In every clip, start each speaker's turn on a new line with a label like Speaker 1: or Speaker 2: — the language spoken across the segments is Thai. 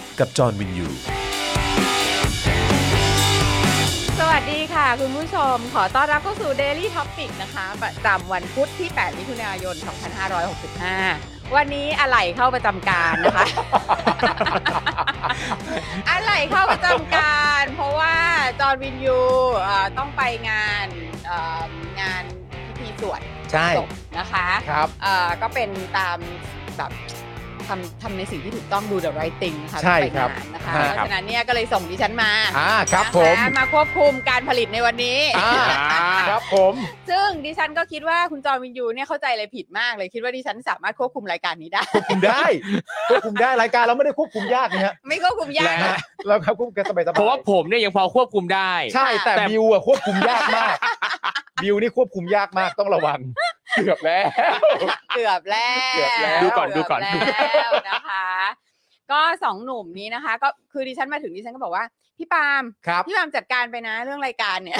Speaker 1: กับจอห์นวินยู
Speaker 2: สวัสดีค่ะ คุณผู้ชมขอต้อนรับเข้าสู่ Daily Topic นะคะ ประจำวันพุธที่ 8 มิถุนายน 2565 วันนี้อะไหล่เข้าประจำการนะคะ อะไหล่เข้าประจำการ เพราะว่าจอร์นวินยูเอ่อต้องไปงานเอ่องานพิธีสวด
Speaker 3: ใช่
Speaker 2: ศพนะคะ
Speaker 3: ครับ
Speaker 2: เอ่อก็เป็นตามแบบทำทำในสิ่งที่ถูกต้องดู the right thing นะค่ะ
Speaker 3: ใช่ครับ
Speaker 2: ไปงานนะคะ
Speaker 3: ใช่
Speaker 2: เพ
Speaker 3: ครั
Speaker 2: ราะ
Speaker 3: บ
Speaker 2: ฉะนั้นเนี่ยก็เลยส่งดิฉันมา
Speaker 3: อ่า
Speaker 2: นะคะมาควบคุมการผลิตในวันนี้
Speaker 3: อ่า ครับผม
Speaker 2: ซึ่งดิฉันก็คิดว่าคุณจอมวินยูเนี่ยเข้าใจอะไรผิดมากเลยคิดว่าดิฉันสามารถควบคุมรายการนี้ได้
Speaker 4: ควบคุมได้ควบคุมได้รายการเราไม่ได้ควบคุมยากนะฮะ
Speaker 2: ไม่ควบคุมยาก
Speaker 4: นะ
Speaker 2: นะ
Speaker 4: ฮะเราควบคุมกันสบายๆ
Speaker 5: เพราะว่าผมเนี่ยยังพอควบคุมได้
Speaker 4: ใช่แต่
Speaker 5: แต่
Speaker 4: บิวอะควบคุมยาก มากบิวนี่ควบคุมยากมากต้องระวังเกือบแล้ว
Speaker 2: เกือบแล้ว
Speaker 4: เกือบแล้ว
Speaker 5: ดูก่อนดูก่อน
Speaker 2: เบแล้วนะคะ ก็สองหนุ่มนี้นะคะ ก็คือดิฉันมาถึงดิฉันก็บอกว่า พี่ปาล์ม
Speaker 4: ครับ
Speaker 2: พี่ปาล์มจัดการไปนะเรื่องรายการ เนี่ย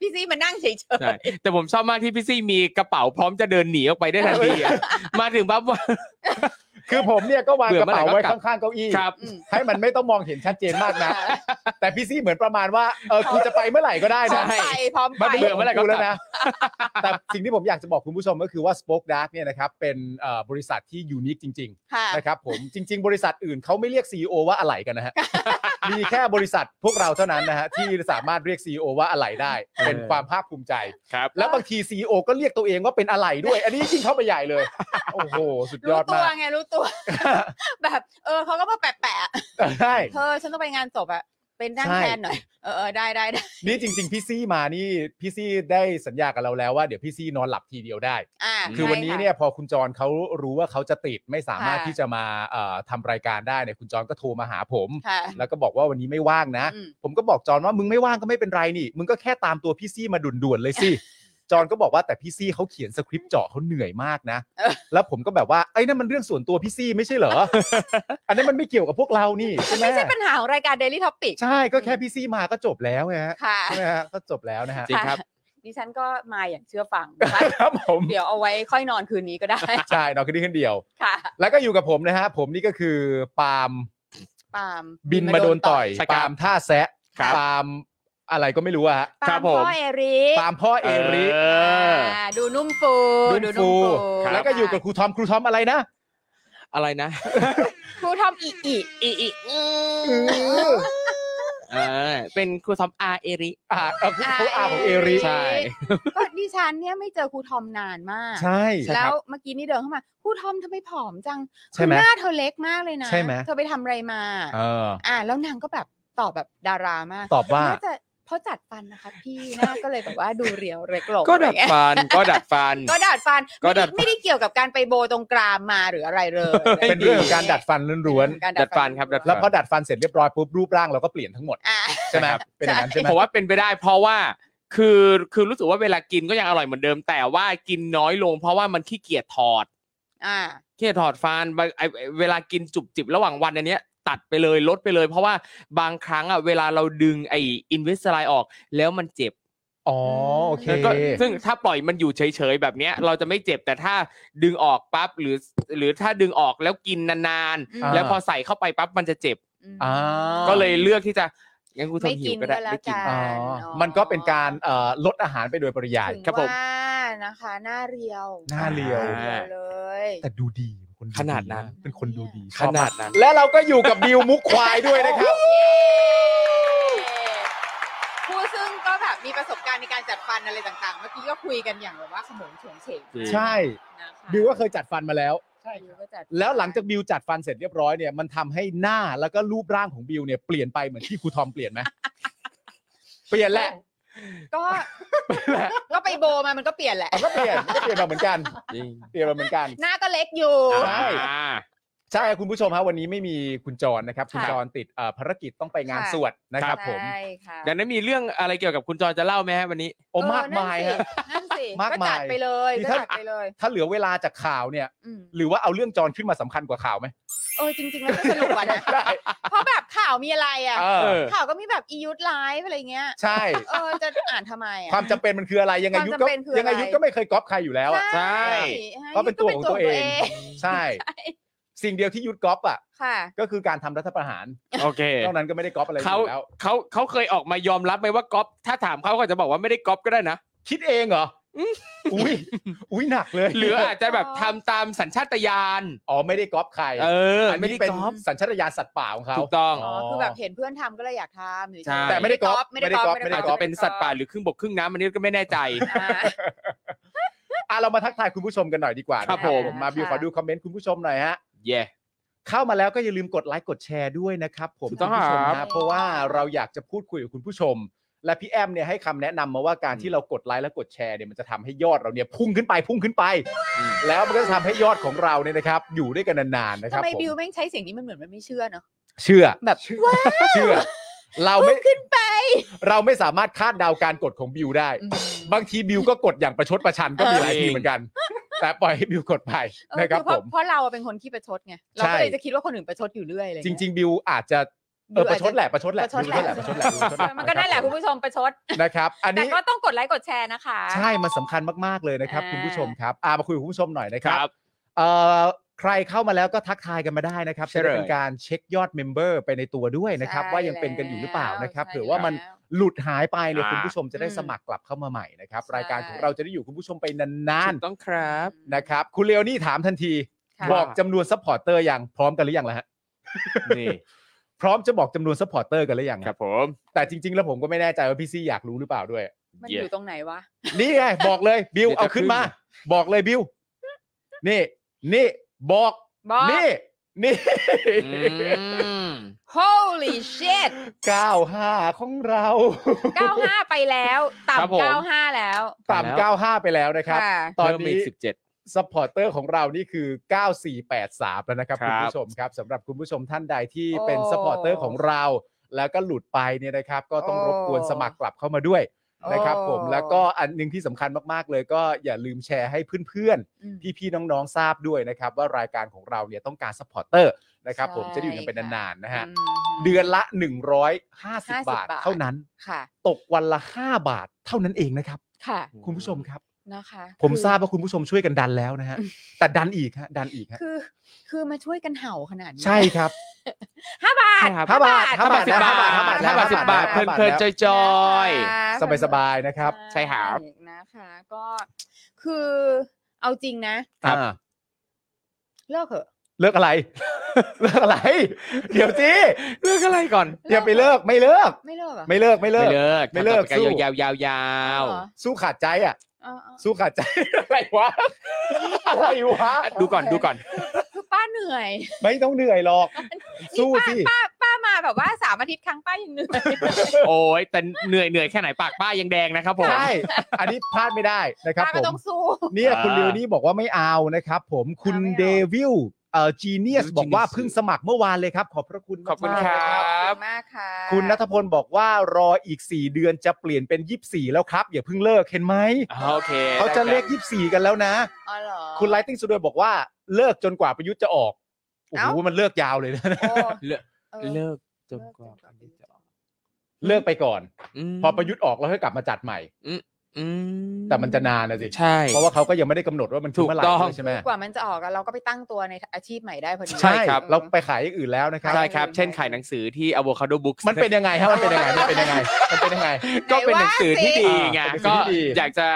Speaker 2: พี่ซี่มานั่งเฉย
Speaker 5: ใช่แต่ผมชอบมากที่พี่ซี่มีกระเป๋าพร้อมจะเดินหนีออกไปได้ทันทีอะมาถึงปั๊บว่า
Speaker 4: คือผมเนี่ยก็วาง
Speaker 5: เบื่อ
Speaker 4: กระ
Speaker 5: เมื่อไหร่
Speaker 4: เป๋าไว้
Speaker 5: ก็กลับ
Speaker 4: ข้างๆเก้าอี้
Speaker 5: ครับ
Speaker 2: ๆอืม
Speaker 4: ให้มันไม่ต้องมองเห็นชัดเจนมากนะแต่พี่ซี่เหมือนประมาณว่าเออคุณจะไปเมื่อไหร่ก็ได้
Speaker 2: พร้อ
Speaker 4: นะ
Speaker 2: มไปพร้อมไป
Speaker 5: มันเบื่อ มื่ไหร่ก็
Speaker 4: แล้
Speaker 5: ก
Speaker 4: ว
Speaker 5: ลั
Speaker 4: นะ
Speaker 5: บ
Speaker 4: แต่สิ่งที่ผมอยากจะบอกคุณผู้ชมก็คือว่า Spoke Dark เนี่ยนะครับเป็นเอ่อบริษัทที่ยูนิคจริง ๆ
Speaker 2: ค่ะ
Speaker 4: นะครับผมจริง ๆ บริษัทอื่นเขาไม่เรียก CEO ว่าอะไรกันนะฮะ มีแค่บริษัทพวกเราเท่านั้นนะฮะที่สามารถเรียก CEO ว่าอะไรได้ เป็นความภาคภูมิใจ
Speaker 5: ครับ
Speaker 4: แล้วบางที CEO ก็เรียกตัวเองว่าเป็นอะไรด้วย อันนี้ยิ่งเข้าไปใหญ่เลย โอ้โห สุดย
Speaker 2: รู้
Speaker 4: อด
Speaker 2: ตัว
Speaker 4: มาก
Speaker 2: ไงรู้ตัว แบบ เออเขาก็มาแปะๆ
Speaker 4: ใช่
Speaker 2: เธอฉันต้องไปงานศพอะเป็นนั่ง
Speaker 4: ใช่
Speaker 2: แทนหน่อยเออเออได้ได้ได้
Speaker 4: นี่จริง ๆ พี่ซี่มานี่พี่ซี่ได้สัญญากับเราแล้วว่าเดี๋ยวพี่ซี่นอนหลับทีเดียวได้
Speaker 2: อ่า
Speaker 4: คือวันนี้
Speaker 2: ใช่ะ
Speaker 4: เนี่ยพอคุณจรเขารู้ว่าเขาจะติดไม่สามารถ
Speaker 2: ค่ะ
Speaker 4: ที่จะมาเอ่อทำรายการได้เนี่ยคุณจรก็โทรมาหาผม
Speaker 2: ค่ะ
Speaker 4: แล้วก็บอกว่าวันนี้ไม่ว่างนะ
Speaker 2: อืม
Speaker 4: ผมก็บอกจอนว่ามึงไม่ว่างก็ไม่เป็นไรนี่ มึงก็แค่ตามตัวพี่ซี่มาด่วนๆเลยสิ จอนก็บอกว่าแต่พี่ซี่เขาเขียนสคริปต์เจาะเขาเหนื่อยมากนะ แล้วผมก็แบบว่าไอ้นั่นมันเรื่องส่วนตัวพี่ซี่ไม่ใช่เหรอ อันนั้นมันไม่เกี่ยวกับพวกเรานี่ใช่ไหม
Speaker 2: ไม่ใช่ปัญหาของรายการ Daily Topic
Speaker 4: ใช่ก็แค่พี่ซี่มาก็จบแล้วไง ฮะ
Speaker 2: ค่ะ
Speaker 4: ใช่ไหมฮะก็จบแล้วนะฮะ
Speaker 5: จริงครับ
Speaker 2: ะดิฉันก็มาอย่างเชื่อฟัง นะคะ
Speaker 4: ครับผม
Speaker 2: เดี๋ยวเอาไว้ค่อยนอนคืนนี้ก็ได้
Speaker 4: ใช่นอนคืนนี้คืนเดียว
Speaker 2: ค่ะ
Speaker 4: แล้วก็อยู่กับผมนะฮะผมนี่ก็คือปาล์ม
Speaker 2: ปาล์ม
Speaker 4: บินมาโดนต่อย
Speaker 5: ใช่ครับ
Speaker 4: ปาล์มท่าแซะ
Speaker 5: ครับ
Speaker 4: ปาล์มอะไรก็ไม่รู้อะฮะ
Speaker 2: ปา
Speaker 5: ครั
Speaker 2: ล์ม
Speaker 5: บผม
Speaker 2: พ่อเอริ
Speaker 4: ปาล์มพ่อเอริ
Speaker 5: เออ
Speaker 2: าดูนุ่มฟู
Speaker 4: ดูฟู
Speaker 2: ค่ะ
Speaker 4: แล้วก็อยู่กับครูทอมครูทอมอะไรนะ
Speaker 5: อะไรนะ
Speaker 2: ครูทอมอีอี
Speaker 5: อีอีเออเป็นครูทอมอาเอริ
Speaker 4: อ่าเอาครูครูอาของเอริ
Speaker 5: ใช่
Speaker 2: ก็ดิฉันเนี่ยไม่เจอครูทอมนานมาก
Speaker 4: ใช่
Speaker 2: แล้วเมื่อกี้นี่เดินเข้ามาครูทอมทำไมผอมจัง
Speaker 4: ใช่ไหม
Speaker 2: คือหน้าเธอเล็กมากเลยนะ
Speaker 4: ใช่ไหม
Speaker 2: เธอไปทำอะไรมา
Speaker 4: เออ
Speaker 2: อ่าแล้วนางก็แบบตอบแบบดารามาก
Speaker 4: ตอบว่า
Speaker 2: น่าจะเพราะจัดฟันนะคะพี่หน้าก็เลยแบบว่าดูเรียวเล็กลง
Speaker 5: ก็
Speaker 2: อะไร
Speaker 5: ดัด
Speaker 2: เงี้ย
Speaker 5: ฟัน ก็ดัดฟัน
Speaker 2: ก็ดัดฟัน
Speaker 5: ก็ดัด
Speaker 2: ไม่ไไม่ได้เกี่ยวกับการไปโบตรงกรามมาหรืออะไรเลย
Speaker 4: เป็นเรื่องของการดัดฟันล้วน
Speaker 2: การ
Speaker 5: ดัดฟันครับดัด
Speaker 4: ๆ
Speaker 5: ฟั
Speaker 4: แล้ว
Speaker 5: น
Speaker 4: พอดัดฟันเสร็จเรียบร้อยปุ๊บรูปร่างเราก็เปลี่ยนทั้งหมด
Speaker 2: อ่า
Speaker 4: ใช่ไหม
Speaker 5: ใช่ครับ
Speaker 4: เป็นอย่างนั้นใช่ไหม
Speaker 5: ผมว่าเป็นไปได้ เพราะว่าคือคือรู้สึกว่าเวลากินก็ยังอร่อยเหมือนเดิม แต่ว่ากินน้อยลง เพราะว่ามันขี้เกียจถอด
Speaker 2: อ่า
Speaker 5: เครียดถอดฟันบางไอ้ไอ้เวลากินจุบจิบระหว่างวันอันเนี้ยตัดไปเลยลดไปเลย เพราะว่าบางครั้งอ่ะเวลาเราดึงไอ้อินเวสไลออกแล้วมันเจ็บ
Speaker 4: อ๋อโอเค
Speaker 5: แล้วก็ซึ่งถ้าปล่อยมันอยู่เฉยๆแบบเนี้ยเราจะไม่เจ็บแต่ถ้าดึงออกปั๊บหรือหรือถ้าดึงออกแล้วกินนาน
Speaker 2: อ่า
Speaker 5: ๆ แล้วพอใส่เข้าไปปั๊บมันจะเจ็บ
Speaker 2: ม
Speaker 4: อ่า
Speaker 5: ก็เลยเลือกที่จะงั้นกู
Speaker 2: ไม่
Speaker 5: ทำหิ
Speaker 2: กิ
Speaker 5: วนก็
Speaker 2: ก็
Speaker 5: ได้
Speaker 2: แล้ว
Speaker 5: ไม่กิน
Speaker 2: กัน
Speaker 4: อ๋อ
Speaker 2: เาะ
Speaker 4: มันก็เป็นการเอ่อลดอาหารไปโดยปริยาย
Speaker 2: ถึง
Speaker 5: ครับผม
Speaker 2: ว่านะคะ หน้าเรียว
Speaker 4: หน้าเรียว
Speaker 2: หน้าเรียวเลย
Speaker 4: แต่ดูดีคน คน
Speaker 5: ขนาดนั้น
Speaker 4: เป็นคนดูดี
Speaker 5: ขนาดนั้น
Speaker 4: และเราก็อยู่กับดิวมุกควายด้วยนะครับ
Speaker 2: ผู้ซึ่งก็แบบมีประสบการณ์ในการจัดฟันอะไรต่างๆ เมื่อกี้ก็คุยกันอย่างแบบว่าขโมงโฉงเฉง
Speaker 5: จริง
Speaker 4: ใช่
Speaker 2: นะคะ
Speaker 4: บิวก็เคยจัดฟันมาแล้ว
Speaker 2: ใช่บิวก็จัด
Speaker 4: แล้วหลังจากบิวจัดฟันเสร็จเรียบร้อยเนี่ยมันทำให้หน้าแล้วก็รูปร่างของบิวเนี่ยเปลี่ยนไปเหมือนที่ครูทอมเปลี่ยนไหม เปลี่ยนแหละ
Speaker 2: ก็ก็ไปโบมามันก็เปลี่ยนแหละ
Speaker 4: มันก็เปลี่ยนก็เปลี่ยนมาเหมือนกัน
Speaker 5: จริง
Speaker 4: เปลี่ยนมาเหมือนกัน
Speaker 2: หน้าก็เล็กอยู่
Speaker 4: ใช่
Speaker 5: อ่า
Speaker 4: ใช่ครับคุณผู้ชมฮะวันนี้ไม่มีคุณจรนะครับ คุณ
Speaker 2: ค่ะ
Speaker 4: จรติดเอ่อภารกิจต้องไปงาน
Speaker 2: ค่ะ
Speaker 4: สวดนะครับ ผม
Speaker 2: ใช่ค่ะ
Speaker 5: ดังนั้นมีเรื่องอะไรเกี่ยวกับคุณจอยจะเล่าไหมฮะวันนี้
Speaker 4: โอ้มากมายฮะ
Speaker 2: เออนั่นสินั่นสิ
Speaker 4: มาก
Speaker 2: ก็
Speaker 4: มาย
Speaker 2: จัดไปเลย
Speaker 4: นี่
Speaker 2: ก็
Speaker 4: ถ้า
Speaker 2: จัดไปเลย
Speaker 4: ถ้าเหลือเวลาจากข่าวเนี่ย
Speaker 2: อืม
Speaker 4: หรือว่าเอาเรื่องจรขึ้นมาสำคัญกว่าข่าวไหม
Speaker 2: เออจริง ๆ แล้วก็สนุกว่ะนะ เพราะแบบข่าวมีอะไรอ่ะ
Speaker 4: เออ
Speaker 2: ข่าวก็มีแบบอียุทธไลฟ์อะไรเงี้ย
Speaker 4: ใช่
Speaker 2: เออจะอ่านทำไมอ่ะ
Speaker 4: ความจำเป็นมันคืออะไรยังไงยุทธ
Speaker 2: ความ
Speaker 4: ก็
Speaker 2: จำเป็นคืออะไร
Speaker 4: ยังไงยุทธก็ไม่เคยก๊อปใครอยู่แล้วอะ
Speaker 5: ใช่
Speaker 4: เพราะเป็นตัวของตัวเอง ใช่ สิ่งเดียวที่ยุทธก๊อปอ่ะ
Speaker 2: ค่ะ
Speaker 4: ก็คือการทำรัฐประหาร
Speaker 5: โอเคน
Speaker 4: อกนั้นก็ไม่ได้ก๊อปอะไรอ
Speaker 5: เขา
Speaker 4: ยู่แล้ว
Speaker 5: เขาเขาเคยออกมายอมรับไหมว่าก๊อปถ้าถามเขาก็จะบอกว่าไม่ได้ก๊อปก็ได้ นะ
Speaker 4: คิดเองเหรอออุ้ยอุ้ยหนักเลย
Speaker 5: หรืออาจจะแบบทำตามสัญชาตญาณ
Speaker 4: อ๋อไม่ได้ก๊อปใคร
Speaker 5: เอออน ไม่
Speaker 4: นี้
Speaker 5: ได้
Speaker 4: เป็น
Speaker 5: ก๊อป
Speaker 4: สัญชาตญาณสัตว์ป่าของเขา
Speaker 5: ถูกต้อง
Speaker 2: อ๋อ คือแบบเห็นเพื่อนทำก็เลยอยากทำหรือ
Speaker 5: ใช่
Speaker 2: เฉยๆ
Speaker 4: แต่ไม่ได้ก๊อป
Speaker 2: ไม่ได้ก๊อป
Speaker 4: ไม่ได้
Speaker 5: อาจ
Speaker 4: ก๊
Speaker 5: จะ
Speaker 4: อป
Speaker 5: เป็นสัตว์ป่าหรือครึ่งบกครึ่งน้ำอันนี้ก็ไม่แน่ใจ
Speaker 2: า
Speaker 4: อ่ะเรามาทักทายคุณผู้ชมกันหน่อยดีกว่านะครับ
Speaker 5: ผม
Speaker 4: มาบิว
Speaker 2: ค่ะ
Speaker 4: ขอดูคอมเมนต์คุณผู้ชมหน่อยฮะ
Speaker 5: เย่
Speaker 4: เข้ามาแล้วก็อย่าลืมกดไลค์กดแชร์ด้วยนะครับ ผม
Speaker 5: ถูกต้
Speaker 4: คุ
Speaker 5: อง
Speaker 4: ณผู้ชม
Speaker 5: ครั
Speaker 4: นะ
Speaker 5: บ
Speaker 4: เพราะว่าเราอยากจะพูดคุยกับคุณผู้ชม และพี่แอมเนี่ยให้คำแนะนำมาว่าการ
Speaker 5: อืม
Speaker 4: ที่เรากดไลค์และกดแชร์เนี่ยมันจะทำให้ยอดเราเนี่ยพุ่งขึ้นไปพุ่งขึ้นไป
Speaker 5: อืม
Speaker 4: แล้วมันก็จะทำให้ยอดของเราเนี่ยนะครับ อยู่ด้วยกันนานๆนะค
Speaker 2: ทำ
Speaker 4: รับ
Speaker 2: ไม
Speaker 4: ผม
Speaker 2: บิวแม่งใช้เสียงนี้มันเหมือนมันไม่เชื่อเนอะ
Speaker 4: เชื่อ
Speaker 2: แบบว้าว
Speaker 4: เชื่อ เราไม่
Speaker 2: ขึ้นไป
Speaker 4: เราไม่สามารถคาดเดาการกดของบิวได้
Speaker 2: อืม
Speaker 4: บางทีบิวก็กดอย่างประชดประชันก็มีหลายทีเหมือนกัน แต่ปล่อยให้บิวกดไป
Speaker 2: เออ
Speaker 4: นะครับ
Speaker 2: อเพ
Speaker 4: ผ
Speaker 2: ราะ
Speaker 4: ม
Speaker 2: เพราะเราเป็นคนขี้ประชดไง เรา
Speaker 4: ใช่
Speaker 2: ก็เลยจะคิดว่าคนอื่นประชดอยู่เรื่อยอะไร
Speaker 4: จ
Speaker 2: เงี้ย
Speaker 4: ริง ๆ บิวอาจจะเอ
Speaker 2: บิ
Speaker 4: อ
Speaker 2: ว
Speaker 4: ป
Speaker 2: อาจ
Speaker 4: ระช
Speaker 2: จ
Speaker 4: ดแหละประชดแหละ
Speaker 2: ประชด
Speaker 4: บิว
Speaker 2: แหละ
Speaker 4: ประชดแหละประชดแหละ
Speaker 2: มันก็นั่นแหละคุณผู้ชมประชด
Speaker 4: นะครับ อัน
Speaker 2: แต่
Speaker 4: นี้
Speaker 2: ก็ต้องกดไลค์กดแชร์นะคะ
Speaker 4: ใช่ มันสำคัญมากๆ เลยนะครับ
Speaker 2: อ่า
Speaker 4: คุณผู้ชมครับอ่ามาคุยกับคุณผู้ชมหน่อยนะค
Speaker 5: ครับ รับ
Speaker 4: เอ่อใครเข้ามาแล้วก็ทักทายกันมาได้นะครับ
Speaker 5: ใช่
Speaker 4: จะ
Speaker 5: เลย
Speaker 4: ได้เป็นการเช็คยอดเมมเบอร์ไปในตัวด้วยนะครับ
Speaker 2: ใช่
Speaker 4: ว่ายังเป็นกันอยู่หรือเปล่านะครับ
Speaker 2: ใช่
Speaker 4: เผื่อว่ามัน
Speaker 2: แล้ว
Speaker 4: หลุดหายไปเนี่ย
Speaker 5: อ่า
Speaker 4: คุณผู้ชมจะได้
Speaker 2: อืม
Speaker 4: สมัครกลับเข้ามาใหม่นะครับ
Speaker 2: ใช่
Speaker 4: รายการของเราจะได้อยู่คุณผู้ชมไปนาน
Speaker 5: ถูกต้องครับ
Speaker 4: ๆนะครับ คุณเลโอนี่ถามทันที
Speaker 2: ค่ะ
Speaker 4: บอกจำนวนซัพพอร์ตเตอร์ยังพร้อมกันหรือยังล่ะฮะ
Speaker 5: นี่
Speaker 4: พร้อมจะบอกจำนวนซัพพอร์ตเตอร์กันหรือยัง
Speaker 5: ครับผม
Speaker 4: แต่จริง ๆ แล้วผมก็ไม่แน่ใจว่าพี่ซี่อยากรู้หรือเปล่าด้วย
Speaker 2: มันอยู่ตรงไหนวะ
Speaker 4: นี่ไงบอกเลยบิว
Speaker 5: เดี๋ยวจะ
Speaker 4: เอาขึ้นมา
Speaker 5: ขึ้
Speaker 4: บอกเลยบิวนี่ นี่ บอก
Speaker 2: บอก
Speaker 4: นี่ นี่
Speaker 5: อืม
Speaker 2: Holy shit
Speaker 4: เก้าห้าของเรา
Speaker 2: 95 ไปแล้ว
Speaker 5: ครับผ
Speaker 2: ต่ำ
Speaker 5: ม
Speaker 2: 95 แล้ว
Speaker 4: ต่ำเก้าห้าไปแล้วนะครับ
Speaker 2: ค่ะ
Speaker 4: ตอน
Speaker 5: เพิ่มมา
Speaker 4: นี้
Speaker 5: อีกสิบเจ็ด
Speaker 4: สปอร์เตอร์ของเรานี่คือ 9483 แล้วนะครับ
Speaker 5: ครั
Speaker 4: คุ
Speaker 5: บ
Speaker 4: ณผู้ชมครับสำหรับคุณผู้ชมท่านใดที่
Speaker 2: โอ้
Speaker 4: เป็นสปอร์เตอร์ของเรา แล้วก็หลุดไปเนี่ยนะครับ ก็ต้อง
Speaker 2: โอ้
Speaker 4: รบกวนสมัครกลับเข้ามาด้วยนะครับ
Speaker 2: โอ้
Speaker 4: ผมแล้วก็อันหนึงที่สำคัญมากๆเลย ก็อย่าลืมแชร์ให้เพื่อนๆ
Speaker 2: อืม
Speaker 4: พี่ๆน้องๆทราบด้วยนะครับ ว่ารายการของเราเนี่ยต้องการซัพพอร์เตอร์นะครับ
Speaker 2: ใช่
Speaker 4: ผมจะได้อยู่กันเป็นนานๆนะฮะ
Speaker 2: อืม
Speaker 4: เดือนละ 150
Speaker 2: 50
Speaker 4: บาท
Speaker 2: บาท
Speaker 4: เท่านั้น
Speaker 2: ค่ะ
Speaker 4: ตกวันละ 5 บาทเท่านั้นเองนะครับ
Speaker 2: ค่ะ
Speaker 4: คุณผู้ชมครับ
Speaker 2: นะคะ
Speaker 4: ผม
Speaker 2: คือ
Speaker 4: ทราบว่าคุณผู้ชมช่วยกันดันแล้วนะฮะ แต่ดันอีกฮะดันอีกฮะ
Speaker 2: คือ คือมาช่วยกันเห่าขนาดนี้
Speaker 4: ใช่ครับ
Speaker 2: ห้าบาท
Speaker 5: ครับ
Speaker 4: ห้าบาทห้า
Speaker 5: ห้า
Speaker 4: บา
Speaker 5: บา
Speaker 4: ท
Speaker 5: ทสิบ
Speaker 4: แล้ว
Speaker 5: บาท
Speaker 4: ห้าบาทห้า
Speaker 5: ห้าบาท
Speaker 4: บาทแล้วห้าบาท
Speaker 5: สิบบาท
Speaker 4: แล้ว
Speaker 5: เพลินเพลินจอยจอย
Speaker 2: นะ
Speaker 5: ๆ
Speaker 2: คะ
Speaker 4: สบายๆนะครับ
Speaker 2: สายๆ
Speaker 5: ใช่ครับ
Speaker 2: นะคะ ก็คือเอาจริงนะ
Speaker 5: ครับ
Speaker 4: อ่า
Speaker 2: เลิกเถอะ
Speaker 4: เลิกอะไร เลิกอะไร เดี๋ยวสิ
Speaker 5: เลือกอะไรก่อน
Speaker 4: อย่าไปเลิกไม่เลิก
Speaker 2: ไม่เลิกเหรอ
Speaker 4: ไม่เลิกไม่เลิก
Speaker 5: ไม่เลิก
Speaker 4: ไม่เลิก
Speaker 5: ทำต่อป
Speaker 4: สู้
Speaker 5: ยาวยาวยาว
Speaker 2: เหรอ
Speaker 4: สู้ขาดใจอ่ะ
Speaker 2: เอาเอา
Speaker 4: สู้ขาดใจ อะไรวะ อะไรวะ
Speaker 5: ดูก่อนดูก่อน
Speaker 2: คือป้าเหนื่อย
Speaker 4: ไม่ต้องเหนื่อยหรอก
Speaker 2: นี่
Speaker 4: สู้
Speaker 2: ป้า
Speaker 4: สิ
Speaker 2: ป้าป้ามาแบบว่าสามอาทิตย์ครั้งป้ายังเหนื่อย
Speaker 5: โอ้ยแต่เหนื่อยเหนื่อยแค่ไหนปากป้ายังแดงนะครับผม
Speaker 4: ใช่ อันนี้พลาดไม่ได้นะครับ
Speaker 2: ป้า
Speaker 4: ผ
Speaker 2: ก็
Speaker 4: ม
Speaker 2: ต้องสู้
Speaker 4: เนี่ยคุณ
Speaker 5: อ่า
Speaker 4: ลิวนี่บอกว่าไม่เอานะครับผม คุณ
Speaker 2: อ่าไม่เอา
Speaker 4: เดวิลเอ่อจีเนียส
Speaker 5: Genius
Speaker 4: บอกว่าเพิ่งสมัครเมื่อวานเลยครับ ขอบพระคุณมาก
Speaker 5: ขอบคุณ
Speaker 4: ๆ
Speaker 5: ครั
Speaker 4: นะ
Speaker 2: ขอ
Speaker 5: บ
Speaker 2: ณมากค่ะ
Speaker 4: คุณนัทพลบอกว่ารออีก 4 เดือนจะเปลี่ยนเป็น 24 แล้วครับ อย่าเพิ่งเลิกเห็นไหม
Speaker 5: อ่าโอเค
Speaker 4: เขาจะเลข
Speaker 5: ได้
Speaker 4: 24 กันแล้วนะ
Speaker 2: อ๋อเหรอ
Speaker 4: คุณไลติ n งสุดยบอกว่าเลิกจนกว่าประยุทธ์จะออก โอ้โห
Speaker 2: เอ้ามั
Speaker 4: มันเลิกยาวเลยนะ
Speaker 2: โอ้
Speaker 5: เลิก
Speaker 2: ออ
Speaker 5: เลิกจนกว่า
Speaker 4: เลิกไปก่อน
Speaker 5: ม
Speaker 4: พอประยุทธ์ออกแล้วค่อยกลับมาจัดใหม่
Speaker 5: อืม
Speaker 4: แต่มันจะนานนะสิ
Speaker 5: ใช่
Speaker 4: เพราะว่าเขาก็ยังไม่ได้กำหนดว่ามันคือเมื่อไหร่
Speaker 5: ถูกต้อง
Speaker 4: ด้วยใช่ไหม
Speaker 2: กว่ามันจะออกอะเราก็ไปตั้งตัวในอาชีพใหม่ได้พอดี
Speaker 5: ใช่ครับ
Speaker 2: ออ
Speaker 4: เราไปขายอย่างอื่นแล้วนะครับ
Speaker 5: ใช่ครับ เช่นขายหนังสือที่ Avocado Books
Speaker 4: มันเป็นยังไงฮะมันเป็นยังไง มันเป็นยังไง มันเป็นยังไง
Speaker 5: ก็เป็นหนังสือที่ดีไง
Speaker 4: เป็นหนัง
Speaker 5: ก็
Speaker 4: สือที่ดี
Speaker 5: อยากจะ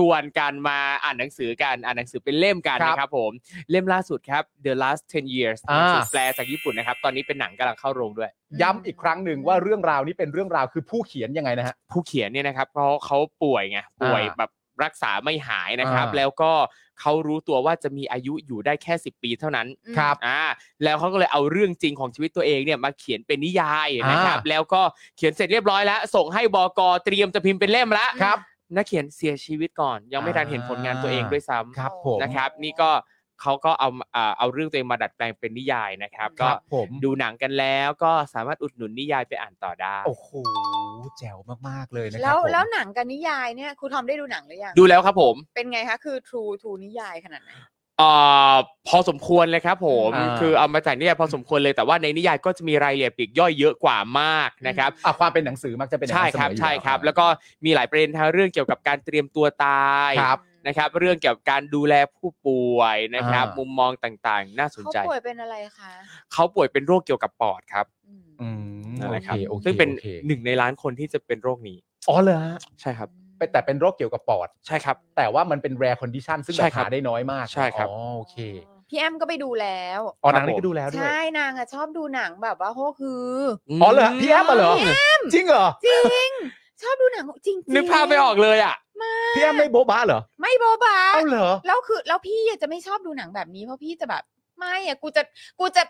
Speaker 5: ชวนกันมาอ่านหนังสือกันอ่านหนังสือเป็นเล่มกัน
Speaker 4: ครับ
Speaker 5: นะครับผมเล่มล่าสุดครับ The Last 10 Years
Speaker 4: อ่า
Speaker 5: หนังสือแปลจากญี่ปุ่นนะครับตอนนี้เป็นหนังกำลังเข้าโรงด้วย
Speaker 4: ย้ำอีกครั้งหนึ่งว่าเรื่องราวนี้เป็นเรื่องราวคือผู้เขียนยังไงนะฮะ
Speaker 5: ผู้เขียนเนี่ยนะครับเพราะเขาป่วยไงป่วย
Speaker 4: อ่า
Speaker 5: แบบรักษาไม่หายนะครับ
Speaker 4: อ่า
Speaker 5: แล้วก็เขารู้ตัวว่าจะมีอายุอยู่ได้แค่ 10 ปีเท่านั้น
Speaker 2: อืม
Speaker 4: ครับ
Speaker 5: อ่าแล้วเขาก็เลยเอาเรื่องจริงของชีวิตตัวเองเนี่ยมาเขียนเป็นนิยายนะครับ
Speaker 4: อ่า
Speaker 5: แล้วก็เขียนเสร็จเรียบร้อยแล้ว ส่งให้บกเตรียมจะพิมพ์เป็นเล่มแล้ว
Speaker 4: ครับ
Speaker 5: นักเขียนเสียชีวิตก่อน ยังไม่ทันเห็นผลงานตัวเองด้วยซ้ำ
Speaker 4: ครับผม
Speaker 5: นะครับ นี่ก็เขาก็เอาอ่าเอาเรื่องตัวเองมาดัดแปลงเป็นนิยายนะครับ
Speaker 4: ค
Speaker 5: ก็
Speaker 4: รับผม
Speaker 5: ดูหนังกันแล้วก็สามารถอุดหนุนนิยายไปอ่านต่อได้
Speaker 4: โอ้โหแจ๋วมากๆเลยนะค
Speaker 2: แล้
Speaker 4: รั
Speaker 2: ว
Speaker 4: ผม
Speaker 2: แล้วหนังกับนิยายเนี่ยครูทอมได้ดูหนังหรือยัง
Speaker 5: ดูแล้วครับผม
Speaker 2: เป็นไงคะคือทรูทรูนิยายขนาดไหน
Speaker 5: อ่าพอสมควรเลยครับผม
Speaker 4: อ่า
Speaker 5: คือเอามาจากนิยายพอสมควรเลยแต่ว่าในนิยายก็จะมีรายละเอียดปลีกย่อยเยอะกว่ามากนะครับ
Speaker 4: อ่ะความเป็นหนังสือมักจะเป็นอย่าง
Speaker 5: ใช่
Speaker 4: นั้นเส
Speaker 5: ค
Speaker 4: ม
Speaker 5: รับ
Speaker 4: ออยู่
Speaker 5: ใช่ครับ
Speaker 4: แล้
Speaker 5: แล้ว วก็มีหลายประเด็นทั้งเรื่องเกี่ยวกับการเตรียมตัวตาย
Speaker 4: ครับ
Speaker 5: นะครับ เรื่องเกี่ยวกับการดูแลผู้ป่วยนะครับ
Speaker 4: อ่ามุ
Speaker 5: มุมมองต่างๆ น่าสน
Speaker 2: เขา
Speaker 5: ใจ
Speaker 2: ป่วยเป็นอะไรคะ
Speaker 5: เขาป่วยเป็นโรคเกี่ยวกับปอดครับ
Speaker 2: อืม
Speaker 4: อืม
Speaker 5: นั่น
Speaker 4: โอ
Speaker 5: แหละ
Speaker 4: เค
Speaker 5: ครับ
Speaker 4: โอค
Speaker 5: ซึ่งเป็น
Speaker 4: โอค
Speaker 5: หนึ่งในล้านคนที่จะเป็นโรคนี้
Speaker 4: อ๋อเหรอฮะ
Speaker 5: ใช่ครับ
Speaker 4: เป็นแต่เป็นโรคเกี่ยวกับปอด
Speaker 5: ใช่ครับ
Speaker 4: แต่ว่ามันเป็น rare condition ซึ่งแบ
Speaker 5: ใช่
Speaker 4: บ
Speaker 5: ครับ
Speaker 4: หาได้น้อยมาก
Speaker 5: ใช่ครับ
Speaker 4: อ๋อโอเค
Speaker 2: พี่แอมก็ไปดูแล้ว
Speaker 4: อ๋อหนั
Speaker 5: ค
Speaker 4: ง
Speaker 5: รับ
Speaker 4: นี้
Speaker 5: ผม
Speaker 4: ก็ดูแล้วด้วย
Speaker 2: ใช่นางอะชอบดูหนังแบบว่าโฮคือ
Speaker 4: อ๋อเหรอพี่แอมมาเหรอจริงเหรอ
Speaker 2: จริง ชอบดูหนังจริงๆ
Speaker 5: นึกภาพไม่ออกเลยอ่ะ
Speaker 4: พี่แอมไม่โบ๊ะบ้าเหรอ
Speaker 2: ไม่โบบา
Speaker 4: เอ้าเหรอ
Speaker 2: แล้วคือแล้วพี่อะจะไม่ชอบดูหนังแบบนี้เพราะพี่จะแบบ ไม่อะกูจะกูจะ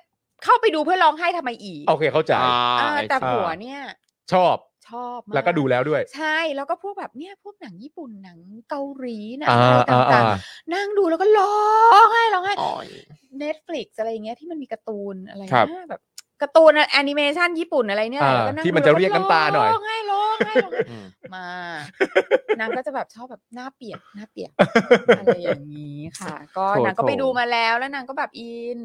Speaker 2: เข้าไปดูเพื่อร้องไห้ทำไมอีก
Speaker 4: โอเคเข้าใจ
Speaker 2: เออแต่
Speaker 4: ครับ
Speaker 2: ผัวเนี่ย
Speaker 4: ชอบ
Speaker 2: ชอบมาก
Speaker 4: แล้วก็ดูแล้วด้วย
Speaker 2: ใช่แล้วก็พวกแบบเนี่ยพวกหนังญี่ปุ่นหนังเกาหลีหนัง
Speaker 4: อ่า
Speaker 2: อะไร
Speaker 4: อ่า
Speaker 2: ต่า
Speaker 4: อ่าง
Speaker 2: ๆนั่งดูแล้วก็ร้องไห้ร้องไห้
Speaker 5: อ๋อ
Speaker 2: Netflix อะไรอย่างเงี้ยที่มันมีการ์ตูนอะไร
Speaker 5: ครับ
Speaker 2: นะแบบการ์ตูนแอนิเมชันญี่ปุ่นอะไรเนี่ย
Speaker 4: อ่า
Speaker 2: แล้วก็ง
Speaker 4: ที่มันจะเรียกน้ำตาหน่อย
Speaker 2: ร้องไห้ร้องไห้ร้องไห้
Speaker 5: อืม
Speaker 2: มานางก็จะแบบชอบแบบหน้าเปียกหน้าเปี ยกอะไรอย่างนี้ค่ะ ก็
Speaker 5: โถ
Speaker 2: นางก็ไป
Speaker 5: โถ
Speaker 2: ดูมาแล้วแล้วนางก็แบบอิน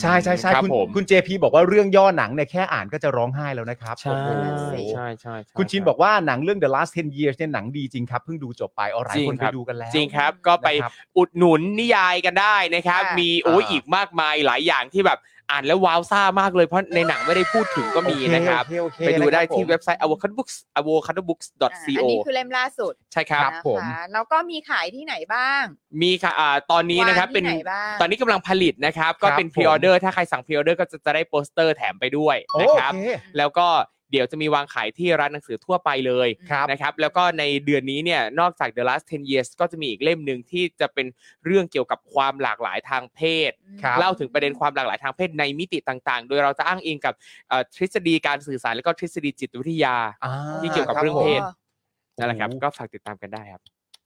Speaker 4: ใช่ใช่ใช่
Speaker 5: ครับ
Speaker 4: คุณ
Speaker 5: ผม
Speaker 4: คุณเจพีบอกว่าเรื่องย่อหนังเนี่ยแค่อ่านก็จะร้องไห้แล้วนะครับ
Speaker 5: ใช่
Speaker 4: โอ้โห
Speaker 2: นั่นสิ
Speaker 5: ใช่ใช่ใช่
Speaker 4: คุณชินบอกว่าหนังเรื่อง The Last 10 Years เนี่ยหนังดีจริงครับเพิ่งดูจบไปออหลาย
Speaker 5: จริง
Speaker 4: คน
Speaker 5: ค
Speaker 4: ไป
Speaker 5: รับ
Speaker 4: ดูกันแล้ว
Speaker 5: จริงครับก็ไป
Speaker 4: นะครับ
Speaker 5: อุดหนุนนิยายกันได้นะครับ
Speaker 2: ค่ะ
Speaker 5: มีโอ้ย
Speaker 4: อ่า
Speaker 5: อีกมากมายหลายอย่างที่แบบอ่านแล้วว้าวซ่ามากเลยเพราะในหนังไม่ได้พูดถึงก็มีนะครับ
Speaker 4: โอเโอเค
Speaker 5: ไปดูได้ที่
Speaker 4: นะครับผม
Speaker 5: เว็บไซต์ avocado books avocado books
Speaker 2: อ่าอั
Speaker 5: co
Speaker 2: นี้คือเล่มล่าสุด
Speaker 5: ใช่ครับ
Speaker 2: นะ
Speaker 4: ผม
Speaker 2: คะแล้วก็มีขายที่ไหนบ้าง
Speaker 5: มีค่ะอ่าตอนนี้นะครับ
Speaker 2: วาง
Speaker 5: เป็น
Speaker 2: ที่ไหนบ้าง
Speaker 5: ตอนนี้กำลังผลิตนะครับ ก็เป็น
Speaker 4: ครับ
Speaker 5: พรีออเดอ
Speaker 4: ผ
Speaker 5: ร์
Speaker 4: ม
Speaker 5: ถ้าใครสั่งพรีออเดอร์ก็จะจะได้โปสเตอร์แถมไปด้วย
Speaker 4: โอ
Speaker 5: นะครับ
Speaker 4: เค
Speaker 5: แล้วก็เดี๋ยวจะมีวางขายที่ร้านหนังสือทั่วไปเลย
Speaker 4: ครับ
Speaker 5: นะครับ แล้วก็ในเดือนนี้เนี่ยนอกจาก The Last 10 Years ก็จะมีอีกเล่มหนึ่งที่จะเป็นเรื่องเกี่ยวกับความหลากหลายทางเพศ
Speaker 2: อืม
Speaker 4: ครับ
Speaker 5: เล่าถึงประเด็นความหลากหลายทางเพศในมิติต่างๆ โดยเราจะอ้างอิงกับเอ่อทฤษฎีการสื่อสารและก็ทฤษฎีจิตวิทยา
Speaker 4: อ่า
Speaker 5: ที่เกี่ยวกับเรื่อง
Speaker 4: ค
Speaker 5: เพ
Speaker 4: ผม
Speaker 5: ศ นั่นแหละครับ
Speaker 4: โอ้โห
Speaker 5: ก็ฝากติดตามกันได้ครับ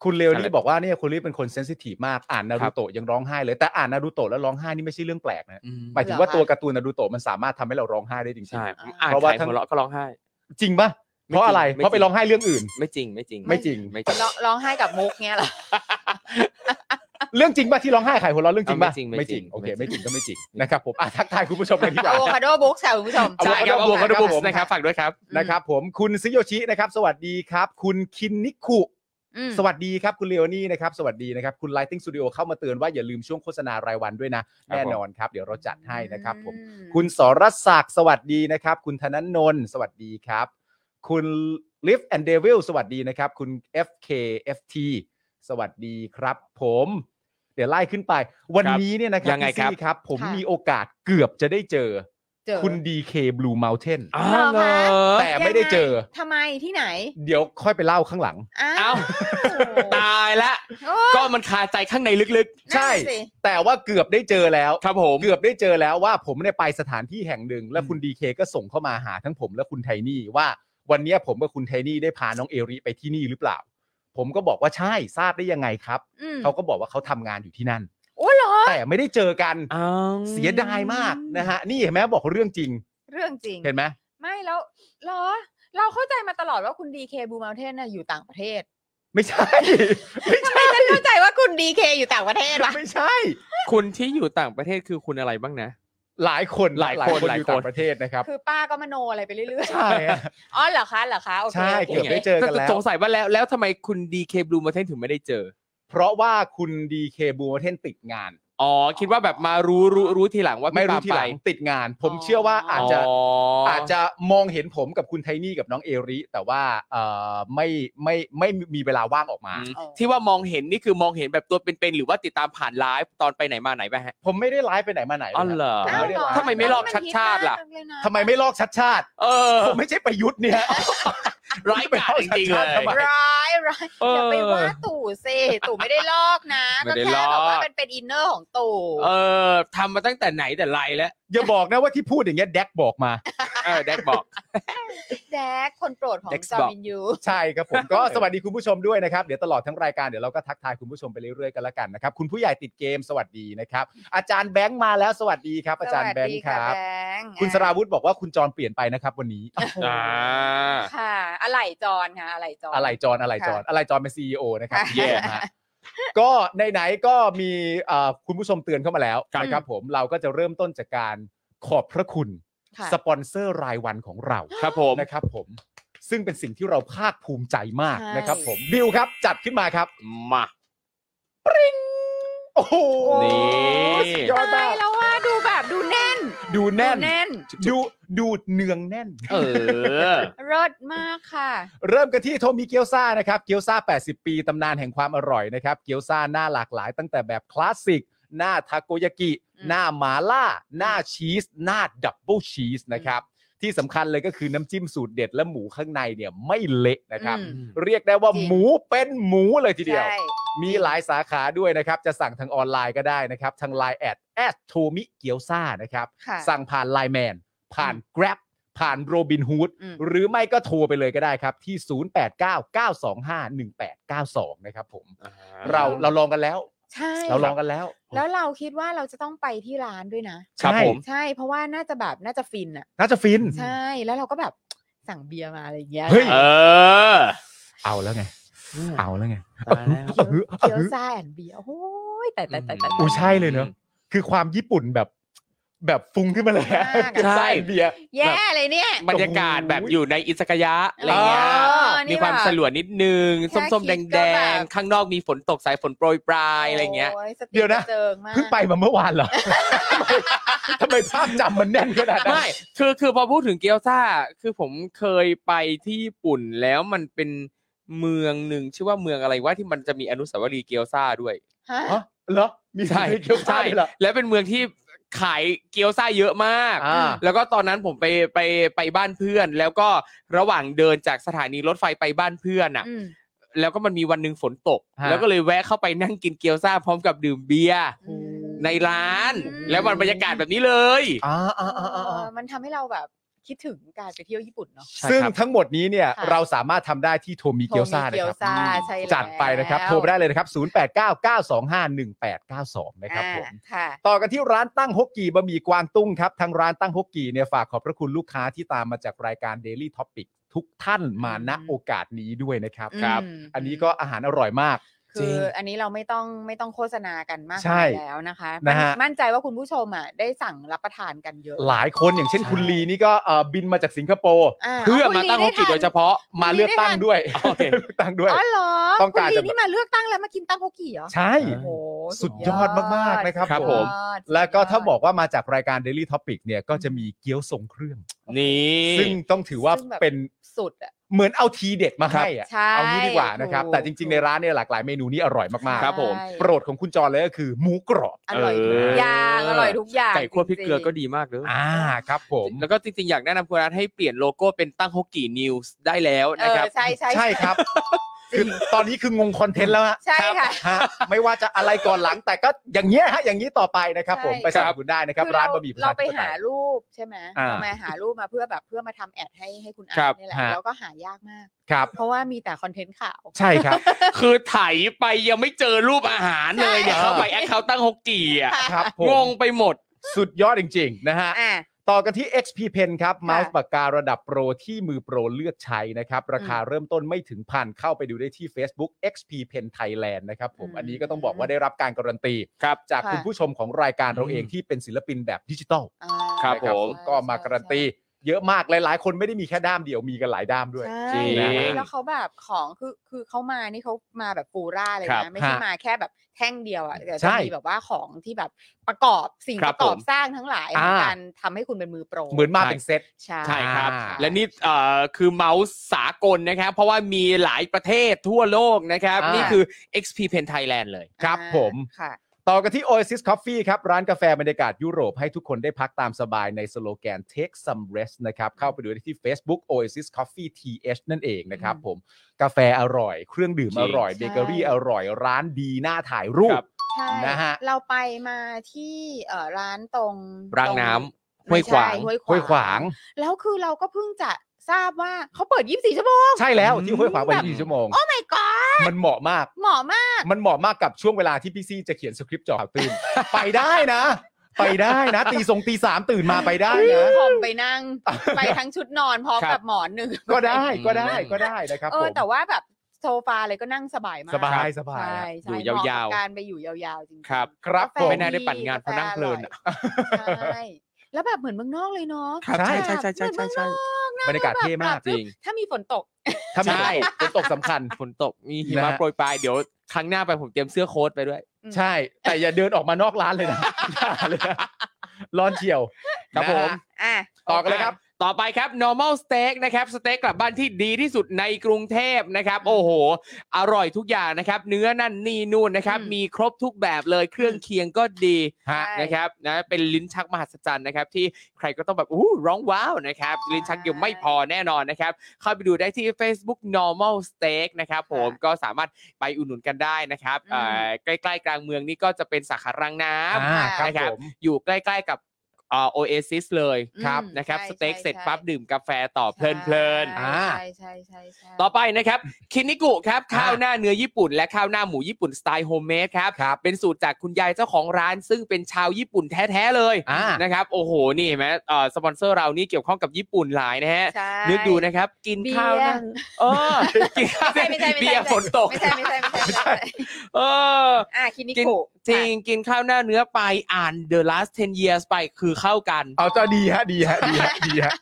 Speaker 4: คุณเลว
Speaker 5: นั่นแห
Speaker 4: นี่
Speaker 5: ละ
Speaker 4: บอกว่าเนี่ยคุณเลวเป็นคนเซนซิทีฟมากอ่านนา
Speaker 5: ครั
Speaker 4: รู
Speaker 5: บ
Speaker 4: โตะยังร้องไห้เลยแต่อ่านนารูโตะแล้วร้องไห้นี่ไม่ใช่เรื่องแปลกนะหมายถึงว่า
Speaker 2: เหรอคะ
Speaker 4: ตัวการ์ตูนนารูโตะมันสามารถทำให้เราร้องไห้ได้จริง
Speaker 5: ใช่
Speaker 2: อ่า
Speaker 5: อ่าน
Speaker 4: เพราะ
Speaker 5: ใค
Speaker 4: ว่าร ทั้ง
Speaker 5: หัวเราะก็ร้องไห้
Speaker 4: ๆจริงปะเพราะอะไร
Speaker 5: ไม่จริง
Speaker 4: เพราะไปร้องไห้เรื่อง อื่น
Speaker 5: ไม่จริงไม่จริง
Speaker 4: ไม่จริง
Speaker 5: ไม่จริง
Speaker 2: ร้องร้องไห้กับมุกเงี้ยเหรอ
Speaker 4: เรื่องจริงปะที่ร้องไห้ใครหัวเราะเรื่องจริงปะ
Speaker 5: ไม่จริง
Speaker 4: ไม่จริง
Speaker 5: ไม่จริง
Speaker 4: โอเคไม่จริงก็ไม่จริงนะครับผมอ่ะทักทายคุณผู้ชมกันดีกว่า
Speaker 2: อะโวคาโดบุ๊กค่ะคุณผู้ชม
Speaker 4: เอา
Speaker 5: ใช่ครับ
Speaker 4: Avocado
Speaker 5: บัวก็
Speaker 4: Books
Speaker 5: บุ๊ก
Speaker 4: ครับผม
Speaker 5: นะครับฝากด้วยครับ
Speaker 2: ม
Speaker 4: นะครับผมคุณซิโยชินะครับสวัสดีครับ คุณคินนิคุ
Speaker 2: อืม
Speaker 4: สวัสดีครับคุณเลโอนี่นะครับสวัสดีนะครับคุณ Lighting Studio เข้ามาเตือนว่าอย่าลืมช่วงโฆษณารายวันด้วยนะ
Speaker 5: ครับผม
Speaker 4: แน่นอนครับ เดี๋ยวเราจัดให้นะครับผม
Speaker 2: อืม
Speaker 4: คุณสรศักดิ์สวัสดีนะครับ คุณธนนนท์สวัสดีครับ คุณ Lift and Devil สวัสดีนะครับ คุณ FKFT สวัสดีครับ ผม เดี๋ยวไล่ขึ้นไป วันนี้เนี่ยนะครั
Speaker 5: ยังไงครับ
Speaker 4: พี่ซี่ครับ ผม
Speaker 2: ค่ะ
Speaker 4: มีโอกาสเกือบจะได้เจอ
Speaker 2: เจอ
Speaker 4: คุณ DK Blue Mountain
Speaker 5: อ้า
Speaker 2: เหรอ
Speaker 5: ว
Speaker 2: คะ
Speaker 5: เหรอ
Speaker 4: แต่ไม่ได้เจอ
Speaker 2: ทำไมที่ไหน
Speaker 4: เดี๋ยวค่อยไปเล่าข้างหลัง
Speaker 2: อ้า
Speaker 5: เอ้าวตายละ
Speaker 2: โอ้
Speaker 5: ก็มันคาใจข้างในลึก
Speaker 4: ใช่
Speaker 2: นั่นสิ
Speaker 4: แต่ว่าเกือบได้เจอแล้ว
Speaker 5: ๆ ครับผม
Speaker 4: เกือบได้เจอแล้วว่าผมเนี่ยไปสถานที่แห่งหนึ่ง แล้วคุณดีเคก็ส่งเข้ามาหาทั้งผมและคุณไทนี่ว่าวันเนี้ยผมกับคุณไทนี่ได้พาน้องเอริไปที่นี่หรือเปล่า ผมก็บอกว่าใช่ทราบได้ยังไงครับ
Speaker 2: อืม
Speaker 4: เขาก็บอกว่าเขาทำงานอยู่ที่นั่น
Speaker 2: โอ้เหรอ
Speaker 4: แต่ไม่ได้เจอกัน
Speaker 5: อ้าว
Speaker 4: เสียดายมากนะฮะนี่เห็นไหมบอกเรื่องจริง
Speaker 2: เรื่องจริง
Speaker 4: เห็นไหม
Speaker 2: ไม่แล้วเหรอ เราเข้าใจมาตลอดว่าคุณดีเคบูม t เทนน่ะอยู่ต่างประเทศ
Speaker 4: ไม่ใช่
Speaker 2: ทำไมฉันเข้าใจว่าคุณดีเคอยู่ต่างประเทศวะ
Speaker 4: ไม่ใช่
Speaker 5: คุณที่อยู่ต่างประเทศคือคุณอะไรบ้างนะ
Speaker 4: หลายคน
Speaker 5: หลายคน
Speaker 4: อยู่
Speaker 5: หลายคน
Speaker 4: ต่างประเทศนะครับ
Speaker 2: คือป้าก็มโนอะไรไปเรื่อย
Speaker 4: ใช่ฮะ
Speaker 2: ๆ อ๋อเหรอคะเหรอคะโอเค
Speaker 4: ใช่
Speaker 2: โค
Speaker 4: เกือบได้เจอ กันแล้ว
Speaker 5: สงสัยว่าแล้วแล้วทำไมคุณดีเคบลูมาเทนถึงไม่ได้เจอ
Speaker 4: เพราะว่าคุณดีเคบูมเทนติดงาน
Speaker 5: อ๋อคิดว่าแบบมารู้รู้รู้ทีหลังว่า
Speaker 4: ไม่
Speaker 5: พี่
Speaker 4: รู้
Speaker 5: ปาล์
Speaker 4: ที
Speaker 5: ไป
Speaker 4: หลังติดงาน ผมเชื่อว่าอาจจะ
Speaker 5: อ๋ออ
Speaker 4: อาจจะมองเห็นผมกับคุณไทนี่กับน้องเอริ แต่ว่าเอ่อไม่ไม่ไม่มีเวลาว่างออกมา
Speaker 5: อืมที่ว่ามองเห็นนี่คือมองเห็นแบบตัวเป็นๆหรือว่าติดตามผ่านไลฟ์ตอนไปไหนมาไหนไปฮะ
Speaker 4: ผมไม่ได้ไลฟ์ไปไหนมาไหนลย
Speaker 5: อ๋อ
Speaker 4: นะ
Speaker 5: เหรอ
Speaker 4: ผมไม่ได้ไลฟ์
Speaker 5: ทำไมไม่ลอกชัดชาติล่ะ
Speaker 4: ทำไมไม่ลอกชัดชาติ
Speaker 5: เออ
Speaker 4: ผมไม่ใช่ประยุทธ์เนี่ย
Speaker 5: ร้ายกาจจริงๆเลย
Speaker 4: ทำไม
Speaker 2: ร้ายร้าย
Speaker 5: เอออย่
Speaker 2: อาไปว่าตู่สิตู่ไม่ได้ลอกนะ
Speaker 5: ไม่
Speaker 2: ก็
Speaker 5: ได้
Speaker 2: แค่
Speaker 5: ลอก
Speaker 2: แบบว่ามันเป็นอินเนอร์ของตู่
Speaker 5: เออทำมาตั้งแต่ไหนแต่ไรแล้ว
Speaker 4: อย่าบอกนะว่าที่พูดอย่างเงี้ยแดกบอกมา
Speaker 5: เออแดกบอก
Speaker 2: แดกคนโปรดของ
Speaker 5: Dex
Speaker 2: จอม
Speaker 5: Box
Speaker 2: บินยู
Speaker 4: ใช่ครับผม ก็สวัสดีคุณผู้ชมด้วยนะครับ เดี๋ยวตลอดทั้งรายการเดี๋ยวเราก็ทักทายคุณผู้ชมไปเรื่อยๆกันละกันนะครับคุณผู้ใหญ่ติดเกมสวัสดีนะครับ อาจารย์แบงค์มาแล้วสวัสดีครับ อาจารย์แบงค์ครับ
Speaker 2: สวัสดีะแบงค์
Speaker 4: คุณสราวุธบอกว่าคุณจรเปลี่ยนไปนะครับ วันนี้
Speaker 5: อ่า
Speaker 2: ค่ะ อะไรจอนค่ะ อะไรจอน
Speaker 4: อะไรจรอะไรจรอะไรจรเป็นซีอนะครับ
Speaker 2: ค่ะ
Speaker 4: เย่ฮะก็ไหนๆก็มีเอ่อคุณผู้ชมเตือนเข้ามาแล้วนะครับผมเราก็จะเริ่มต้นจากการขอบพระคุณ
Speaker 2: ค่ะ
Speaker 4: สปอนเซอร์รายวันของเรา
Speaker 5: ครับผม
Speaker 4: นะครับผมซึ่งเป็นสิ่งที่เราภาคภูมิใจมากนะครับผมบิวครับจัดขึ้นมาครับ
Speaker 5: มา
Speaker 4: โอ้โห
Speaker 5: นี่
Speaker 4: สุดยอ
Speaker 2: ตาม
Speaker 4: ดาย ก
Speaker 2: แล้วว่าดูแบบดูแน่น
Speaker 4: ดูแน่น
Speaker 2: ดูแน่น
Speaker 4: ดูดูเนืองแน่น
Speaker 5: เออ
Speaker 2: เลิศมากค่ะ
Speaker 4: เริ่มกันที่โทมิเกียวซานะครับเกียวซา80 ปีตำนานแห่งความอร่อยนะครับ เกียวซาหน้าหลากหลายตั้งแต่แบบคลาสสิก หน้าทาโกยากิ
Speaker 2: อืม
Speaker 4: หน้าหมาล่า หน้าชีส หน้าดับเบิลชีสนะครับ ที่สำคัญเลยก็คือน้ำจิ้มสูตรเด็ดและหมูข้างในเนี่ยไม่เละนะครับ
Speaker 2: อืม
Speaker 4: เรียกได้ว่า
Speaker 2: จริง
Speaker 4: หมูเป็นหมูเลยทีเดียว
Speaker 2: ใช่
Speaker 4: มีหลายสาขาด้วยนะครับ จะสั่งทางออนไลน์ก็ได้นะครับ ทางไลน์แอดแอดโทมิเกียวซานะครับ
Speaker 2: ค่ะ
Speaker 4: สั่งผ่านไลน์แมน ผ่าน Grab ผ่านโรบินฮูด
Speaker 2: อืม
Speaker 4: หรือไม่ก็โทรไปเลยก็ได้ครับ ที่ 0899251892 นะครับผม เราเราลองกันแล้ว
Speaker 2: ใช่
Speaker 4: เราลองกันแล้ว
Speaker 2: แล้วเราคิดว่าเราจะต้องไปที่ร้านด้วยนะ
Speaker 5: ครับผม
Speaker 2: ใช่เพราะว่าน่าจะแบบน่าจะฟินอ่ะ
Speaker 4: น่าจะฟิน
Speaker 2: ใช่แล้วเราก็แบบสั่งเบียร์มาอะไรอย่างเงี้ย
Speaker 4: เฮ้ย
Speaker 5: เออ
Speaker 4: เอาแล้วไง เอาแล้วไง
Speaker 5: ตายแล้ว
Speaker 4: เออเอ
Speaker 2: เกี๊ยว
Speaker 4: อ
Speaker 2: ซ่าแอนเบียร์โอ้ยแต่แต่แต่แต่
Speaker 4: อูใช่เลยเนอะคือความญี่ปุ่นแบบแบบฟุ้งขึ้นมาเลย
Speaker 2: มากอะ
Speaker 4: กับไส้เบียร์
Speaker 2: แย่เลยเนี่ย
Speaker 5: บรรยากาศแบบอยู่ในอิสกายะอะไรเงี้ย
Speaker 4: อ่า
Speaker 5: มีความสลัวนิดนึง
Speaker 2: แค่
Speaker 5: ส้มๆ
Speaker 2: คิดก็
Speaker 5: แด
Speaker 2: แบบ
Speaker 5: งๆ ข้างนอกมีฝนตกสายฝนโปรยปลายอะไรเงี้ย
Speaker 4: เดี๋ยวนะ เพิ่งไปมาเมื่อวานเหรอ ทำไมภาพจำมันแน่นขนาดนั้น
Speaker 5: ไม่ คือ คือพอพูดถึงเกียวซ่า คือผมเคยไปที่ญี่ปุ่นแล้วมันเป็นเมืองหนึ่งชื่อว่าเมืองอะไรว่าที่มันจะมีอนุสาวรีย์เกียวซ่าด้วย
Speaker 4: ฮะเหรอ มี
Speaker 5: ใช่
Speaker 4: เกี๊ยวซ่า
Speaker 5: ใช่
Speaker 4: ด้วยเหรอ
Speaker 5: แล้วเป็นเมืองที่ขายเกียวซ่าเยอะมาก
Speaker 4: อ่า
Speaker 5: แล้วก็ตอนนั้นผมไปไปไปบ้านเพื่อน แล้วก็ระหว่างเดินจากสถานีรถไฟไปบ้านเพื่อนอ่ะ แล้วก็มันมีวันหนึ่งฝนตก
Speaker 4: ฮะ
Speaker 5: แล้วก็เลยแวะเข้าไปนั่งกินเกี๊ยวซ่าพร้อมกับดื่มเบียร์ในร้าน
Speaker 2: อืม
Speaker 5: แล้วมันบรรยากาศแบบนี้เลย
Speaker 4: อ่าอ่าอ่าอ่าอ่า
Speaker 2: มันทำให้เราแบบคิดถึงการไปเที่ยวญี่ปุ่นเนาะ
Speaker 4: ซึ่ง
Speaker 5: ใช่ครับ
Speaker 4: ทั้งหมดนี้เนี่ย
Speaker 2: ค่ะ
Speaker 4: เราสามารถทำได้ที่โทมิเกียวซ่านะ
Speaker 2: เกี๊ย
Speaker 4: คว รับ
Speaker 2: ซ่าใช่แล้ว
Speaker 4: จัดไปนะครับ โทรไปได้เลยนะครับ 0899251892 นะครับผม
Speaker 2: อ่าค่ะ
Speaker 4: ต่อกันที่ร้านตั้งฮกกีบะหมี่กวางตุ้งครับ ทางร้านตั้งฮกกีเนี่ยฝากขอบพระคุณลูกค้าที่ตามมาจากรายการ Daily Topic ทุกท่านมาณโอกาสนี้ด้วยนะครับ
Speaker 2: ครับ
Speaker 4: อันนี้ก็อาหารอร่อยมาก
Speaker 2: คือ อันนี้เราไม่ต้องไม่ต้องโฆษณากันมาก
Speaker 4: ใช่
Speaker 2: มายแล้วนะคะ
Speaker 4: นะฮะ
Speaker 2: มั่นใจว่าคุณผู้ชมอ่ะได้สั่งรับประทานกันเยอะ
Speaker 4: หลายคนอย่างเช่นคุณลีนี่ก็เอ่อบินมาจากสิงคโปร์
Speaker 2: อ่า
Speaker 5: เพื่อ
Speaker 2: คุณ
Speaker 5: มาตั้ง
Speaker 2: ลี
Speaker 5: ฮ
Speaker 2: ได้
Speaker 5: กกิ
Speaker 2: ทน
Speaker 5: โดยเฉพาะ
Speaker 4: มาเลือกตั้งด้วย
Speaker 5: โอเค
Speaker 4: เลือกตั้งด้วย
Speaker 2: อ๋อเหรอ
Speaker 4: ต้องการ
Speaker 2: คุณลี
Speaker 4: จะ
Speaker 2: นี่มาเลือกตั้งแล้วมากินตั้งฮกกี้เหรอ
Speaker 4: ใช่
Speaker 2: โอ้โห
Speaker 4: สุดยอดมากๆนะครับ
Speaker 5: ครับ
Speaker 4: ผม
Speaker 5: ม
Speaker 2: สุดยอด
Speaker 4: แล้วก็ถ้าบอกว่ามาจากรายการ Daily Topic เนี่ยก็จะมีเกี๊ยวทรงเครื่อง
Speaker 5: นี่
Speaker 4: ซึ่งต้องถือว่าเป็น
Speaker 2: สุดอ่ะ
Speaker 4: เหมือนเอาทีเด็ดมาให้อะ
Speaker 2: ใช่
Speaker 4: เอางี้ดีกว่านะครับ
Speaker 2: ถูก
Speaker 4: แต่จริงๆ ในร้านเนี่ยหลากหลายเมนูนี่อร่อยมาก
Speaker 5: ครับผม
Speaker 2: ใช่
Speaker 4: ๆ โปรดของคุณจอเลยก็คือหมูกรอบ
Speaker 2: อร่อยทุกอย่าง
Speaker 5: เอ
Speaker 2: อ
Speaker 5: ออ
Speaker 2: ร่อยทุกอย่าง
Speaker 5: ไก่คั่วพริกเกลือก็
Speaker 2: จง
Speaker 5: ดีมากเลย
Speaker 4: อ่าครับผม
Speaker 5: แล้วก็จริงๆ อยากแนะนำคุณนัทให้เปลี่ยนโลโก้เป็นตั้งฮกกี้นิวส์ได้แล้ว
Speaker 2: ๆเอ
Speaker 5: นะค
Speaker 2: อ
Speaker 5: รับ
Speaker 2: ใช่ใช่
Speaker 4: ใช่ครับ คือตอนนี้คืองงคอนเทนต์แล้วฮะ
Speaker 2: ใช่ค่ะ
Speaker 4: รับฮไม่ว่าจะอะไรก่อนหลังแต่ก็อย่างเงี้ยฮะอย่างนี้ต่อไปนะครับ ผม
Speaker 2: ใช่
Speaker 4: ไปสั่งคุณได้นะครับ
Speaker 2: อ
Speaker 4: ร้านบะหมี่ประชา
Speaker 2: เรา
Speaker 4: ธิ
Speaker 2: ไป
Speaker 4: ปไต
Speaker 2: หาย รูปใช่ไหม
Speaker 4: อ่า
Speaker 2: เรามาหารูปมาเพื่อแบบเพื่อมาทำแอดให้ให้คุณอา
Speaker 5: ครับ
Speaker 2: นี่แหละ
Speaker 4: ฮะ
Speaker 2: แล้วก็หายากมาก
Speaker 4: ครับ
Speaker 2: เพราะว่ามีแต่คอนเทนต์ข่าว
Speaker 4: ใช่ครับ
Speaker 5: คือไถไปยังไม่เจอรูปอาหารเลยเนี่ย
Speaker 4: ใช่
Speaker 5: เข้าไปแอคเคาท์ตั้งฮกกี้อ่ะ
Speaker 4: ครับผ
Speaker 5: ง
Speaker 4: ม
Speaker 5: งไปหมด
Speaker 4: สุดยอดจริง ๆ นะฮะ
Speaker 2: อ่ะ
Speaker 4: ต่อกันที่ XP Pen ครับ
Speaker 2: ค่ะ
Speaker 4: เมาส์ปากการะดับโปรที่มือโปรเลือกใช้นะครับ ราคาเริ่มต้นไม่ถึงพันเข้าไปดูได้ที่ Facebook XP Pen Thailand นะครับผม
Speaker 2: อืม
Speaker 4: อันนี้ก็ต้องบอกว่าได้รับการการันตี
Speaker 5: ครับ
Speaker 4: จาก
Speaker 2: ค่ะ
Speaker 4: คุณผู้ชมของรายการเราเองที่เป็นศิลปินแบบดิจิทัล
Speaker 2: อ่า
Speaker 5: ครับ
Speaker 4: นะ
Speaker 5: ผม
Speaker 4: ก็มาการันตี เยอะมากหลายๆ คนไม่ได้มีแค่ด้ามเดียวมีกันหลายด้ามด้วย
Speaker 2: ใช่
Speaker 5: จริง
Speaker 4: นะฮะ
Speaker 2: แล้วเขาแบบของคือคือเขามานี่เขามาแบบปูร่าเลย
Speaker 5: ครับ
Speaker 2: นะไม่ใช่
Speaker 4: ฮะ
Speaker 2: มาแค่แบบแท่งเดียวอ่ะแต่
Speaker 4: ใช่
Speaker 2: จะมีแบบว่าของที่แบบประกอบสิ่ง
Speaker 5: ครั
Speaker 2: ป
Speaker 5: บ
Speaker 2: ระกอบ
Speaker 5: ผม
Speaker 2: สร้างทั้งหลายของ
Speaker 4: อ่า
Speaker 2: การทำให้คุณเป็นมือโปร
Speaker 4: เหมือนมาเป็นเซต
Speaker 2: ใช่
Speaker 5: ใช่ครับ
Speaker 4: อ่า
Speaker 5: และนี่เอ่อคือเมาส์สากลนะครับ เพราะว่ามีหลายประเทศทั่วโลกนะครับ
Speaker 4: อ่านี่
Speaker 5: นี่คือ XP Pen Thailand เลย
Speaker 4: ครับ
Speaker 2: อ่า
Speaker 4: ผม
Speaker 2: ค่ะ
Speaker 4: ต่อกันที่ Oasis Coffee ครับ ร้านกาแฟบรรยากาศยุโรปให้ทุกคนได้พักตามสบายในสโลแกน Take some rest นะครับ เข้าไปดูได้ที่ Facebook Oasis Coffee TH นั่นเองนะครับผมกาแฟอร่อย เครื่องดื่ม
Speaker 5: จริง
Speaker 4: อร่อยเบเกอรี่อร่อย ร้านดีน่าถ่ายรู
Speaker 5: ค
Speaker 4: ป
Speaker 5: รับ
Speaker 2: ใช่
Speaker 4: นะฮะ
Speaker 2: เราไปมาที่เอ่อร้านตรง
Speaker 5: รางน้ำห้วย
Speaker 2: ไม่
Speaker 5: ขวา
Speaker 2: ใช่
Speaker 5: ง
Speaker 4: ห้วยขวาง
Speaker 2: แล้วคือเราก็เพิ่งจะทราบว่าเขาเปิด 24 ชั่วโมง
Speaker 4: ใช่แล้ว
Speaker 5: อืม
Speaker 4: ที่ห้วยขวางวัน
Speaker 2: แบบ
Speaker 4: ยี่ชั่วโมง
Speaker 2: ไม่ก็
Speaker 4: มันเหมาะมาก
Speaker 2: เหมาะมาก
Speaker 4: มันเหมาะมากกับช่วงเวลาที่พี่ซีจะเขียนสคริปต์เจ่อข่าวตื่น ไปได้นะ ไปได้นะตีสงตีสามตื่นมาไปได้นะ
Speaker 2: คอมไปนั่ง ไปทั้งชุดนอนพร้อม
Speaker 5: ครับ
Speaker 2: กับหมอนหนึ่ง
Speaker 4: ก็ได้ก็ได้ก็ได้นะครับ
Speaker 2: เอ
Speaker 4: ผ
Speaker 2: อ
Speaker 4: ม
Speaker 2: แต่ว่าแบบโซฟาอะไรก็นั่งสบายมาก
Speaker 4: สบายสบาย
Speaker 2: ใช่ใช่
Speaker 5: อยู่ยาวๆ
Speaker 2: เหมะกับการไปอยู่ยาวๆจริงๆ
Speaker 5: ครับ
Speaker 4: ครับ
Speaker 2: กาแฟ
Speaker 4: ผม
Speaker 5: ไม่น่าได้ปั่นงานเพราะนั่งเพลินอะ
Speaker 2: ใช่แล้วแบบเหมือนเมืองนอกเลยเนาะ
Speaker 4: ครับ
Speaker 2: แบบ
Speaker 5: ใช่ใช่ใช่
Speaker 2: เหมือนเมือง
Speaker 5: ใช่
Speaker 2: นอกนะ
Speaker 4: บรรยากาศ
Speaker 2: แบบ
Speaker 4: เท่มาก
Speaker 2: ปบปบถ้ามีฝนตก
Speaker 4: ถ้ามี
Speaker 5: ใช่
Speaker 4: ฝนตกสำคัญ
Speaker 5: ฝนตกมีหิ
Speaker 4: นะ
Speaker 5: มะ
Speaker 4: ฮะ
Speaker 5: โปรยปลายเดี๋ยวครั้งหน้าไปผมเตรียมเสื้อโค้ทไปด้วย
Speaker 2: อืม
Speaker 4: ใช่ แต่อย่าเดินออกมานอกร้านเลยนะ อย่าเลยนะร้อนเฉียว
Speaker 5: ครับ
Speaker 4: นะ
Speaker 5: ผ
Speaker 4: ฮะ
Speaker 5: ม
Speaker 2: อ่ะ
Speaker 4: ต่อกันเลยครับ
Speaker 5: ต่อไปครับ normal steak นะครับ สเต็กกลับบ้านที่ดีที่สุดในกรุงเทพนะครับ โอ้โห อร่อยทุกอย่างนะครับ เนื้อนั่นนี่นู่นนะครับ
Speaker 2: อืม
Speaker 5: มีครบทุกแบบเลย เครื่องเคียงก็ดี
Speaker 2: ฮะ
Speaker 5: นะครับนะเป็นลิ้นชักมหัศจรรย์นะครับ ที่ใครก็ต้องแบบอู้ร้องว้าวนะครับ ลิ้นชักเดียวไม่พอแน่นอนนะครับ เข้าไปดูได้ที่ Facebook normal steak นะครับ
Speaker 2: ค่ะ
Speaker 5: ผมก็สามารถไปอุดหนุนกันได้นะครับ
Speaker 2: อืม
Speaker 5: เอ่อใกล้ๆกลางเมืองนี่ก็จะเป็นสาขารังน้ำ
Speaker 4: อ่าครับ
Speaker 5: นะครับ
Speaker 4: ผม
Speaker 5: อยู่ใกล้ๆกับโอเอซิสเลย
Speaker 2: อืม
Speaker 5: ครับนะครับ
Speaker 2: ใช่
Speaker 5: สเต็ก
Speaker 2: ใช่
Speaker 5: เสร็จ
Speaker 2: ใช่
Speaker 5: ปั๊บดื่มกาแฟต่อเพลินเพลินๆ
Speaker 2: ใช
Speaker 4: อ่า
Speaker 2: ่ใช่ใช่ใช่
Speaker 5: ต่อไปนะครับคินิกุครับข้าวหน้าเนื้อญี่ปุ่น และข้าวหน้าหมูญี่ปุ่นสไตล์โฮมเมดครับ
Speaker 4: ครับ
Speaker 5: เป็นสูตรจากคุณยายเจ้าของร้าน ซึ่งเป็นชาวญี่ปุ่นแท้ๆเลย
Speaker 4: อ่า
Speaker 5: นะครับโอ้โหนี่เห็นไหมเอ่อสปอนเซอร์เรานี่เกี่ยวข้องกับญี่ปุ่นหลายนะฮะ
Speaker 2: ใช่
Speaker 5: นึกดูนะครับ กิน
Speaker 2: เบีย
Speaker 5: ข้าวหนะ
Speaker 2: ร์
Speaker 5: เออกินข้าว
Speaker 2: ไม่ใช่ไม่ใช่ไม่ใช่
Speaker 5: เบียร์ฝนตก
Speaker 2: ไม่ใช่ไม่ใช่ไม่ใช่ไม่ใช่
Speaker 5: เออ
Speaker 2: อ่ะคินิ
Speaker 5: กิน
Speaker 2: โกะ
Speaker 5: จริงกินข้าวหน้าเนื้อไปอ่าน The Last 10 Years ไปคือเข้ากัน
Speaker 4: เอาจะดีฮะดีฮะดีฮะดีฮะ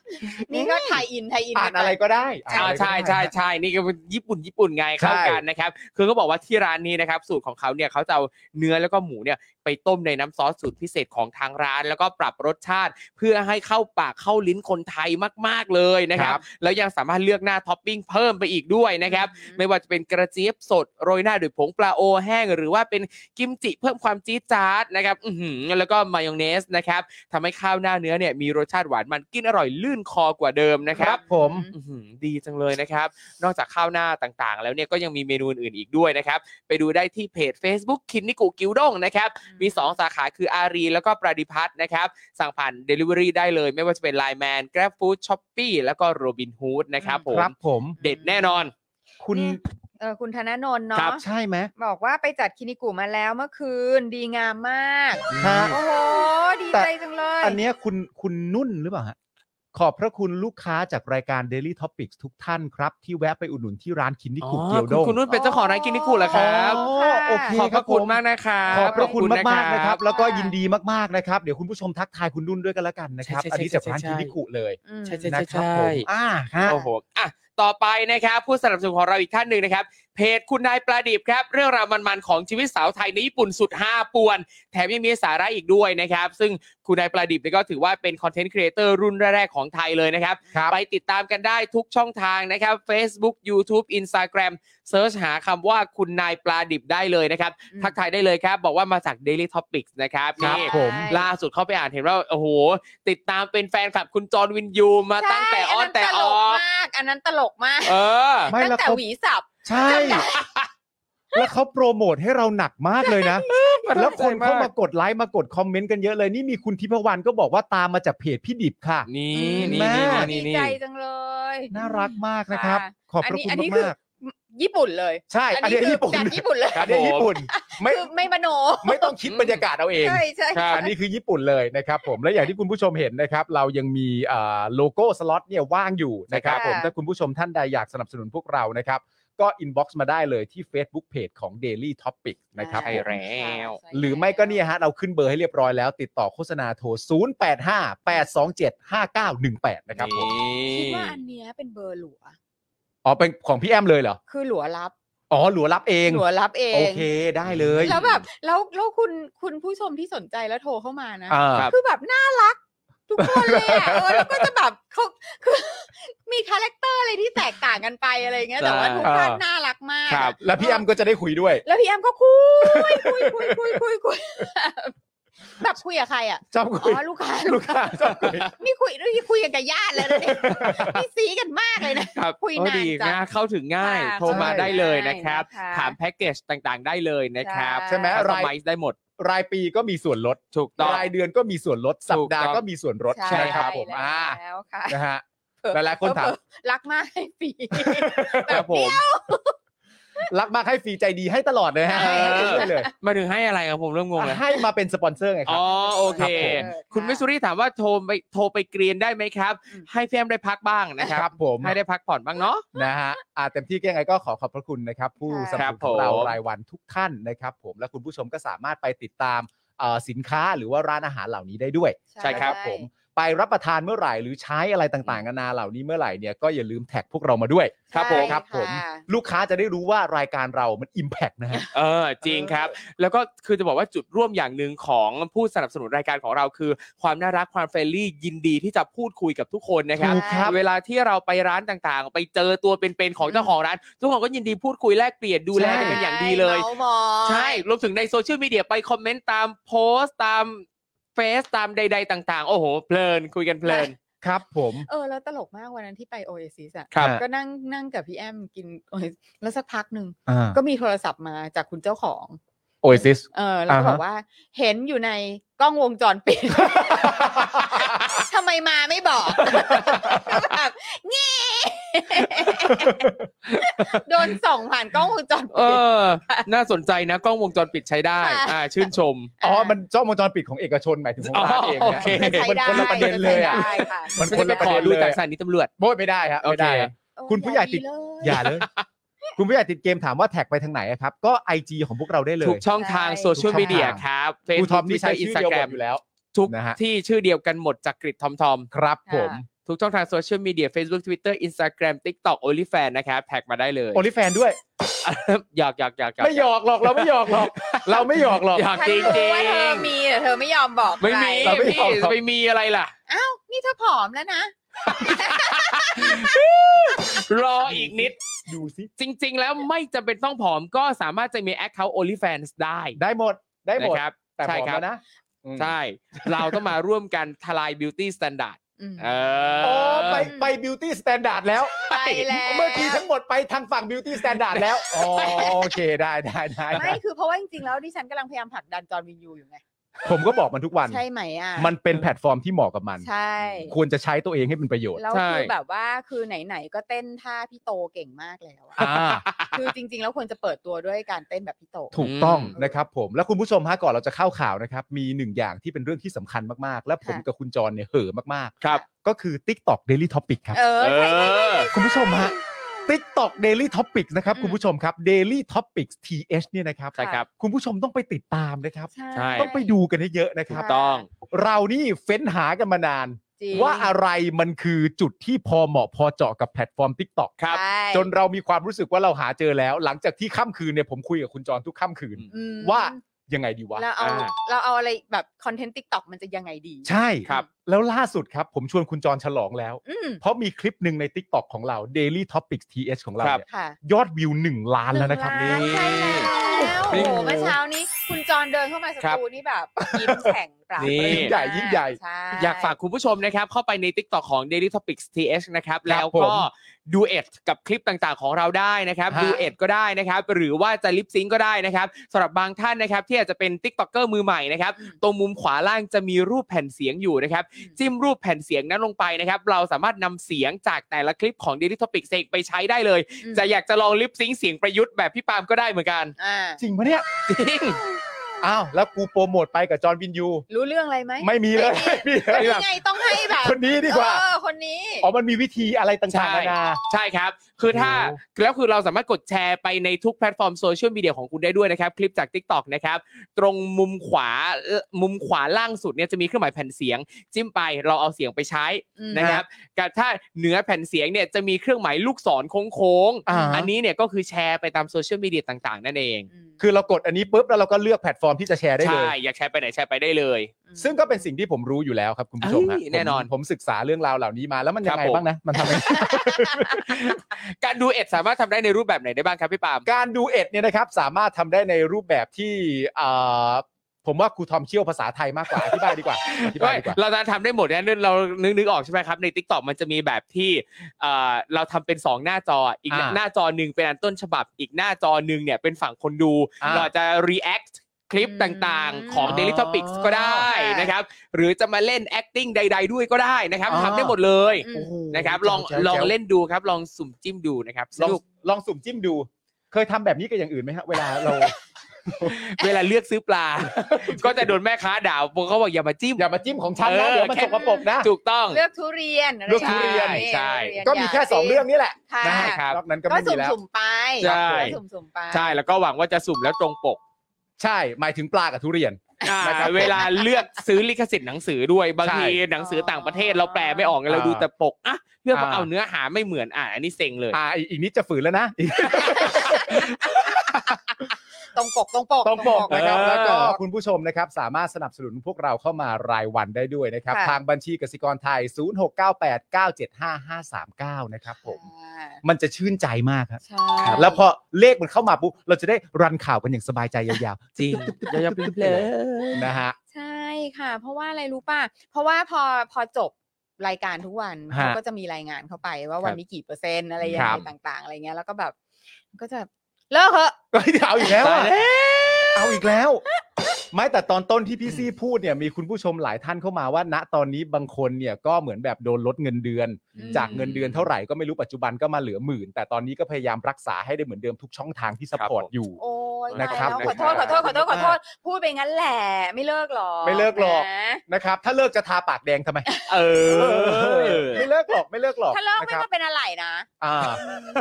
Speaker 2: นี่ก็ไทยอินไทยอิน
Speaker 4: อ่าน
Speaker 2: กัป
Speaker 4: อะไรก็ได้
Speaker 2: ใช่
Speaker 4: อ่า
Speaker 5: อ่าน
Speaker 4: อะไรก็
Speaker 5: ใช่
Speaker 4: ได้
Speaker 5: ใช่ใช่นี่ก็เป็นญี่ปุ่นญี่ปุ่นไงเข้ากันนะครับ คือเขาบอกว่าที่ร้านนี้นะครับ สูตรของเขาเนี่ยเขาจะเอาเนื้อแล้วก็หมูเนี่ยไปต้มในน้ำซอสสูตรพิเศษของทางร้าน แล้วก็ปรับรสชาติ เพื่อให้เข้าปากเข้าลิ้นคนไทยมาก ๆเลยนะครั
Speaker 4: ครับ บ
Speaker 5: แล้วยังสามารถเลือกหน้าท็อปปิ้งเพิ่มไปอีกด้วยนะครับ ไม่ว่าจะเป็นกระเจี๊ยบสดโรยหน้าด้วยผงปลาโอแห้ง หรือว่าเป็นกิมจิเพิ่มความจี๊ดจ๊าดนะครับอื้อหือแล้วก็มายองเนสนะครับทำให้ข้าวหน้าเนื้อเนี่ยมีรสชาติหวานมันกินอร่อยลื่นคอกว่าเดิมนะค
Speaker 4: ค
Speaker 5: รั
Speaker 4: รั
Speaker 5: บบ
Speaker 4: ผม
Speaker 5: อื้อหือดีจังเลยนะครับ นอกจากข้าวหน้าต่างๆ แล้วเนี่ยก็ยังมีเมนูอื่นๆอีกด้วยนะครับ ไปดูได้ที่เพจ Facebook คินนิกุกิวด้งนะครับมี 2 สาขาคืออารีแล้วก็ปราดิพัฒน์นะครับ สั่งผ่าน Delivery ได้เลย ไม่ว่าจะเป็น Line Man Grab Food Shopee แล้วก็ Robin Hood นะครับผม
Speaker 4: ครับผม
Speaker 5: เด็ดแน่นอน
Speaker 4: คุณ
Speaker 2: นี่เออคุณธนนนท์
Speaker 5: ครั
Speaker 2: เนาะ
Speaker 5: บ
Speaker 4: ใช่ไหม
Speaker 2: บอกว่าไปจัดคินิกุมาแล้วเมื่อคืนดีงามมาก
Speaker 4: ฮะ
Speaker 2: โอ้โห ดี
Speaker 4: แต่
Speaker 2: ใจจังเลย
Speaker 4: อันเนี้ยคุณคุณนุ่นหรือเปล่าฮะขอบพระคุณลูกค้าจากรายการ Daily Topics ทุกท่านครับ ที่แวะไปอุดหนุนที่ร้านคินนิคุเกียวด
Speaker 5: อ๋อง คุณคุณนุ่นเป็นเจ้าของร้านกินนิคุเหรอครับ
Speaker 4: อ๋อ
Speaker 2: ค่ะ
Speaker 4: โอเค
Speaker 5: ขอบพระคุณมากนะครั
Speaker 4: ขอ
Speaker 5: บบ
Speaker 4: พระคุณ
Speaker 5: ขอ
Speaker 4: มากๆนะครับ แล้วก็ยินดีมากๆนะครับ เดี๋ยวคุณผู้ชมทักทายคุณนุ่นด้วยกันละกันนะครับ
Speaker 5: ใช่ใช่
Speaker 4: อันนี้จากร้าน
Speaker 5: ใช่
Speaker 4: คิ
Speaker 5: ใช่
Speaker 4: นิคุเลย
Speaker 2: อืม
Speaker 5: ใช่ใช่
Speaker 4: นะครับผมอ่าฮะ
Speaker 5: โอ้โหอ่ะต่อไปนะครับ ผู้สนับสนุนของเราอีกท่านหนึ่งนะครับ เพจคุณนายปลาดิบครับ เรื่องราวมันๆของชีวิตสาวไทยในญี่ปุ่นสุดห้าป่วน แถมยังมีสาระอีกด้วยนะครับ ซึ่งคุณนายปลาดิบเนี่ยก็ถือว่าเป็นคอนเทนต์ครีเอเตอร์รุ่นแรกๆของไทยเลยนะครับ
Speaker 4: ครับ
Speaker 5: ไปติดตามกันได้ทุกช่องทางนะครับ Facebook YouTube Instagram เซิร์ชหาคำว่าคุณนายปลาดิบได้เลยนะครับ
Speaker 2: อืม
Speaker 5: ทักทายได้เลยครับ บอกว่ามาจาก Daily Topics นะครับ
Speaker 4: ครับ
Speaker 5: นี่
Speaker 4: ผม
Speaker 5: ล่าสุดเข้าไปอ่านเห็นว่าโอ้โห ติดตามเป็นแฟนคลับคุณจอห์นวินยูมา
Speaker 2: ใช่
Speaker 5: ตั้งแต่อ้อนแต่อ
Speaker 2: ล
Speaker 5: อก ก
Speaker 2: มาก อันนั้นตลกมาก
Speaker 5: เออ
Speaker 4: ไม่
Speaker 2: ตั้ง
Speaker 4: แล้ว
Speaker 2: แต่
Speaker 4: เขา
Speaker 2: หวีสับ
Speaker 4: ใช่ แล้วเขาโปรโมทให้เราหนักมากเลยนะ แล้วคนเข้ามากดไลค์มากดคอมเมนต์กันเยอะเลย นี่มีคุณทิพวรรณก็บอกว่าตามมาจากเพจพี่ดิบค่ะ
Speaker 5: นี่
Speaker 2: อืม
Speaker 5: นี่
Speaker 4: แม่
Speaker 5: นี่
Speaker 4: อ่ะ
Speaker 2: ดี
Speaker 5: นี่นี่
Speaker 2: ใจจังเลย
Speaker 4: น่ารักมากนะครับ ขอบพระ
Speaker 2: นี้
Speaker 4: คุณ
Speaker 2: อันี้
Speaker 4: มาก
Speaker 2: ญี่ปุ่นเลย
Speaker 4: ๆใช่อันนี้
Speaker 2: คื
Speaker 4: ญี่ปุ่น
Speaker 2: จากญี่ปุ่นเลย
Speaker 5: ครับ
Speaker 4: อันนี้ญี่ปุ่นไม่
Speaker 2: คือไม่มโน
Speaker 4: ไม่ต้องคิดบรรยากาศเอาเอง
Speaker 2: ใช่ใช่
Speaker 5: ครับ
Speaker 4: อันนี้คือญี่ปุ่นเลยนะครับผมและอย่างที่คุณผู้ชมเห็นนะครับ เรายังมีอ่าโลโก้สล็อตเนี่ยว่างอยู่นะครับ
Speaker 2: ใช่ค่ะ
Speaker 4: ผมถ้าคุณผู้ชมท่านใดอยากสนับสนุนพวกเรานะครับ ก็อินบ็อกซ์มาได้เลยที่ Facebook Page ของ Daily Topic นะครับ
Speaker 5: ใช่
Speaker 4: ผม
Speaker 5: แล้ว
Speaker 4: หรือไม่ก็เนี่ยฮะ เราขึ้นเบอร์ให้เรียบร้อยแล้วติดต่อโฆษณาโทร 0858275918 นะครับผม
Speaker 2: คิด
Speaker 5: นี่
Speaker 2: ว่าอันเนี้ยเป็นเบอร์หลัว
Speaker 4: อ๋อเป็นของพี่แอมเลยเหรอ
Speaker 2: คือหลัวรับ
Speaker 4: อ๋อหลัวรับเอง
Speaker 2: หลัวรับเอง
Speaker 4: โอเคได้เลย
Speaker 2: แล้วแบบแล้วแล้วคุณคุณผู้ชมที่สนใจแล้วโทรเข้ามานะ
Speaker 4: อ่า
Speaker 5: ครับ
Speaker 2: คือแบบน่ารัก ทุกคนเลยอ่ะ เออแล้วก็จะแบบเขาคือมีคาแรคเตอร์อะไรที่แตกต่างกันไปอะไรเงี้ยแต่ว่า
Speaker 5: ใช่
Speaker 2: ทุกท่าน
Speaker 4: เออ
Speaker 2: น่ารักมาก
Speaker 5: ครับ
Speaker 2: อะ
Speaker 4: แล้วพี่แอมก็จะได้คุยด้วย
Speaker 2: แล้วพี่แอมก็คุยคุยคุยคุยคุยคุยแบบคุยกับใครอ่ะ
Speaker 4: ชอบ
Speaker 2: อ๋
Speaker 4: คุย
Speaker 2: อลูกค้า
Speaker 4: ลูกค้าชอบคุย
Speaker 2: นี่คุยนี่คุยกันกับญาติเลยนะเนี่ยนี่สีกันมากเลยนะ
Speaker 5: ครับ
Speaker 2: คุย
Speaker 5: โอ้
Speaker 2: นาน
Speaker 5: ดี
Speaker 2: จัง
Speaker 5: นะเข้าถึงง่าย
Speaker 2: ค่ะ
Speaker 5: โทรมา
Speaker 4: ใช่
Speaker 5: ได้เลยนะครับ
Speaker 2: ใช่นะคะ
Speaker 5: ถามแพ็กเกจต่างๆ ได้เลยนะครับ
Speaker 2: ใช่ไหม
Speaker 5: คสตอมไม
Speaker 4: ราย
Speaker 5: ซ์ได้หมด
Speaker 4: รายปีก็มีส่วนลด
Speaker 5: ถูกต้อง
Speaker 4: รายเดือนก็มีส่วนลด สัปดาห์ก็มีส่วนลด
Speaker 5: ใช่
Speaker 4: นะครับผมอ่า
Speaker 2: แล้วค่ะ
Speaker 4: นะฮะ หลายๆคนถาม
Speaker 2: เผลอๆรักมากให้ฟรีแบ
Speaker 5: ครับ บผม
Speaker 4: รักมากให้ฟรีใจดีให้ตลอดเลยฮะ
Speaker 5: เออ
Speaker 4: ให้เลย
Speaker 5: มาถึงให้อะไรครับผมเริ่มงงเลย
Speaker 4: ให้มาเป็นสปอนเซอร์ไงครั
Speaker 5: อ๋
Speaker 4: บ
Speaker 5: อโอเค
Speaker 4: ครับผม
Speaker 5: คุณมิสซูรี่ถามว่าโทรไปโทรไปเกรียนได้ไหมครับ ให้พี่แอมได้พักบ้างนะค
Speaker 4: ค
Speaker 5: รั
Speaker 4: รับ บผม
Speaker 5: ให้ได้พักผ่อนบ้างเนาะ
Speaker 4: นะฮะอ่าเต็มที่ก็ยังไงก็ขอขอบพระคุณนะครับ ผู้สนับสนุนของ
Speaker 5: ค
Speaker 4: เรา
Speaker 5: รับผม
Speaker 4: รายวันทุกท่านนะครับ ผมและคุณผู้ชมก็สามารถไปติดตามเอ่อสินค้าหรือว่าร้านอาหารเหล่านี้ได้ด้วย
Speaker 5: ใช่ครับ
Speaker 4: ผมไปรับประทานเมื่อไหร่หรือใช้อะไรต่างๆนานาเหล่านี้เมื่อไหร่เนี่ยก็อย่าลืมแท็กพวกเรามาด้วย
Speaker 5: ครับผม
Speaker 2: ใช่
Speaker 4: ครับผม
Speaker 2: ะ
Speaker 4: ลูกค้าจะได้รู้ว่ารายการเรามัน Impact นะฮะ
Speaker 5: เออจริงครับ แล้วก็คือจะบอกว่าจุดร่วมอย่างหนึ่งของผู้สนับสนุนรายการของเราคือ ความน่ารักความเฟรนลี่ยินดีที่จะพูดคุยกับทุกคนนะครับ
Speaker 4: ถูกครับ
Speaker 5: เวลาที่เราไปร้านต่างๆ ไปเจอตัวเป็นๆของเจ้าของร้าน ทุกคนก็ยินดีพูดคุยแลกเปลี่ยนดูแลกันเป็นอย่างดีเลย
Speaker 2: ใช่มาส์มอย
Speaker 5: ใช่ รวมถึงในโซเชียลมีเดียไปคอมเมนต์ตามโพสต์ตามเฟซตามใด ๆ ต่าง ๆ โอ้โห เพลินคุยกันเพลิน
Speaker 4: ครับผม
Speaker 2: เออ แล้วตลกมากวันนั้นที่ไปโอเอซิสอ่ะ
Speaker 5: ครับ
Speaker 2: ก็นั่งนั่งกับพี่แอมกิน Oasis แล้วสักพักหนึ่ง
Speaker 4: อ่า
Speaker 2: ก็มีโทรศัพท์มาจากคุณเจ้าของ
Speaker 4: โอเอซิส
Speaker 2: เออ แล้วก็
Speaker 4: อ่าฮะ
Speaker 2: บอกว่า เห็นอยู่ในกล้องวงจรปิด ทำไมมาไม่บอก แล้วแบบเงี้ โดนส่องผ่านกล้องวงจร
Speaker 5: เอ
Speaker 2: ปิด
Speaker 5: อ น่าสนใจนะ กล้องวงจรปิดใช้ได้
Speaker 2: ค่ะ
Speaker 5: อ่า ชื่นชม
Speaker 4: อ๋อ มันเจ้าวงจรปิดของเอกชนหมายถึงของร้านเอง
Speaker 5: อ๋อโอ
Speaker 4: นะ
Speaker 5: เค
Speaker 2: มันใช้ได้
Speaker 4: มันคนละประเด็นเลยอ่ะ
Speaker 2: มัใช้ได้ค่ะ
Speaker 4: มัน
Speaker 5: ไม่
Speaker 4: ค
Speaker 5: ใช่
Speaker 4: น
Speaker 5: ไป
Speaker 4: ละประ
Speaker 5: ขอ
Speaker 4: เด็น
Speaker 5: ดู
Speaker 4: เลย
Speaker 5: จาก
Speaker 4: อะ
Speaker 5: สถานีตำรวจ
Speaker 4: โบยไม่ได้ฮะไม่ได้ฮะ
Speaker 2: เออ
Speaker 4: คุณผู้ใหญ่ติด
Speaker 2: เลย
Speaker 4: อย่าเลย คุณผู้ใหญ่ติดเกมถามว่าแท็กไปทางไหนอะครับ ก็ไอจของพวกเราได้เลย
Speaker 5: ทุกช่องทางโซเชียลมีเดียครับเฟซ
Speaker 4: ครูทอ
Speaker 5: บุ๊
Speaker 4: ม
Speaker 5: ก
Speaker 4: นี่
Speaker 5: ที่
Speaker 4: ใช้
Speaker 5: ใช้
Speaker 4: อิ
Speaker 5: อิ
Speaker 4: น
Speaker 5: น
Speaker 4: ส
Speaker 5: ส
Speaker 4: ตา
Speaker 5: ตาแก
Speaker 4: แกร
Speaker 5: ร
Speaker 4: ม
Speaker 5: ม
Speaker 4: อยู่แล้ว
Speaker 5: ทุก
Speaker 4: นะฮะ
Speaker 5: ที่ชื่อเดียวกันหมดจากกริดทอมทอม
Speaker 4: ครับผม
Speaker 5: ทุกช่องทางโซเชียลมีเดีย Facebook Twitter Instagram TikTok OnlyFans นะครับแท็กมาได้เลย
Speaker 4: โอลิแฟนด้วย
Speaker 5: หยอกหยอกหยอกหยอก
Speaker 4: ไม่หยอกหรอกเราไม่หยอกหรอก เราไม่หยอกหรอก
Speaker 5: หยอก
Speaker 2: ฉัน
Speaker 5: จริงจริ
Speaker 2: รู้
Speaker 5: ง
Speaker 2: ว่าเธอมีแต่เธอไม่ยอมบอก
Speaker 5: ไม่
Speaker 2: ใคร
Speaker 5: มี
Speaker 4: เราไม่หยอก
Speaker 5: พี่
Speaker 4: ครับ
Speaker 5: ไม่มีอะไรล่ะ
Speaker 2: อ้าวนี่เธอผอมแล้วนะ
Speaker 5: รออีกนิด
Speaker 4: ดูสิ
Speaker 5: จริง ๆ แล้วไม่จำเป็นต้องผอมก็สามารถจะมี Account OnlyFans ได้
Speaker 4: ได้หมดได้หมด
Speaker 5: นะครับ
Speaker 4: แต่
Speaker 5: ใช่
Speaker 4: ผม
Speaker 5: ครับ
Speaker 4: แล้วนะอืม
Speaker 5: ใช่ เราต้องมาร่วมกันทลาย Beauty Standard
Speaker 2: อืม
Speaker 5: เออ
Speaker 4: โอ้ไปไปบิวตี้สแตนดาร์ดแล้ว
Speaker 2: ไปแล้ว
Speaker 4: เมื่อกี้ทั้งหมดไปทางฝั่งบิวตี้สแตนดาร์ดแล้ว อ๋อโอเคได้ได้ได้
Speaker 2: ไม่คือเพราะว่าจริงๆแล้วดิฉันกำลังพยายามผลักดันจอร์นวินยูอยู่ไง
Speaker 4: ผมก็บอกมันทุกวัน
Speaker 2: ใช่ไหมอ่ะ
Speaker 4: มันเป็นแพลตฟอร์มที่เหมาะกับมัน
Speaker 2: ใช่
Speaker 4: ควรจะใช้ตัวเองให้เป็นประโยชน์
Speaker 2: แล้ว
Speaker 5: ใช่
Speaker 2: คือแบบว่าคือไหนๆก็เต้นท่าพี่โตเก่งมากแล้วอะ
Speaker 4: อ่า
Speaker 2: คือจริง ๆ แล้วควรจะเปิดตัวด้วยการเต้นแบบพี่โต
Speaker 4: ถูกต้อง
Speaker 2: อืม
Speaker 4: นะครับผมและคุณผู้ชมฮะก่อนเราจะเข้าข่าวนะครับ มีหนึ่งอย่างที่เป็นเรื่องที่สำคัญมากๆ และผม
Speaker 2: ค่ะ
Speaker 4: กับคุณจรเนี่ยเห่อะมาก
Speaker 5: ครับ
Speaker 4: ๆ ก็คือ TikTok Daily Topic ครับ
Speaker 2: เออ
Speaker 5: เออ
Speaker 4: คุณผู้ชมฮะ TikTok Daily Topics นะครับ
Speaker 2: อืม
Speaker 4: คุณผู้ชมครับ Daily Topics TH เนี่ยนะครับ
Speaker 5: ใช่ครับ
Speaker 4: คุณผู้ชมต้องไปติดตามนะครับ
Speaker 2: ใช่
Speaker 5: ใช่
Speaker 4: ต้องไปดูกันเยอะๆนะค
Speaker 5: ถู
Speaker 4: รับ
Speaker 5: กต้อง
Speaker 4: เรานี่เฟ้นหากันมานาน
Speaker 2: จริง
Speaker 4: ว่าอะไรมันคือจุดที่พอเหมาะพอเจาะกับแพลตฟอร์ม TikTok
Speaker 5: ครับ
Speaker 2: ใช่
Speaker 4: จนเรามีความรู้สึกว่าเราหาเจอแล้ว หลังจากที่ค่ำคืนเนี่ยผมคุยกับคุณจรทุกค่ำคืน
Speaker 2: อืม
Speaker 4: ว่ายังไงดีวะ
Speaker 2: เราเอา
Speaker 5: อ่า
Speaker 2: เราเอาอะไรแบบคอนเทนต์ติ๊กต็อกมันจะยังไงดี
Speaker 4: ใช่
Speaker 5: ครับ
Speaker 4: แล้วล่าสุดครับ ผมชวนคุณจรฉลองแล้ว
Speaker 2: อืม
Speaker 4: เพราะมีคลิปหนึ่งใน TikTok ของเรา Daily Topics TH ของเรา
Speaker 5: ครับ
Speaker 4: เนี่ย
Speaker 2: ค่ะ
Speaker 4: ยอดวิว 1 ล้านแล้วนะครับ
Speaker 2: ห
Speaker 4: นี่
Speaker 2: งล้านใช่แล้ว
Speaker 5: นี่
Speaker 2: โอ้โหเมื่อเช้านี้คุณจรเดินเข้ามาส
Speaker 5: ครับ
Speaker 2: ตูนี่แบบยิ้มแข็งปราบ
Speaker 5: นี่
Speaker 2: ปรื้ม
Speaker 4: ยิ่งใหญ่
Speaker 2: มาก
Speaker 4: ยิ่งใหญ่
Speaker 2: ช่
Speaker 5: อยากฝากคุณผู้ชมนะครับ เข้าไปใน TikTok ของ Daily Topics TH นะครับ
Speaker 4: ครับ
Speaker 5: แล้ว
Speaker 4: ผ
Speaker 5: ก็
Speaker 4: ม
Speaker 5: ดูเอ็ดกับคลิปต่างๆของเราได้นะครับ
Speaker 4: ฮะ
Speaker 5: ดูเอ็ดก็ได้นะครับ หรือว่าจะลิปซิงก็ได้นะครับสำหรับบางท่านนะครับ ที่อาจจะเป็น TikToker มือใหม่นะครับ ตรงมุมขวาล่างจะมีรูปแผ่นเสียงอยู่นะครับ จิ้มรูปแผ่นเสียงนั้นลงไปนะครับ เราสามารถนำเสียงจากแต่ละคลิปของ Daily Topics เองไปใช้ได้เลย
Speaker 2: อืม
Speaker 5: จะอยากจะลองลิปซิงเสียงประยุทธ์แบบพี่ปาล์มก็ได้เหมือนกัน
Speaker 2: อ่า
Speaker 4: จริงปะเนี่ย
Speaker 5: จริง
Speaker 4: อ้าวแล้วกูโปรโมทไปกับจอห์นวินยู
Speaker 2: รู้เรื่องอะไรไหม
Speaker 4: ไม่มีเลยไม่มีเลย
Speaker 2: นี่ไงต้องให้แบบ
Speaker 4: คนนี้ดีกว่า
Speaker 2: เออคนนี้
Speaker 4: อ๋อมันมีวิธีอะไรต่างๆนานา
Speaker 5: ใช่ครับ คือถ้า
Speaker 4: โอ้
Speaker 5: แล้วคือเราสามารถกดแชร์ไปในทุกแพลตฟอร์มโซเชียลมีเดียของคุณได้ด้วยนะครับ คลิปจาก Tik t o อกนะครับ ตรงมุมขวาเอ่อมุมขวาล่างสุดเนี่ยจะมีเครื่องหมายแผ่นเสียง จิ้มไปเราเอาเสียงไปใช้
Speaker 2: อืม
Speaker 5: นะครับกับถ้าเหนือแผ่นเสียงเนี่ยจะมีเครื่องหมายลูกศรโค้ง
Speaker 4: อ่า
Speaker 5: ๆอันนี้เนี่ยก็คือแชร์ไปตามโซเชียลมีเดียต่างๆ นั่นเอง
Speaker 2: ม
Speaker 4: คือเรากดอันนี้ปุ๊บแล้วเราก็เลือกแพลตฟอร์มที่จะแชร์ได้เล
Speaker 5: ใช่
Speaker 4: ย
Speaker 5: อยากแชร์ไปไหนแชร์ไปได้เลย
Speaker 4: ซึ่งก็เป็นสิ่งที่ผมรู้อยู่แล้วครับคุณผู้ชมฮะ
Speaker 5: เอ้ยแน่นอน
Speaker 4: ผมผมศึกษาเรื่องราวเหล่านี้มาแล้วมัน
Speaker 5: ค
Speaker 4: ยั
Speaker 5: รับ
Speaker 4: งไง
Speaker 5: ผม
Speaker 4: บ้างนะมันทำยังไง
Speaker 5: การดูเอ็ดสามารถทำได้ในรูปแบบไหนได้บ้างครับพี่ปาล์ม
Speaker 4: การดูเอ็ดเนี่ยนะครับสามารถทำได้ในรูปแบบที่อ่าผมว่าครูทอมเชี่ยวภาษาไทยมากกว่าอธิบาย ดีกว่าอธิบายดีกว่า
Speaker 5: เราจะทำได้หมดนะเรานึกนึกออกใช่ไหมครับ ใน t ิ k t o k มันจะมีแบบที่เอ่อเราทำเป็น 2 หน้าจออีกหน้า
Speaker 4: อ่า
Speaker 5: หน้าจอหนึ่งเป็นอันต้นฉบับ อีกหน้าจอหนึ่งเนี่ยเป็นฝั่งคนดู
Speaker 4: อ่า
Speaker 5: เราจะ react คลิปต่างๆ ของ
Speaker 4: อ๋อ
Speaker 5: Daily Topics ก็ได้นะครับ หรือจะมาเล่น acting ใด ๆ ด้วยก็ได้นะครับ
Speaker 4: อ๋อ
Speaker 5: ทำได้หมดเลย
Speaker 2: อืม
Speaker 5: นะครับ ลอง
Speaker 4: แจ๋วๆ
Speaker 5: ลองเล่นดูครับ ลองสุ่มจิ้มดูนะครับส
Speaker 4: ลอง
Speaker 5: นุก
Speaker 4: ลองสุ่มจิ้มดู เคยทำแบบนี้กับอย่างอื่นไหมฮะเวลาเรา
Speaker 5: เวลาเลือกซื้อปลา ก็จะโดนแม่ค้าด่าพวกเขาบอกอย่ามาจิ้ม
Speaker 4: อย่ามาจิ้มของฉันนะ
Speaker 5: เออ
Speaker 4: เดี๋ยวมันสกปรกนะ
Speaker 5: ถูกต้อง
Speaker 2: เลือกทุเรียนอะไร
Speaker 4: เลือกทุเรียน
Speaker 2: แบบ
Speaker 5: ใช่
Speaker 2: ทุเรียน
Speaker 4: ก็มีแค่สองเรื่องนี้แหละ
Speaker 2: ค่ะ
Speaker 4: นะ
Speaker 5: ค รับ
Speaker 4: นอกนั้นก็
Speaker 2: ก็
Speaker 4: ไม่มี
Speaker 2: สุ่ม
Speaker 4: แล้ว
Speaker 2: สุ่มๆไป
Speaker 5: ใช่
Speaker 2: ก็สุ่มสุ่มๆไป
Speaker 5: ใช่แล้วก็หวังว่าจะสุ่มแล้วตรงปก
Speaker 4: ใช่หมายถึงปลากับทุเรียน
Speaker 5: อ่า
Speaker 4: นะครับผม
Speaker 5: เวลาเลือกซื้อลิขสิทธิ์หนังสือด้วยบาง
Speaker 4: ใช่
Speaker 5: ทีหนังสือต่างประเทศเราแปลไม่ออกไงเรา
Speaker 4: อ่า
Speaker 5: ดูแต่ปกอ่ะเลือกมา
Speaker 4: อ่า
Speaker 5: เอาเนื้อหาไม่เหมือนอ่าอันนี้เซ็งเลย
Speaker 4: อ่าอีกอีกนิดจะฝืนแล้วนะอีก
Speaker 2: ตรงปกตรงปก
Speaker 4: ต้องบอกนะครับ
Speaker 5: เออ
Speaker 4: แล้วก็คุณผู้ชมนะครับสามารถสนับสนุนพวกเราเข้ามารายวันได้ด้วยนะครับ
Speaker 2: ค่ะ
Speaker 4: ทางบัญชีกสิกรไทย 0698975539 นะครับผม
Speaker 2: อ่า
Speaker 4: มันจะชื่นใจมากครับ
Speaker 2: ใช่
Speaker 4: แล้วพอเลขมันเข้ามาปุ๊บเราจะได้รันข่าวกันอย่างสบายใจยาว
Speaker 5: จริงยอมเพล
Speaker 4: ๆ นะฮะ
Speaker 2: ใช่ค่ะ เพราะว่าอะไรรู้ป่ะ เพราะว่าพอพอจบรายการทุกวัน
Speaker 4: ฮะ
Speaker 2: เขาก็จะมีรายงานเข้าไปว่าวันนี้กี่เปอร์เซ็นต์อะไรยัง
Speaker 4: ครั
Speaker 2: ไง
Speaker 4: บ
Speaker 2: ต่างๆอะไรเงี้ยแล้วก็แบบก็จะเลิกเหอะ
Speaker 4: เอ้ยเอาอีกแล้ว
Speaker 5: ตาย
Speaker 4: อะ
Speaker 5: แล้ว
Speaker 4: เอาอีกแล้ว ไม่แต่ตอนต้นที่พี่ซี่พูดเนี่ยมีคุณผู้ชมหลายท่านเข้ามาว่า ณตอนนี้บางคนเนี่ยก็เหมือนแบบโดนลดเงินเดือน
Speaker 2: อืม
Speaker 4: จากเงินเดือนเท่าไหร่ก็ไม่รู้ปัจจุบันก็มาเหลือหมื่น แต่ตอนนี้ก็พยายามรักษาให้ได้เหมือนเดิมทุกช่องทางที่สปอร์ตอยู่
Speaker 2: โอ้ย
Speaker 4: นะ
Speaker 2: ตาย
Speaker 4: ครับ
Speaker 2: แล้วขอโทษขอโทษขอโทษขอโทษพูดไปงั้นแหละไม่เลิกหรอก
Speaker 4: ไม่เลิกหรอก
Speaker 2: นะ
Speaker 4: นะครับ ถ้าเลิกจะทาปากแดงทำไม
Speaker 5: เออ
Speaker 4: ไม่เลิกหรอกไม่เลิกหรอก
Speaker 2: ถ้าเลิกไม่
Speaker 4: นะครับ
Speaker 2: ก็เป็นอะไรนะ
Speaker 4: อ่า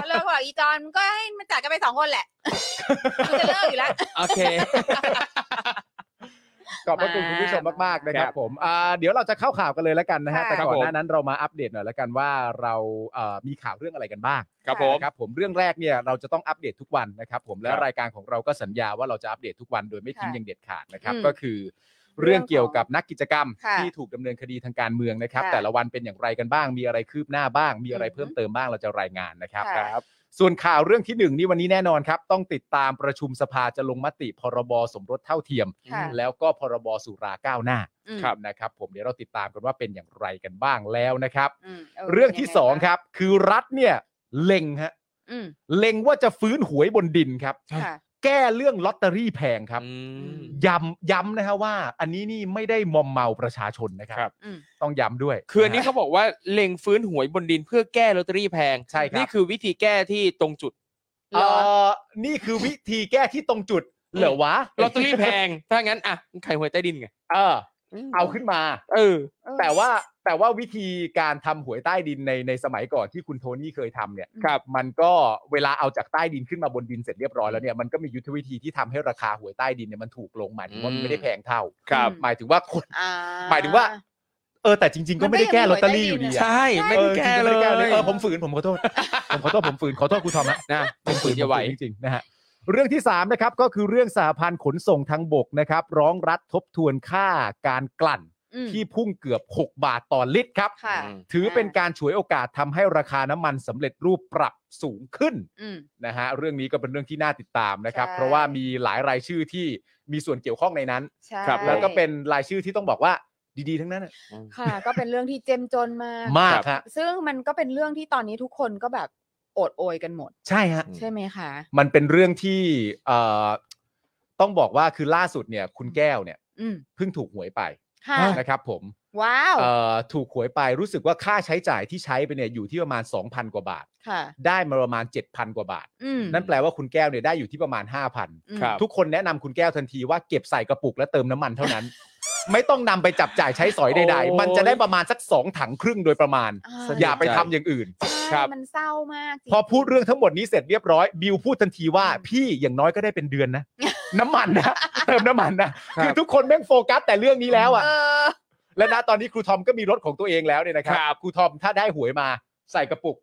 Speaker 2: ก็เลิกบอกอีจอนก็ให้มันจัดกันไปสองคนแหละกูจะเลิกอยู่แล้ว
Speaker 5: โอเค
Speaker 4: ขอบพระคุณ
Speaker 2: มา
Speaker 4: คุณผู้ชมมากๆนะค
Speaker 5: ค
Speaker 4: รั
Speaker 5: รับ บ
Speaker 4: ผมอ่าเดี๋ยวเราจะเข้าข่าวกันเลยแล้วกันนะฮะ
Speaker 2: ค่ะ
Speaker 4: แต่ก่อน
Speaker 5: ครับผม
Speaker 4: หน้านั้นเรามาอัปเดตหน่อยแล้วกันว่าเราเอ่อมีข่าวเรื่องอะไรกันบ้าง
Speaker 5: ครับผม
Speaker 4: นะครับผมเรื่องแรกเนี่ยเราจะต้องอัปเดตทุกวันนะครับผมและ
Speaker 5: ครับ
Speaker 4: รายการของเราก็สัญญาว่าเราจะอัปเดตทุกวันโดยไม่ทิ้งอย่างเด็ดขาดนะครับ
Speaker 2: อืม
Speaker 4: ก็คือ เรื่องเกี่ยวกับนักกิจกรรม
Speaker 2: ค่ะ
Speaker 4: ที่ถูกดำเนินคดีทางการเมืองนะครับ
Speaker 2: ค่ะ
Speaker 4: แต่ละวันเป็นอย่างไรกันบ้าง มีอะไรคืบหน้าบ้าง มีอะไร
Speaker 2: อือฮึ
Speaker 4: เพิ่มเติมบ้างเราจะรายงานนะครับ
Speaker 2: ค่ะ
Speaker 4: ส่วนข่าวเรื่องที่หนึ่งนี่วันนี้แน่นอนครับ ต้องติดตามประชุมสภาจะลงมติพรบสมรสเท่าเทียม
Speaker 2: ค่ะ
Speaker 4: แล้วก็พรบสุราก้าวหน้า
Speaker 2: อืม
Speaker 4: นะครับ ผมเดี๋ยวเราติดตามกันว่าเป็นอย่างไรกันบ้างแล้วนะครับ
Speaker 2: อืม
Speaker 4: เรื่องที่สองครับ คือรัฐเนี่ยเล็งฮะ
Speaker 2: อืม
Speaker 4: เล็งว่าจะฟื้นหวยบนดินครับ
Speaker 2: ค่ะ
Speaker 4: แก้เรื่องลอตเตอรี่แพงครับ
Speaker 5: อืม
Speaker 4: ย้ำย้ำนะฮะว่า อันนี้นี่ไม่ได้มอมเมาประชาชนนะครั
Speaker 5: ครับ
Speaker 2: อืม
Speaker 4: ต้องย้ำด้วย
Speaker 5: คืออันนี้
Speaker 4: ะฮะ
Speaker 5: เขาบอกว่าเล็งฟื้นหวยบนดินเพื่อแก้ลอตเตอรี่แพง
Speaker 4: ใช่ครับ
Speaker 5: นี่คือวิธีแก้ที่ตรงจุด
Speaker 2: เหรอ
Speaker 4: เอ่อนี่คือวิธีแก้ที่ตรงจุดเหรอวะ
Speaker 5: ลอตเตอรี่แพง ถ้างั้นอ่ะไข่หวยใต้ดินไง
Speaker 4: เออ เอาขึ้นมา
Speaker 5: เออ
Speaker 4: แต่ว่าแต่ว่าวิธีการทำหวยใต้ดินในในสมัยก่อนที่คุณโทนี่เคยทำเนี่ย
Speaker 5: ครับ
Speaker 4: มันก็เวลาเอาจากใต้ดินขึ้นมาบนดินเสร็จเรียบร้อยแล้วเนี่ยมันก็มียุทธวิธีที่ทำให้ราคาหวยใต้ดินเนี่ยมันถูกลงหมายถึงว่ามันไม่ได้แพงเท่า
Speaker 5: ครับ
Speaker 4: หมายถึงว่าคน
Speaker 2: อ่า
Speaker 4: หมายถึงว่า เออแต่จริง ๆ ก็ไม่ได้แก้ลอตเตอรี่อยู่ดี
Speaker 5: ใช
Speaker 4: อะ
Speaker 5: ่ไม่ได้แก้
Speaker 4: ออจริงๆ
Speaker 5: เล
Speaker 4: ไม่ได้
Speaker 5: ย
Speaker 4: เออผมฝืนผมขอโทษ ผมขอโทษผมฝืนขอโทษคุณทอมนะ
Speaker 5: นะ
Speaker 4: เป็
Speaker 5: เป็น
Speaker 4: น
Speaker 5: ฝื
Speaker 4: ฝื
Speaker 5: น
Speaker 4: น
Speaker 5: จะ
Speaker 4: จะ
Speaker 5: ไห
Speaker 4: ไห
Speaker 5: ว
Speaker 4: วจริงๆนะฮะเรื่องที่3นะครับก็คือเรื่องสหพันธ์ขนส่งทางบกนะครับ ร้องรัฐทบทวนค่าการกลั่น
Speaker 2: อืม
Speaker 4: ที่พุ่งเกือบ 6 บาทต่อลิตรครับ
Speaker 2: ค่ะ
Speaker 4: ถือเป็นการฉวยโอกาสทำให้ราคาน้ำมันสำเร็จรูปปรับสูงขึ้น
Speaker 2: อืม
Speaker 4: นะฮะเรื่องนี้ก็เป็นเรื่องที่น่าติดตามนะครับ
Speaker 2: ใช่
Speaker 4: เพราะว่ามีหลายรายชื่อที่มีส่วนเกี่ยวข้องในนั้น
Speaker 2: ใช่
Speaker 5: ครับ
Speaker 4: แล้วก็เป็นรายชื่อที่ต้องบอกว่าดีๆ ทั้งนั้นอะ
Speaker 2: ค่ะ ก็เป็นเรื่องที่เจมจนมาก
Speaker 4: มากฮะ
Speaker 2: ซึ่งมันก็เป็นเรื่องที่ตอนนี้ทุกคนก็แบบโอดโอยกันหมด
Speaker 4: ใช่ฮะ
Speaker 2: ใช่ไหมคะ
Speaker 4: มันเป็นเรื่องที่เอ่อต้องบอกว่าคือล่าสุดเนี่ย คุณแก้วเนี่ย
Speaker 2: อืม
Speaker 4: เพิ่งถูกหวยไป
Speaker 2: ค่ะ
Speaker 4: นะครับผม
Speaker 2: ว้าว
Speaker 4: เอ่อถูกหวยไปรู้สึกว่าค่าใช้จ่ายที่ใช้ไปเนี่ยอยู่ที่ประมาณ 2,000 กว่าบาท
Speaker 2: ค่ะ
Speaker 4: ได้มาประมาณ 7,000 กว่าบาท
Speaker 2: อืม
Speaker 4: นั่นแปลว่าคุณแก้วเนี่ยได้อยู่ที่ประมาณ 5,000
Speaker 2: อืม
Speaker 5: ครับ
Speaker 4: ทุกคนแนะนำคุณแก้วทันทีว่าเก็บใส่กระปุกและเติมน้ำมันเท่า นั้น ไม่ต้องนำไปจับจ่ายใช้สอยใด
Speaker 5: โอ้ย
Speaker 4: ๆ มันจะได้ประมาณสักสองถังครึ่งโดยประมาณ
Speaker 2: อ่
Speaker 4: อย่าไปทำอย่างอื่น
Speaker 2: ใช่
Speaker 5: ครับ
Speaker 2: มันเศร้ามากจริง
Speaker 4: พอพูดเรื่องทั้งหมดนี้เสร็จเรียบร้อย บิวพูดทันทีว่า
Speaker 2: อืม
Speaker 4: พี่อย่างน้อยก็ได้เป็นเดือนนะ น้ำมันนะเติมน้ำมันนะครับ คือทุกคนแม่งโฟกัสแต่เรื่องนี้แล้วอ่ะ
Speaker 2: เออ
Speaker 4: และณตอนนี้ครูทอมก็มีรถของตัวเองแล้วเนี่ยนะครับครูทอมถ้าได้หวยมาใส่กระปุก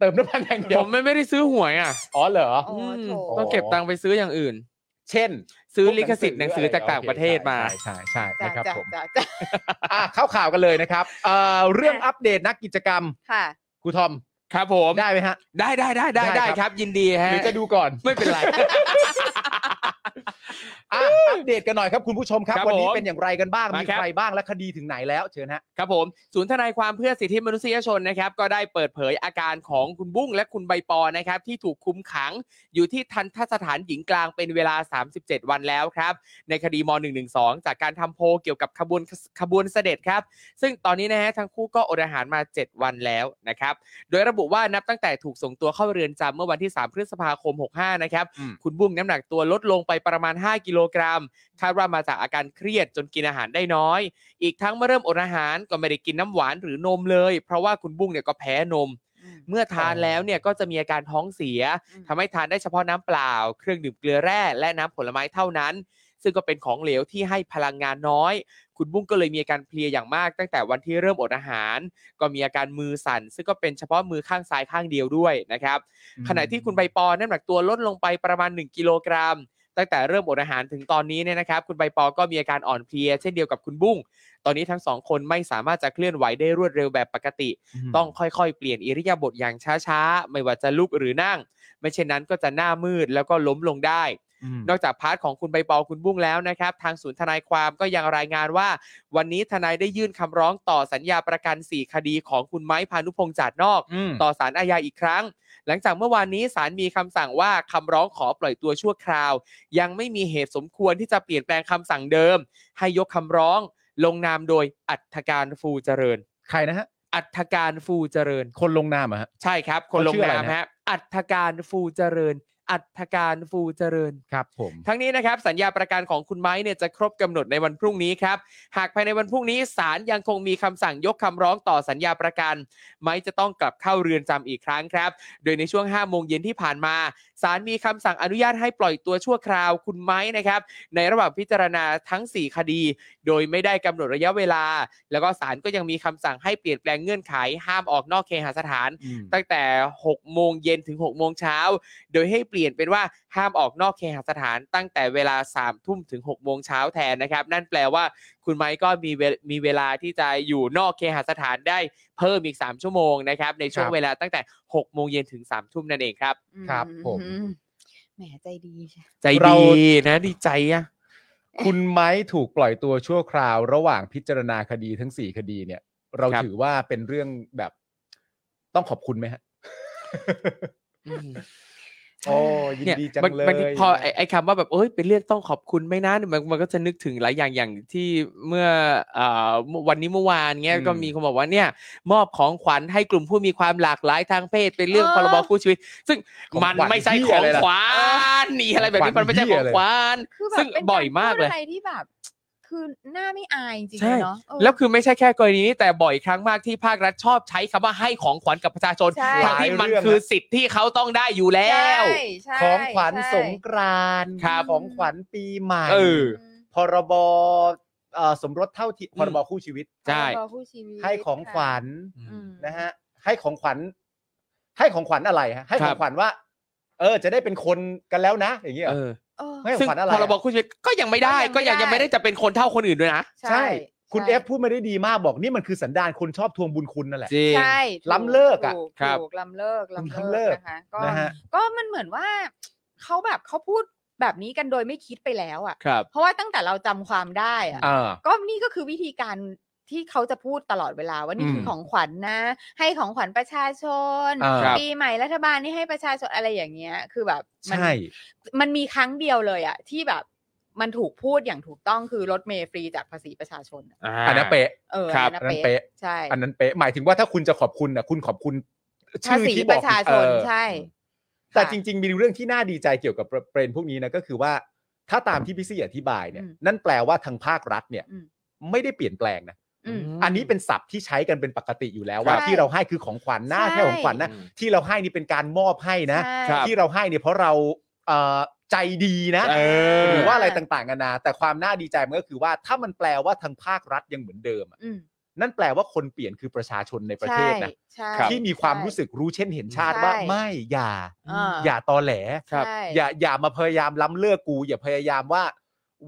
Speaker 4: เติมน้ำมันอย่างเดีย
Speaker 5: ผ
Speaker 4: ว
Speaker 5: มไม่ไม่ได้ซื้อหวยอ่ะ
Speaker 4: อ๋อเหรอ
Speaker 2: โอ้
Speaker 5: ม
Speaker 2: โถ
Speaker 5: ต้องเก็บตังค์ไปซื้ออย่างอื่น
Speaker 4: เช่น
Speaker 5: ซื้อลิขสิทธิ์หนังสือจากต่างประเทศมา
Speaker 4: ใช่ใช่ใช่
Speaker 2: จ้ะ
Speaker 4: นะครับ
Speaker 2: จ้ะ
Speaker 4: ผม
Speaker 2: จ้ะ จ้ะ
Speaker 4: อ่ะเข้าข่าวกันเลยนะครับเอ่อเรื่องอัปเดตนักกิจกรรม
Speaker 2: ค่ะ
Speaker 4: ครูทอม
Speaker 5: ครับผม
Speaker 4: ได้ไหมฮะ
Speaker 5: ได้ได้ได้ได้
Speaker 4: ได้
Speaker 5: ได้
Speaker 4: ครับ
Speaker 5: ครับ ยินดีฮะ
Speaker 4: หรือจะดูก่อน
Speaker 5: ไม่เป็นไร
Speaker 4: อ่ะอัปเดตกันหน่อยครับคุณผู้ชมครับ
Speaker 5: ครับ
Speaker 4: วันนี้
Speaker 5: ผม
Speaker 4: เป็นอย่างไรกันบ้าง
Speaker 5: มา
Speaker 4: มี
Speaker 5: ครับ
Speaker 4: ใครบ้างและคดีถึงไหนแล้วเชิญฮะ
Speaker 5: ครับผมศูนย์ทนายความเพื่อสิทธิมนุษยชนนะครับก็ได้เปิดเผยอาการของคุณบุ้งและคุณใบปอนะครับที่ถูกคุมขังอยู่ที่ทันทสถานหญิงกลางเป็นเวลา 37 วันแล้วครับในคดีม .112 จากการทำโพลเกี่ยวกับขบวนขบวนเสด็จครับ ซึ่งตอนนี้นะฮะทั้งคู่ก็อดอาหารมา 7 วันแล้วนะครับโดยระบุว่านับตั้งแต่ถูกส่งตัวเข้าเรือนจำเมื่อวันที่ 3 พฤษภาคม 65 นะครับ
Speaker 4: อืม
Speaker 5: คุณบุ้งน้ำหนักตัวลดลงไปประมาณ 5 กิโลกรัมคาดว่ามาจากอาการเครียดจนกินอาหารได้น้อย อีกทั้งเมื่อเริ่มอดอาหารก็ไม่ได้กินน้ำหวานหรือนมเลย เพราะว่าคุณบุ้งเนี่ยก็แพ้นม เมื่อทานแล้วเนี่ยก็จะมีอาการท้องเสีย
Speaker 2: อืม
Speaker 5: ทำให้ทานได้เฉพาะน้ำเปล่า เครื่องดื่มเกลือแร่และน้ำผลไม้เท่านั้น ซึ่งก็เป็นของเหลวที่ให้พลังงานน้อย คุณบุ้งก็เลยมีอาการเพลียอย่างมาก ตั้งแต่วันที่เริ่มอดอาหาร ก็มีอาการมือสั่น ซึ่งก็เป็นเฉพาะมือข้างซ้ายข้างเดียวด้วยนะครับ ขณะที่คุณใบปอน้ำหนักตัวลดลงไปประมาณ 1 กิโลกรัม ตั้งแต่เริ่มอดอาหารถึงตอนนี้เนี่ยนะครับ คุณใบปอก็มีอาการอ่อนเพลีย เช่นเดียวกับคุณบุ้ง ตอนนี้ทั้งสองคนไม่สามารถจะเคลื่อนไหวได้รวดเร็วแบบปกติ ต้องค่อยๆ เปลี่ยนอิริยาบถอย่างช้าๆ ไม่ว่าจะลุกหรือนั่ง ไม่เช่นนั้นก็จะหน้ามืดแล้วก็ล้มลงได้ นอกจากพาร์ทของคุณใบปอคุณบุ้งแล้วนะครับ ทางศูนย์ทนายความก็ยังรายงานว่า วันนี้ทนายได้ยื่นคำร้องต่อสัญญาประกัน 4 คดีของคุณไม้พานุพงษ์จาดนอก ต่อศาลอาญาอีกครั้ง หลังจากเมื่อวานนี้ศาลมีคำสั่งว่าคำร้องขอปล่อยตัวชั่วคราว ยังไม่มีเหตุสมควรที่จะเปลี่ยนแปลงคำสั่งเดิม ให้ยกคำร้อง ลงนามโดยอัฐการฟูเจริญ
Speaker 4: ใครนะฮะ
Speaker 5: อัฐการฟูเจริญ
Speaker 4: คนลงนามอะฮะ
Speaker 5: ใช่ครับ คนล
Speaker 4: เขา
Speaker 5: ง
Speaker 4: ชื่ออะไร
Speaker 5: นาม
Speaker 4: นะ
Speaker 5: ฮะอัฐการฟูเจริญ อัฐการฟูเจริญ
Speaker 4: ครับผม
Speaker 5: ทั้งนี้นะครับสัญญาประกันของคุณไม้เนี่ยจะครบกำหนดในวันพรุ่งนี้ครับ หากภายในวันพรุ่งนี้ศาลยังคงมีคำสั่งยกคำร้องต่อสัญญาประกัน ไม้จะต้องกลับเข้าเรือนจำอีกครั้งครับ โดยในช่วง5โมงเย็นที่ผ่านมาศาลมีคำสั่งอนุญาตให้ปล่อยตัวชั่วคราวคุณไม้นะครับ ในระหว่างพิจารณาทั้ง 4 คดี โดยไม่ได้กำหนดระยะเวลา แล้วก็ศาลก็ยังมีคำสั่งให้เปลี่ยนแปลงเงื่อนไข ห้ามออกนอกเคหสถาน ตั้งแต่ 6 โมงเย็นถึง 6 โมงเช้า โดยให้เปลี่ยนเป็นว่าห้ามออกนอกเคหสถานตั้งแต่เวลา 3 ทุ่มถึง 6 โมงเช้าแทนนะครับ นั่นแปลว่าคุณไม้ก็มีเวลมีเวลาที่จะอยู่นอกเคหสถานได้เพิ่มอีก 3 ชั่วโมงนะครับ ในช่วงเวลาตั้งแต่ 6 โมงเย็นถึง 3 ทุ่มนั่นเองครับ
Speaker 4: ครับผม
Speaker 2: อืแหมใจดีใช่
Speaker 5: ใจ
Speaker 4: เรา
Speaker 5: ดีนะดีใจอะ
Speaker 4: คุณไม้ถูกปล่อยตัวชั่วคราว ระหว่างพิจารณาคดีทั้งสี่คดีเนี่ย เราถือว่าเป็นเรื่องแบบต้องขอบคุณไหมฮะ
Speaker 5: อืม
Speaker 4: โอ้ยินดีจัง
Speaker 5: มัน
Speaker 4: เลย
Speaker 5: มันพอไอ้ไอ้คำว่าแบบเอ้ยเป็นเรื่องต้องขอบคุณไหม่นะมันมันก็จะนึกถึงหลายอย่างอย่างที่เมื่อเอ่อเมื่อวันนี้เมื่อวานเงี้ยก็มีคนบอกว่าเนี่ย มอบของขวัญให้กลุ่มผู้มีความหลากหลายทางเพศเป็นเรื่องพรบคู่ชีวิต ซึ่ง
Speaker 4: ของ
Speaker 5: มัน
Speaker 4: ขวัญ
Speaker 5: ไม่ใช่
Speaker 4: เหี้
Speaker 5: ข
Speaker 4: ย
Speaker 5: อง
Speaker 4: อะไรล่ะ
Speaker 5: ขวัญนี่อะไรแบบนี้
Speaker 4: ขวั
Speaker 5: มั
Speaker 4: ญ
Speaker 5: นไม่ใช่ของ
Speaker 4: เหี้ยอะไร
Speaker 5: ขวัญ
Speaker 2: คือแบบ
Speaker 5: ซึ่ง
Speaker 2: เป็น
Speaker 5: บ่อยมากเลย
Speaker 2: รพูดอะไรที่แบบ คือหน้าไม่อายจริง
Speaker 5: ใช่
Speaker 2: ๆเนาะเออ
Speaker 5: แล้วคือไม่ใช่แค่กรณีนี้แต่บ่อยครั้งมากที่ภาครัฐชอบใช้คำว่าให้ของขวัญกับประชาชน
Speaker 2: ใช่
Speaker 5: ทั้งที่มันคือสิทธิ์ที่เขาต้องได้อยู่แล้ว
Speaker 2: ใช่ใช่
Speaker 4: ของขวัญ
Speaker 2: ใช่
Speaker 4: สงกรานต์
Speaker 5: ครับ
Speaker 4: ของขวัญปีใหม่
Speaker 5: เออ
Speaker 2: ม
Speaker 4: พรบเอ่อสมรสเท่าเทียม
Speaker 5: อืม
Speaker 4: พรบคู่ชีวิต
Speaker 5: ใช่
Speaker 2: พรบผู้ชีวิต
Speaker 4: ให้ของขวัญ
Speaker 2: อืม
Speaker 4: นะฮะให้ของขวัญให้ของขวัญอะไรฮะให้ข
Speaker 5: ค
Speaker 4: อ
Speaker 5: รั
Speaker 4: ง
Speaker 5: บ
Speaker 4: ขวัญว่า เออ จะได้เป็นคนกันแล้วนะ อย่างเงี้ยเหร
Speaker 5: เออ
Speaker 4: อ
Speaker 2: เออ
Speaker 4: ให้ขอ
Speaker 5: ซึ่ง
Speaker 4: งขวัญอะไร
Speaker 5: พ
Speaker 4: อะ
Speaker 5: รบคู่ชีวิตก็ยังไม่ได้
Speaker 2: ก็
Speaker 5: ก็
Speaker 2: ยั
Speaker 5: ยัง
Speaker 2: งไม่ได้
Speaker 5: ยังไม่ได้จะเป็นคนเท่าคนอื่นด้วยนะ
Speaker 4: ใช่ คุณเอฟพูดมาได้ดีมากบอกนี่มันคือสันดานคนชอบทวงบุญคุณนั่นแหละ
Speaker 5: จริง
Speaker 2: ใช่
Speaker 4: ล้ำเลิกอะ
Speaker 2: ถู
Speaker 5: ครับ
Speaker 2: ถูกล้ำเลิกล้ำ
Speaker 4: ล้ำเลิ
Speaker 2: เลิ
Speaker 4: ก
Speaker 2: กนะคะก็
Speaker 4: นะฮะ
Speaker 2: ก็มันเหมือนว่าเขาแบบเขาพูดแบบนี้กันโดยไม่คิดไปแล้วอ่ะ
Speaker 5: ครับ
Speaker 2: เพราะว่าตั้งแต่เราจำความได้อะ
Speaker 4: อ่า
Speaker 2: ก็นี่ก็คือวิธีการที่เขาจะพูดตลอดเวลาว่านี่คือ
Speaker 4: ม
Speaker 2: ของขวัญนะ ให้ของขวัญประชาชน
Speaker 4: อ่า
Speaker 5: ครับ
Speaker 2: ปีใหม่รัฐบาลนี่ให้ประชาชนอะไรอย่างเงี้ย คือแบบมัน
Speaker 4: ใช่
Speaker 2: มันมีครั้งเดียวเลยอะที่แบบ มันถูกพูดอย่างถูกต้องคือรถเมล์ฟรีจากภาษีประชาชนอะ
Speaker 4: อันนั้นเป๊ะ
Speaker 2: เออ
Speaker 4: ครับ
Speaker 2: อัน
Speaker 4: อันนั้
Speaker 2: นั้น น
Speaker 4: เป๊ะ
Speaker 2: เป๊ะใช่
Speaker 4: อันนั้นเป๊ะหมายถึงว่าถ้าคุณจะขอบคุณนะคุณขอบคุณ
Speaker 2: ภา
Speaker 4: ชื่อ
Speaker 2: ษี
Speaker 4: ที่
Speaker 2: ป
Speaker 4: บอก
Speaker 2: ระชาชน
Speaker 4: เออ
Speaker 2: ใช่
Speaker 4: แต่
Speaker 2: ค่ะ
Speaker 4: จริง ๆ มีเรื่องที่น่าดีใจเกี่ยวกับประเด็นพวกนี้นะก็คือว่า ถ้าตามที่พี่ซี่อธิบายเนี่ย
Speaker 2: อืม
Speaker 4: นั่นแปลว่าทางภาครัฐเนี่ย
Speaker 2: อืม
Speaker 4: ไม่ได้เปลี่ยนแปลงนะ
Speaker 2: อืม
Speaker 4: อันนี้เป็นศัพท์ที่ใช้กันเป็นปกติอยู่แล้วว่า
Speaker 2: ใช่
Speaker 4: ที่เราให้คือของขวัญนะ
Speaker 2: ใช่
Speaker 4: แค่ของขวัญนะที่เราให้นี่เป็นการมอบให้นะ
Speaker 2: ใช่
Speaker 5: ครับ
Speaker 4: ที่เราให้เนี่ยเพราะเราเอ่อใจดีนะ
Speaker 5: เออ
Speaker 4: หรือว่าอะไรต่างๆกันานาแต่ความน่าดีใจมันก็คือว่าถ้ามันแปลว่าทางภาครัฐยังเหมือนเดิมอะ
Speaker 2: อืม
Speaker 4: นั่นแปลว่าคนเปลี่ยนคือประชาชนในประเทศนะ
Speaker 2: ใช่
Speaker 4: ที่มีความรู้สึกรู้เช่นเห็นชาติว่า
Speaker 2: ใช่
Speaker 4: ไม่อย่า
Speaker 2: ใช่
Speaker 4: อย่าตอแหล
Speaker 5: ครับ
Speaker 2: ใช่
Speaker 4: อย่าอย่ามาพยายามล้ำเลิกกู อย่าพยายามว่า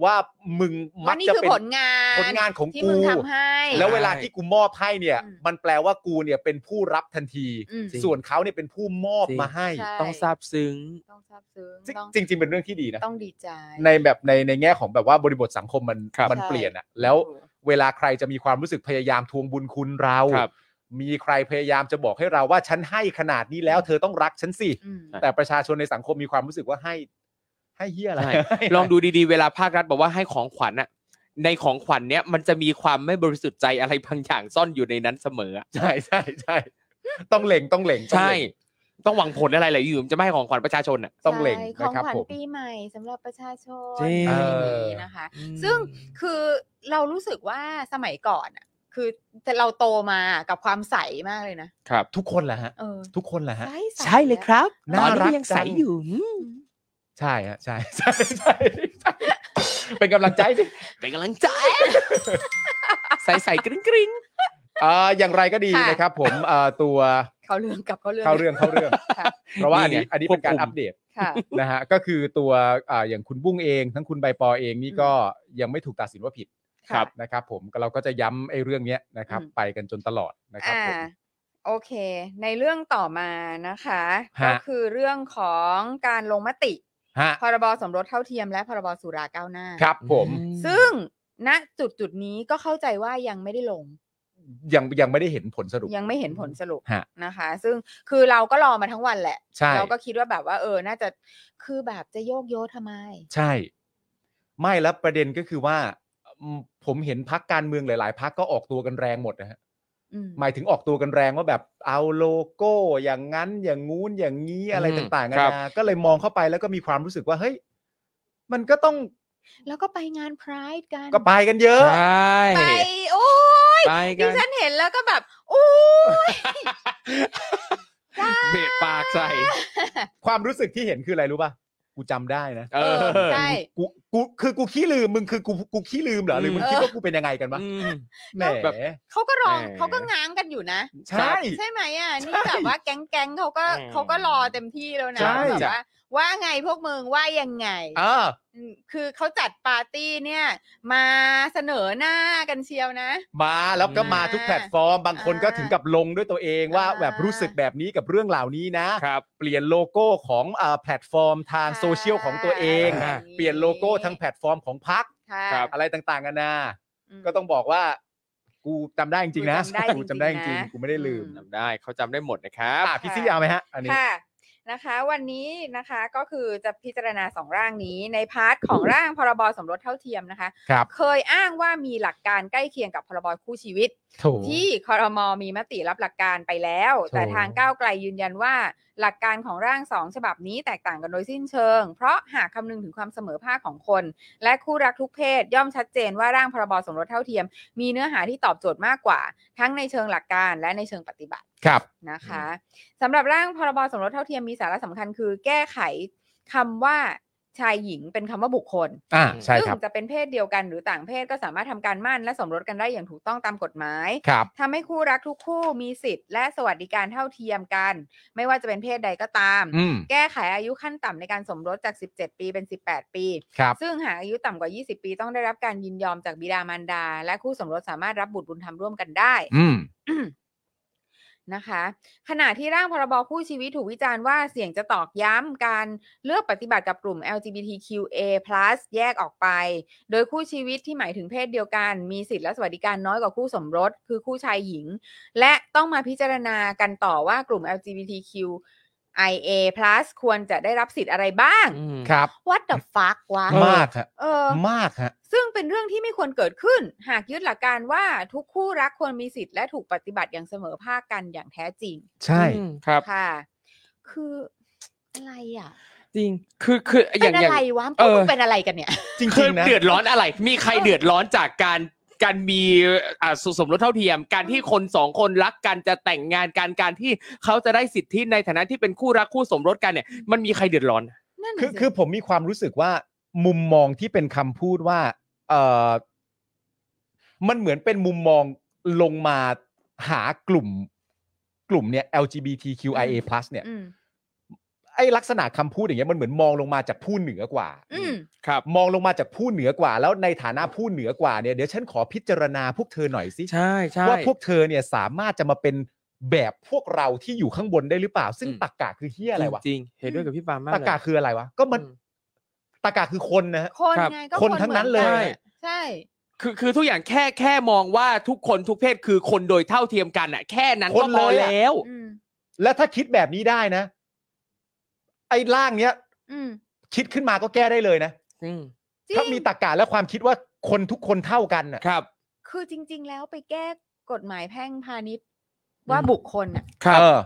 Speaker 4: ว่ามึงมั
Speaker 2: ว่าก นี่
Speaker 4: จะ
Speaker 2: คือ
Speaker 4: เป็น
Speaker 2: ผลงาน
Speaker 4: ผลงานของ
Speaker 2: ที่
Speaker 4: กู
Speaker 2: มึงทำให้
Speaker 4: แล้วเวลาที่กูมอบให้เนี่ย
Speaker 2: อืม
Speaker 4: มันแปลว่ากูเนี่ยเป็นผู้รับทันที
Speaker 2: อืม
Speaker 5: จริง
Speaker 4: ส่วนเขาเนี่ยเป็นผู้มอบ
Speaker 5: จริง
Speaker 4: มาให้
Speaker 2: ใช่
Speaker 5: ต้องซาบซึ้ง
Speaker 2: ต้องซาบซึ้งต้อง
Speaker 4: จริงจริง ๆ เป็นเรื่องที่ดีนะ
Speaker 2: ต้องดีใจ
Speaker 4: ในแบบในในแง่ของแบบว่าบริบทสังคมมัน
Speaker 5: ครับ
Speaker 4: มัน
Speaker 2: ใช่
Speaker 4: เปลี่ยนอะแล้วเวลาใครจะมีความรู้สึกพยายามทวงบุญคุณเรา
Speaker 5: ครับ
Speaker 4: มีใครพยายามจะบอกให้เราว่าฉันให้ขนาดนี้แล้ว เธอต้องรักฉันสิ
Speaker 2: อืม
Speaker 4: แต่ประชาชนในสังคมมีความรู้สึกว่าให้ ให้เฮียอะไร
Speaker 5: ใช่ ลองดูดีๆ เวลาภาครัฐบอกว่าให้ของขวัญน่ะ ในของขวัญเนี้ยมันจะมีความไม่บริสุทธิ์ใจอะไรบางอย่างซ่อนอยู่ในนั้นเสมออะ
Speaker 4: ใช่ใช่ใช่ต้องเล็งต้องเล็งต้อง
Speaker 5: ใช่
Speaker 4: เล็ง
Speaker 5: ต้องหวังผลอะไรหลายอยู่ผมจะไม่ให้ของขวัญประชาชนอ่ะ
Speaker 4: ต้องเล็ง
Speaker 2: ใช่
Speaker 4: นะ
Speaker 2: ของ
Speaker 4: ครับ
Speaker 2: ขวัญ
Speaker 4: ผม
Speaker 2: ปีใหม่สำหรับประชาชน
Speaker 5: จริง
Speaker 2: อะไรอย่างนี้นะคะ ซึ่งคือเรารู้สึกว่าสมัยก่อนอะคือแต่เราโตมากับความใสมากเลยนะ
Speaker 5: ครับ
Speaker 4: ทุกคนแหละฮะ
Speaker 2: เออ
Speaker 4: ทุกคนแหละฮะ
Speaker 2: ใสใส
Speaker 4: น่ารักจัง
Speaker 2: อืม
Speaker 4: ใช่ฮะใช่ใช่ใช่ใช่เป็นกำลังใจสิ
Speaker 5: เป็นกำลังใจ ใส่ใส่กริ๊งกริ๊ง
Speaker 4: เอ่ออย่างไรก็ดีนะครับ ผมเอ่อตัว
Speaker 2: เขาเรื่องกลับเขาเรื่อง
Speaker 4: เข้าเรื่องเข้าเรื่อง
Speaker 2: ค่ะ
Speaker 4: เพราะว่าอันนี้
Speaker 5: นี่ไง
Speaker 4: อันนี้เป็นการ
Speaker 5: ควบคุม
Speaker 4: อัปเดต
Speaker 2: ค่ะ
Speaker 4: นะฮะก็คือตัวเอ่ออย่างคุณบุ้งเอง ทั้งคุณใบปอเองนี่ก็ยังไม่ถูกตัดสินว่าผิด
Speaker 2: ครับ
Speaker 4: นะครับผมก็เราก็จะย้ำไอ้เรื่องเนี้ยนะครับ ไปกันจนตลอดนะครับผม
Speaker 2: อ่าโอเค ในเรื่องต่อมานะคะ
Speaker 4: ฮะ
Speaker 2: ก็คือเรื่องของการลงมติ
Speaker 4: ฮะ
Speaker 2: พรบสมรสเท่าเทียมและพรบสุราก้าวหน้า
Speaker 4: ครับผม
Speaker 2: ซึ่งณจุดจุดๆนี้ก็เข้าใจว่ายังไม่ได้ลง
Speaker 4: ยังยังไม่ได้เห็นผลสรุป
Speaker 2: ยังไม่เห็นผลสรุป
Speaker 4: ฮะ
Speaker 2: นะคะ ซึ่งคือเราก็รอมาทั้งวันแหละ
Speaker 4: ใช่
Speaker 2: เราก็คิดว่าแบบว่าเออ น่าจะคือแบบจะโยกโยทำไม
Speaker 4: ใช่ ไม่แล้วประเด็นก็คือว่าอืมผมเห็นพักการเมืองหลาย ๆพักก็ออกตัวกันแรงหมดนะฮะ
Speaker 2: อืม
Speaker 4: หมายถึงออกตัวกันแรงว่าแบบเอาโลโก้อย่างนั้นอย่างงู้นอย่างนี้อะไร
Speaker 5: อืม
Speaker 4: ต่างๆกั
Speaker 5: ครั
Speaker 4: นา
Speaker 5: บ
Speaker 4: นาก็เลยมองเข้าไปแล้วก็มีความรู้สึกว่าเฮ้ยมันก็ต้อง
Speaker 2: แล้วก็ไปงานพรายกัน
Speaker 4: ก็ไปกันเยอะ
Speaker 5: ใช่
Speaker 2: ไปโอ้ย
Speaker 5: ไป
Speaker 2: ดิ
Speaker 5: กัน
Speaker 2: ฉันเห็นแล้วก็แบบโอ้ย
Speaker 5: เบะปากใส่
Speaker 4: ความรู้สึกที่เห็นคืออะไรรู้ป่ะกูจำได้นะ
Speaker 5: เออ
Speaker 2: เออใช่
Speaker 4: กูกูคือกูขี้ลืมมึงคือกูกูขี้ลืมเหรอหรือ
Speaker 5: ม
Speaker 4: มึงคิดว่ากูเป็นยังไงกันวะ
Speaker 5: อืม
Speaker 4: แหม
Speaker 5: แบบ
Speaker 2: เขาก็ร้อง
Speaker 5: แหม
Speaker 2: เขาก็ง้างกันอยู่นะ
Speaker 4: ใช่
Speaker 2: ใช่ไหมอ่ะนี่
Speaker 4: ใช่
Speaker 2: แบบว่าแก๊งแก๊งๆเขาก็
Speaker 5: อืม
Speaker 2: เขาก็รอเต็มที่แล้วนะ
Speaker 4: ใช่
Speaker 2: แบบว่าว่าไงพวกมึงว่ายังไง
Speaker 4: เออ
Speaker 2: อืมคือเขาจัดปาร์ตี้เนี่ย มาเสนอหน้ากันเชียวนะ
Speaker 4: มาแล้วก็มาทุกแพลตฟอร์ม บางคนก็
Speaker 2: อ่า
Speaker 4: ถึงกับลงด้วยตัวเองว่า
Speaker 2: อ่า
Speaker 4: แบบรู้สึกแบบนี้กับเรื่องเหล่านี้นะ
Speaker 5: ครับ
Speaker 4: เปลี่ยนโลโก้ของเอ่อแพลตฟอร์มทางโซเชียลของตัวเอง
Speaker 5: อ่า
Speaker 4: เปลี่ยนโลโก้ทางแพลตฟอร์มของพัก
Speaker 2: ค่ะ
Speaker 5: ครับ
Speaker 4: อะไรต่างๆกันานา
Speaker 2: อืม
Speaker 4: ก็ต้องบอกว่า กูจำได้จริงๆนะ
Speaker 2: กู
Speaker 4: กูจำ
Speaker 2: จำได้จ
Speaker 4: ได้จ
Speaker 2: ริงๆ
Speaker 4: ริง
Speaker 2: นะ
Speaker 4: ๆกูไม่ได้ลืม
Speaker 2: อืม
Speaker 5: จำได้เขาจำได้หมดนะครับ
Speaker 4: อ่ะพี่ซี่เอาไหมฮะ อันนี้
Speaker 2: ค่ะนะคะ วันนี้นะคะก็คือจะพิจารณาสองร่างนี้ในพาร์ทของร่างพรบสมรสเท่าเทียมนะคะ
Speaker 4: ครับ
Speaker 2: เคยอ้างว่ามีหลักการใกล้เคียงกับพรบคู่ชีวิต
Speaker 4: โถูก
Speaker 2: ที่คอรมอมีมติรับหลักการไปแล้ว
Speaker 4: ถูก
Speaker 2: แต่ทางก้าวไกลยืนยันว่า หลักการของร่างสองฉบับนี้แตกต่างกันโดยสิ้นเชิง เพราะหากคำนึงถึงความเสมอภาคของคน และคู่รักทุกเพศ ย่อมชัดเจนว่าร่างพรบสมรสเท่าเทียม มีเนื้อหาที่ตอบโจทย์มากกว่า ทั้งในเชิงหลักการและในเชิงปฏิบัติ
Speaker 4: ครับ
Speaker 2: นะคะสำหรับร่างพรบสมรสเท่าเทียมมีสาระสำคัญคือแก้ไขคำว่าชายหญิงเป็นคำว่าบุคคล
Speaker 4: อ่าใช่
Speaker 2: ซึ่ง
Speaker 4: ครับ
Speaker 2: จะเป็นเพศเดียวกันหรือต่างเพศก็สามารถทำการหมั่นและสมรสกันได้อย่างถูกต้องตามกฎหมาย
Speaker 4: ครับ
Speaker 2: ทำให้คู่รักทุกคู่มีสิทธิ์และสวัสดิการเท่าเทียมกัน ไม่ว่าจะเป็นเพศใดก็ตาม
Speaker 4: อืม
Speaker 2: แก้ไขอายุขั้นต่ำในการสมรสจาก 17 ปีเป็น 18 ปี
Speaker 4: ครับ
Speaker 2: ซึ่งหากอายุต่ำกว่า 20 ปีต้องได้รับการยินยอมจากบิดามารดา และคู่สมรสสามารถรับบุตรบุญธรรมร่วมกันได้
Speaker 4: อืม
Speaker 2: นะคะ ขณะที่ร่างพรบคู่ชีวิตถูกวิจารณ์ว่าเสี่ยงจะตอกย้ำการเลือกปฏิบัติกับกลุ่ม LGBTQA+ แยกออกไป โดยคู่ชีวิตที่หมายถึงเพศเดียวกัน มีสิทธิและสวัสดิการน้อยกว่าคู่สมรส คือคู่ชายหญิง และต้องมาพิจารณากันต่อว่ากลุ่ม LGBTQ IA plus ควรจะได้รับสิทธิ์อะไรบ้าง
Speaker 5: อืม
Speaker 4: ครับ
Speaker 2: What the fuck วะ
Speaker 4: มากฮะ
Speaker 2: เออ
Speaker 4: มากฮะ
Speaker 2: ซึ่งเป็นเรื่องที่ไม่ควรเกิดขึ้น หากยึดหลักการว่าทุกคู่รักควรมีสิทธิ์และถูกปฏิบัติอย่างเสมอภาคกันอย่างแท้จริง
Speaker 4: ใช่
Speaker 5: อืมครับ
Speaker 2: ค่ะ คืออะไรอ่ะ
Speaker 5: จริง คือคืออ
Speaker 2: เป็
Speaker 5: ย่าง
Speaker 2: น
Speaker 5: อ
Speaker 2: อะ
Speaker 5: ย่าง
Speaker 2: ไรวะพ
Speaker 5: เอ
Speaker 2: วก
Speaker 5: อ
Speaker 2: มึงเป็นอะไรกันเนี่ย
Speaker 4: จริ
Speaker 5: คือง
Speaker 4: ๆนะ
Speaker 5: เดือดร้อนอะไร มีใครเดือดร้อนจากการการมีอ่าสสมรสเท่าเทียม การที่คนสองคนรักกันจะแต่งงานกันการที่เขาจะได้สิทธิในฐานะที่เป็นคู่รักคู่สมรสกันเนี่ย มันมีใครเดือดร้อน
Speaker 2: นั่นน่ะ
Speaker 4: คือ
Speaker 2: สิ
Speaker 4: คือผมมีความรู้สึกว่ามุมมองที่เป็นคำพูดว่าเออมันเหมือนเป็นมุมมองลงมาหากลุ่ม กลุ่มเนี่ย LGBTQIA+ เนี่ย
Speaker 2: อืม
Speaker 4: ไอลักษณะคำพูดอย่างเงี้ยมันเหมือนมองลงมาจากผู้เหนือกว่า
Speaker 2: อืม
Speaker 5: ครับ
Speaker 4: มองลงมาจากผู้เหนือกว่า แล้วในฐานะผู้เหนือกว่าเนี่ยเดี๋ยวฉันขอพิจารณาพวกเธอหน่อยสิ
Speaker 5: ใช่ใช่
Speaker 4: ว่าพวกเธอเนี่ยสามารถจะมาเป็นแบบพวกเราที่อยู่ข้างบนได้หรือเปล่า ซึ่ง
Speaker 5: อืม
Speaker 4: ตักกะคือเฮียอะไรวะ
Speaker 5: จริงๆเห็นด้วยกับพี่ปาล์มมาก
Speaker 4: ตัก
Speaker 5: เลย
Speaker 4: กะคืออะไรวะก็มัน
Speaker 5: อื
Speaker 4: ตักกะคือคนนะฮะ
Speaker 2: คน
Speaker 5: ครับ
Speaker 2: ไงก็
Speaker 4: คนทั้งนั้นเลย
Speaker 2: หมือกัอะใช่
Speaker 5: คือคือทุกอย่างแค่แค่มองว่าทุกคนทุกเพศคือคนโดยเท่าเทียมกันอ่ะ แค่นั้นก็
Speaker 4: คน
Speaker 5: พ
Speaker 4: เล
Speaker 5: อย
Speaker 4: อะ
Speaker 5: แล้ว
Speaker 2: อืม
Speaker 4: และถ้าคิดแบบนี้ได้นะ ไอ้ร่างเนี้ย
Speaker 2: อืม
Speaker 4: คิดขึ้นมาก็แก้ได้เลยนะ
Speaker 5: อืม
Speaker 2: จริ
Speaker 4: ถ้าง มีตรกกะและความคิดว่าคนทุกคนเท่ากันน่ะ
Speaker 5: ครับ
Speaker 2: คือจริง ๆ แล้วไปแก้กฎหมายแพ่งพาณิชย์ว่าบุคคลอ่ะ
Speaker 5: ครับ
Speaker 4: เออ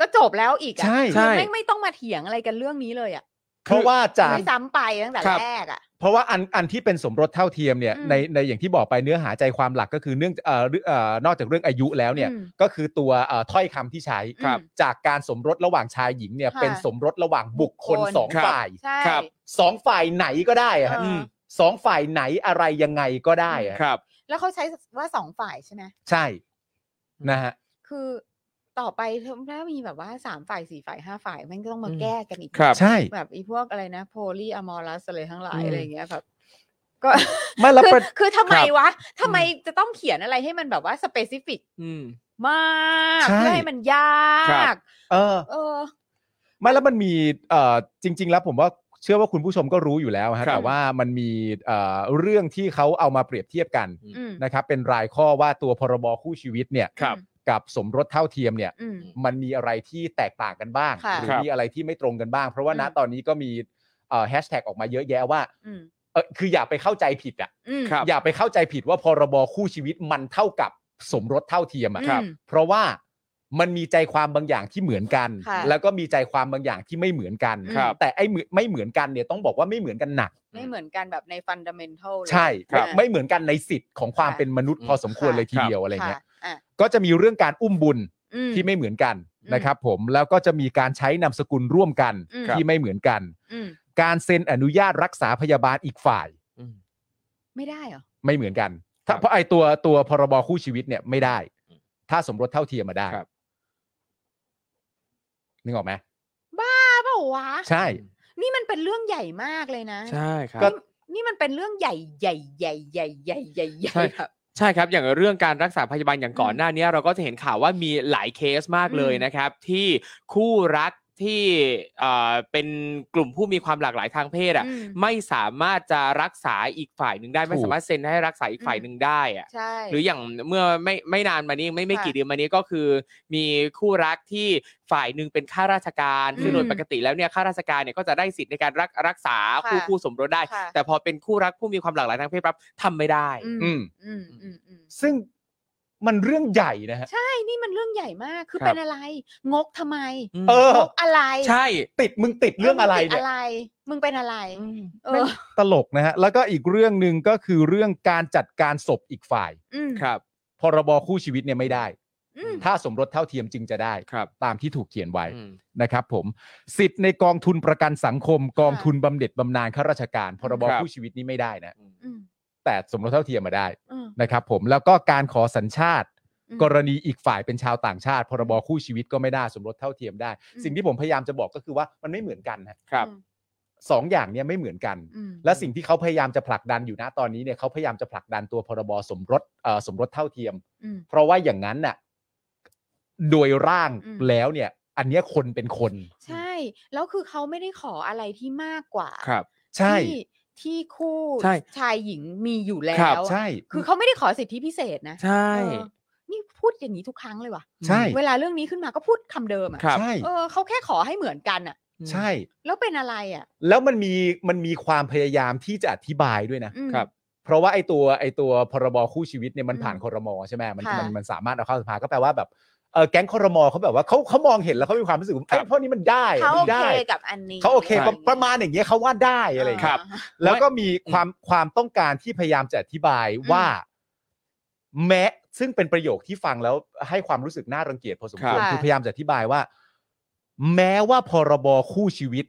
Speaker 2: ก็จบแล้วอีกอ่ะ
Speaker 4: ใช่
Speaker 5: ใช่
Speaker 2: คือไม่ไม่ต้องมาเถียงอะไรกันเรื่องนี้เลยอ่ะ
Speaker 4: เพราะว่าจาก
Speaker 2: ไม่ซ้ำไปตั้งแต่
Speaker 5: ครับ
Speaker 2: แรกอ่ะ
Speaker 4: เพราะว่าอันอันที่เป็นสมรสเท่าเทียมเนี่ย
Speaker 2: อืม
Speaker 4: ในในอย่างที่บอกไปเนื้อหาใจความหลักก็คือเนื่องเอ่อเรื่องเอ่อนอกจากเรื่องอายุแล้วเนี่ย
Speaker 2: อืม
Speaker 4: ก็คือตัวเอ่อถ้อยคำที่ใช้
Speaker 2: ครับ
Speaker 4: จากการสมรสระหว่างชายหญิงเนี่ย
Speaker 2: ค่ะ
Speaker 4: เป็นสมรสระหว่างบุคคล
Speaker 2: บุคคล
Speaker 4: สอง
Speaker 5: ครับ
Speaker 4: ฝ่าย
Speaker 2: ใช่
Speaker 5: ครับ
Speaker 4: สองฝ่ายไหนก็ได้อะฮะ
Speaker 2: เอออ
Speaker 4: สองฝ่ายไหนอะไรยังไงก็ได้อะ
Speaker 5: ครับ
Speaker 2: แล้วเขาใช้ว่าสองฝ่ายใช่ไหม
Speaker 4: ใช่นะฮะ
Speaker 2: คือต่อไปถ้ามีแบบว่าสามฝ่ายสี่ฝ่ายห้าฝ่ายแมันก็ต้องมา
Speaker 5: อืม
Speaker 2: แก้กันอีก
Speaker 5: ครับ
Speaker 4: ใช่
Speaker 2: แบบอีพวกอะไรนะโพลีอะมอรัสอะไรทั้งหลาย
Speaker 5: อืม
Speaker 2: อะไรอย่างเงี้ยครับ ก็
Speaker 4: ไม่แล้ว
Speaker 2: คือ
Speaker 4: ประ
Speaker 2: คือทำไม
Speaker 5: ครับ
Speaker 2: วะทำไมจะต้องเขียนอะไรให้มันแบบว่าสเปซิฟิก
Speaker 5: อืม
Speaker 2: มาก
Speaker 4: ใช่
Speaker 2: เพื่อให้มันยา
Speaker 5: ครับ
Speaker 2: ก
Speaker 4: เออ
Speaker 2: เออ
Speaker 4: ไม่แล้วมันมีเอ่อจริง ๆ แล้วผมว่าเชื่อว่าคุณผู้ชมก็รู้อยู่แล้วฮะ
Speaker 5: ครับ
Speaker 4: แต่ว่ามันมีเอ่อเรื่องที่เขาเอามาเปรียบเทียบกัน
Speaker 2: อืม
Speaker 4: นะครับเป็นรายข้อว่าตัวพรบคู่ชีวิตเนี่ย
Speaker 5: ครับ
Speaker 4: กับสมรสเท่าเทียมเนี่ย
Speaker 2: อืม
Speaker 4: มันมีอะไรที่แตกต่างกันบ้าง
Speaker 2: ค่ะ
Speaker 4: หรื
Speaker 5: ครับ
Speaker 4: มีอะไรที่ไม่ตรงกันบ้าง เพราะว่าณ
Speaker 2: อืม
Speaker 4: ตอนนี้ก็มีแฮชแท็กออกมาเยอะแยะว่า
Speaker 2: อืม
Speaker 4: เออคืออย่าไปเข้าใจผิดอ่ะ
Speaker 2: อืม
Speaker 5: ครับ
Speaker 4: อย่าไปเข้าใจผิดว่าพรบคู่ชีวิตมันเท่ากับสมรสเท่าเทียมอ่ะ
Speaker 2: ครับ
Speaker 4: เพราะว่ามันมีใจความบางอย่างที่เหมือนกัน
Speaker 2: ค่ะ
Speaker 4: แล้วก็มีใจความบางอย่างที่ไม่เหมือนกัน
Speaker 5: ครับ
Speaker 4: แต่ไอ้เหมือนไม่เหมือนกันเนี่ยต้องบอกว่าไม่เหมือนกันหนัก
Speaker 2: ไม่เหมือนกันแบบในฟันดัมเบลทัล
Speaker 4: ใช่
Speaker 5: ครับ
Speaker 4: ไม่เหมือนกันในสิทธิ์ของความ
Speaker 2: ค่ะ
Speaker 4: เป็นมนุษย์พอสมควร
Speaker 2: ค่ะ
Speaker 4: เลยทีเดียวอะไร
Speaker 2: ค่ะ
Speaker 4: เงี้ย
Speaker 2: อ่ะ
Speaker 4: ก็จะมีเรื่องการอุ้มบุญ
Speaker 2: อืม
Speaker 4: ที่ไม่เหมือนกัน
Speaker 2: อืม
Speaker 4: นะครับ ผมแล้วก็จะมีการใช้นามสกุลร่วมกัน
Speaker 2: อืม
Speaker 4: ที่ไม่เหมือนกัน
Speaker 2: อืม
Speaker 4: การเซ็นอนุญาตรักษาพยาบาลอีกฝ่าย
Speaker 2: ไม่ได้เหรอ
Speaker 4: ไม่เหมือนกัน
Speaker 5: ครั
Speaker 4: ถ้า
Speaker 5: บ
Speaker 4: เพราะไอ้ตัวตัวพรบคู่ชีวิตเนี่ยไม่ได้ ถ้าสมรสเท่าเทียมมาได้
Speaker 5: ครับ
Speaker 4: นึกออกไหม
Speaker 2: อ้าเปล่าวะ
Speaker 4: ใช่
Speaker 2: นี่มันเป็นเรื่องใหญ่มากเลยนะ
Speaker 5: ใช่ครับ
Speaker 4: ก็
Speaker 2: นี่มันเป็นเรื่องใหญ่ใหญ่ใหญ่ใหญ่ใหญ่ใหญ่ใหญ่
Speaker 5: ใช่
Speaker 2: ครับ
Speaker 5: ใช่ครับ อย่างเรื่องการรักษาพยาบาลอย่างก่อนหน้านี้เราก็จะเห็นข่าวว่ามีหลายเคสมากเลย
Speaker 2: อืม
Speaker 5: นะครับ ที่คู่รักที่เอ่อเป็นกลุ่มผู้มีความหลากหลายทางเพศอ่ะ
Speaker 2: อืม
Speaker 5: ไม่สามารถจะรักษาอีกฝ่ายหนึ่งได้ ไม่
Speaker 4: ถูก
Speaker 5: สามารถเซ็นให้รักษาอีกฝ่าย
Speaker 2: อืม
Speaker 5: หนึ่งได้อ่ะ
Speaker 2: ใช่
Speaker 5: หรืออย่างเมื่อไม่ไม่นานมานี้ไม่ไม่
Speaker 2: ค่ะ
Speaker 5: กี่เดือนมานี้ก็คือ มีคู่รักที่ฝ่ายหนึ่งเป็นข้าราชการ
Speaker 2: อืม
Speaker 5: ซึ่งโดยปกติแล้วเนี่ยข้าราชการเนี่ยก็จะได้สิทธิ์ในการรักรักษา
Speaker 2: ค่ะ
Speaker 5: คู่คู่สมรสได้
Speaker 2: ค่ะ
Speaker 5: แต่พอเป็นคู่รักผู้มีความหลากหลายทางเพศปั๊บทำไม่ได้
Speaker 2: อืม
Speaker 4: อืม
Speaker 2: อืมอืมอืม
Speaker 4: ซึ่งมันเรื่องใหญ่นะฮะ
Speaker 2: ใช่ นี่มันเรื่องใหญ่มาก คือ
Speaker 5: ครับ
Speaker 2: เป็นอะไร งกทำไม
Speaker 5: ม
Speaker 4: เออ
Speaker 2: งกอะไร
Speaker 5: ใช่
Speaker 4: ติดมึงติดเรื่องอะไร
Speaker 2: มึติด
Speaker 4: เนี่ย
Speaker 2: อะไร มึงเป็นอะไร เอ
Speaker 4: ไม่
Speaker 2: อ
Speaker 4: ตลกนะฮะ แล้วก็อีกเรื่องหนึ่งก็คือเรื่องการจัดการศพอีกฝ่าย
Speaker 2: อืม
Speaker 5: ครับ
Speaker 4: พรบคู่ชีวิตเนี่ยไม่ได้
Speaker 2: อืม
Speaker 4: ถ้าสมรสเท่าเทียมจึงจะได้
Speaker 5: ครับ
Speaker 4: ตามที่ถูกเขียนไว้
Speaker 5: อืม
Speaker 4: นะครับผม สิทธิ์ในกองทุนประกันสังคม กองทุนบำเหน็จบำนาญข้าราชการ พรบ
Speaker 5: ครับ
Speaker 4: คู่ชีวิตนี่ไม่ได้นะ
Speaker 2: อืม
Speaker 4: แต่สมรสเท่าเทียมมาได้
Speaker 2: อืม
Speaker 4: นะครับผม แล้วก็การขอสัญชาติ
Speaker 2: อืม
Speaker 4: กรณีอีกฝ่ายเป็นชาวต่างชาติ พรบคู่ชีวิตก็ไม่ได้สมรสเท่าเทียมได้
Speaker 2: อืม
Speaker 4: สิ่งที่ผมพยายามจะบอกก็คือว่ามันไม่เหมือนกันฮะ
Speaker 5: ครับ
Speaker 4: สองอย่างเนี่ยไม่เหมือนกัน
Speaker 2: อืม
Speaker 4: และสิ่งที่เขาพยายามจะผลักดันอยู่นะตอนนี้เนี่ยเขาพยายามจะผลักดันตัวพรบสมรสเอ่อสมรสเท่าเทียม
Speaker 2: อืม
Speaker 4: เพราะว่าอย่างนั้นน่ะโดยร่าง
Speaker 2: อืม
Speaker 4: แล้วเนี่ย อันเนี้ยคนเป็นคน
Speaker 2: ใช่ แล้วคือเขาไม่ได้ขออะไรที่มากกว่า
Speaker 5: ครับ
Speaker 4: ใช่
Speaker 2: ที่ที่คู่
Speaker 5: ใช่
Speaker 2: ชายหญิงมีอยู่แล้
Speaker 5: ครับ
Speaker 2: ว
Speaker 4: ใช่
Speaker 2: คือเขาไม่ได้ขอสิทธิพิเศษนะ
Speaker 5: ใช่
Speaker 2: เออ นี่พูดอย่างนี้ทุกครั้งเลยว่ะ
Speaker 4: ใช่
Speaker 2: เวลาเรื่องนี้ขึ้นมาก็พูดคำเดิม
Speaker 5: ครั
Speaker 2: อะ่ะ
Speaker 5: บ
Speaker 4: ใช่
Speaker 2: เออเขาแค่ขอให้เหมือนกันอะ่ะ
Speaker 4: ใช่
Speaker 2: แล้วเป็นอะไรอะ่ะ
Speaker 4: แล้วมันมีมันมีความพยายามที่จะอธิบายด้วยนะ
Speaker 2: อืม
Speaker 5: ครับ
Speaker 4: เพราะว่าไอตัวไอตัวพรบคู่ชีวิตเนี่ยมัน
Speaker 2: อืม
Speaker 4: ผ่านคอรมอใช่ไหมมัน
Speaker 2: ค่ะ
Speaker 4: มันมันสามารถเอาเข้าสภาก็แปลว่าแบบเออแก๊งคอรมอเขาแบบว่าเขาเขามองเห็นแล้วเขามีความรู้สึกว่าไอ้ยพวกนี้มันได้
Speaker 2: เขา
Speaker 4: มั
Speaker 2: โอน
Speaker 4: ได้
Speaker 2: เคกับอันนี้
Speaker 4: เขาโอเค
Speaker 5: ใช่
Speaker 4: ประประมาณอย่างเงี้ยเขาว่าได้อะไรอย่าง
Speaker 5: ค
Speaker 4: เงี้ย
Speaker 5: รับ
Speaker 2: อ่า
Speaker 4: แล้วก็มีความความต้องการที่พยายามจะอธิบาย
Speaker 2: อืม
Speaker 4: ว่า แม้ซึ่งเป็นประโยคที่ฟังแล้วให้ความรู้สึกน่ารังเกียจพอสมควร
Speaker 5: ค่ะ
Speaker 4: คือพยายามจะอธิบายว่า แม้ว่าพรบคู่ชีวิต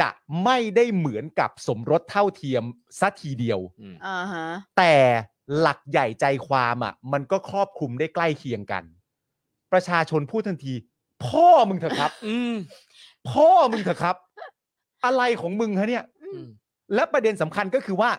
Speaker 4: จะไม่ได้เหมือนกับสมรสเท่าเทียมสัทีเดียว
Speaker 5: อืม
Speaker 2: อ่าฮะ
Speaker 4: แต่หลักใหญ่ใจความอ่ะ มันก็ครอบคลุมได้ใกล้เคียงกัน ประชาชนพูดทันที พ่อมึงเถอะครับ
Speaker 5: อืม
Speaker 4: พ่อมึงเถอะ ครับ อะไรของมึงฮะเนี่ย
Speaker 2: อืม
Speaker 4: และประเด็นสำคัญก็คือว่า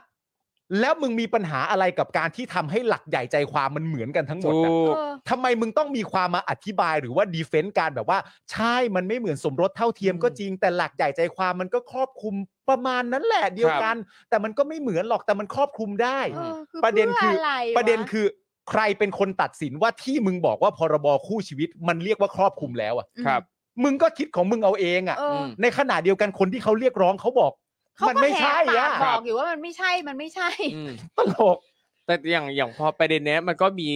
Speaker 4: แล้วมึงมีปัญหาอะไรกับการที่ทำให้หลักใหญ่ใจความมันเหมือนกันทั้งหมด
Speaker 5: ถู
Speaker 4: นะ
Speaker 5: ก
Speaker 2: เออ
Speaker 4: ทำไมมึงต้องมีความมาอธิบายหรือว่าดีเฟนต์การแบบว่า ใช่มันไม่เหมือนสมรสเท่าเทียม
Speaker 5: อืม
Speaker 4: ก็จริง แต่หลักใหญ่ใจความมันก็ครอบคลุมประมาณนั้นแหละเดียวกัน แต่มันก็ไม่เหมือนหรอกแต่มันครอบคลุมได้
Speaker 2: เออคือ
Speaker 4: ประเด็นคือ
Speaker 2: พื่ออไว
Speaker 4: ประเด็นคือใครเป็นคนตัดสินว่าที่มึงบอกว่าพรบคู่ชีวิต มันเรียกว่าครอบคลุมแล้วอ่ะ
Speaker 2: อืม
Speaker 5: ครับ
Speaker 4: มึงก็คิดของมึงเอาเองอ่ะ
Speaker 2: เออ
Speaker 5: ม
Speaker 4: ในขณะเดียวกันคนที่เขาเรียกร้องเขาบอก
Speaker 2: เขา
Speaker 4: มัน
Speaker 2: ก็
Speaker 4: ไม่
Speaker 2: แห
Speaker 4: ใช่
Speaker 2: กปาก
Speaker 4: อ่ะ
Speaker 2: บอกอยู่ว่ามันไม่ใช่มันไม่ใช่
Speaker 5: อืม
Speaker 4: ตลก
Speaker 5: แต่อย่างอย่างพอประเด็นเนี้ยมันก็มี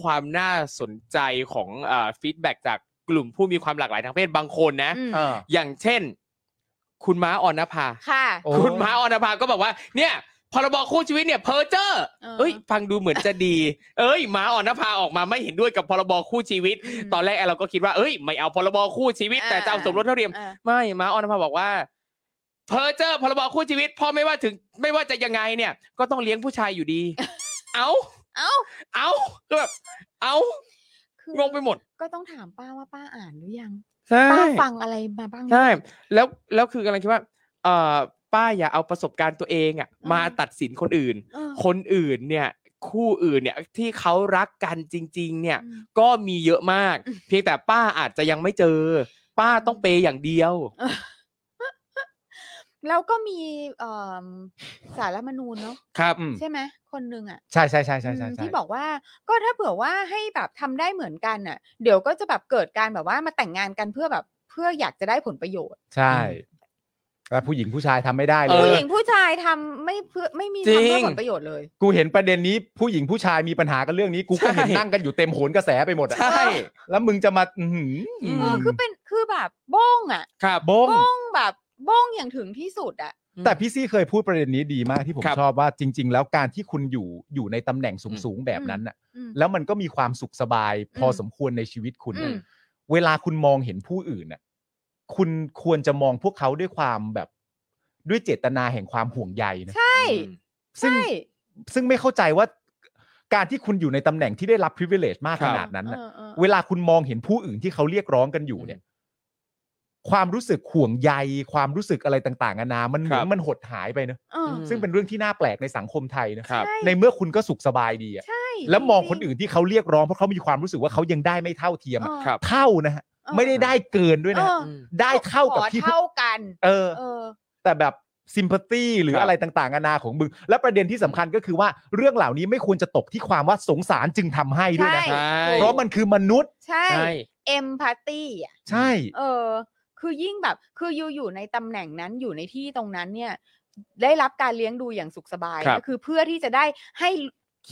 Speaker 5: ความน่าสนใจของฟีดแบ็จากกลุ่มผู้มีความหลากหลายทางเพศบางคนนะ
Speaker 2: อืม
Speaker 5: อย่างเช่น คุณม้าออนภา
Speaker 2: ค่ะ
Speaker 4: โอ้
Speaker 5: คุณม้าออนภาก็บอกว่า เนี่ยพรบคู่ชีวิตเนี่ยเพอเจอร์
Speaker 2: เออ
Speaker 5: เอ้ย ฟังดูเหมือนจะดี เอ้ยม้าออนภาออกมาไม่เห็นด้วยกับพรบคู่ชีวิต
Speaker 2: ม
Speaker 5: ตอนแรกเราก็คิดว่าเอ้ย ไม่เอาพรบคู่ชีวิต
Speaker 2: อ่า
Speaker 5: แต่จะเอาสมรสเท่าเทียม
Speaker 2: เออ
Speaker 5: ไม่ม้าออนภาบอกว่าเพอเจอร์พรบคู่ชีวิตพ่อไม่ว่าถึงไม่ว่าจะยังไงเนี่ย ก็ต้องเลี้ยงผู้ชายอยู่ ดี เอา
Speaker 2: เอ้า
Speaker 5: เอาก็แบบเอา
Speaker 2: คือง
Speaker 5: งไปหมด
Speaker 2: ก็ต้องถามป้าว่าป้าอ่านหรือยัง
Speaker 5: ใช่
Speaker 2: ป้าฟังอะไรมาบ้าง
Speaker 5: ใช่แล้วแล้วคือกำลังคิดว่าเอ่อป้าอย่าเอาประสบการณ์ตัวเองอ่ะ
Speaker 2: อืม
Speaker 5: มาตัดสินคนอื่น
Speaker 2: เออ
Speaker 5: คนอื่นเนี่ย คู่อื่นเนี่ยที่เขารักกันจริง ๆ เนี่ย
Speaker 2: อืม
Speaker 5: ก็มีเยอะมาก
Speaker 2: อืม
Speaker 5: เพียงแต่ป้าอาจจะยังไม่เจอ ป้าต้องเปย์อย่างเดียว
Speaker 2: แล้วก็มีเอิ่มสารรัฐธรรมนูญเนาะ
Speaker 5: ครับ
Speaker 4: อืม
Speaker 2: ใช่ไหมคนหนึ่งอ่ะ
Speaker 4: ใช่ใช่ใช่ใช่ใช่
Speaker 2: อืม
Speaker 4: ใช่
Speaker 2: ที่บอกว่าก็ถ้าเผื่อว่าให้แบบทำได้เหมือนกันน่ะ เดี๋ยวก็จะแบบเกิดการแบบว่ามาแต่งงานกันเพื่อแบบเพื่ออยากจะได้ผลประโยชน์
Speaker 4: ใช่แต่ผู้หญิงผู้ชายทำไม่ได้
Speaker 5: อ
Speaker 4: เล
Speaker 5: อ
Speaker 2: ผู้ห
Speaker 4: ย
Speaker 2: ญิงผู้ชายทำไม่เพื่อไม่มี
Speaker 5: จริ
Speaker 2: ทำ
Speaker 5: ง
Speaker 2: เพื่อผลประโยชน์เลย
Speaker 4: กูเห็นประเด็นนี้ผู้หญิงผู้ชายมีปัญหากันเรื่องนี้ กูก็เห็น
Speaker 5: ใช่
Speaker 4: นั่งกันอยู่เต็มโหนกระแสไปหมดอะ
Speaker 5: ใช่
Speaker 4: แล้วมึงจะมาอื้อหืออ
Speaker 2: เออคือเป็นคือแบบบ้งอ่ะ
Speaker 5: ครับ
Speaker 4: บง
Speaker 2: บ้งแบบบ้งอย่างถึงที่สุดอ่ะ
Speaker 4: แต่พี่ซี่เคยพูดประเด็นนี้ดีมากที่ผม
Speaker 5: ครับ
Speaker 4: ชอบว่าจริง ๆ แล้วการที่คุณอยู่อยู่ในตำแหน่งสูงๆแบบนั้นน่ะ
Speaker 2: อืม
Speaker 4: แล้วมันก็มีความสุขสบายพออ
Speaker 2: ม
Speaker 4: สมควรในชีวิตคุณน่ะ
Speaker 2: อืม
Speaker 4: เวลาคุณมองเห็นผู้อื่นน่ะ คุณควรจะมองพวกเขาด้วยความแบบด้วยเจตนาแห่งความห่วงใยนะ
Speaker 2: ใช่
Speaker 4: ซึ่ง
Speaker 2: ใช่
Speaker 4: ซึ่งไม่เข้าใจว่าการที่คุณอยู่ในตำแหน่งที่ได้รับ privilege มาก
Speaker 5: ครั
Speaker 4: ข
Speaker 5: บ
Speaker 4: นาดนั้นน่ะ
Speaker 2: เออเออ
Speaker 4: เวลาคุณมองเห็นผู้อื่นที่เขาเรียกร้องกันอยู่เนี่ย ความรู้สึกห่วงใย ความรู้สึกอะไรต่างๆนานามันเหมือ
Speaker 5: ครั
Speaker 4: น
Speaker 5: บ
Speaker 4: มันหดหายไปเนอะ
Speaker 2: เออ
Speaker 4: ซึ่งเป็นเรื่องที่น่าแปลกในสังคมไทยนะครับ
Speaker 2: ใช่
Speaker 4: ในเมื่อคุณก็สุขสบายดีอะ
Speaker 2: ใช่
Speaker 4: แล้วมองคนอื่นที่เขาเรียกร้องเพราะเขามีความรู้สึกว่าเขายังได้ไม่เท่าเทียม
Speaker 2: เอ
Speaker 4: อะ
Speaker 2: อ
Speaker 5: ครับ
Speaker 4: เท่านะฮะ
Speaker 2: เออ
Speaker 4: ไม่ได้ได้เกินด้วยนะ
Speaker 2: เอ
Speaker 4: ฮะ
Speaker 2: อ
Speaker 5: อืม
Speaker 4: ได้เท่ากับ
Speaker 2: ขอ
Speaker 4: ที่
Speaker 2: เท่ากัน
Speaker 4: เออ
Speaker 2: เออ
Speaker 4: แต่แบบซิมพัตตีหรือ
Speaker 5: ครับ
Speaker 4: อะไรต่างๆนานาของมึง และประเด็นที่สำคัญก็คือว่าเรื่องเหล่านี้ไม่ควรจะตกที่ความว่าสงสารจึงทำให้ด้วยนะ
Speaker 2: ใช่
Speaker 5: ใช่
Speaker 4: เพราะมันคือมนุษย์
Speaker 2: ใช่
Speaker 5: ใช่
Speaker 2: เอมพัตตี้อ่ะ
Speaker 4: ใช่
Speaker 2: เออ คือยิ่งแบบ คืออยู่อยู่ในตำแหน่งนั้นอยู่ในที่ตรงนั้นเนี่ย ได้รับการเลี้ยงดูอย่างสุขสบาย
Speaker 5: ครับ
Speaker 2: ก็คือเพื่อที่จะได้ให้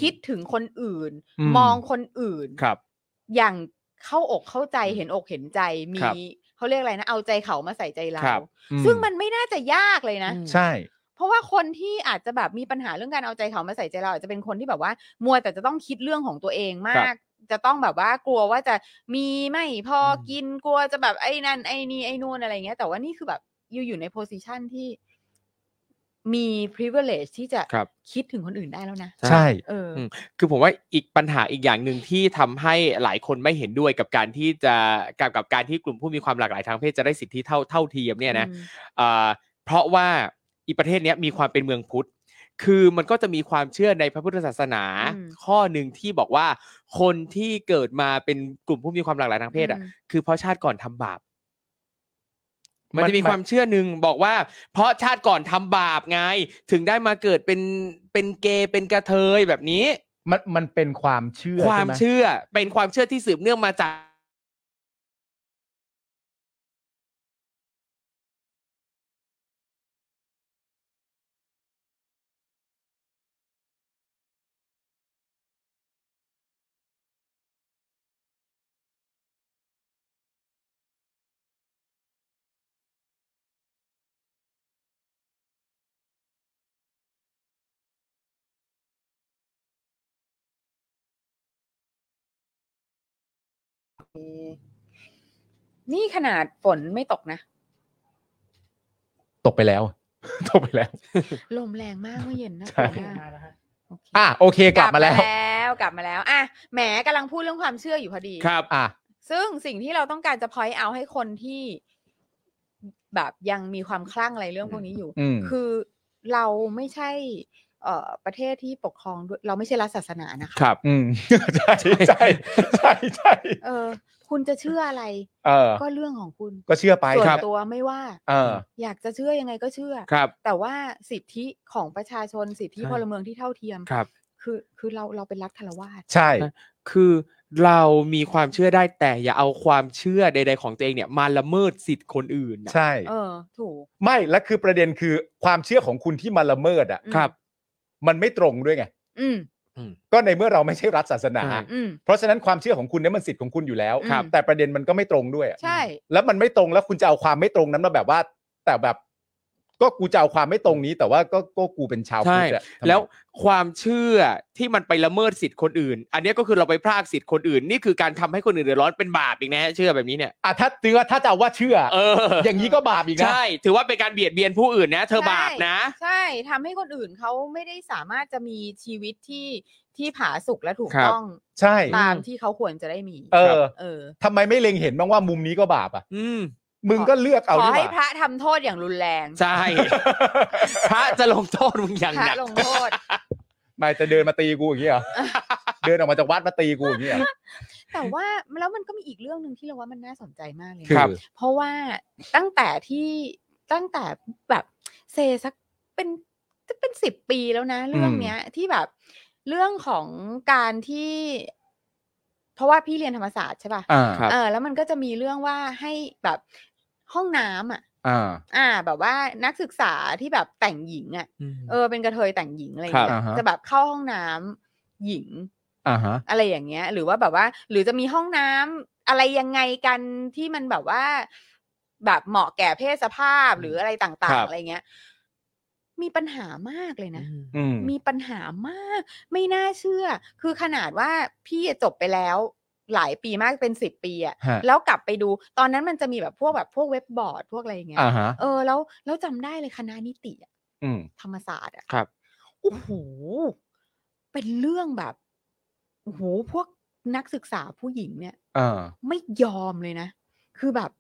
Speaker 2: คิดถึงคนอื่น
Speaker 4: อืม
Speaker 2: มองคนอื่น
Speaker 5: ครับ
Speaker 2: อย่างเข้าอกเข้าใจ
Speaker 5: อืม
Speaker 2: เห็นอกเห็นใจมี
Speaker 5: ครับ
Speaker 2: เขาเรียกอะไรนะ เอาใจเขามาใส่ใจเรา
Speaker 5: ครับ
Speaker 4: อื
Speaker 2: ซึ่งมันไม่น่าจะยากเลยนะ
Speaker 5: อืม
Speaker 4: ใช่
Speaker 2: เพราะว่าคนที่อาจจะแบบมีปัญหาเรื่องการเอาใจเขามาใส่ใจเราอาจจะเป็นคนที่แบบว่า มัวแต่จะต้องคิดเรื่องของตัวเองมาก จะต้องแบบว่ากลัวว่าจะมีไม่พออ
Speaker 5: ม
Speaker 2: กินกลัวจะแบบไอ้นั่นไอ้นี่ไอ้นู่นอะไรเงี้ยแต่ว่านี่คือแบบอยู่อยู่ในโพสิชันที่มี privilege ที่จะ
Speaker 5: ครับ
Speaker 2: คิดถึงคนอื่นได้แล้วนะ
Speaker 4: ใช่
Speaker 2: เอออ
Speaker 5: ม คือผมว่าอีกปัญหาอีกอย่างหนึ่งที่ทำให้หลายคนไม่เห็นด้วยกับการที่จะกับกับการที่กลุ่มผู้มีความหลากหลายทางเพศจะได้สิทธิเท่าเท่าเทียมเนี่ยนะ อ่าเพราะว่าอีประเทศเนี้ยมีความเป็นเมืองพุทธ คือมันก็จะมีความเชื่อในพระพุทธศาสนา
Speaker 2: อืม
Speaker 5: ข้อหนึ่งที่บอกว่า คนที่เกิดมาเป็นกลุ่มผู้มีความหลากหลายทางเพศอ่ะ
Speaker 2: อืม
Speaker 5: คือเพราะชาติก่อนทำบาป
Speaker 4: มั
Speaker 5: มัน
Speaker 4: น
Speaker 5: จะมี
Speaker 4: มัน
Speaker 5: ความเชื่อหนึ่งบอกว่า เพราะชาติก่อนทำบาปไง ถึงได้มาเกิดเป็นเป็นเกย์เป็นกระเทยแบบนี้
Speaker 4: มันมันเป็นความเชื่อ
Speaker 5: ความ
Speaker 4: ใไห
Speaker 5: เชื่อเป็นความเชื่อที่สืบเนื่องมาจาก
Speaker 2: นี่ขนาดฝนไม่ตกนะ
Speaker 4: ตกไปแล้ว ตกไปแล้ว
Speaker 2: ลมแรงมากเมื่อเย็นนะ
Speaker 4: ใช่
Speaker 2: ผมว่าโอเค
Speaker 4: อ่ะโอเคกลับมาแล้ว
Speaker 2: วกลับมาแล้วอ่ะแหมกำลังพูดเรื่องความเชื่ออยู่พอดี
Speaker 5: ครับ
Speaker 4: อ่ะ
Speaker 2: ซึ่งสิ่งที่เราต้องการจะพอยเอาให้คนที่แบบยังมีความคลั่งอะไรเรื่องพวกนี้อยู่
Speaker 4: อืม
Speaker 2: คือเราไม่ใช่ เอ่อประเทศที่ปกครองด้วย เราไม่ใช่รัฐศาสนานะคะ
Speaker 5: ครับ
Speaker 4: อืม ใช่ใช่ใช่ใช่
Speaker 2: เออ คุณจะเชื่ออะไร
Speaker 4: เออ
Speaker 2: ก็เรื่องของคุณ
Speaker 4: ก็เชื่อไป
Speaker 2: ส่ว
Speaker 4: คน รับ
Speaker 2: ตัวไม่ว่า
Speaker 4: เออ
Speaker 2: อยากจะเชื่อยังไงก็เชื่อ
Speaker 5: ครับ
Speaker 2: แต่ว่าสิทธิของประชาชนสิทธิ
Speaker 5: ใช่
Speaker 2: พลเมืองที่เท่าเทียม
Speaker 5: ครับ
Speaker 2: คือคือเราเราเป็นรัฐทรวาส
Speaker 4: ใช่
Speaker 5: คือเรามีความเชื่อได้แต่อย่าเอาความเชื่อใด ๆ ของตัวเองเนี่ยมาละเมิดสิทธิ์คนอื่นนะ
Speaker 4: ใช่
Speaker 2: เออ ถูก
Speaker 4: ไม่ และคือประเด็นคือความเชื่อของคุณที่มาละเมิดอ่ะ
Speaker 2: อืม
Speaker 5: ครับ
Speaker 4: มันไม่ตรงด้วยไง
Speaker 2: อืม
Speaker 4: ก็ในเมื่อเราไม่ใช่รัฐศาสนา
Speaker 5: ใช่
Speaker 2: อืม
Speaker 4: เพราะฉะนั้นความเชื่อของคุณเนี่ยมันสิทธิ์ของคุณอยู่แล้ว
Speaker 2: ครับ
Speaker 4: แต่ประเด็นมันก็ไม่ตรงด้วยอะ
Speaker 2: ใช่
Speaker 4: แล้วมันไม่ตรงแล้วคุณจะเอาความไม่ตรงนั้นมาแบบว่า แต่แบบ ก็กูจะเอาความไม่ตรงนี้ แต่ว่าก็ก็กูเป็นชาวพุท
Speaker 5: ใช่
Speaker 4: ธอะทำไม
Speaker 5: แล้วความเชื่อที่มันไปละเมิดสิทธิ์คนอื่น อันเนี้ยก็คือเราไปพรากสิทธิ์คนอื่น นี่คือการทำให้คนอื่นเดือดร้อนเป็นบาปอีกนะฮะเชื่อแบบนี้เนี่ย
Speaker 4: อ่ะถ้าเตือถ้าจะเอาว่าเชื่อ
Speaker 5: เออ
Speaker 4: อย่างนี้ก็บาปอีกนะ
Speaker 5: ใช่ ถือว่าเป็นการเบียดเบียนผู้อื่นนะ เธอ
Speaker 2: ใช่
Speaker 5: บาปนะ
Speaker 2: ใช่ทำให้คนอื่นเขาไม่ได้สามารถจะมีชีวิตที่ที่ผาสุกและถูก
Speaker 5: ครับ
Speaker 2: ต้อง
Speaker 4: ใช่
Speaker 2: ตามที่เขาควรจะได้มี
Speaker 4: เออ
Speaker 2: เออ
Speaker 4: ทำไมไม่เล็งเห็นบ้างว่ามุมนี้ก็บาปอ่ะ
Speaker 5: อืม
Speaker 4: มึงก็เลือกเอา
Speaker 2: ขอ
Speaker 4: ดีก
Speaker 2: ให้พ
Speaker 4: ว่า
Speaker 2: ระทำโทษอย่างรุนแรง
Speaker 5: ใช่ พระจะลงโทษมึงอย่าง
Speaker 2: พ
Speaker 5: ห
Speaker 2: ระ
Speaker 5: นัก
Speaker 2: ลงโท ษ
Speaker 4: ไม่จะเดินมาตีกูอย่างนี้เหรอ เดินออกมาจากวัดมาตีกูอย่างนี้เหรอ
Speaker 2: แต่ว่าแล้วมันก็มีอีกเรื่องหนึ่งที่เราว่ามันน่าสนใจมากเลยนะครับ เพราะว่าตั้งแต่ที่ตั้งแต่แบบเซสักเป็นจะเป็นสิบปีแล้วนะ เรื่องเนี้ย ที่แบบเรื่องของการที่ เพราะว่าพี่เรียนธรรมศาสตร์ใช่ป่ะ
Speaker 4: อ่า
Speaker 5: ครับ
Speaker 2: เออแล้วมันก็จะมีเรื่องว่าให้แบบห้องน้ำอ่ะ
Speaker 4: อ่า
Speaker 2: อ่า แบบว่านักศึกษาที่แบบแต่งหญิงอ่ะ
Speaker 5: อืม
Speaker 2: เออเป็นกระเทยแต่งหญิงอะไรอย่าง
Speaker 4: ครั
Speaker 2: เงี้ย
Speaker 4: บอ่าฮะ
Speaker 2: จะแบบเข้าห้องน้ำหญิง
Speaker 4: อ่าฮะ
Speaker 2: อะไรอย่างเงี้ย หรือว่าแบบว่า หรือจะมีห้องน้ำอะไรยังไงกันที่มันแบบว่า แบบเหมาะแก่เพศสภาพหรืออะไรต่า
Speaker 5: ครั
Speaker 2: ง ๆ
Speaker 5: บ
Speaker 2: อะไรเงี้ย มีปัญหามากเลยนะ
Speaker 4: อืม
Speaker 2: มีปัญหามาก ไม่น่าเชื่อ คือขนาดว่าพี่จบไปแล้วหลายปีมากเป็นสิบปีอะ
Speaker 4: ฮะ
Speaker 2: แล้วกลับไปดู ตอนนั้นมันจะมีแบบพวกแบบพวกเว็บบอร์ดพวกอะไรอย่างเงี้ย
Speaker 4: อ่าฮะ
Speaker 2: เออแล้วแล้วจำได้เลยคณะนิติอะ
Speaker 4: อืม
Speaker 2: ธรรมศาสตร์อะ
Speaker 5: ครับ
Speaker 2: โอ้โหเป็นเรื่องแบบโอ้โหพวกนักศึกษาผู้หญิงเนี่ย
Speaker 4: อ่า
Speaker 2: ไม่ยอมเลยนะ คือแบบ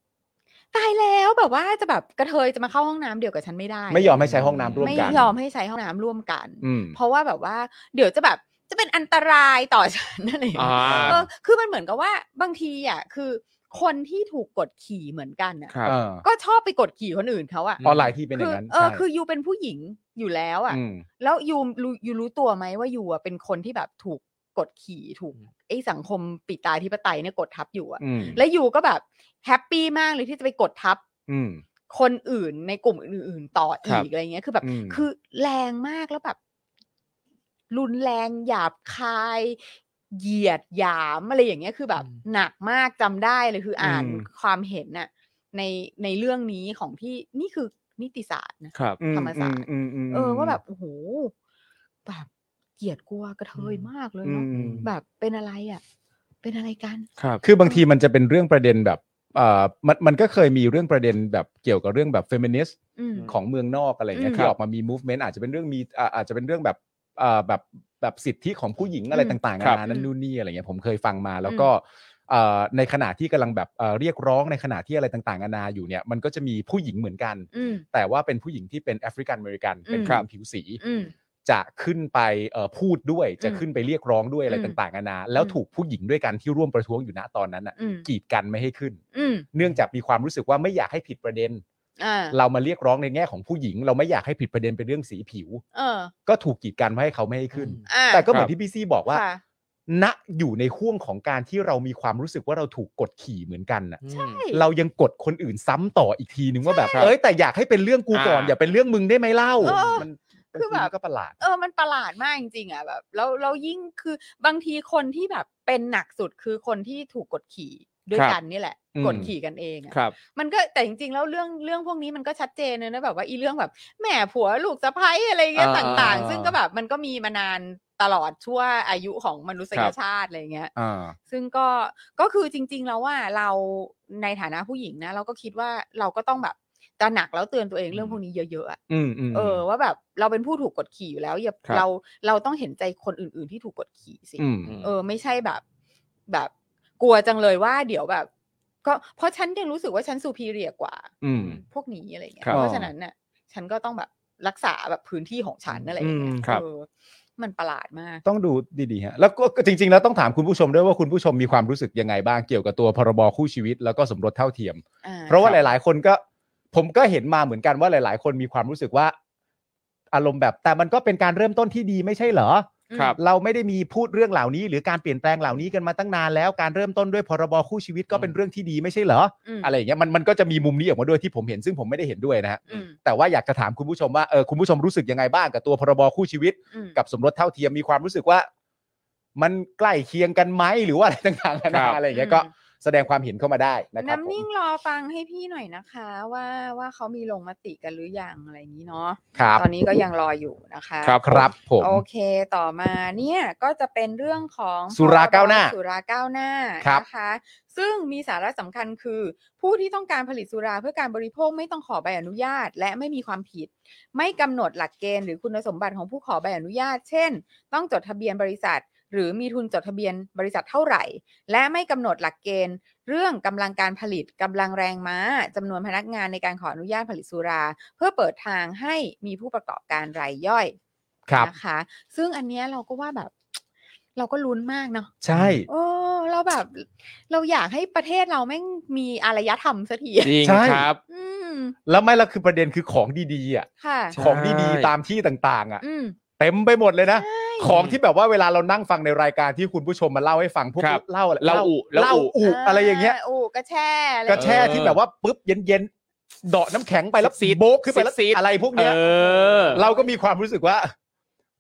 Speaker 2: ตายแล้วแบบว่าจะแบบกระเทยจะมาเข้าห้องน้ำเดียวกับฉันไม่ได้
Speaker 4: ไม่ยอมให้ใช้ห้องน้ำร่วม
Speaker 2: ไม่
Speaker 4: กัน
Speaker 2: ยอมให้ใช้ห้องน้ำร่วมกัน
Speaker 4: อืม
Speaker 2: เพราะว่าแบบว่าเดี๋ยวจะแบบจะเป็นอันตรายต่อฉันอะไรอย่าง
Speaker 5: อ่า
Speaker 2: เงี้ยเออคือมันเหมือนกับว่าบางทีอ่ะคือคนที่ถูกกดขี่เหมือนกันอ่ะ
Speaker 5: ครับ
Speaker 4: อ่า
Speaker 2: ก็ชอบไปกดขี่คนอื่นเขาอ่ะ
Speaker 4: ออนไลน์ที่เป็นอ
Speaker 2: คื
Speaker 4: ย่างนั้น
Speaker 2: เออ
Speaker 4: ใช่
Speaker 2: คือยูเป็นผู้หญิงอยู่แล้วอ่ะ
Speaker 4: ม
Speaker 2: แล้วยูรู้ยูรู้ตัวไหมว่ายูอ่ะเป็นคนที่แบบถูกกดขี่ถูกไอ้สังคมปิดตาธิปไตยเนี่ยกดทับอยู่อ่ะ
Speaker 4: อืม
Speaker 2: แล้วยูก็แบบแฮปปี้มากเลยที่จะไปกดทับ
Speaker 4: อืม
Speaker 2: คนอื่นในกลุ่มอื่น ๆ ต่อ
Speaker 5: ค
Speaker 2: อี
Speaker 5: รับ
Speaker 2: กอะไรเงี้ยคือแบบ
Speaker 4: อืม
Speaker 2: คือแรงมากแล้วแบบ รุนแรงหยาบคาย เหยียดหยามอะไรอย่างเงี้ยคือแบบ
Speaker 5: อืม
Speaker 2: หนักมากจำได้เลยคืออ่าน
Speaker 4: อืม
Speaker 2: ความเห็นน่ะ ในในเรื่องนี้ของพี่นี่คือนิติศาสตร์นะ
Speaker 5: ครับ
Speaker 4: อื
Speaker 2: ธรรมศาสตร์
Speaker 4: อืมมม
Speaker 2: เออว่าแบบโอ้โหแบบเกลียดกลัวกระเทยมากเลย
Speaker 4: อื
Speaker 2: เนาะ
Speaker 4: มอืม
Speaker 2: แบบเป็นอะไรอ่ะ เป็นอะไรกัน
Speaker 5: ครับ
Speaker 4: คือบางทีมันจะเป็นเรื่องประเด็นแบบเอ่อมันมันก็เคยมีเรื่องประเด็นแบบเกี่ยวกับเรื่องแบบเฟมินิสต์
Speaker 2: อืม
Speaker 4: ของเมืองนอกอะไรเงี้ย
Speaker 2: อืม
Speaker 4: ที่ออกมามี movement อาจจะเป็นเรื่องมีอ่าอาจจะเป็นเรื่องแบบเอ่อแบบแบบสิทธิของผู้หญิงอะไร
Speaker 2: อืม
Speaker 4: ต่างๆ
Speaker 5: ครั
Speaker 4: นา
Speaker 5: บ
Speaker 4: นานั่นนู่นนี่อะไรเงี้ยผมเคยฟังมาแล้วก็เอ่อในขณะที่กำลังแบบเอ่อเรียกร้องในขณะที่อะไรต่างๆนานาอยู่เนี่ยมันก็จะมีผู้หญิงเหมือนกัน
Speaker 2: อืม
Speaker 4: แต่ว่าเป็นผู้หญิงที่เป็นแอฟริกันอเมริกันเป็น
Speaker 2: อืม
Speaker 4: ผู้หญิงผิวสี
Speaker 2: อืม
Speaker 4: จะขึ้นไปเอ่อพูดด้วยจะ
Speaker 2: อืม
Speaker 4: ขึ้นไปเรียกร้องด้วยอะไร
Speaker 2: อืม
Speaker 4: ต่างๆนานาแล้ว
Speaker 2: อืม
Speaker 4: ถูกผู้หญิงด้วยกันที่ร่วมประท้วงอยู่ณตอนนั้นอ่ะ
Speaker 2: อืม
Speaker 4: กีดกันไม่ให้ขึ้น
Speaker 2: อืม
Speaker 4: เนื่องจากมีความรู้สึกว่าไม่อยากให้ผิดประเด็น
Speaker 2: อ่า
Speaker 4: เรามาเรียกร้องในแง่ของผู้หญิง เราไม่อยากให้ผิดประเด็นเป็นเรื่องสีผิว
Speaker 2: เออ
Speaker 4: ก็ถูกกีดกันไม่ให้เขาไม่ให้ขึ้น
Speaker 2: อ่า
Speaker 4: แต่ก็เหมือนที่พี่ซี่บอกว่า
Speaker 2: ค่ะ
Speaker 4: ณอยู่ในห่วงของการที่เรามีความรู้สึกว่าเราถูกกดขี่เหมือนกันน่ะ
Speaker 2: ใช่
Speaker 4: เรายังกดคนอื่นซ้ำต่ออีกทีนึงว่าแบบ
Speaker 5: ใช่ครับ
Speaker 4: เอ้ยแต่อยากให้เป็นเรื่องกูก่อน
Speaker 5: อ่า
Speaker 4: อย่าเป็นเรื่องมึงได้ไหมเล่า
Speaker 2: เออ
Speaker 4: มัน
Speaker 2: คือแบบ
Speaker 4: างทีมันก็ประหลาด
Speaker 2: เออ มันประหลาดมากจริงๆอ่ะแบบแล้วแล้วยิ่งคือบางทีคนที่แบบเป็นหนักสุดคือคนที่ถูกกดขี่ด้วย
Speaker 5: ครับ
Speaker 2: กันนี่แหละ
Speaker 4: อืม
Speaker 2: กดขี่กันเองอ่ะ
Speaker 5: ครับ
Speaker 2: มันก็แต่จริงๆแล้วเรื่องเรื่องพวกนี้มันก็ชัดเจนเลยนะแบบว่าอีเรื่องแบบแหม่ผัวลูกสะพ้ยอะไรเงี้ย
Speaker 5: อ่า
Speaker 2: ต่าง
Speaker 5: อ่า
Speaker 2: ๆ ซึ่งก็แบบมันก็มีมานานตลอดชั่วอายุของมนุษยชาติอะไรเงี้ย
Speaker 4: อ่า
Speaker 2: ซึ่งก็ก็คือจริง ๆ แล้วว่าเราในฐานะผู้หญิงนะ เราก็คิดว่าเราก็ต้องแบบตระหนักแล้วเตือนตัวเองเรื่องพวกนี้เยอะๆอะ
Speaker 4: อืมอืม
Speaker 2: เออว่าแบบเราเป็นผู้ถูกกดขี่อยู่แล้วอย่า
Speaker 5: ครับ
Speaker 2: เราเราต้องเห็นใจคนอื่น ๆ ที่ถูกกดขี่สิ
Speaker 4: อืม
Speaker 2: เออ ไม่ใช่แบบ แบบกลัวจังเลยว่าเดี๋ยวแบบ ก็เพราะฉันยังรู้สึกว่าฉันสูพีเรียกว่า
Speaker 4: อืม
Speaker 2: พวกนี้อะไรเงี้ย
Speaker 5: ครับ
Speaker 2: เพราะฉะนั้นน่ะ ฉันก็ต้องแบบรักษาแบบพื้นที่ของฉันอะไรอย่างเงี้ย
Speaker 5: อืมครับ
Speaker 2: เออมันประหลาดมาก
Speaker 4: ต้องดูดีๆฮะแล้วก็ก็จริง ๆ แล้วต้องถามคุณผู้ชมด้วยว่าคุณผู้ชมมีความรู้สึกยังไงบ้างเกี่ยวกับตัวพรบคู่ชีวิตแล้วก็สมรสเท่าเทียม
Speaker 2: อ่
Speaker 4: เพราะว่าหลาย ๆ คนก็ผมก็เห็นมาเหมือนกันว่าหลาย ๆ คนมีความรู้สึกว่า อารมณ์แบบ แต่มันก็เป็นการเริ่มต้นที่ดีไม่ใช่เหรอ
Speaker 2: อืม
Speaker 5: ครับ
Speaker 4: เราไม่ได้มีพูดเรื่องเหล่านี้ หรือการเปลี่ยนแปลงเหล่านี้กันมาตั้งนานแล้วการเริ่มต้นด้วยพรบคู่ชีวิตก็เป็นเรื่องที่ดีไม่ใช่เหรอ
Speaker 2: อืม
Speaker 4: อะไรอย่างเงี้ยมันมันก็จะมีมุมนี้ออกมาด้วยที่ผมเห็นซึ่งผมไม่ได้เห็นด้วยนะฮะ
Speaker 2: อืม
Speaker 4: แต่ว่าอยากจะถามคุณผู้ชมว่าเออคุณผู้ชมรู้สึกยังไงบ้างกับตัวพรบคู่ชีวิต
Speaker 2: อืม
Speaker 4: กับสมรสเท่าเทียมมีความรู้สึกว่า มันใกล้เคียงกันไหมหรือว่าอะไรต่างๆนา
Speaker 5: ครั
Speaker 4: นา
Speaker 5: บ
Speaker 4: อะไรอย่างเงี้ย
Speaker 2: อืม
Speaker 4: ก็แสดงความเห็นเข้ามาได้นะครับผ
Speaker 2: น้ำนิ่
Speaker 4: ม
Speaker 2: งรอฟังให้พี่หน่อยนะคะ ว่าว่าเขามีลงมติกันหรือยังอะไรอย่างนี้เนาะ
Speaker 4: ครับ
Speaker 2: ตอนนี้ก็ยังรออยู่นะคะ
Speaker 4: ครับผม
Speaker 2: โอเค ต่อมาเนี่ยก็จะเป็นเรื่องของ
Speaker 4: สุรา
Speaker 2: พบ
Speaker 4: ก้าวหน้า
Speaker 2: สุราก้าวหน้า
Speaker 4: ครับ
Speaker 2: นะคะ ซึ่งมีสาระสำคัญคือ ผู้ที่ต้องการผลิตสุราเพื่อการบริโภคไม่ต้องขอใบอนุญาต และไม่มีความผิด ไม่กำหนดหลักเกณฑ์หรือคุณสมบัติของผู้ขอใบอนุญาต เช่น ต้องจดทะเบียนบริษัท หรือมีทุนจดทะเบียนบริษัทเท่าไหร่ และไม่กำหนดหลักเกณฑ์ เรื่องกำลังการผลิตกำลังแรงม้าจำนวนพนักงานในการขออนุญาตผลิตสุรา เพื่อเปิดทางให้มีผู้ประกอบการรายย่อย
Speaker 4: ครับ
Speaker 2: นะคะ ซึ่งอันเนี้ยเราก็ว่าแบบ เราก็ลุ้นมากเนาะ
Speaker 4: ใช่
Speaker 2: โอ้เราแบบ เราอยากให้ประเทศเราแม่งมีอารยธรรมสักที
Speaker 5: จริงครับ
Speaker 2: อืม
Speaker 4: แล้วไม่ละคือประเด็นคือของดีๆอ่ะ
Speaker 2: ค่ะ
Speaker 5: ใช่
Speaker 4: ของดีๆตามที่ต่าง ๆ อ่ะ
Speaker 2: อืม
Speaker 4: เต็มไปหมดเลยนะ ของที่แบบว่าเวลาเรานั่งฟังในรายการที่คุณผู้ชมมาเล่าให้ฟังพวก
Speaker 5: ครับ
Speaker 4: เล่าอะไร
Speaker 5: เล่าอุ
Speaker 4: เล่าอุอะไรอย่างเงี้ย
Speaker 2: โอ้กระแช่อะไร
Speaker 4: กระแช่
Speaker 5: เออ
Speaker 4: ที่แบบว่าปุ๊บเย็นๆเดาะน้ำแข็งไปแล้ว
Speaker 5: ซีด
Speaker 4: โบกขึ้นไปแล้ว
Speaker 5: ซีดๆ
Speaker 4: อะไรพวก
Speaker 5: เอ
Speaker 4: เนี้ย
Speaker 5: อ
Speaker 4: เราก็มีความรู้สึกว่า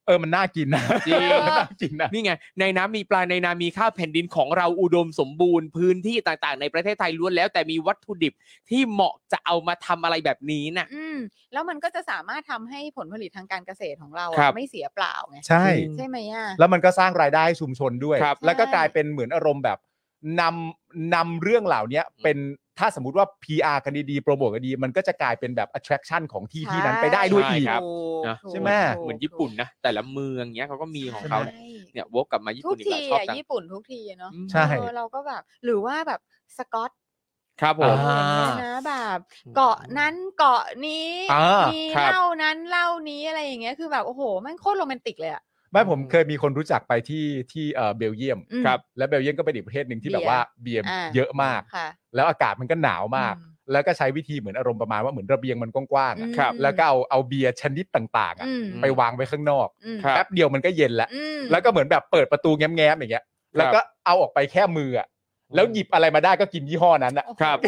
Speaker 4: เออมันน่ากินนะ
Speaker 5: จริง
Speaker 4: เออมันน่ากินนะ
Speaker 5: นี่ไง ในน้ำมีปลาในนามีข้าวแผ่นดินของเราอุดมสมบูรณ์พื้นที่ต่างๆ ในประเทศไทยล้วนแล้ว แต่มีวัตถุดิบที่เหมาะจะเอามาทำอะไรแบบนี้น่ะ
Speaker 2: อืม แล้วมันก็จะสามารถทำให้ผลผลิตทางการเกษตรของเราอะ
Speaker 5: ครับ
Speaker 2: ไม่เสียเปล่าไง
Speaker 4: ใช่
Speaker 2: ใช่ไหมอ่ะ
Speaker 4: แล้วมันก็สร้างรายได้ให้ชุมชนด้วย
Speaker 5: ครับ
Speaker 4: แล้วก็
Speaker 2: ใช่
Speaker 4: กลายเป็นเหมือนอารมณ์แบบนำนำเรื่องเหล่านี้เป็นถ้าสมมติว่า PR กันดีๆ โปรโมทกันดี มันก็จะกลายเป็นแบบ attraction ของที่ที่นั้นไปได้ด้วยอีก
Speaker 5: ใช่ครับ
Speaker 2: ถูก
Speaker 5: นะ
Speaker 2: ถูก
Speaker 4: ใช่ไหม
Speaker 2: ถูก
Speaker 5: เหมือนญี่ปุ่นนะ แต่ละเมืองเนี้ยเขาก็มีของเขาแหละ
Speaker 2: ใช่
Speaker 5: เนี่ยวกกลับมาญี่
Speaker 2: ทุ
Speaker 5: ปุ่
Speaker 2: ก
Speaker 5: นอีก
Speaker 2: ที
Speaker 5: แล้วชอบ
Speaker 2: อะ
Speaker 5: จัง
Speaker 2: ญี่ปุ่นทุกทีอะเนาะ
Speaker 4: ใช่
Speaker 2: เออเราก็แบบหรือว่าแบบสกอต
Speaker 5: ครับผ
Speaker 4: อ่า
Speaker 5: ม
Speaker 2: อะไรนะแบบเกาะนั้นเกาะนี้
Speaker 4: อ่ามี
Speaker 2: มี
Speaker 5: ครับ
Speaker 2: เหล่านั้นเหล่านี้อะไรอย่างเงี้ยคือแบบโอ้โหแมันโคตรโรแมนติกเลยอ่ะ
Speaker 4: ไม่ผมเคยมีคนรู้จักไปที่ที่เอ่อเบลเยียม
Speaker 2: อืม
Speaker 4: และเบลเยียมก็เป็นอีกประเทศหนึ่งที่
Speaker 2: เบี
Speaker 4: แบ
Speaker 2: ยร์
Speaker 4: บว่าเบียร์
Speaker 2: อ่า
Speaker 4: เยอะมาก
Speaker 2: ค่ะ
Speaker 4: แล้วอากาศมันก็หนาวมาก
Speaker 2: อืม
Speaker 4: แล้วก็ใช้วิธีเหมือนอารมณ์ประมาณว่าเหมือนระเบียงมันกว้างๆอะ
Speaker 5: ครับ
Speaker 4: แล้วก็เอาเอาเบียร์ชนิดต่างๆอะ
Speaker 2: อืม
Speaker 4: ไปวางไว้ข้างนอก
Speaker 2: อืม
Speaker 5: ครับ
Speaker 4: แป๊บเดียวมันก็เย็นแล้ว
Speaker 2: อืม
Speaker 4: แล้วก็เหมือนแบบเปิดประตูแง้มๆอย่างเงี้ย แล้วก็เอาออกไปแค่มืออะแล้วหยิบอะไรมาได้ก็กินยี่ห้อนั้นอะ
Speaker 2: โอ้โห
Speaker 5: ครับ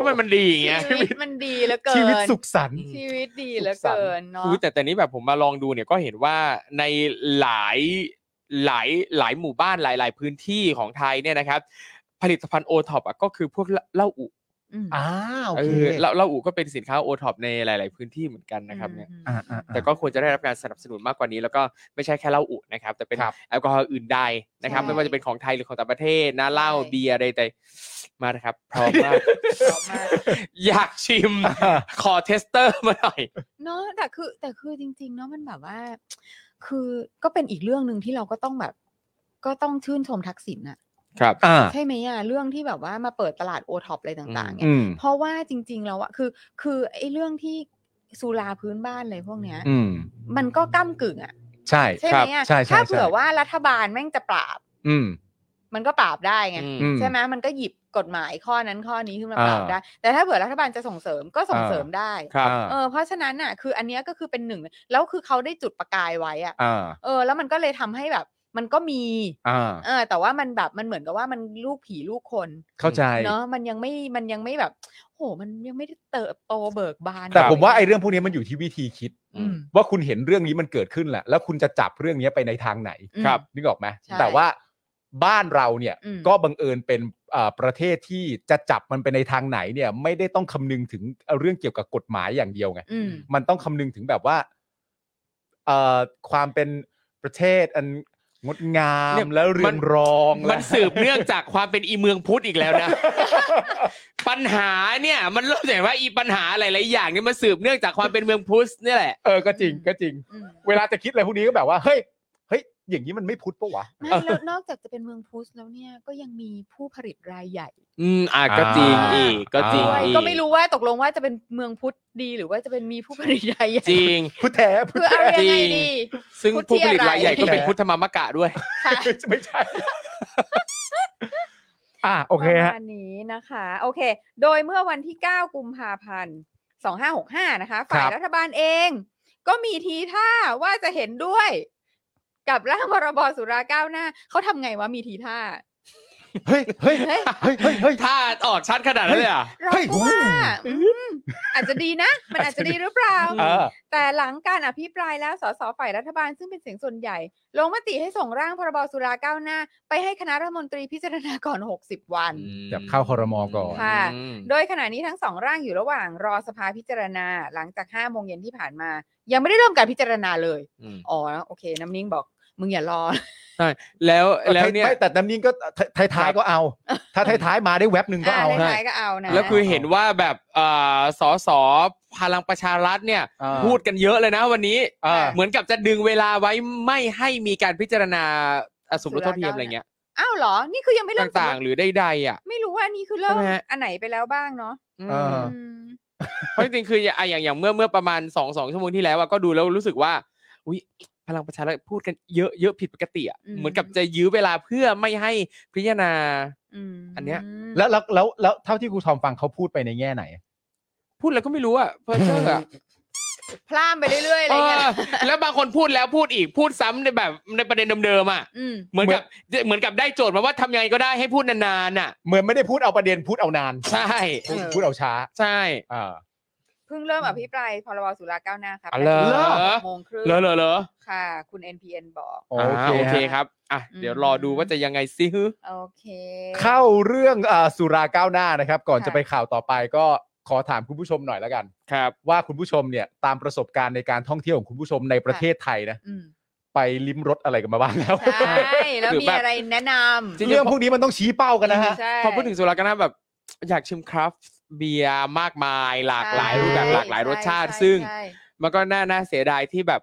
Speaker 5: ทำไมมันดีอย่างเงี้ย
Speaker 2: ชีวิตมันดีเหลือเกิน
Speaker 4: ชีวิตสุขสันต์
Speaker 2: ชีวิตดีเหลือ
Speaker 4: สุขสันต์
Speaker 2: เกินเนาะ
Speaker 5: อุ๊ยแต่แต่นี้แบบผมมาลองดูเนี่ยก็เห็นว่าในหลายหลายหลายหมู่บ้านหลายหลายพื้นที่ของไทยเนี่ยนะครับ ผลิตภัณฑ์โอท็อปก็คือพวกเหล้าอุ
Speaker 2: อืม
Speaker 4: อ้าโอ
Speaker 5: เอ
Speaker 4: เค
Speaker 5: อเหล้าเหล้าอุก็เป็นสินค้าโอท็อปในหลาย ๆ พื้นที่เหมือนกันนะครับเนี่ย
Speaker 2: อืม
Speaker 4: อ่าอ่าอ่า
Speaker 5: แต่ก็ควรจะได้รับการสนับสนุนมากกว่านี้ แล้วก็ไม่ใช่แค่เหล้าอุนะครับ แต่เป็น
Speaker 4: ครับ
Speaker 5: แอลกอฮอล์อื่นใดนะครับ ไม่ว่าจะเป็นของไทยหรือของต่างประเทศนะเหล้าเบียร์ใดแต่มานะครับพร้อมมาก
Speaker 2: ชอบมาก
Speaker 5: อยากชิมขอเทสเตอร์มาหน่อย
Speaker 2: เนาะแต่คือแต่คือจริง ๆ เนาะมันแบบว่า คือก็เป็นอีกเรื่องหนึ่งที่เราก็ต้องแบบ ก็ต้องชื่นชมทักษิณอะ
Speaker 5: ครับ
Speaker 4: อ่า
Speaker 2: ใช่ไหมอ่ะเรื่องที่แบบว่ามาเปิดตลาดโอท็อปอะไรต่างๆเนี่ย
Speaker 4: อืม
Speaker 2: เพราะว่าจริง ๆ แล้วอะคือ คือไอ้เรื่องที่สุราพื้นบ้านอะไรพวกเนี้ย
Speaker 4: อืม
Speaker 2: มันก็ก้ากึ่งอ่ะ
Speaker 4: ใช่
Speaker 2: ใช่ไหมอ่ะ
Speaker 4: ใช่ใช่
Speaker 2: ถ้าเผื่อ
Speaker 4: ใช่
Speaker 2: ว่ารัฐบาลแม่งจะปราบ
Speaker 4: อืม
Speaker 2: มันก็ปราบได้ไง
Speaker 5: อืม
Speaker 4: อืม
Speaker 2: ใช่ไหมมันก็หยิบกฎหมายข้อนั้นข้อนี้ขึ้นมาปราบ
Speaker 4: อ่า
Speaker 2: ได้ แต่ถ้าเผื่อรัฐบาลจะส่งเสริมก็ส่ง
Speaker 4: อ่า
Speaker 2: เสริมได้
Speaker 5: ครับ
Speaker 2: เออเพราะฉะนั้นน่ะคืออันเนี้ยก็คือเป็นหนึ่งแล้วคือเขาได้จุดประกายไว้อะ
Speaker 4: อ่า
Speaker 2: เออแล้วมันก็เลยทำให้แบบ มันก็มี
Speaker 4: อ่า
Speaker 2: เออแต่ว่ามันแบบมันเหมือนกับว่ามันลูกผีลูกคน
Speaker 4: เข้าใจ
Speaker 2: เนาะมันยังไม่มันยังไม่แบบ โหมันยังไม่ได้เติบโตเบิกบาน
Speaker 4: แต่ผมว่า
Speaker 2: ะ
Speaker 4: ไอ้เรื่องพวกนี้มันอยู่ที่วิธีคิด
Speaker 2: อืม
Speaker 4: ว่าคุณเห็นเรื่องนี้มันเกิดขึ้นแหละแล้วคุณจะจับเรื่องนี้ไปในทางไหน
Speaker 2: อืมครับ
Speaker 4: นึกออกไหม
Speaker 2: ใช่
Speaker 4: แต่ว่าบ้านเราเนี่ย
Speaker 2: อืม
Speaker 4: ก็บังเอิญเป็นเอ่อประเทศที่จะจับมันไปในทางไหนเนี่ย ไม่ได้ต้องคำนึงถึงเรื่องเกี่ยวกับกฎหมายอย่างเดียวไง
Speaker 2: อืม
Speaker 4: มันต้องคำนึงถึงแบบว่าเอ่อความเป็นประเทศอันงดงา
Speaker 5: เนี่
Speaker 4: ม
Speaker 5: ย
Speaker 4: แล้วเรื
Speaker 5: มั
Speaker 4: อง
Speaker 5: น
Speaker 4: รอง
Speaker 5: มัน
Speaker 4: และ
Speaker 5: สืบเนื่องจากความเป็นอีเมืองพุทธอีกแล้วนะ ปัญหาเนี่ย มันเริ่มจากว่าอีปัญหาหลายๆอย่างเนี่ยมันสืบเนื่องจากความเป็นเมืองพุทธเนี่ยแหละ
Speaker 4: เออก็จริงก็จริง
Speaker 2: อืม
Speaker 4: เวลาจะคิดอะไรพวกนี้ก็แบบว่าเฮ้ยเฮ้ยอย่างนี้มันไม่พุทธปะวะ
Speaker 2: ไม่แล้วนอกจากจะเป็นเมืองพุทธแล้วเนี่ยก็ยังมีผู้ผลิตรายใหญ่
Speaker 5: อืมอ่ะก็จริงอีกก็จริง
Speaker 2: ด้วย
Speaker 5: อีก
Speaker 2: ก็ไม่รู้ว่าตกลงว่าจะเป็นเมืองพุทธดีหรือว่าจะเป็นมีผู้ผลิตรายใหญ่
Speaker 5: จริง
Speaker 4: พุทธแท้พุท
Speaker 2: คือ
Speaker 4: ธ
Speaker 2: เอา
Speaker 4: แท้
Speaker 2: ยังไงดี
Speaker 5: ซึ่ง
Speaker 2: พุทธ
Speaker 5: ผู้ผลิต
Speaker 2: อะไร
Speaker 5: รายใหญ่ก็เป็น
Speaker 4: แหละ
Speaker 5: พุทธมามกะด้วย
Speaker 2: ค่ะ
Speaker 4: ไม่ใช่ อ่ะโอเค
Speaker 2: ป
Speaker 4: ฮะ
Speaker 2: ระมาณนี้นะคะ โอเค โดยเมื่อวันที่ 9 กุมภาพันธ์ 2565 นะคะ ฝ่าย
Speaker 4: ครับ
Speaker 2: รัฐบาลเอง ก็มีทีท่าว่าจะเห็นด้วย กับร่างพรบสุราก้าวหน้า เขาทำไงวะมีทีท่า
Speaker 4: เฮ้ยเฮ้ย
Speaker 2: เฮ้ย
Speaker 4: เฮ้ยเฮ้ยเฮ้ย
Speaker 5: ถ้าออกชัดขนาดนั้นเลยเหรอ่ะ
Speaker 2: เรา
Speaker 4: เฮ้ย
Speaker 2: ก็ว่า
Speaker 4: โอ้
Speaker 2: อื
Speaker 4: โห
Speaker 2: มอาจจะดีนะ มันอาจจะดีหรือเปล่า
Speaker 4: เออ
Speaker 2: แต่หลังการอภิปรายแล้วสสฝ่ายรัฐบาลซึ่งเป็นเสียงส่วนใหญ่ ลงมติให้ส่งร่างพรบสุราก้าวหน้า ไปให้คณะรัฐมนตรีพิจารณาก่อน 60 วัน
Speaker 4: เดี๋ยวเข้าครมก่อน
Speaker 2: ค่ะ โดยขณะนี้ทั้งสองร่างอยู่ระหว่างรอสภาพิจารณาหลังจาก5โมงเย็นที่ผ่านมา ยังไม่ได้เริ่มการพิจารณาเลย อ๋อ โอเค น้ำนิ่งบอก มึงอย่ารอ
Speaker 5: แล้วแล้วเนี่ย
Speaker 4: ไม่แต่น้ำนิ่งก็ท้ายๆก็เอา ถ้าท้ายๆมาได้แว็บหนึ่ง ก็เอา
Speaker 2: อ่า
Speaker 4: ฮะ
Speaker 2: ท้ายๆก็เอานะ
Speaker 5: แล้วคือเห็นว่าแบบเอ่อสอสอพลังประชารัฐเนี่ย
Speaker 4: อ่า
Speaker 5: พูดกันเยอะเลยนะวันนี้
Speaker 4: อ่า
Speaker 5: เหมือนกับจะดึงเวลาไว้ไม่ให้มีการพิจารณาอ่ะสมรสเท่าเทียมอะไรเงี้ย
Speaker 2: อ้าวเหรอ นี่คือยังไม่เริ่ม
Speaker 5: ต่างๆ หรือใดๆอ่ะ
Speaker 2: ไม่รู้ว่านี่คือเริ่ม
Speaker 5: ใช่ไหมฮะ
Speaker 2: อันไหนไปแล้วบ้างเนาะ
Speaker 5: อืม
Speaker 4: เออ
Speaker 2: อืม
Speaker 5: เพราะจริงๆคืออย่างอ่ะอย่างอย่างเมื่อเมื่อประมาณสองสองชั่วโมงที่แล้วอะก็ดูแล้วรู้สึกว่าอุยพลังประชารัฐพูดกันเยอะเยอะผิดปกติอ่ะ
Speaker 2: อืม
Speaker 5: เหมือนกับจะยื้อเวลาเพื่อไม่ให้พิจารณา
Speaker 2: ม
Speaker 5: อันเนี้ย
Speaker 4: แล้วแล้วแล้วแล้วเท่าที่ครูทอมฟังเขาพูดไปในแง่ไหน
Speaker 5: พูดแล้วก็ไม่รู้อ่ะเพราะเชื่ออะ
Speaker 2: พล่ามไปเรื่อยๆอะไรเงี้ย
Speaker 5: เออแล้วบางคนพูดแล้วพูดอีกพูดซ้ำในแบบในประเด็นเดิมๆอ่ะ
Speaker 2: อืม
Speaker 5: เหมือนกับเหมือนกับได้โจทย์มาว่าทำยังไงก็ได้ให้พูดนานๆน่ะ
Speaker 4: เหมือนไม่ได้พูดเอาประเด็นพูดเอานาน
Speaker 5: ใช่
Speaker 2: เออ
Speaker 4: พูดเอาช้า
Speaker 5: ใช่
Speaker 4: อ่า
Speaker 2: เพิ่งเริ่มอภิปรายพรบสุราก้าวหน้าครับ
Speaker 5: อ๋อเหรอ
Speaker 2: หกโมงครึ่ง
Speaker 5: เหรอเหรอเหรอ
Speaker 2: ค่ะ คุณ NPN บอก
Speaker 4: โอ
Speaker 5: อ่าโอเคค
Speaker 4: เคฮะ
Speaker 5: รับอ่ะ
Speaker 2: อืม
Speaker 5: เดี๋ยวรอดูว่าจะยังไงซิฮึ
Speaker 2: โอเค
Speaker 4: เข้าเรื่องอ่าสุราก้าวหน้านะครับ ก่อน
Speaker 2: ค่ะ
Speaker 4: จะไปข่าวต่อไปก็ขอถามคุณผู้ชมหน่อยละกัน
Speaker 5: ครับ
Speaker 4: ว่าคุณผู้ชมเนี่ยตามประสบการณ์ในการท่องเที่ยวของคุณผู้ชมในประเทศไทยนะ
Speaker 2: อืม
Speaker 4: ไปลิ้มรสอะไรกันมาบ้างแล้ว
Speaker 2: ใช่แล้ว
Speaker 5: หรือ
Speaker 2: มี
Speaker 5: แบบ
Speaker 2: อะไรแนะนำ
Speaker 5: จริงๆ
Speaker 4: เรื่องพวกนี้มันต้องชี้เป้ากันนะฮะ
Speaker 2: ใช่
Speaker 5: พอพูดถึงสุรากันนะแบบอยากชิมคราฟต์เบียร์มากมายหลากหลาย
Speaker 2: ใช่
Speaker 5: รูปแบบหลากหลายรสชาติ
Speaker 2: ใช่
Speaker 5: ซึ่ง
Speaker 2: ใช่
Speaker 5: มันก็น่าน่าเสียดายที่แบบ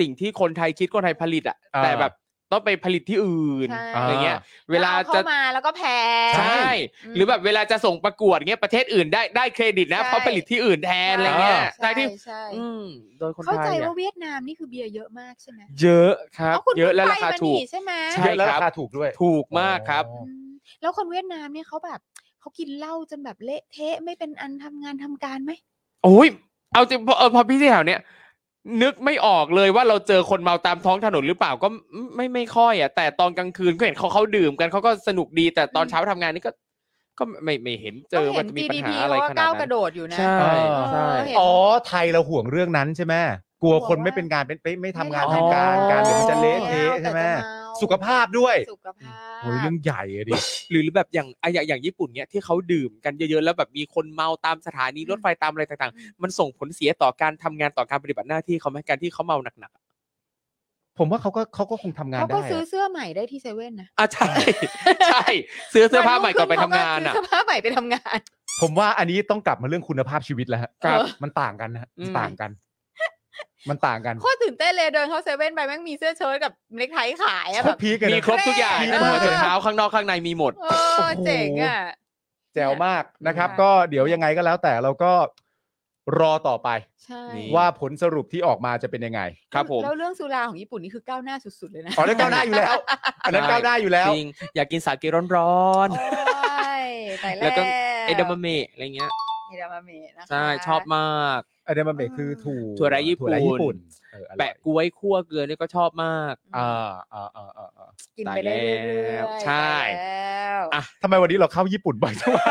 Speaker 5: สิ่งที่คนไทยคิดคนไทยผลิตอ่ะ
Speaker 4: อ่า
Speaker 5: แต่แบบต้องไปผลิตที่อื่น
Speaker 2: ใช่
Speaker 5: อะไรเงี้ย เวลา
Speaker 2: อ
Speaker 5: จะ
Speaker 2: เข้มาแล้วก็แพ้
Speaker 5: ใช่
Speaker 2: อืม
Speaker 5: หรือแบบเวลาจะส่งประกวดเงี้ยประเทศอื่นได้ได้เครดิตนะ
Speaker 2: ใช่
Speaker 5: เพราะผลิตที่อื่นแทนอะไรเงี้ย
Speaker 2: ใช่
Speaker 5: ได้ที่
Speaker 2: ใช่
Speaker 5: อืมโดยคน
Speaker 2: เข้า
Speaker 5: ไท
Speaker 2: ใจ
Speaker 5: ยอะ
Speaker 2: ว่าเวียดนามนี่คือเบียร์เยอะมากใช่ไหม
Speaker 5: เยอะครับ
Speaker 2: เอาคุณ
Speaker 5: เยอะและ
Speaker 2: พิ่งไป
Speaker 5: ราคา
Speaker 2: มา
Speaker 5: ถูก
Speaker 2: นี่ใช่ไหม
Speaker 5: ใช่
Speaker 4: เยอะแล้ว
Speaker 5: ครับ
Speaker 4: ราคาถูกด้วย
Speaker 5: ถูกมากครับ
Speaker 4: อ๋อ
Speaker 2: อืมแล้วคนเวียดนามเนี่ยเขาแบบเขากินเหล้าจนแบบเละเทะไม่เป็นอันทำงานทำการไหม
Speaker 5: โอ้ยเอาจริงพอเออพอพี่ที่แถวเนี้ยนึกไม่ออกเลยว่าเราเจอคนเมาตามท้องถนนหรือเปล่าก็ไม่ไม่ไม่ค่อยอ่ะแต่ตอนกลางคืนก็เห็นเขาเขาดื่มกันเขาก็สนุกดีแต่ตอนเช้าทำงานนี่ก็ ก็ไม่ไม่เห็นเจอ
Speaker 2: ก็
Speaker 5: มั
Speaker 2: เห็น
Speaker 5: นจะมีปัญ
Speaker 2: GDP
Speaker 5: หาอะไร
Speaker 2: เขา
Speaker 5: ข
Speaker 2: ก็
Speaker 5: นาด
Speaker 2: ก้าวก
Speaker 5: นั้
Speaker 2: ระ
Speaker 5: น
Speaker 2: โดดอยู่นะ
Speaker 5: ใช่ใช่
Speaker 2: เห็น
Speaker 4: อ๋อไทยเราห่วงเรื่องนั้นใช่ไหมกลัวคนไม่เป็นงานเป็นไม่ไม่ทำงานทำการ
Speaker 5: อ๋อ
Speaker 4: การเดี๋ยวมันจะเละเทะ
Speaker 2: ไม่เอาแต่
Speaker 4: ใช่ไหม
Speaker 2: จะเมา
Speaker 4: สุขภาพด้วย
Speaker 2: สุขภาพ
Speaker 4: โอ้ยเรื่องใหญ่อะดิ
Speaker 5: หรือหรือแบบอย่างอะอย่างอย่างญี่ปุ่นเนี้ยที่เขาดื่มกันเยอะๆแล้วแบบมีคนเมาตามสถานี
Speaker 2: อืม
Speaker 5: รถไฟตามอะไรต่างๆ มันส่งผลเสียต่อการทำงานต่อการปฏิบัติหน้าที่เขาไหมการที่เขาเมาหนักๆอะ
Speaker 4: ผมว่าเขาก็เขาก็คงทำงาน
Speaker 2: เขา
Speaker 4: ได้
Speaker 2: ก็
Speaker 4: อะ
Speaker 2: ซื้อเสื้อใหม่ได้ที่เซเว่นนะ
Speaker 5: อ่ะใช่ ใช่ซื้อเสื้อผ้าใหม่ก่อนไปทำงาน
Speaker 2: วั
Speaker 5: อ่ะ
Speaker 2: รุ่งขึ้เขก็ซื้อเสื้อผ้าใหม่ไปทำงาน
Speaker 4: ผมว่าอันนี้ต้องกลับมาเรื่องคุณภาพชีวิตแล้วฮะ
Speaker 5: ครับ
Speaker 4: มันต่างกันนะฮะ
Speaker 5: อื
Speaker 4: มัน
Speaker 5: ม
Speaker 4: ต่างกัน มันต่างกัน
Speaker 2: โคตรตื่นเต้นเลยเดินเข้าเซเว่นไปแม่งมีเสื้อเชิ้ตกับเน็กไทขายอะ
Speaker 4: พ
Speaker 2: แบ
Speaker 4: วก
Speaker 2: บ
Speaker 4: พีกัน
Speaker 5: มี
Speaker 4: นะ
Speaker 5: ครบทุกอย่าง
Speaker 2: เออ
Speaker 5: ตั้งแต่หัวจนเท้าข้างนอกข้างในมีหมด
Speaker 2: เออเจ๋งอ่ะ
Speaker 4: แจ๋วมากนะครับ
Speaker 2: ค่ะ
Speaker 4: ก็เดี๋ยวยังไงก็แล้วแต่เราก็ รอต่อไป
Speaker 2: ใช่
Speaker 5: นี่
Speaker 4: ว่าผลสรุปที่ออกมาจะเป็นยังไง
Speaker 5: ครับผม
Speaker 2: แล้วเรื่องสุราของญี่ปุ่นนี่คือก้าวหน้าสุด ๆ เลยนะ
Speaker 4: อ๋อนั่นก้าวหน้าอยู่แล้ว อันนั้นก้าวหน้าอยู่แล้ว
Speaker 5: จริง อยากกินสาเกร้อน
Speaker 2: โอ้ยตาย
Speaker 5: แล้
Speaker 2: แล้ว ว
Speaker 5: ก็ ๆไอเดมาเมะอะไรเงี้ย
Speaker 2: ไอเดมาเมะนะคะ
Speaker 5: ใช่ชอบมาก
Speaker 4: อันนี้มันเป็นคือถั่ว
Speaker 5: ถั่วไรญี่ปุ่น
Speaker 4: ถั่วไรญี่ปุ่นเอออร่อย
Speaker 5: แปะกล้วยคั่วเกลือนี่ก็ชอบมาก
Speaker 4: อ่าอ่าอ่าอ่าอ่า
Speaker 2: กินไปเรื่อยๆ
Speaker 5: ใช่
Speaker 2: ตายแล้ว
Speaker 5: อ่ะ
Speaker 4: ทำไมวันนี้เราเข้าญี่ปุ่นบ่อยจังวะ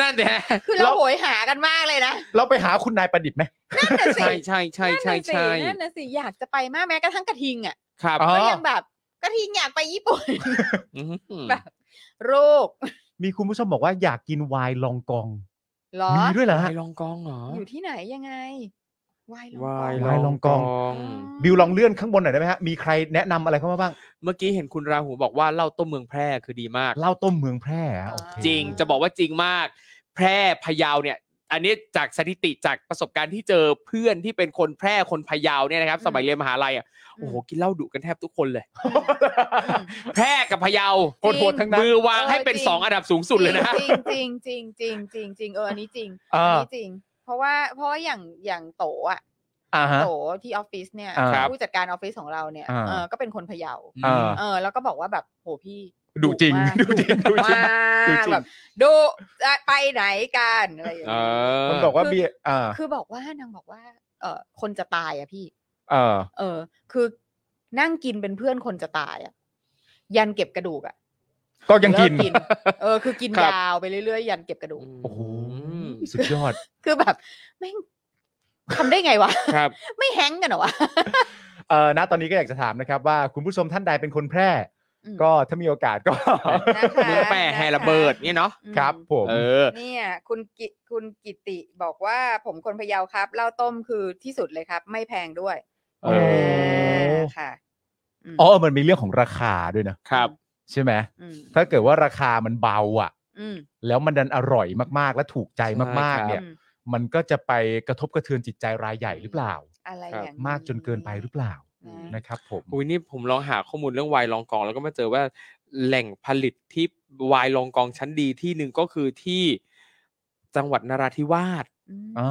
Speaker 5: นั่นแหละ
Speaker 2: คือเรา
Speaker 4: เรา
Speaker 2: โหยหากันมากเลยนะ
Speaker 4: เราไปหาคุณนายประดิษฐ์ไหม
Speaker 2: นั่นน่ะสิ
Speaker 5: ใช่ใช่ใช่ใช่ใช่
Speaker 2: นั่นน่ะสินั่นน่ะสิอยากจะไปมากแม้กระทั่งกระทิงอ่ะ
Speaker 5: ครับ
Speaker 4: อ๋อ
Speaker 2: ก็ยังแบบกระทิงอยากไปญี่ปุ่น
Speaker 5: อื้อหือ
Speaker 2: แบบลูก
Speaker 4: มีคุณผู้ชมบอกว่าอยากกินไวน์ลองกอง
Speaker 2: เหรอ
Speaker 4: มีด้วยเหรอฮะ
Speaker 5: วายลองกองเหรอ
Speaker 2: อยู่ที่ไหนยังไงวายลง
Speaker 5: วา
Speaker 2: ก่อย น
Speaker 4: วายลองกอง
Speaker 2: อ๋อ
Speaker 4: บิวลองเลื่อนข้างบนหน่อยได้ไหมฮะ มีใครแนะนำอะไรเข้ามาบ้าง
Speaker 5: เมื่อกี้เห็นคุณราหูบอกว่าเหล้าต้มเมืองแพร่คือดีมาก
Speaker 4: เล่าต้มเมืองแพร่อะโอเค
Speaker 5: จริงจะบอกว่าจริงมาก แพร่พะเยาเนี่ย อันนี้จากสถิติจากประสบการณ์ที่เจอเพื่อนที่เป็นคนแพร่คนพะเยาเนี่ยนะครับ สมัยเรียนมหาลัยอ่ะโอ้โหกินเหล้าดุกันแทบทุกคนเลย แพร่กับพะเยา
Speaker 4: โคตรๆทั้งนั้น
Speaker 5: มือวางให้เป็น
Speaker 2: จริง
Speaker 5: สองอันดับสูงสุดเลยนะ
Speaker 2: จริงจริงจริงจริงจริงจริงเอออันนี้จริง
Speaker 4: อ่า
Speaker 2: อันนี้จริง เพราะว่าเพราะว่าอย่างอย่างโตอ่ะ
Speaker 4: อ่าฮะ
Speaker 2: โตที่ออฟฟิศเนี่ย
Speaker 4: อ่าครับ
Speaker 2: ผู้จัดการออฟฟิศของเราเนี่ย
Speaker 4: อ่า
Speaker 2: เออก็เป็นคนพะเยา
Speaker 4: อ่า
Speaker 2: เออแล้วก็บอกว่าแบบโหพี่
Speaker 4: ดุจริง
Speaker 2: มาก
Speaker 4: ดุจริงดุจริง
Speaker 2: ดุ
Speaker 4: ดุจริง
Speaker 2: แบบดุจะไปไหนกันอะไรอย่าง
Speaker 5: เอ
Speaker 2: เงี้ย
Speaker 5: อ
Speaker 4: มันบอกว่าเบียร์อ่า
Speaker 2: คือบอกว่านางบอกว่า เออคนจะตายอ่ะพี่
Speaker 4: เออ
Speaker 2: เออ คือนั่งกินเป็นเพื่อนคนจะตายอ่ะยันเก็บกระดูกอ่ะ
Speaker 4: ก็ยังกิน
Speaker 2: เลิเออ คือกิน
Speaker 5: ครับ
Speaker 2: ยาวไปเรื่อยๆยันเก็บกระดูก
Speaker 4: โอ้โห
Speaker 5: อืม
Speaker 4: สุดยอด
Speaker 2: คือแบบแม่งทำได้ไงวะ
Speaker 5: ครับ
Speaker 2: ไม่แฮงก์กันเหรอวะ
Speaker 4: เออณตอนนี้ก็อยากจะถามนะครับว่าคุณผู้ชมท่านใดเป็นคนแพร่
Speaker 2: อืม
Speaker 4: ก็ถ้ามีโอกาสก็
Speaker 2: นะคะ
Speaker 5: มือแปะแฮระเบิดเนี่ยเนาะ
Speaker 2: อืม
Speaker 4: ครับผม
Speaker 5: เออ
Speaker 2: เนี่ยคุณกิคุณกิติบอกว่าผมคนพะเยาครับเหล้าต้มคือที่สุดเลยครับ ไม่แพงด้วย
Speaker 5: โอ้
Speaker 4: โอ้
Speaker 2: าค่ะม
Speaker 4: อ๋อมันมีเรื่องของราคาด้วยนะ
Speaker 5: ครับ
Speaker 4: ใช่ไหม
Speaker 2: ม
Speaker 4: ถ้าเกิดว่าราคามันเบาอ่ะ
Speaker 2: อืม
Speaker 4: แล้วมันดันอร่อยมากๆ และถูกใจมาก
Speaker 5: ใช่ครับ
Speaker 4: ๆ เนี่ย
Speaker 2: อืม
Speaker 4: มันก็จะไปกระทบกระเทือนจิตใจรายใหญ่หรือเปล่า
Speaker 2: อะไร
Speaker 5: ครับ
Speaker 2: อย่าง
Speaker 4: มากจนเกินไปหรือเปล่า
Speaker 2: นะ
Speaker 4: นะครับผม
Speaker 5: อุ้ยนี่ผมลองหาข้อมูลเรื่องไวน์ลองกอง แล้วก็มาเจอว่าแหล่งผลิตที่ไวน์ลองกองชั้นดีที่หนึ่งก็คือที่จังหวัดนราธิวาส
Speaker 2: อืม
Speaker 4: อ๋อ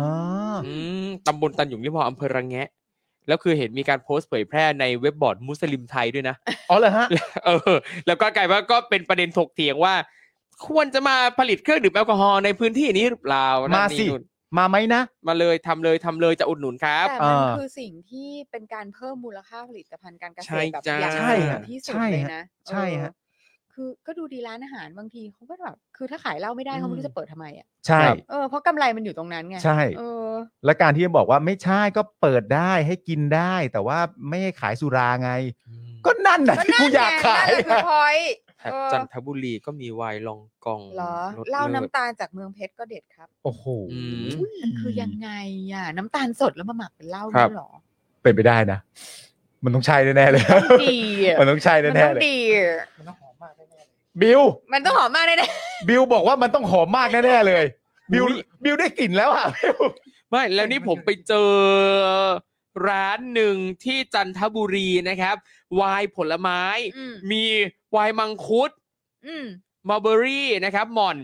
Speaker 5: อืมตำบลตันหยุงที่พออำเภอระแงะ แล้วคือเห็นมีการโพสต์เผยแพร่ในเว็บบอร์ดมุสลิมไทยด้วยนะ
Speaker 4: อ๋อเหรอฮะ
Speaker 5: เออ แล้วก็กลายว่าก็เป็นประเด็นถกเถียงว่า ควรจะมาผลิตเครื่องดื่มแอลกอฮอล์ในพื้นที่นี้หรือเปล่านั่น
Speaker 4: มาสิ
Speaker 5: นี่นู่น
Speaker 4: มาไหมนะ
Speaker 5: มาเลยทำเลยทำเลยจะอุดหนุนครับ
Speaker 2: แต่มัน
Speaker 4: อ่า
Speaker 2: คือสิ่งที่เป็นการเพิ่มมูลค่าผลิตภัณฑ์การเกษ
Speaker 5: ใช่
Speaker 2: ตรแบบ
Speaker 5: จ้า
Speaker 2: อย่าง
Speaker 4: ใช่ฮะ
Speaker 2: ที่สุด
Speaker 4: ใช่
Speaker 2: เลย
Speaker 4: ฮะ
Speaker 2: นะ
Speaker 4: ใช่ฮะ
Speaker 2: เออคือก็ดูดีร้านอาหารบางทีเขาก็แบบคือถ้าขายเหล้าไม่ได้เขาไม่รู้จะเปิดทำไมอ่ะ
Speaker 4: ใช่
Speaker 5: ครับ
Speaker 2: เออเพราะกำไรมันอยู่ตรงนั้นไง
Speaker 4: ใช่
Speaker 2: เออ
Speaker 4: และการที่จะบอกว่าไม่ใช่ก็เปิดได้ให้กินได้ แต่ว่าไม่ให้ขายสุราไง ก็นั่นน่ะ
Speaker 2: ก็นั่
Speaker 4: ที่
Speaker 2: น
Speaker 4: กู
Speaker 2: ไง
Speaker 4: อยากขาย
Speaker 2: นั่นแหละคือพอยต์
Speaker 5: แถบจันทบุรีก็มีไวน์ลองกอง
Speaker 2: เหรอ
Speaker 5: สศ
Speaker 2: เหล้าน้ำตาลจากเมืองเพชรก็เด็ดครับ
Speaker 4: โอ้โห
Speaker 5: อืม
Speaker 2: มันคือยังไงอ่ะ น้ำตาลสดแล้วมาหมักเป็นเหล้า
Speaker 5: ครั
Speaker 2: ด้
Speaker 5: บ
Speaker 2: วยเหรอ
Speaker 4: เป็นไปได้นะ มันต้องใช่แน่ๆเลย
Speaker 2: ต้องดีอ่ะ
Speaker 4: มันต้องใช่
Speaker 2: มัน
Speaker 4: แน่
Speaker 2: ต้อ
Speaker 4: ๆ
Speaker 2: ง
Speaker 4: เลย
Speaker 2: ดีอ่ะ
Speaker 4: บิว
Speaker 2: มันต้องหอมมากแน่
Speaker 4: บิวบอกว่ามันต้องหอมมากแน่ๆเลย บิว บิวได้กลิ่นแล้วอ่ะบิว
Speaker 5: ไม่แล้วนี่ผมไปเจอร้านหนึ่งที่จันทบุรีนะครับไวน์ผลไม้
Speaker 2: ๆอืม
Speaker 5: มีไวน์มังคุด
Speaker 2: อืม
Speaker 5: ม a ลเบอรี่นะครับหม่อน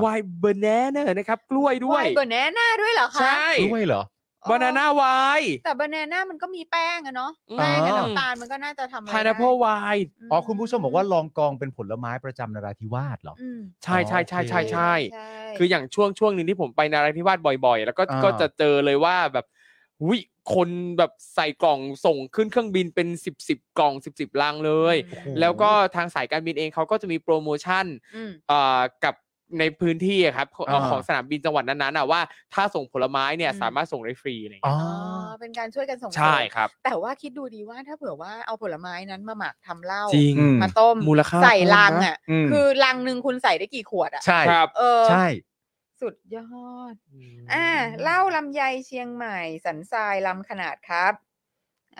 Speaker 5: ไวน์เบอร์แนน่นะครับกล้วยด้วย
Speaker 2: ไน์บานาน่าด้วยเหรอคะ
Speaker 5: ใช่
Speaker 4: ด้วยเหรอ
Speaker 5: บานาน่าไวน์
Speaker 2: แต่บานาน่ามันก็มีแป้งอะเนาะ
Speaker 4: อ่า
Speaker 2: แป้งกับน้ำตาลมันก็น่าจะทำอะไร
Speaker 5: พายนาโพไวน์
Speaker 4: อ๋อ คุณผู้ชมบอกว่าลองกองเป็นผลไม้ประจำนราธิวาสเหรอ
Speaker 2: อืม
Speaker 5: ใช่ใช่ใช่ใช่ใช่
Speaker 2: ใช่
Speaker 5: คืออย่างช่วงช่วงหนึ่งที่ผมไปนาราธิวาสบ่อยๆ แล้วก็
Speaker 4: อ่า
Speaker 5: ก็จะเจอเลยว่าแบบวิคนแบบใส่กล่องส่งขึ้นเครื่องบินเป็น 10บสกล่อง 10บสลังเลย แล้วก็ทางสายการบินเองเขาก็จะมีโปรโมชั่น
Speaker 2: อืม
Speaker 5: เอ่อกับในพื้นที่อะครับของ
Speaker 4: อ่า
Speaker 5: ของสนามบินจังหวัดนั้นๆอะว่าถ้าส่งผลไม้เนี่ย
Speaker 2: อืม
Speaker 5: สามารถส่งได้ฟรีอะไรอย่าง
Speaker 4: อ๋
Speaker 5: เลย
Speaker 4: อ
Speaker 2: อ๋อเป็นการช่วยกันส่งเสริม
Speaker 5: ใช่ครับ
Speaker 2: แต่ว่าคิดดูดีว่าถ้าเผื่อว่าเอาผลไม้นั้นมาหมักทำเหล้า
Speaker 5: จริง
Speaker 4: อืม
Speaker 2: มาต้ม
Speaker 5: มูลค่า
Speaker 2: ใส่
Speaker 5: เพิ่มนะ
Speaker 2: ลังอ่ะ
Speaker 4: อืม
Speaker 2: คือลังหนึ่งคุณใส่ได้กี่ขวดอ่ะ
Speaker 4: ใช่
Speaker 5: ครับ
Speaker 2: เออ
Speaker 4: ใช่
Speaker 2: สุดยอด อ่าเหล้าลำไยเชียงใหม่ สันทรายลำขนาดครับ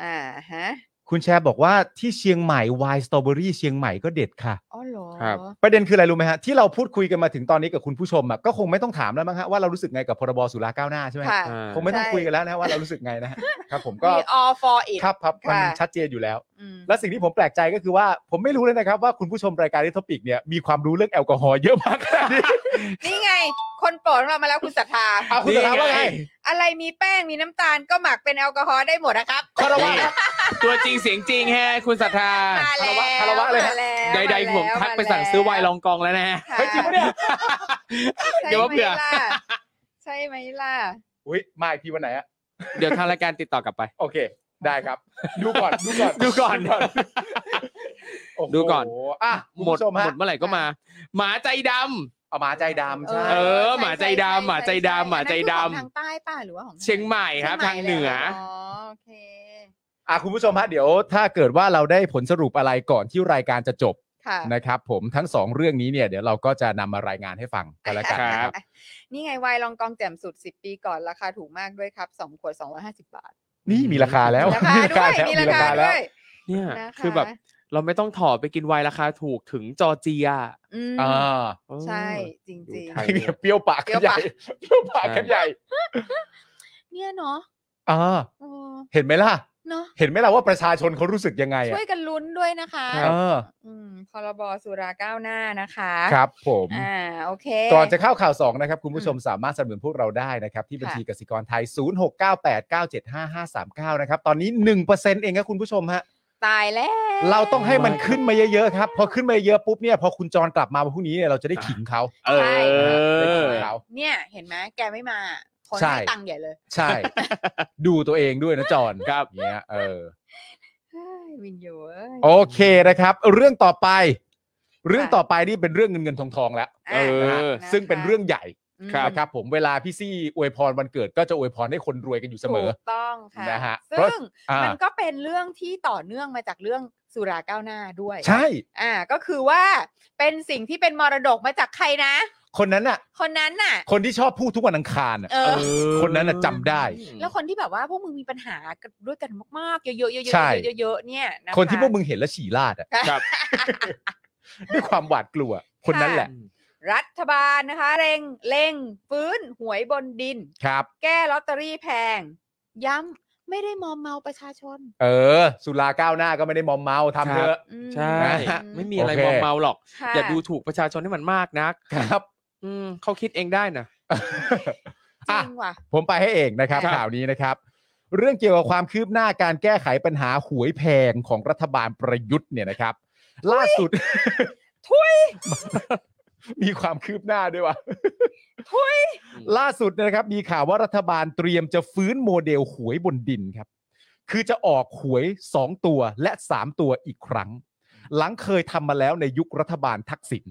Speaker 2: อ่าฮะ
Speaker 4: คุณแชร์บอกว่าที่เชียงใหม่ไวน์สตรอเบอรี่เชียงใหม่ก็เด็ดค่ะ
Speaker 2: อ๋อเหรอ
Speaker 5: ครับ
Speaker 4: ประเด็นคืออะไรรู้ไหมฮะที่เราพูดคุยกันมาถึงตอนนี้กับคุณผู้ชมอะก็คงไม่ต้องถามแล้วมั้งฮะว่าเรารู้สึกไงกับพรบสุราก้าวหน้าใช่ไหมฮะ
Speaker 2: ค่ะ
Speaker 5: อ่า
Speaker 4: คงไม่ ต้อง
Speaker 2: ใช่
Speaker 4: คุยกันแล้วนะฮะว่าเรารู้สึกไงนะฮะครับผมก็
Speaker 2: มี all for it
Speaker 4: ครับครับมัน
Speaker 2: ค่ะ
Speaker 4: ชัดเจนอยู่แล้ว
Speaker 2: อืม
Speaker 4: และสิ่งที่ผมแปลกใจก็คือว่าผมไม่รู้เลยนะครับว่าคุณผู้ชมรายการที่ทอปิกเนี่ยมีความรู้เรื่องแอลกอฮอล์เยอะมากขนาดนี้
Speaker 2: นี่ไง คนโปรดของเรามาแล้วคุณศรัทธา
Speaker 4: อ่ะคุณศรัทธาว่าไง
Speaker 2: อะไรมีแป้งมีน้ำตาลก็หมักเป็นแอลกอฮอล์ได้หมดนะครับ
Speaker 4: คารวะ
Speaker 5: นี่ตัวจริงเสียงจริงฮะคุณศรัทธา
Speaker 2: มาแล้ว
Speaker 4: คารวะเลยฮะ
Speaker 2: มาแล้ว
Speaker 5: ใดๆผมทักไปสั่งซื้อไวน์ลองกองแล้วนะฮะ
Speaker 2: ค่ะ
Speaker 4: เฮ้ยจริงปะเนี่ย
Speaker 2: ใช่
Speaker 5: เดี๋ยวว่า
Speaker 2: ไหม
Speaker 5: เผื่อ
Speaker 2: ล่ะใช่ไหมล่ะ
Speaker 4: อุ้ยมาอีกทีวันไหนอะ
Speaker 5: เดี๋ยวทางรายการติดต่อกลับไป
Speaker 4: โอเค ได้ครับ ดูก่อนดูก่อน
Speaker 5: ดูก่อน
Speaker 4: โโห
Speaker 5: ดูก่อน
Speaker 4: อ่ะ
Speaker 5: หมด
Speaker 4: คุณผู้ชม
Speaker 5: ห
Speaker 4: ฮะ
Speaker 5: มดเมื่อไหร่ก็มา หมาใจดำ
Speaker 4: เอาหมาใจดำใช่
Speaker 5: เออหมาใจดำหมาใจดำหมาใจดำ
Speaker 2: อันนั้นคือของทางใต้ป่ะหรือว่าของทาง
Speaker 5: เชียงใหม่ครับ
Speaker 2: ชีย
Speaker 5: ทางเหนือ
Speaker 2: ลยอ๋อโอเค
Speaker 4: อ่ะคุณผู้ชมฮะเดี๋ยวถ้าเกิดว่าเราได้ผลสรุปอะไรก่อนที่รายการจะจบ
Speaker 2: ค่ะ
Speaker 4: นะครับผมทั้งสองเรื่องนี้เนี่ยเดี๋ยวเราก็จะนำมารายงานให้ฟังกันแล้วกันนะครับ
Speaker 2: นี่ไงไวน์ลองกองแจ่มสุด 10 ปีก่อนราคาถูกมากด้วยครับ2ขวด250 บาท
Speaker 4: นี่มีราคาแล้ว
Speaker 2: ราคาด้วยมีราคาด้วย
Speaker 5: เนี่ย
Speaker 2: นะคะ
Speaker 5: คือแบบเราไม่ต้องถอไปกินไวน์ราคาถูกถึงจอร์เจีย
Speaker 2: อืม
Speaker 4: อ่า
Speaker 5: เออ
Speaker 2: ใช่จริง
Speaker 5: ดูไท
Speaker 4: เนี่ยเปรี้ยวปากกันใหญ่เปรี้ยวปากกันใหญ่
Speaker 2: ๆ เนี่ยเนาะ
Speaker 4: อ่า
Speaker 2: เออ
Speaker 4: เห็นไหมล่ะ
Speaker 2: เนาะ
Speaker 4: เห็นไหมล่ะว่าประชาชนเขารู้สึกยังไงอ่ะ
Speaker 2: ช่วยกันลุ้นด้วยนะคะ
Speaker 4: เออ
Speaker 2: อืมพรบสุราก้าวหน้านะคะ
Speaker 4: ครับผม
Speaker 2: อ่าโอเค
Speaker 4: ก่อนจะเข้าข่าว 2 นะครับ คุณผู้ชมสามารถสนับสนุนพวกเราได้นะครับ ที่บัญชีกสิกรไทย 0698975539 นะครับ ตอนนี้ 1%เองครับคุณผู้ชมฮะ
Speaker 2: ตายแล้ว
Speaker 4: เราต้องให้มันขึ้นมาเยอะๆครับ พอขึ้นมาเยอะปุ๊บเนี่ย พอคุณจรกลับมาวันพรุ่งนี้เนี่ยเราจะได้ขิงเขา
Speaker 5: เอ
Speaker 2: ใช่
Speaker 4: เอ
Speaker 5: อ
Speaker 4: อครับ
Speaker 2: เนี่ยเห็นไหมแกไม่มา คน
Speaker 4: ใช่
Speaker 2: ให้ตังค์ใหญ่เลย
Speaker 4: ใช่ ดูตัวเองด้วยนะจอน
Speaker 5: ครับ
Speaker 4: เนี่ยเออ
Speaker 2: เฮ้ยวินโยเอ้ย
Speaker 4: โอเคนะครับ เรื่องต่อไป เรื่องต่อไปนี่เป็นเรื่องเงินเงินทองทองแล้ว
Speaker 5: เออ
Speaker 4: นะฮะ
Speaker 2: ะคะ
Speaker 4: ซึ่งเป็นเรื่องใหญ่
Speaker 2: อืม
Speaker 4: นะครับผมเวลาพี่ซี่อวยพรวันเกิดก็จะอวยพรให้คนรวยกันอยู่เสมอ
Speaker 2: ถูกต้องค่ะ
Speaker 4: นะฮะเพราะ
Speaker 2: ซึ่ง
Speaker 4: อ่า
Speaker 2: มันก็เป็นเรื่องที่ต่อเนื่องมาจากเรื่องสุราก้าวหน้าด้วย
Speaker 4: ใช่
Speaker 2: อ่า ก็คือว่าเป็นสิ่งที่เป็นมรดกมาจากใครนะ
Speaker 4: คนนั้นน่ะ
Speaker 2: คนนั้นน่ะ
Speaker 4: คนที่ชอบพูดทุกวันอังคารน่ะ
Speaker 2: เอ
Speaker 5: เอ
Speaker 2: อ
Speaker 5: อ
Speaker 4: คนนั้นน่ะจำได้
Speaker 2: แล้วคนที่แบบว่าพวกมึงมีปัญหากันด้วยกันมากๆ เยอะๆเยอะๆ
Speaker 4: ใช่
Speaker 2: เยอะๆเยอะๆเนี่ยะะ
Speaker 4: คนที่พวกมึงเห็นแล้วฉี่ราดอ่ะ
Speaker 2: ครับ
Speaker 4: ด้วยความหวาดกลัว คนนั้นแหละ
Speaker 2: รัฐบาลนะคะ เร่งเร่งฟื้นหวยบนดิน
Speaker 4: ครับ
Speaker 2: แก้ลอตเตอรี่แพง ย้ำไม่ได้มอมเมาประชาชน
Speaker 4: เออ สุราก้าวหน้าก็ไม่ได้มอมเมาทำเถอะ
Speaker 2: อืม
Speaker 5: ใช่
Speaker 4: นะฮะ
Speaker 5: ไม่มีอะไร
Speaker 4: โอเค
Speaker 5: มอมเมาหรอก
Speaker 2: ค่ะ
Speaker 5: อย่าดูถูกประชาชนให้มันมากนัก
Speaker 4: ครับ
Speaker 5: อืมเขาคิดเองได้นะ
Speaker 2: จ
Speaker 4: อ่ะ
Speaker 2: ริงว่ะ
Speaker 4: ผมไปให้เองนะครับ
Speaker 5: ครับ
Speaker 4: ข่าวนี้นะครับ เรื่องเกี่ยวกับความคืบหน้าการแก้ไขปัญหาหวยแพงของรัฐบาลประยุทธ์เนี่ยนะครับ ล่าสุด
Speaker 2: ถุย
Speaker 4: มีความคืบหน้าด้วยวะ
Speaker 2: เฮ้ย
Speaker 4: ล่าสุดนะครับ มีข่าวว่ารัฐบาลเตรียมจะฟื้นโมเดลหวยบนดินครับ คือจะออกหวย 2 ตัวและ 3 ตัวอีกครั้ง หลังเคยทำมาแล้วในยุครัฐบาลทักษิณ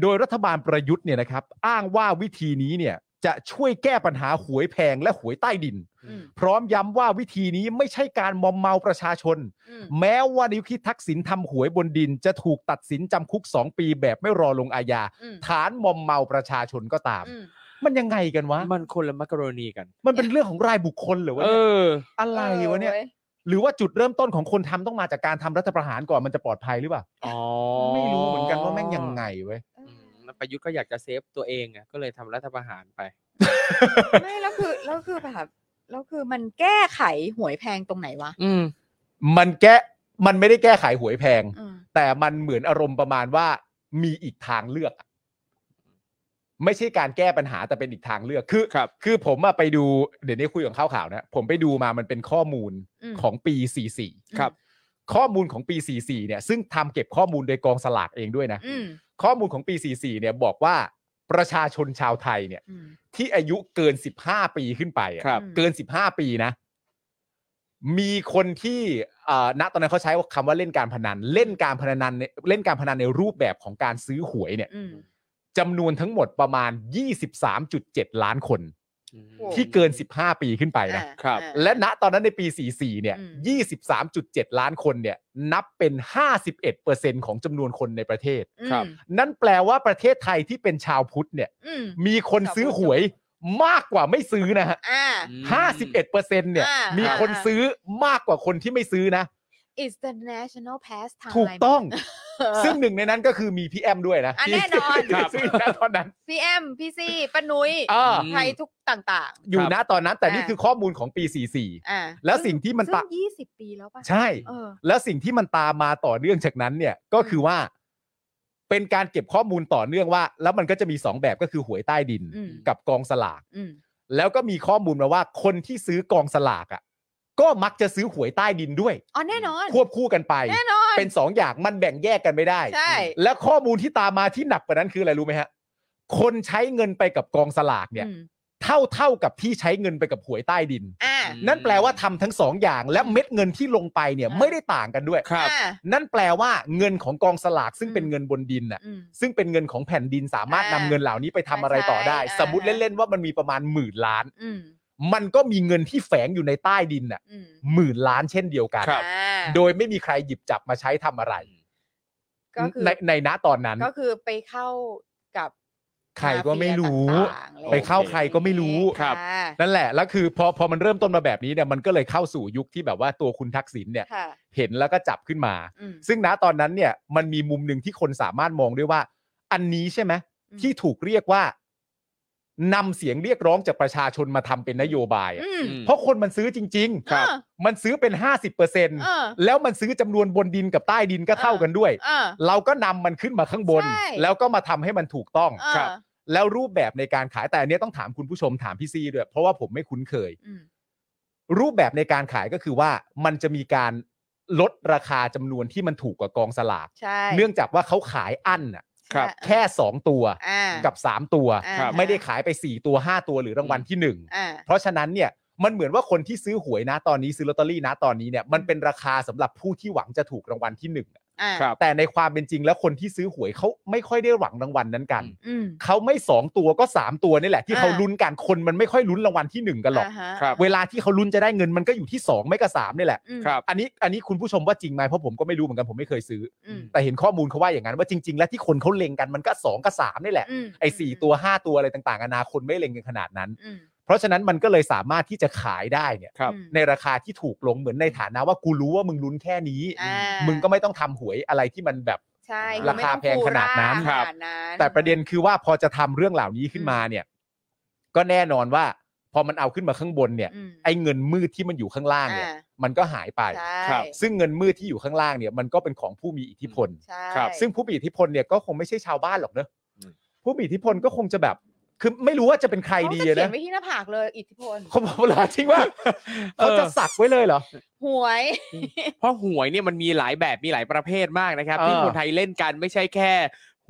Speaker 4: โดยรัฐบาลประยุทธ์เนี่ยนะครับ อ้างว่าวิธีนี้เนี่ยจะช่วยแก้ปัญหาหวยแพงและหวยใต้ดิน
Speaker 2: อืม
Speaker 4: พร้อมย้ำว่าวิธีนี้ไม่ใช่การมอมเมาประชาชน
Speaker 2: อืม
Speaker 4: แม้ว่านิวคิดทักษิณทำหวยบนดิน จะถูกตัดสินจำคุก 2 ปีแบบไม่รอลงอาญา
Speaker 2: อืม
Speaker 4: ฐานมอมเมาประชาชนก็ตาม
Speaker 2: อืม
Speaker 4: มันยังไงกันวะ
Speaker 5: มันคนละมักกะโรนีกัน
Speaker 4: มันเป็นเรื่องของรายบุคคลเหรือวะ
Speaker 5: เอ
Speaker 4: เนี่ย
Speaker 5: อ
Speaker 4: อะไรวะเนี่ย หรือว่าจุดเริ่มต้นของคนทำต้องมาจากการทำรัฐประหารก่อนมันจะปลอดภัยหรือเปล่า
Speaker 5: อ๋อ
Speaker 4: ไม่รู้เหมือนกันว่าแม่งยังไงเว้ย
Speaker 5: อืมแล้วประยุทธ์ก็อยากจะเซฟตัวเองอะก็เลยทำรัฐประหารไป
Speaker 2: ไม่แล้วคือแล้วคือแบบแล้วคือมันแก้ไขหวยแพงตรงไหนวะ
Speaker 5: อืม
Speaker 4: มันแก้มันไม่ได้แก้ไขหวยแพง
Speaker 2: อืม
Speaker 4: แต่มันเหมือนอารมณ์ประมาณว่ามีอีกทางเลือกอะไม่ใช่การแก้ปัญหาแต่เป็นอีกทางเลือกคือ
Speaker 5: ครับ
Speaker 4: อผมอะไปดูเดี๋ยวนี้คุยกับข่าวข่าวนะผมไปดูมามันเป็นข้อมูล
Speaker 2: ม
Speaker 4: ของปี 44
Speaker 2: ครับ
Speaker 4: ข้อมูลของปี 44 เนี่ย ซึ่งทำเก็บข้อมูลโดยกองสลากเองด้วยนะ
Speaker 2: อืม
Speaker 4: ข้อมูลของปี 44 เนี่ยบอกว่าประชาชนชาวไทยเนี่ย
Speaker 2: อืม
Speaker 4: ที่อายุเกิน 15 ปีขึ้นไปอะ
Speaker 5: ครับ
Speaker 2: อืม
Speaker 4: เกิน 15 ปีนะ มีคนที่อ่าณตอนนั้นเขาใช้คำว่าเล่นการพนัน เล่นการพนันในเล่นการพนันในรูปแบบของการซื้อหวยเนี่ย
Speaker 2: อืม
Speaker 4: จำนวนทั้งหมดประมาณ 23.7 ล้านคน
Speaker 5: อืม
Speaker 4: ที่เกิน 15 ปีขึ้นไปนะ
Speaker 2: อ่า
Speaker 5: ครับ
Speaker 2: อ่า
Speaker 4: และณตอนนั้นในปี 44 เนี่ย
Speaker 2: อื
Speaker 4: 23.7 ล้านคนเนี่ย นับเป็น 51%ของจำนวนคนในประเทศ
Speaker 2: อืม
Speaker 5: ครับ
Speaker 4: นั่นแปลว่าประเทศไทยที่เป็นชาวพุทธเนี่ย
Speaker 2: อืม
Speaker 4: มีคนซื้อหวยมากกว่าไม่ซื้อนะฮะ
Speaker 2: อ่า
Speaker 5: อืม
Speaker 4: ห้าสิบเอ็ดเปอร์เซ็นต์เนี่ย
Speaker 2: อ่ามี
Speaker 4: มีคนซื้อมากกว่าคนที่ไม่ซื้อนะ
Speaker 2: is the national pastime
Speaker 4: ถูกต้อง
Speaker 2: เออ
Speaker 4: ซึ่งหนึ่งในนั้นก็คือมีพี่แอมด้วยนะ
Speaker 2: อ่ะแน่นอน
Speaker 4: ที่ซึ่งณตอนนั้น
Speaker 2: พี่แอมพี่ซี่ป้านุ้ย
Speaker 4: เออ
Speaker 2: ใครทุกต่าง
Speaker 4: อยู่ณตอนนั้นแต่
Speaker 2: อ่านี่
Speaker 4: นี่คือข้อมูลของปี
Speaker 2: ๆ อ่า
Speaker 4: 44 แล้วสิ่งที่มัน
Speaker 2: ซึ่
Speaker 4: ตะ
Speaker 2: งยี่สิบปีแล้วป่ะ
Speaker 4: ใช่
Speaker 2: เออ
Speaker 4: แล้วสิ่งที่มันตามมาต่อเนื่องจากนั้นเนี่ยก็คือว่า เป็นการเก็บข้อมูลต่อเนื่องว่า แล้วมันก็จะมีสองแบบก็คือหวยใต้ดิน
Speaker 2: อืม
Speaker 4: กับกองสลาก
Speaker 2: อืม
Speaker 4: แล้วก็มีข้อมูลมาว่าคนที่ซื้อกองสลากอ่ะ ก็มักจะซื้อหวยใต้ดินด้วย
Speaker 2: อ๋อแน่นอน
Speaker 4: ควบคู่กันไป
Speaker 2: แน่นอน
Speaker 4: เป็นสองอย่างมันแบ่งแยกกันไม่ได้
Speaker 2: ใช่
Speaker 4: และข้อมูลที่ตามมาที่หนักกว่านั้นคืออะไรรู้ไหมฮะ คนใช้เงินไปกับกองสลากเนี่ย
Speaker 2: อืม
Speaker 4: เท่าเท่ากับที่ใช้เงินไปกับหวยใต้ดิน
Speaker 2: อ่า
Speaker 4: นั่นแปลว่าทำทั้งสองอย่างและเม็ดเงินที่ลงไปเนี่ย
Speaker 2: อ่า
Speaker 4: ไม่ได้ต่างกันด้วย
Speaker 5: ครับ
Speaker 2: อ่า
Speaker 4: นั่นแปลว่าเงินของกองสลากซึ่ง
Speaker 2: อืม
Speaker 4: เป็นเงินบนดินน่ะ
Speaker 2: อืม
Speaker 4: ซึ่งเป็นเงินของแผ่นดินสามารถนำ
Speaker 2: อ่า
Speaker 4: เงินเหล่านี้ไปทำอะไรต่อได้
Speaker 2: ใช่อ่า
Speaker 4: สมมติเล่นๆว่ามันมีประมาณหมื่นล้าน
Speaker 2: อืม
Speaker 4: มันก็มีเงินที่แฝงอยู่ในใต้ดินน่ะ
Speaker 2: อืม
Speaker 4: หมื่นล้านเช่นเดียวกัน
Speaker 5: ครับ
Speaker 2: อ่า
Speaker 4: โดยไม่มีใครหยิบจับมาใช้ทำอะไร
Speaker 2: ก็คือ
Speaker 4: ในในณตอนนั้น
Speaker 2: ก็คือไปเข้ากับ
Speaker 4: ใครก็ไม่รู้
Speaker 2: มาเฟียต่างๆอะร
Speaker 4: ไปเข้าใครก็ไม่รู้
Speaker 5: ครับ
Speaker 2: อ่า
Speaker 4: นั่นแหละแล้วคือพอพอมันเริ่มต้นมาแบบนี้เนี่ยมันก็เลยเข้าสู่ยุคที่แบบว่าตัวคุณทักษิณเนี่ย
Speaker 2: ค่ะ
Speaker 4: เห็นแล้วก็จับขึ้นมา
Speaker 2: อืม
Speaker 4: ซึ่งณตอนนั้นเนี่ยมันมีมุมหนึ่งที่คนสามารถมองด้วยว่า อันนี้ใช่ไหม
Speaker 2: อืม
Speaker 4: ที่ถูกเรียกว่านำเสียงเรียกร้องจากประชาชนมาทำเป็นนโยบายอะ
Speaker 2: อืม
Speaker 4: เพราะคนมันซื้อจริง
Speaker 2: ครับ
Speaker 4: ๆ มันซื้อเป็น
Speaker 2: เออ
Speaker 4: 50%แล้วมันซื้อจำนวนบนดินกับใต้ดินก็เท่ากันด้วย
Speaker 2: เออ
Speaker 4: เราก็นำมันขึ้นมาข้างบน
Speaker 2: ใช่
Speaker 4: แล้วก็มาทำให้มันถูกต้อง
Speaker 2: เออ
Speaker 4: แล้วรูปแบบในการขายแต่อันเนี้ยต้องถามคุณผู้ชมถามพี่ซีด้วย เพราะว่าผมไม่คุ้นเคย
Speaker 2: อืม
Speaker 4: รูปแบบในการขายก็คือว่ามันจะมีการลดราคาจำนวนที่มันถูกกว่ากองสลาก
Speaker 2: ใช่
Speaker 4: เนื่องจากว่าเขาขายอั้นน่ะ
Speaker 5: ครับ
Speaker 4: แค่สองตัว
Speaker 2: อ่า
Speaker 4: กับ 3 ตัว
Speaker 2: อ่า
Speaker 4: ไม่ได้ขายไป 4 ตัว 5 ตัวหรือรางวัลที่ 1
Speaker 2: อ่า
Speaker 4: เพราะฉะนั้นเนี่ยมันเหมือนว่าคนที่ซื้อหวยนะตอนนี้ซื้อลอตเตอรี่นะตอนนี้เนี่ยมันเป็นราคาสำหรับผู้ที่หวังจะถูกรางวัลที่หนึ่งอะ
Speaker 2: อ่า
Speaker 5: ครับ
Speaker 4: แต่ในความเป็นจริงแล้วคนที่ซื้อหวยเขาไม่ค่อยได้หวังรางวัลนั้นกัน
Speaker 2: อืม
Speaker 4: เขาไม่สองตัวก็สามตัวนี่แหละ ที่
Speaker 2: อ่า
Speaker 4: เขาลุ้นกันคนมันไม่ค่อยลุ้นรางวัลที่หนึ่งกันหรอก
Speaker 2: าฮะ
Speaker 5: ครับ
Speaker 4: เวลาที่เขาลุ้นจะได้เงินมันก็อยู่ที่สองไม่ก็สามนี่แหละ
Speaker 2: อืม
Speaker 5: ครับ
Speaker 4: อันนี้อันนี้คุณผู้ชมว่าจริงไหมเพราะผมก็ไม่รู้เหมือนกันผมไม่เคยซื้ออ
Speaker 2: อืม
Speaker 4: แต่เห็นข้อมูลเขาว่าอย่างนั้นว่าจริง ๆ แล้วที่คนเขาเล็งกันมันก็สองกับสามนี่แหละ
Speaker 2: อืม
Speaker 4: ไอ้สี่ตัวห้าตัวอะไรต่างๆอนาคตไม่เล็งกันขนาดนั้น
Speaker 2: อืม
Speaker 4: เพราะฉะนั้นมันก็เลยสามารถที่จะขายได้เนี่ย
Speaker 5: ครับ
Speaker 2: อืม
Speaker 4: ในราคาที่ถูกลงเหมือนในฐานะว่ากูรู้ว่ามึงลุ้นแค่นี้
Speaker 2: อ่า
Speaker 4: มึงก็ไม่ต้องทำหวยอะไรที่มันแบบ
Speaker 2: ใช่
Speaker 4: ราคาแพงขนาดนั้น
Speaker 2: ไม่ต้องฟูร่า
Speaker 5: ครับ
Speaker 2: ขนาดนั้น
Speaker 4: แต่ประเด็นคือว่าพอจะทำเรื่องเหล่านี้ขึ้นมาเนี่ย ก็แน่นอนว่า พอมันเอาขึ้นมาข้างบนเนี่ย
Speaker 2: ม
Speaker 4: ไอ้เงินมืดที่มันอยู่ข้างล่างเนี่ย
Speaker 2: อ่า
Speaker 4: มันก็หายไป
Speaker 2: ใช่
Speaker 5: ครับ
Speaker 4: ซึ่งเงินมืดที่อยู่ข้างล่างเนี่ยมันก็เป็นของผู้มีอิทธิพล
Speaker 2: ใช่
Speaker 5: ครับ
Speaker 4: ซึ่งผู้มีอิทธิพลเนี่ยก็คงไม่ใช่ชาวบ้านหรอกเนอะ
Speaker 5: อืม
Speaker 4: ผู้มีอิทธิพลก็คงจะแบบ คือไม่รู้ว่าจะเป็นใคร
Speaker 2: เขา
Speaker 4: ดี
Speaker 2: จะ
Speaker 4: อะ
Speaker 2: เขีย
Speaker 4: นะ
Speaker 2: นไว้ที่หน้าผากเลย อิทธิพล
Speaker 4: เขาบอกว่าจริงว่า เขาจะสักไว้เลยเหรอ
Speaker 2: หวย
Speaker 5: เพราะหวยเนี่ยมันมีหลายแบบมีหลายประเภทมากนะครับ
Speaker 4: เออ
Speaker 5: ที่คนไทยเล่นกันไม่ใช่แค่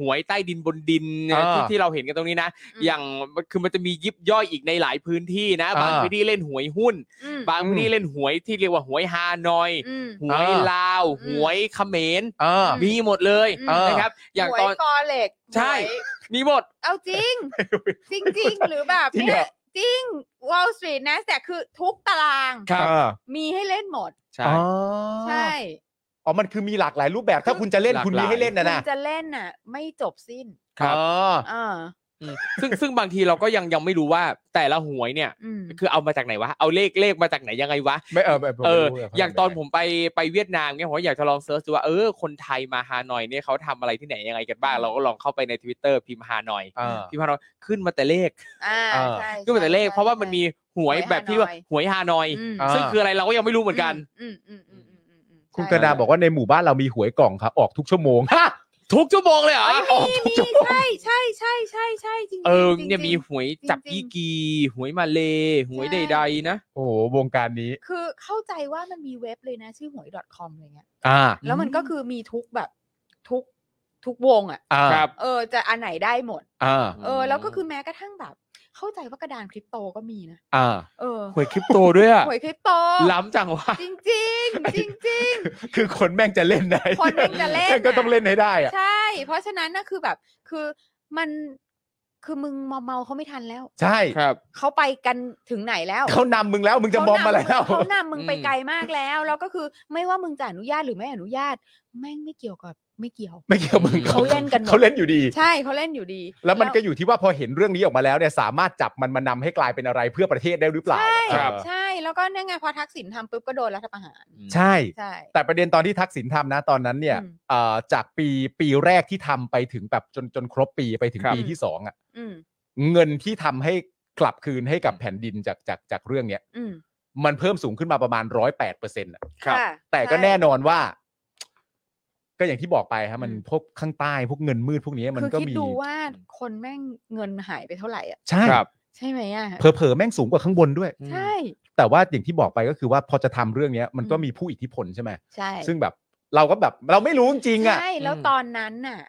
Speaker 5: หวยใต้ดินบนดิน
Speaker 4: เออ
Speaker 5: ที่ที่เราเห็นกันตรงนี้นะ
Speaker 2: อืม
Speaker 5: อย่างคือมันจะมียิบย่อยอีกในหลายพื้นที่นะ บาง
Speaker 4: เออ
Speaker 5: พื้นที่เล่นหวยหุ้น
Speaker 2: อืม
Speaker 5: บางพื้นที่เล่นหวยที่เรียกว่าหวยฮานอย
Speaker 2: อืม
Speaker 5: หวย
Speaker 4: เออ
Speaker 5: ลาว
Speaker 2: อื
Speaker 5: ห
Speaker 2: ม
Speaker 5: วยเขมร
Speaker 4: เออ
Speaker 5: มีหมดเลย
Speaker 2: เออ
Speaker 5: นะครับ อย่าง
Speaker 2: หว
Speaker 5: ต
Speaker 2: ย
Speaker 5: อน
Speaker 2: กอเหล็ก
Speaker 5: ใช่
Speaker 2: หวย
Speaker 5: มีหมด
Speaker 2: เอาจริง จริงจริงๆหรือแบบ
Speaker 4: จริงเหรอ
Speaker 2: เนี่ยจริง Wall Street นะแต่คือทุกตาราง
Speaker 5: ครับ
Speaker 4: เออ
Speaker 2: มีให้เล่นหมด
Speaker 5: ใช่
Speaker 4: อ๋อ
Speaker 2: ใช่
Speaker 4: อ๋อมันคือมีหลากหลายรูปแบบ ถ้าคุณจะเล่น
Speaker 5: หลาก
Speaker 4: คุณ
Speaker 5: หลา
Speaker 4: มี
Speaker 5: ย
Speaker 4: ให้เล่นนะ
Speaker 2: คุณ
Speaker 4: นะ
Speaker 2: จะเล่นน่ะ ไม่จบสิ้น
Speaker 5: ครับ
Speaker 4: อ๋อ
Speaker 2: อ่า
Speaker 5: อืมซึ่งซึ่งบางทีเราก็ยังยังไม่รู้ว่าแต่ละหวยเนี่ย
Speaker 2: อืม
Speaker 5: คือเอามาจากไหนวะ เอาเลขเลขมาจากไหนยังไงวะ
Speaker 4: ไม่เออไม่ผม
Speaker 5: เออ
Speaker 4: ไม่รู้ะ
Speaker 5: อย่างตอนผมไปไปเวียดนามเนี่ยผมก็อยากจะลองเซิร์ชดูว่าเออคนไทยมาฮานอยเนี่ยเขาทำอะไรที่ไหนยังไงกันบ้าง
Speaker 2: อืม
Speaker 5: เราก็ลองเข้าไปใน Twitter พิมพ์ฮานอย
Speaker 4: เออ
Speaker 5: พิมพ์ฮานอยขึ้นมาแต่เลข
Speaker 2: อ่า
Speaker 4: เออ
Speaker 2: ใช่
Speaker 5: ขึ้นมาแต่เลข
Speaker 2: ใช่
Speaker 5: เพราะว่า
Speaker 2: ใช่
Speaker 5: มันมีหวย
Speaker 2: หวย
Speaker 5: แบบที่ว่า
Speaker 2: ฮานอย
Speaker 5: หวยฮานอย
Speaker 2: อืม
Speaker 4: อ่า
Speaker 5: ซึ่งคืออะไรเราก็ยังไม่รู้เหมือนกัน
Speaker 2: อืมอืมอืมอืมอืมอืม
Speaker 4: คุณ
Speaker 2: ใช่
Speaker 4: กระดาบอกว่าในหมู่บ้านเรามีหวยกล่องครับออกทุกชั่วโมง ฮะ
Speaker 5: ทุกชั่วโมงเลยเหรอ
Speaker 2: เอ้ย
Speaker 5: อ๋อ
Speaker 2: มีมีใช่ใช่ใช่ใช่ใช่จริงๆ
Speaker 5: เออ
Speaker 2: จริงๆ
Speaker 5: เนี่ยมีหวยจับยี่กี หวยมาเลหวย
Speaker 2: ใช่
Speaker 5: ใดๆนะ
Speaker 4: โอ้โหวงการนี้
Speaker 2: คือเข้าใจว่ามันมีเว็บเลยนะ ชื่อหวย .com อะไรเงี้ย
Speaker 4: อ่า
Speaker 2: แล้วมันก็คือมีทุกแบบทุกทุกวงอ่ะ
Speaker 4: อ่า
Speaker 5: ครับ
Speaker 2: เออ จะอันไหนได้หมด
Speaker 4: อ่า
Speaker 2: เออ แล้วก็คือแม้กระทั่งแบบ เข้าใจว่ากระดานคริปโตก็มีนะ
Speaker 4: อ่า
Speaker 2: เออ
Speaker 5: หวยคริปโตด้วยอะ
Speaker 2: หวยคริปโต
Speaker 5: ล้ำจังวะ
Speaker 2: จริงจริงๆจริงจริง
Speaker 4: คือคนแม่งจะเล่นได้
Speaker 2: คนแม่งจะเล่น
Speaker 4: ก็ต้อง
Speaker 2: อะ
Speaker 4: เล่นให้ได้อะ
Speaker 2: ๆใช่ เพราะฉะนั้นน่ะคือแบบคือมันคือมึงมอมเมาเขาไม่ทันแล้ว
Speaker 4: ใช่
Speaker 5: ครับ
Speaker 2: เขาไปกันถึงไหนแล้ว
Speaker 4: เขานำมึงแล้วมึงจะมอมอะไรแล้ว
Speaker 2: เขานำมึงไป
Speaker 5: อืม
Speaker 2: ไกลมากแล้ว แล้วก็คือไม่ว่ามึงจะอนุญาตหรือไม่อนุญาต แม่งไม่เกี่ยวกับ ไม่เกี่ยว
Speaker 4: ไม่เกี่ยวมึง
Speaker 2: เขาเล่นกันหมด
Speaker 4: เขาเล่นอยู่ดี
Speaker 2: ใช่เขาเล่นอยู่ดี
Speaker 4: แล้วมันก็อยู่ที่ว่าพอเห็นเรื่องนี้ออกมาแล้วเนี่ยสามารถจับมันมานำให้กลายเป็นอะไรเพื่อประเทศได้หรือเปล่า
Speaker 2: ใช่
Speaker 4: เออ
Speaker 2: ใช่แล้วก็เนี่ยไงพอทักษิณทำปุ๊บก็โดนรัฐประหาร
Speaker 4: ใช่
Speaker 2: ใช่
Speaker 4: แต่ประเด็นตอนที่ทักษิณทำนะตอนนั้นเนี่ย
Speaker 2: อืม
Speaker 4: เอ่อจากปีปีแรกที่ทำไปถึงแบบจนจนครบปีไปถึง
Speaker 5: ครับ
Speaker 4: ปีที่สองอะ
Speaker 2: อืม
Speaker 4: เงินที่ทำให้กลับคืนให้กับแผ่นดินจากจากจากเรื่องเนี้ย
Speaker 2: อืม
Speaker 4: มันเพิ่มสูงขึ้นมาประมาณร้อยแปดเปอร์เซ็นต์
Speaker 5: ครับ
Speaker 2: ะ
Speaker 4: แต่ก็
Speaker 2: ใช่
Speaker 4: แน่นอนว่า ก็อย่างที่บอกไปฮะมัน
Speaker 2: อืม
Speaker 4: พวกข้างใต้พวกเงินมืดพวกนี้มัน
Speaker 2: คือ
Speaker 4: ก็
Speaker 2: คิด
Speaker 4: มี
Speaker 2: ดูว่าคนแม่งเงินหายไปเท่าไหร่อ่ะ
Speaker 4: ใช่
Speaker 5: ครับ
Speaker 2: ใช่ไหมอ่ะ
Speaker 4: เผลอๆแม่งสูงกว่าข้างบนด้วย
Speaker 2: ใช่
Speaker 4: แต่ว่าอย่างที่บอกไปก็คือว่าพอจะทำเรื่องเนี้ยมันก็มีผู้อิทธิพลใช่ไหม
Speaker 2: ใช่
Speaker 4: ซึ่งแบบเราก็แบบเราไม่รู้จริงๆอ่ะ
Speaker 2: ใช่แล้ว
Speaker 5: อืม
Speaker 2: ตอนนั้นน่ะ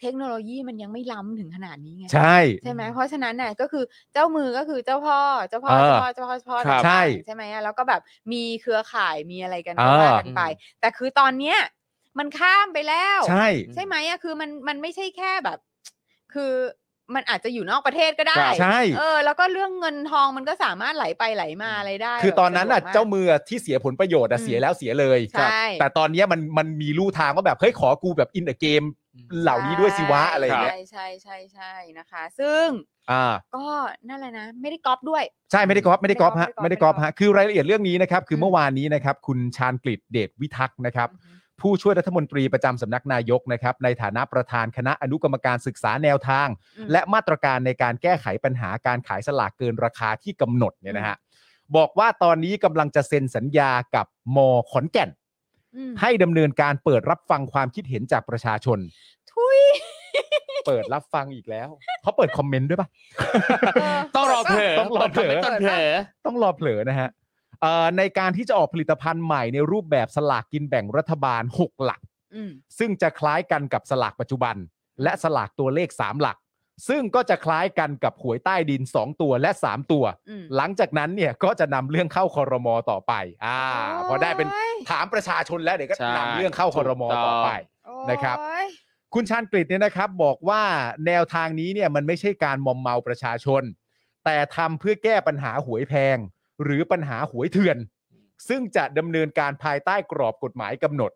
Speaker 2: เทคโนโลยีมันยังไม่ล้ำถึงขนาดนี้ไง
Speaker 4: ใช่
Speaker 2: ใช่ไหมเพราะฉะนั้นน่ะก็คือเจ้ามือก็คือเจ้าพ่อเจ้าพ่อ
Speaker 4: เออ
Speaker 2: เจ้าพ่อเจ้าพ่อเจ้าพ่อ
Speaker 5: ครับ
Speaker 4: ใช่
Speaker 2: ใช่ไหมอ่ะแล้วก็แบบมีเครือข่ายมีอะไรกัน
Speaker 4: เอ
Speaker 2: ก็
Speaker 4: อ
Speaker 2: ว่ากันไป แต่คือตอนเนี้ย มันข้ามไปแล้ว
Speaker 4: ใช่
Speaker 2: ใช่ไหมอะคือมันมันไม่ใช่แค่แบบ คือมันอาจจะอยู่นอกประเทศก็ได้
Speaker 4: ใช่
Speaker 2: เออ แล้วก็เรื่องเงินทองมันก็สามารถไหลไปไหลมาอะไรได้
Speaker 4: คือตอนนั้นน่ะ
Speaker 2: แบบสดวก
Speaker 4: เจ้ามือที่เสียผลประโยชน์อะ
Speaker 2: อืม
Speaker 4: เสียแล้วเสียเลย
Speaker 2: ใช่
Speaker 4: แต่ตอนเนี้ยมันมันมีลู่ทางว่าแบบเฮ้ยขอกูแบบอินเดอะเกมเหล่านี้ด้วยสิวะอะไรอย่างเงี้ย
Speaker 2: ใช่ใช่ใช่ใช่นะคะ ซึ่ง
Speaker 4: อ่า
Speaker 2: ก็นั่นแหละนะ ไม่ได้ก๊อปด้วย
Speaker 4: ใช่ไม่ได้กอล์ฟไม่ได้กอล์ฟฮะ
Speaker 2: ไม่
Speaker 4: ไม่
Speaker 2: ได้
Speaker 4: ได้
Speaker 2: ก๊
Speaker 4: ก
Speaker 2: อ
Speaker 4: อ
Speaker 2: ป
Speaker 4: ล์ฟ
Speaker 2: ไม่ได้ก๊อป
Speaker 4: ฮะคือรายละเอียดเรื่องนี้นะครับคือเมื่อวานนี้นะครับคุณชาญกฤษเดชวิทักษ์นะครับ ผู้ช่วยรัฐมนตรีประจำสำนักนายกนะครับในฐานะประธานคณะอนุกรรมการศึกษาแนวทาง
Speaker 2: อืม
Speaker 4: และมาตรการในการแก้ไขปัญหาการขายสลากเกินราคาที่กำหนดเนี่ยนะฮะบอกว่าตอนนี้กำลังจะเซ็นสัญญากับมขอนแก่น
Speaker 2: อืม
Speaker 4: ให้ดำเนินการเปิดรับฟังความคิดเห็นจากประชาช น
Speaker 2: ทุย
Speaker 4: เปิดรับฟังอีกแล้ว เขาเปิดคอมเมนต์ด้วยปะ
Speaker 2: เออ
Speaker 5: ต้องรอเผลอ
Speaker 4: ต้องรอเผลอ
Speaker 5: ต้งเผลอ
Speaker 4: ต้องรอเผลอนะฮะเอ่อในการที่จะออกผลิตภัณฑ์ใหม่ในรูปแบบสลากกินแบ่งรัฐบาล 6 หลัก
Speaker 2: อืม
Speaker 4: ซึ่งจะคล้ายกันกับสลากปัจจุบัน และสลากตัวเลข 3 หลัก ซึ่งก็จะคล้ายกันกับหวยใต้ดิน 2 ตัวและ 3 ตัว
Speaker 2: อืม
Speaker 4: หลังจากนั้นเนี่ยก็จะนำเรื่องเข้าคอรมอต่อไป อ่า พอได้เป็น
Speaker 2: โย
Speaker 4: ถามประชาชนแล้วเดี๋ยวก็
Speaker 5: ใช่
Speaker 4: นำเรื่องเข้าคอรมอ
Speaker 5: ถูกต้อง
Speaker 4: ต่อไป นะครับ
Speaker 2: โอ้ย
Speaker 4: คุณชาญกฤษเนี่ยนะครับบอกว่าแนวทางนี้เนี่ยมันไม่ใช่การมอมเมาประชาชน แต่ทำเพื่อแก้ปัญหาหวยแพง หรือปัญหาหวยเถื่อน ซึ่งจะดำเนินการภายใต้กรอบกฎหมายกำหนด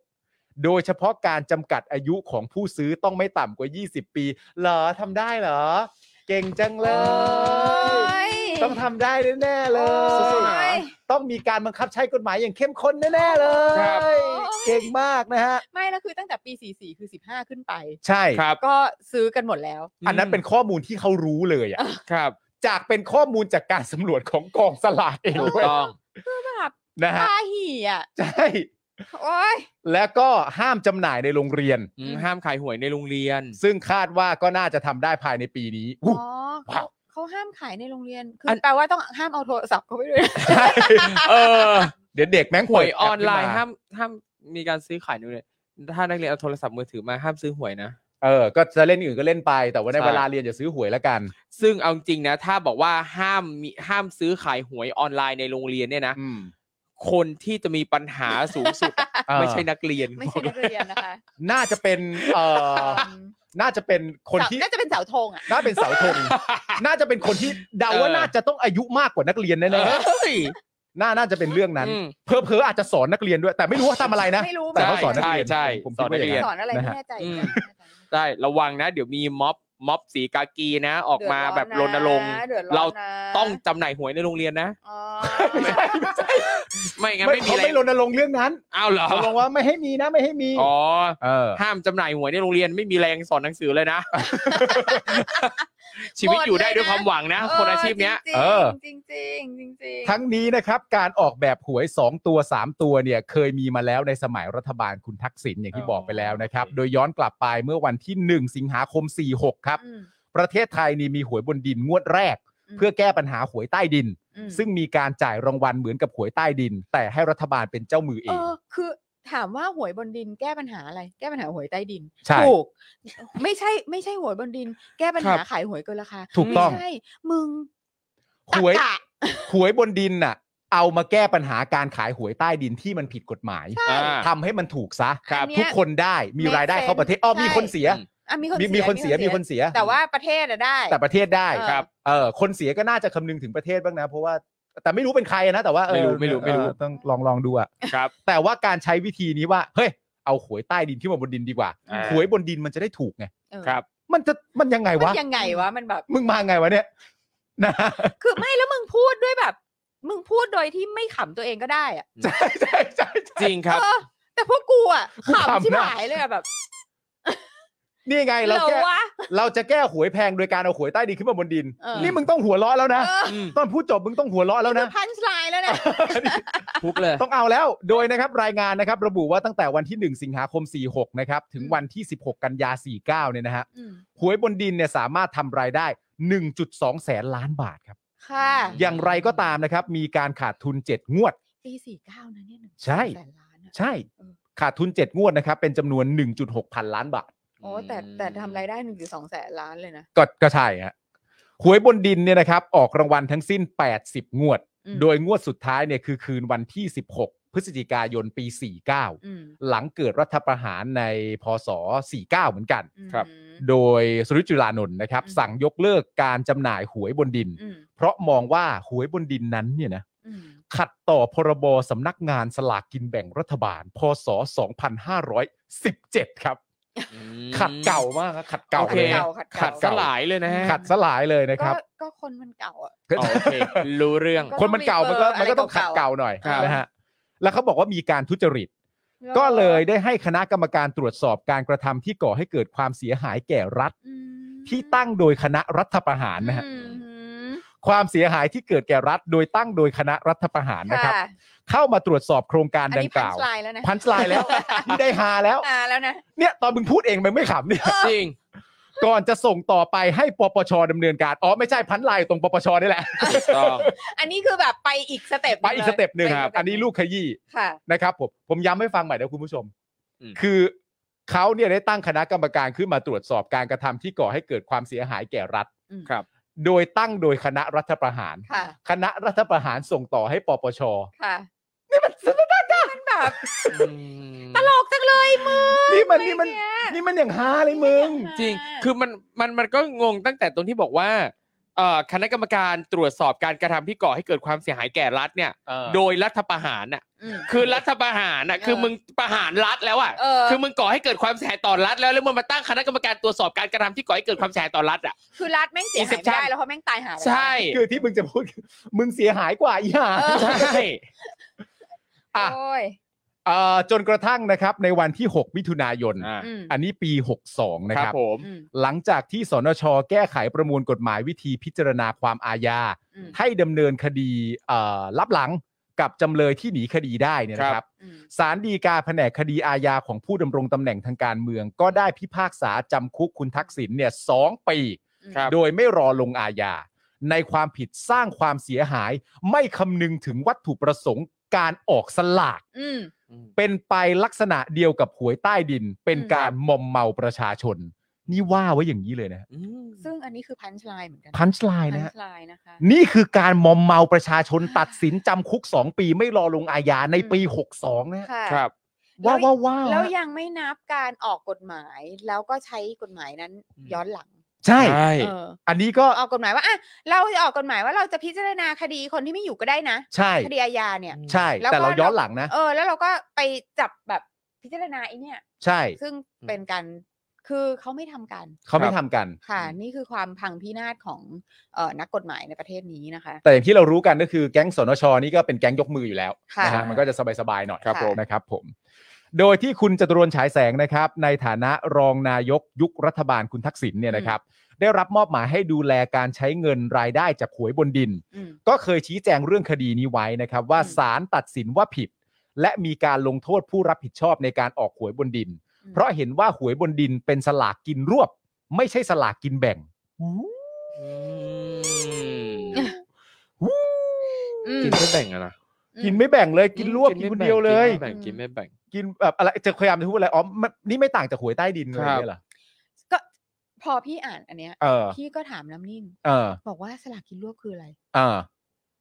Speaker 4: โดยเฉพาะการจำกัดอายุของผู้ซื้อต้องไม่ต่ำกว่า 20 ปี เหรอทำได้เหรอ เก่งจังเล
Speaker 2: โอ้
Speaker 4: ย
Speaker 2: ย
Speaker 4: ต้องทำได้แน่ๆเล
Speaker 2: โอ้
Speaker 4: ย
Speaker 2: ย
Speaker 4: ต้องมีการบังคับใช้กฎหมายอย่างเข้มข้นแน่ๆเลย
Speaker 5: ครับ
Speaker 4: เก่งมากนะฮะ
Speaker 2: ไม่แล้วคือตั้งแต่ปี 44 คือ 15 ขึ้นไป
Speaker 4: ใช่
Speaker 5: ครับ
Speaker 2: ก็ซื้อกันหมดแล้ว
Speaker 4: อันนั้นเป็นข้อมูลที่เขารู้เลยอะ
Speaker 5: ครับ
Speaker 4: จากเป็นข้อมูลจากการสำรวจของกองสลากเอง
Speaker 5: ถูก
Speaker 4: ด้วย
Speaker 5: ต้อง
Speaker 2: แบบ
Speaker 4: นะฮะ
Speaker 2: ตาหี่อ่ะ
Speaker 4: ใช่
Speaker 2: โอ้ย
Speaker 4: แล้วก็ห้ามจำหน่ายในโรงเรียน
Speaker 5: อืมห้ามขายหวยในโรงเรียน
Speaker 4: ซึ่งคาดว่าก็น่าจะทำได้ภายในปีนี้
Speaker 2: อ๋
Speaker 4: อุ๊ย
Speaker 2: อ
Speaker 4: ว้า
Speaker 2: เขา
Speaker 4: ว
Speaker 2: เขาห้ามขายในโรงเรียน คือน อแปลว่าต้องห้ามเอาโทรศัพท์เขาไปด้วย
Speaker 4: ใช่
Speaker 5: เออ
Speaker 4: เดี๋ยวเด็กแม่ง
Speaker 5: ห
Speaker 4: เปิ
Speaker 5: ว
Speaker 4: ด
Speaker 5: ย
Speaker 4: แป
Speaker 5: ออนไลน์
Speaker 4: ขึ้มา
Speaker 5: ห้ามห้ามมีการซื้อขายนู่นเลยถ้านักเรียนเอาโทรศัพท์มือถือมาห้ามซื้อหวยนะ
Speaker 4: เออ ก็จะเล่นอื่นก็เล่นไป แต่ว่าใน
Speaker 5: ใช่
Speaker 4: เวลาเรียนอย่าซื้อหวยละกัน
Speaker 5: ซึ่งเอาจริงนะถ้าบอกว่าห้ามมีห้ามซื้อขายหวยออนไลน์ในโรงเรียนเนี่ยนะ
Speaker 4: อืม
Speaker 5: คนที่จะมีปัญหาสูงสุดอะ
Speaker 4: เออ
Speaker 5: ไม่ใช่นักเรียน
Speaker 2: ไม่ใช่นักเรียนนะคะ
Speaker 4: น่าจะเป็นเอ่อน่าจะเป็นคน
Speaker 2: เสา
Speaker 4: ที่
Speaker 2: น่าจะเป็นเสาธงอ่ะ
Speaker 4: น่าเป็นเสาธงน่าจะเป็นคนที่เดาว่าน่าจะต้องอายุมากกว่านักเรียน
Speaker 5: เอ
Speaker 4: แน่
Speaker 5: อเฮ้ย
Speaker 4: ๆน่าน่าจะเป็นเรื่องนั้น
Speaker 5: อืม
Speaker 4: เพอเพอๆอาจจะสอนนักเรียนด้วย แต่ไม่รู้ว่าทำอะไรนะ
Speaker 2: ไม่รู้
Speaker 4: แต่
Speaker 2: แบบ
Speaker 4: เขาสอนนักเรียน
Speaker 5: ใช่ใช่
Speaker 4: ผมคิดว่าอย่าง
Speaker 5: เรียน
Speaker 2: สอนอะไรไม่แน่ใจ
Speaker 5: อืม
Speaker 2: ไม่แน่ใจ
Speaker 5: ได้ระวังนะ เดี๋ยวมีม็อบม็อบสีกากีนะ ออกมาแบบรณรงค์
Speaker 2: เดือดอนนะ
Speaker 5: เราต้องจำหน่ายหวยในโรงเรียนนะ
Speaker 2: อ๋อ
Speaker 4: ไม่ใช่ไม่ใช่
Speaker 5: ไม่งั้น
Speaker 4: ไม่
Speaker 5: ไม่มี
Speaker 4: เขา
Speaker 5: อะไร
Speaker 4: ไม่รณรงค์เรื่องนั้น
Speaker 5: อ้าวเหรอ
Speaker 4: เขาลงค์ว่าไม่ให้มีนะไม่ให้มี
Speaker 5: อ๋อ
Speaker 4: เออ
Speaker 5: ห้ามจำหน่ายหวยในโรงเรียนไม่มีแรงสอนหนังสือเลยนะ ชีวิตอยู่ได้ด้วยความหวังนะ คนอาชีพเนี้ย
Speaker 4: เออ
Speaker 2: จริงๆจริงๆจริงๆจริงๆ
Speaker 4: ทั้งนี้นะครับ การออกแบบหวย 2 ตัว 3 ตัวเนี่ย เคยมีมาแล้วในสมัยรัฐบาลคุณทักษิณอย่างที่บอกไปแล้วนะครับ โดยย้อนกลับไปเมื่อวันที่ 1 สิงหาคม 46 ครับ
Speaker 2: อืม
Speaker 4: ประเทศไทยนี่มีหวยบนดินงวดแรก เพื่อแก้ปัญหาหวยใต้ดิน
Speaker 2: ม
Speaker 4: ซึ่งมีการจ่ายรางวัลเหมือนกับหวยใต้ดิน แต่ให้รัฐบาลเป็นเจ้ามือเอ
Speaker 2: เอง อคือถามว่าหวยบนดินแก้ปัญหาอะไร แก้ปัญหาหวยใต้ดิน
Speaker 4: ใช่
Speaker 2: ถูกไม่ใช่ไม่ใช่หวยบนดิน แก้ปัญหา
Speaker 5: ครับ
Speaker 2: ขายหวยเกินราคา
Speaker 4: ถูกต้อง
Speaker 2: ไม่ใช่ มึง
Speaker 4: หวย
Speaker 2: ตะกะ
Speaker 4: หวยบนดินน่ะ เอามาแก้ปัญหาการขายหวยใต้ดินที่มันผิดกฎหมาย
Speaker 2: ใช่
Speaker 5: อ่า
Speaker 4: ทำให้มันถูกซะ
Speaker 2: ครับ
Speaker 4: ทุกคนได้มี
Speaker 2: อันเนี้ย
Speaker 4: รายได้เข้าประเทศอ้อ
Speaker 2: ใช่
Speaker 4: มีคนเสีย
Speaker 2: อ่ะมีคน
Speaker 4: มี
Speaker 2: เสีย
Speaker 4: มีคนเสียมีคนเสีย
Speaker 2: แต่ว่าประเทศอะได้
Speaker 4: แต่ประเทศได้
Speaker 2: เออครับ
Speaker 4: เออคนเสียก็น่าจะคำนึงถึงประเทศบ้างนะ เพราะว่าแต่ไม่รู้เป็นใครนะแต่ว่าเออ
Speaker 5: ไม่รู้ไม่รู้ไม่รู้
Speaker 4: เออต้องลองลองดูอะ
Speaker 5: ครับ
Speaker 4: แต่ว่าการใช้วิธีนี้ว่า เฮ้ย เอาหวยใต้ดินขึ้นมาบนดินดีกว่า
Speaker 5: อ่า
Speaker 4: หวยบนดินมันจะได้ถูกไง
Speaker 2: เออ
Speaker 5: ครับ
Speaker 4: มันจะมันยังไง
Speaker 2: มั
Speaker 4: วะ
Speaker 2: นยังไงวะมันแบบ
Speaker 4: มึงมาไงวะเนี่ย นะ
Speaker 2: คือไม่แล้วมึงพูดด้วยแบบ มึงพูดโดยที่ไม่ขำตัวเองก็ได้อะ
Speaker 4: ใช่ใช่ใช่ใช่
Speaker 5: จริงครับ
Speaker 2: เออแต่พวกกูอะ
Speaker 4: กูขำนะ
Speaker 2: ขำชิบหายเลยอะแบบ
Speaker 4: นี่ไงเรา
Speaker 2: เหรอ
Speaker 4: แก้
Speaker 2: วะ
Speaker 4: เราจะแก้หวยแพงโดยการเอาหวยใต้ดินขึ้นมาบนดิน
Speaker 2: เออ
Speaker 4: นี่มึงต้องหัวเราะแล้วนะ
Speaker 2: เออ
Speaker 5: อืม
Speaker 4: ตอนพูดจบมึงต้องหัวเราะแล้วนะ
Speaker 2: พันชลายแล้ว เนี่ย
Speaker 5: ทุกเลย
Speaker 4: ต้องเอาแล้ว โดยนะครับรายงานนะครับ ระบุว่าตั้งแต่วันที่ 1 สิงหาคม 46 นะครับ ถึงวันที่ 16 กันยา 49 เนี่ยนะฮะ
Speaker 2: อืม
Speaker 4: หวยบนดินเนี่ยสามารถทำรายได้ 1.2 แสนล้านบาทครับ
Speaker 2: ค่ะ
Speaker 4: อย่างไรก็ตามนะครับ มีการขาดทุน 7 งวด
Speaker 2: ปีสี่เก้านะเนี่ยหนึ่ง
Speaker 4: ใช่
Speaker 2: แสนล้านอะ
Speaker 4: ใช่
Speaker 2: เออ
Speaker 4: ขาดทุน 7 งวดนะครับ เป็นจำนวน 1.6 พันล้านบาท
Speaker 2: โอ้แต่แต่ทำรายได้หนึ่งสองแสนล้านเลยนะ
Speaker 4: ก็ก็ใช่ฮะหวยบนดินเนี่ยนะครับ ออกรางวัลทั้งสิ้น 80 งวด
Speaker 2: อืม
Speaker 4: โดยงวดสุดท้ายเนี่ยคือคืนวันที่ 16 พฤศจิกายนปี 49
Speaker 2: อืม
Speaker 4: หลังเกิดรัฐประหารในพศ 49 เหมือนกัน
Speaker 2: อืม
Speaker 5: ครับ
Speaker 4: โดยสุริจุลานนท์นะครับ
Speaker 2: อืม
Speaker 4: สั่งยกเลิกการจำหน่ายหวยบนดิน
Speaker 2: อืม
Speaker 4: เพราะมองว่าหวยบนดินนั้นเนี่ยนะ
Speaker 2: อืม
Speaker 4: ขัดต่อพรบสำนักงานสลากกินแบ่งรัฐบาล พศ 2517 ครับ
Speaker 5: อืม
Speaker 4: ขัดเก่ามากครับขัดเก่า
Speaker 5: โอเค
Speaker 4: เลย
Speaker 2: ขัดเก่า
Speaker 4: นะ
Speaker 2: ขัด
Speaker 4: ขั
Speaker 5: ขั
Speaker 2: เก่า
Speaker 5: ด
Speaker 4: เ
Speaker 5: สลายเลยนะฮะ
Speaker 4: ขัดสลายเลยนะค
Speaker 2: ก็
Speaker 4: รับ
Speaker 2: ก็คนมันเก่าอะ
Speaker 5: โอเค รู้เรื่อง
Speaker 2: ก็
Speaker 4: คนมันเก่ามันก็
Speaker 2: ต้องมีเบอร์
Speaker 4: มันก็ต้อง
Speaker 2: อะไร
Speaker 4: ขัด
Speaker 2: เก่าๆ
Speaker 4: เก่าหน่อย
Speaker 5: ครับ
Speaker 4: นะฮะแล้วเขาบอกว่ามีการทุจริต ก็เลยได้ให้คณะกรรมการตรวจสอบการกระทำที่ก่อให้เกิดความเสียหายแก่รัฐ
Speaker 2: อืม
Speaker 4: ที่ตั้งโดยคณะรัฐประหารนะฮะ
Speaker 2: อืม
Speaker 4: ความเสียหายที่เกิดแก่รัฐ โดยตั้งโดยคณะรัฐประหารนะครับ
Speaker 2: ค่ะ
Speaker 4: เข้ามาตรวจสอบโครงการ
Speaker 2: อัน
Speaker 4: ดั
Speaker 2: นี้
Speaker 4: งก
Speaker 2: พัน
Speaker 4: ล่าว
Speaker 2: ชลายแล้วนะ
Speaker 4: พันสไลายแล้วนี่ได้ฮาแล้ว
Speaker 2: อ่าแล้วนะ
Speaker 4: เนี่ยตอนมึงพูดเองมันไม่ขำเนี่ย
Speaker 5: จริง
Speaker 4: ก่อนจะส่งต่อไปให้ปปชดำเนินการ อ๋อไม่ใช่พันสไลายตรงปปชนี่แหละ
Speaker 5: ถูกต้อง
Speaker 2: อันนี้คือแบบไปอีกสเต็ป
Speaker 4: ไปอีกสเต็ปหนึ่ง
Speaker 2: ลย
Speaker 4: อันนี้ลูกขยี้
Speaker 2: ค่ะ
Speaker 4: นะครับผมผมย้ำให้ฟังใหม่นะคุณผู้ชม
Speaker 5: อืม
Speaker 4: คือเขาเนี่ยได้ตั้งคณะกรรมการขึ้นมาตรวจสอบการกระทำที่ก่อให้เกิดความเสียหายแก่รัฐ
Speaker 5: ครับ
Speaker 4: โดยตั้งโดยคณะรัฐประหาร
Speaker 2: ค่ะ
Speaker 4: คณะรัฐประหารส่งต่อให้ปปช
Speaker 2: ค่ะมันแบบ
Speaker 5: ตล
Speaker 2: ต
Speaker 5: ก
Speaker 2: กจังเลยมึง
Speaker 4: นี่มัน
Speaker 2: อะไร
Speaker 4: นี่มัน
Speaker 2: เย
Speaker 4: นี่มันอย่างฮาเลยมึง
Speaker 5: จริง คือมันมันมันก็งงตั้งแต่ตรงที่บอกว่าเอ่อคณะกรรมการตรวจสอบการกระทำที่ก่อให้เกิดความเสียหายแก่รัฐเนี่ย โดยรัฐประหารน่ะ
Speaker 2: ม
Speaker 5: คือรัฐประหารน่ะ
Speaker 2: เออ
Speaker 5: คือมึงประหารรัฐแล้วอ่ะ
Speaker 2: เออ
Speaker 5: คือมึงก่อให้เกิดความเสียหายต่อรัฐแล้วแล้วมึงมาตั้งคณะกรรมการตรวจสอบการกระทำที่ก่อให้เกิดความเสียหายต่อรัฐอ่ะ
Speaker 2: คือรัฐแม่งเสียหายไม่
Speaker 5: Inception
Speaker 2: ได้แล้วเพราะแม่งตายหาไปแล้ว
Speaker 5: ใช่
Speaker 4: คือที่มึงจะพูด มึงเสียหายกว่าอีห่า
Speaker 2: เออ
Speaker 5: ใช่
Speaker 4: อ่ะ
Speaker 2: โอ้ย
Speaker 4: เอ่อจนกระทั่งนะครับ ในวันที่ 6 มิถุนายน
Speaker 5: อ่า
Speaker 2: อืม
Speaker 4: อันนี้ปี 62 นะ
Speaker 5: ค
Speaker 4: ครับ รับ
Speaker 5: ผม
Speaker 2: อืม
Speaker 4: หลังจากที่สนช แก้ไขประมวลกฎหมายวิธีพิจารณาความอาญา
Speaker 2: อืม
Speaker 4: ให้ดำเนินคดีเอ่อลับหลังกับจำเลยที่หนีคดีได้เนี่ยนะค
Speaker 5: ครั
Speaker 4: รับ
Speaker 5: บ
Speaker 2: อืม
Speaker 4: สารดีกาแผนกคดีอาญาของผู้ดำรงตำแหน่งทางการเมือง ก็ได้พิพากษาจำคุกคุณทักษิณเนี่ยสองปี
Speaker 5: ครับ
Speaker 4: โดยไม่รอลงอาญาในความผิดสร้างความเสียหาย ไม่คำนึงถึงวัตถุประสงค์การออกสลาก
Speaker 2: อืม
Speaker 4: เป็นไปลักษณะเดียวกับหวยใต้ดิน เป็น
Speaker 2: อืม
Speaker 4: การมอมเมาประชาชน นี่ว่าไว้อย่างนี้เลยนะ
Speaker 5: อืม
Speaker 2: ซึ่งอันนี้คือพันชลายเหมือนกัน
Speaker 4: พันชลาย
Speaker 2: พัน
Speaker 4: นะฮะ
Speaker 2: ชลายนะคะ
Speaker 4: นี่คือการมอมเมาประชาชนตัดสินจำคุก 2 ปีไม่รอลงอาญาในปี 62 นะฮะ
Speaker 2: ค่ะ
Speaker 5: ครับ
Speaker 4: ว้าวว้าว
Speaker 2: แล้
Speaker 4: ว้าว ว
Speaker 2: ยังไม่นับการออกกฎหมาย แล้วก็ใช้กฎหมายนั้น
Speaker 5: อืม
Speaker 2: ย้อนหลัง
Speaker 4: ใช่
Speaker 5: ใช่
Speaker 2: เออ
Speaker 4: อันนี้ก็
Speaker 2: ออกกฎหมายว่าอ่ะเราจะออกกฎหมายว่าเราจะพิจารณาคดีคนที่ไม่อยู่ก็ได้นะ
Speaker 4: ใช่
Speaker 2: คดีอาญาเนี่ย
Speaker 4: ใช่
Speaker 2: แล้วก็
Speaker 4: แต่เราย้อนหลังนะ
Speaker 2: เออ แล้วเราก็ไปจับแบบพิจารณาไอ้เนี่ย
Speaker 4: ใช่
Speaker 2: ซึ่งเป็นการคือเขาไม่ทำกัน
Speaker 4: เขาไม่ทำกัน
Speaker 2: ค่ะ นี่คือความพังพินาศของเออนักกฎหมายในประเทศนี้นะคะ
Speaker 4: แต่อย่างที่เรารู้กันก็คือแก๊งสนชนี่ก็เป็นแก๊งยกมืออยู่แล้ว
Speaker 2: ค่ะ
Speaker 4: นะฮะมันก็จะสบายๆหน่อย
Speaker 2: ครับผม
Speaker 4: นะครับผม โดยที่คุณจตุรนฉายแสงนะครับ ในฐานะรองนายกยุครัฐบาลคุณทักษิณเนี่ยนะครับ ได้รับมอบหมายให้ดูแลการใช้เงินรายได้จากหวยบนดิน
Speaker 2: อืม
Speaker 4: ก็เคยชี้แจงเรื่องคดีนี้ไว้นะครับ ว่า
Speaker 2: อืม
Speaker 4: ศาลตัดสินว่าผิด และมีการลงโทษผู้รับผิดชอบในการออกหวยบนดิน เพราะเห็นว่าหวยบนดินเป็นสลากกินรวบ ไม่ใช่สลากกินแบ่ง
Speaker 2: อืม
Speaker 5: กินไม่แบ่งอะนะ
Speaker 4: กินไม่แบ่งเลยกินรวบกินคนเดียวเลย
Speaker 5: กินไม่แบ่งกินไม่แบ่ง
Speaker 4: กินแบบอะไรจะพยายามจะพูดอะไรอ๋อมันนี่ไม่ต่างจากหวยใต้ดินอะไรอย่างเงี้ยเหรอ
Speaker 2: ก็พอพี่อ่านอันเนี้ย
Speaker 4: เออ
Speaker 2: พี่ก็ถามน้ำนิ่ง
Speaker 4: เออ
Speaker 2: บอกว่าสลากกินรวบคืออะไร
Speaker 4: เออ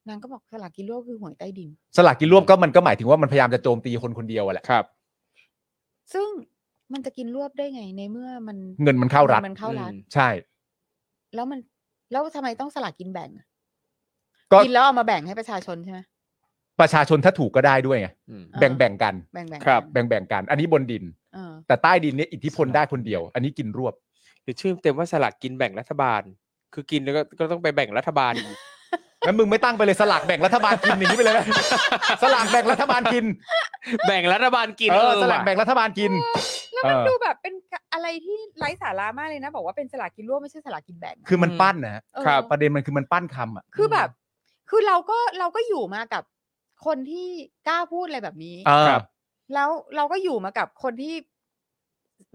Speaker 4: น
Speaker 2: างก็บอกสลากกินรวบคือหวยใต้ดิน
Speaker 4: สลากกินรวบก็มันก็หมายถึงว่ามันพยายามจะโจมตีคนคนเดียวอะแหละ
Speaker 5: ครับ
Speaker 2: ซึ่งมันจะกินรวบได้ไงในเมื่อมัน
Speaker 4: เงินมันเข้ารัฐ
Speaker 2: งินมันเข้ารัฐ
Speaker 5: อืม
Speaker 4: ใช่
Speaker 2: แล้วมันแล้วทำไมต้องสลากกินแบ่งอะ
Speaker 4: ก็
Speaker 2: กินแล้วเอามาแบ่งให้ประชาชนใช่ไหม
Speaker 4: ประชาชนถ้าถูกก็ได้ด้วยไง
Speaker 5: อืม
Speaker 2: อ่า
Speaker 4: แบ่งแบ่งๆกัน
Speaker 2: แบ่งๆกัน
Speaker 5: ครับ
Speaker 4: แบ่งแบ่งๆกัน อันนี้บนดิน
Speaker 2: เออ
Speaker 4: แต่ใต้ดินเนี่ยอิทธิพลได้คนเดียว อันนี้กินรวบ
Speaker 5: หรือชื่อเต็มว่าสลากกินแบ่งรัฐบาล คือกินแล้วก็ก็ต้องไปแบ่งรัฐบาล อีก
Speaker 4: งั้นมึงไม่ตั้งไปเลยสลากแบ่งรัฐบาลกินอย่างนี้ไปเลยไหม สลากแบ่งรัฐบาลกิน
Speaker 5: แบ่งรัฐบาลกิน
Speaker 4: เออสลาก
Speaker 5: ว่ะ
Speaker 4: แบ่งรัฐบาลกิน
Speaker 2: แล้วมัน
Speaker 4: เออ
Speaker 2: ดูแบบเป็นอะไรที่ไร้สาระมากเลยนะ บอกว่าเป็นสลากกินร่วมไม่ใช่สลากกินแบ่งะ
Speaker 4: คือมัน
Speaker 5: อืม
Speaker 4: ปั้นนะฮะ
Speaker 2: เออ
Speaker 5: ครับ
Speaker 4: ประเด็นมันคือมันปั้นคำอ่ะ
Speaker 2: คือแบบ คือเราก็เราก็อยู่มากับคนที่กล้าพูดอะไรแบบนี้
Speaker 4: เออ
Speaker 5: ครับ
Speaker 2: แล้วเราก็อยู่มากับคนที่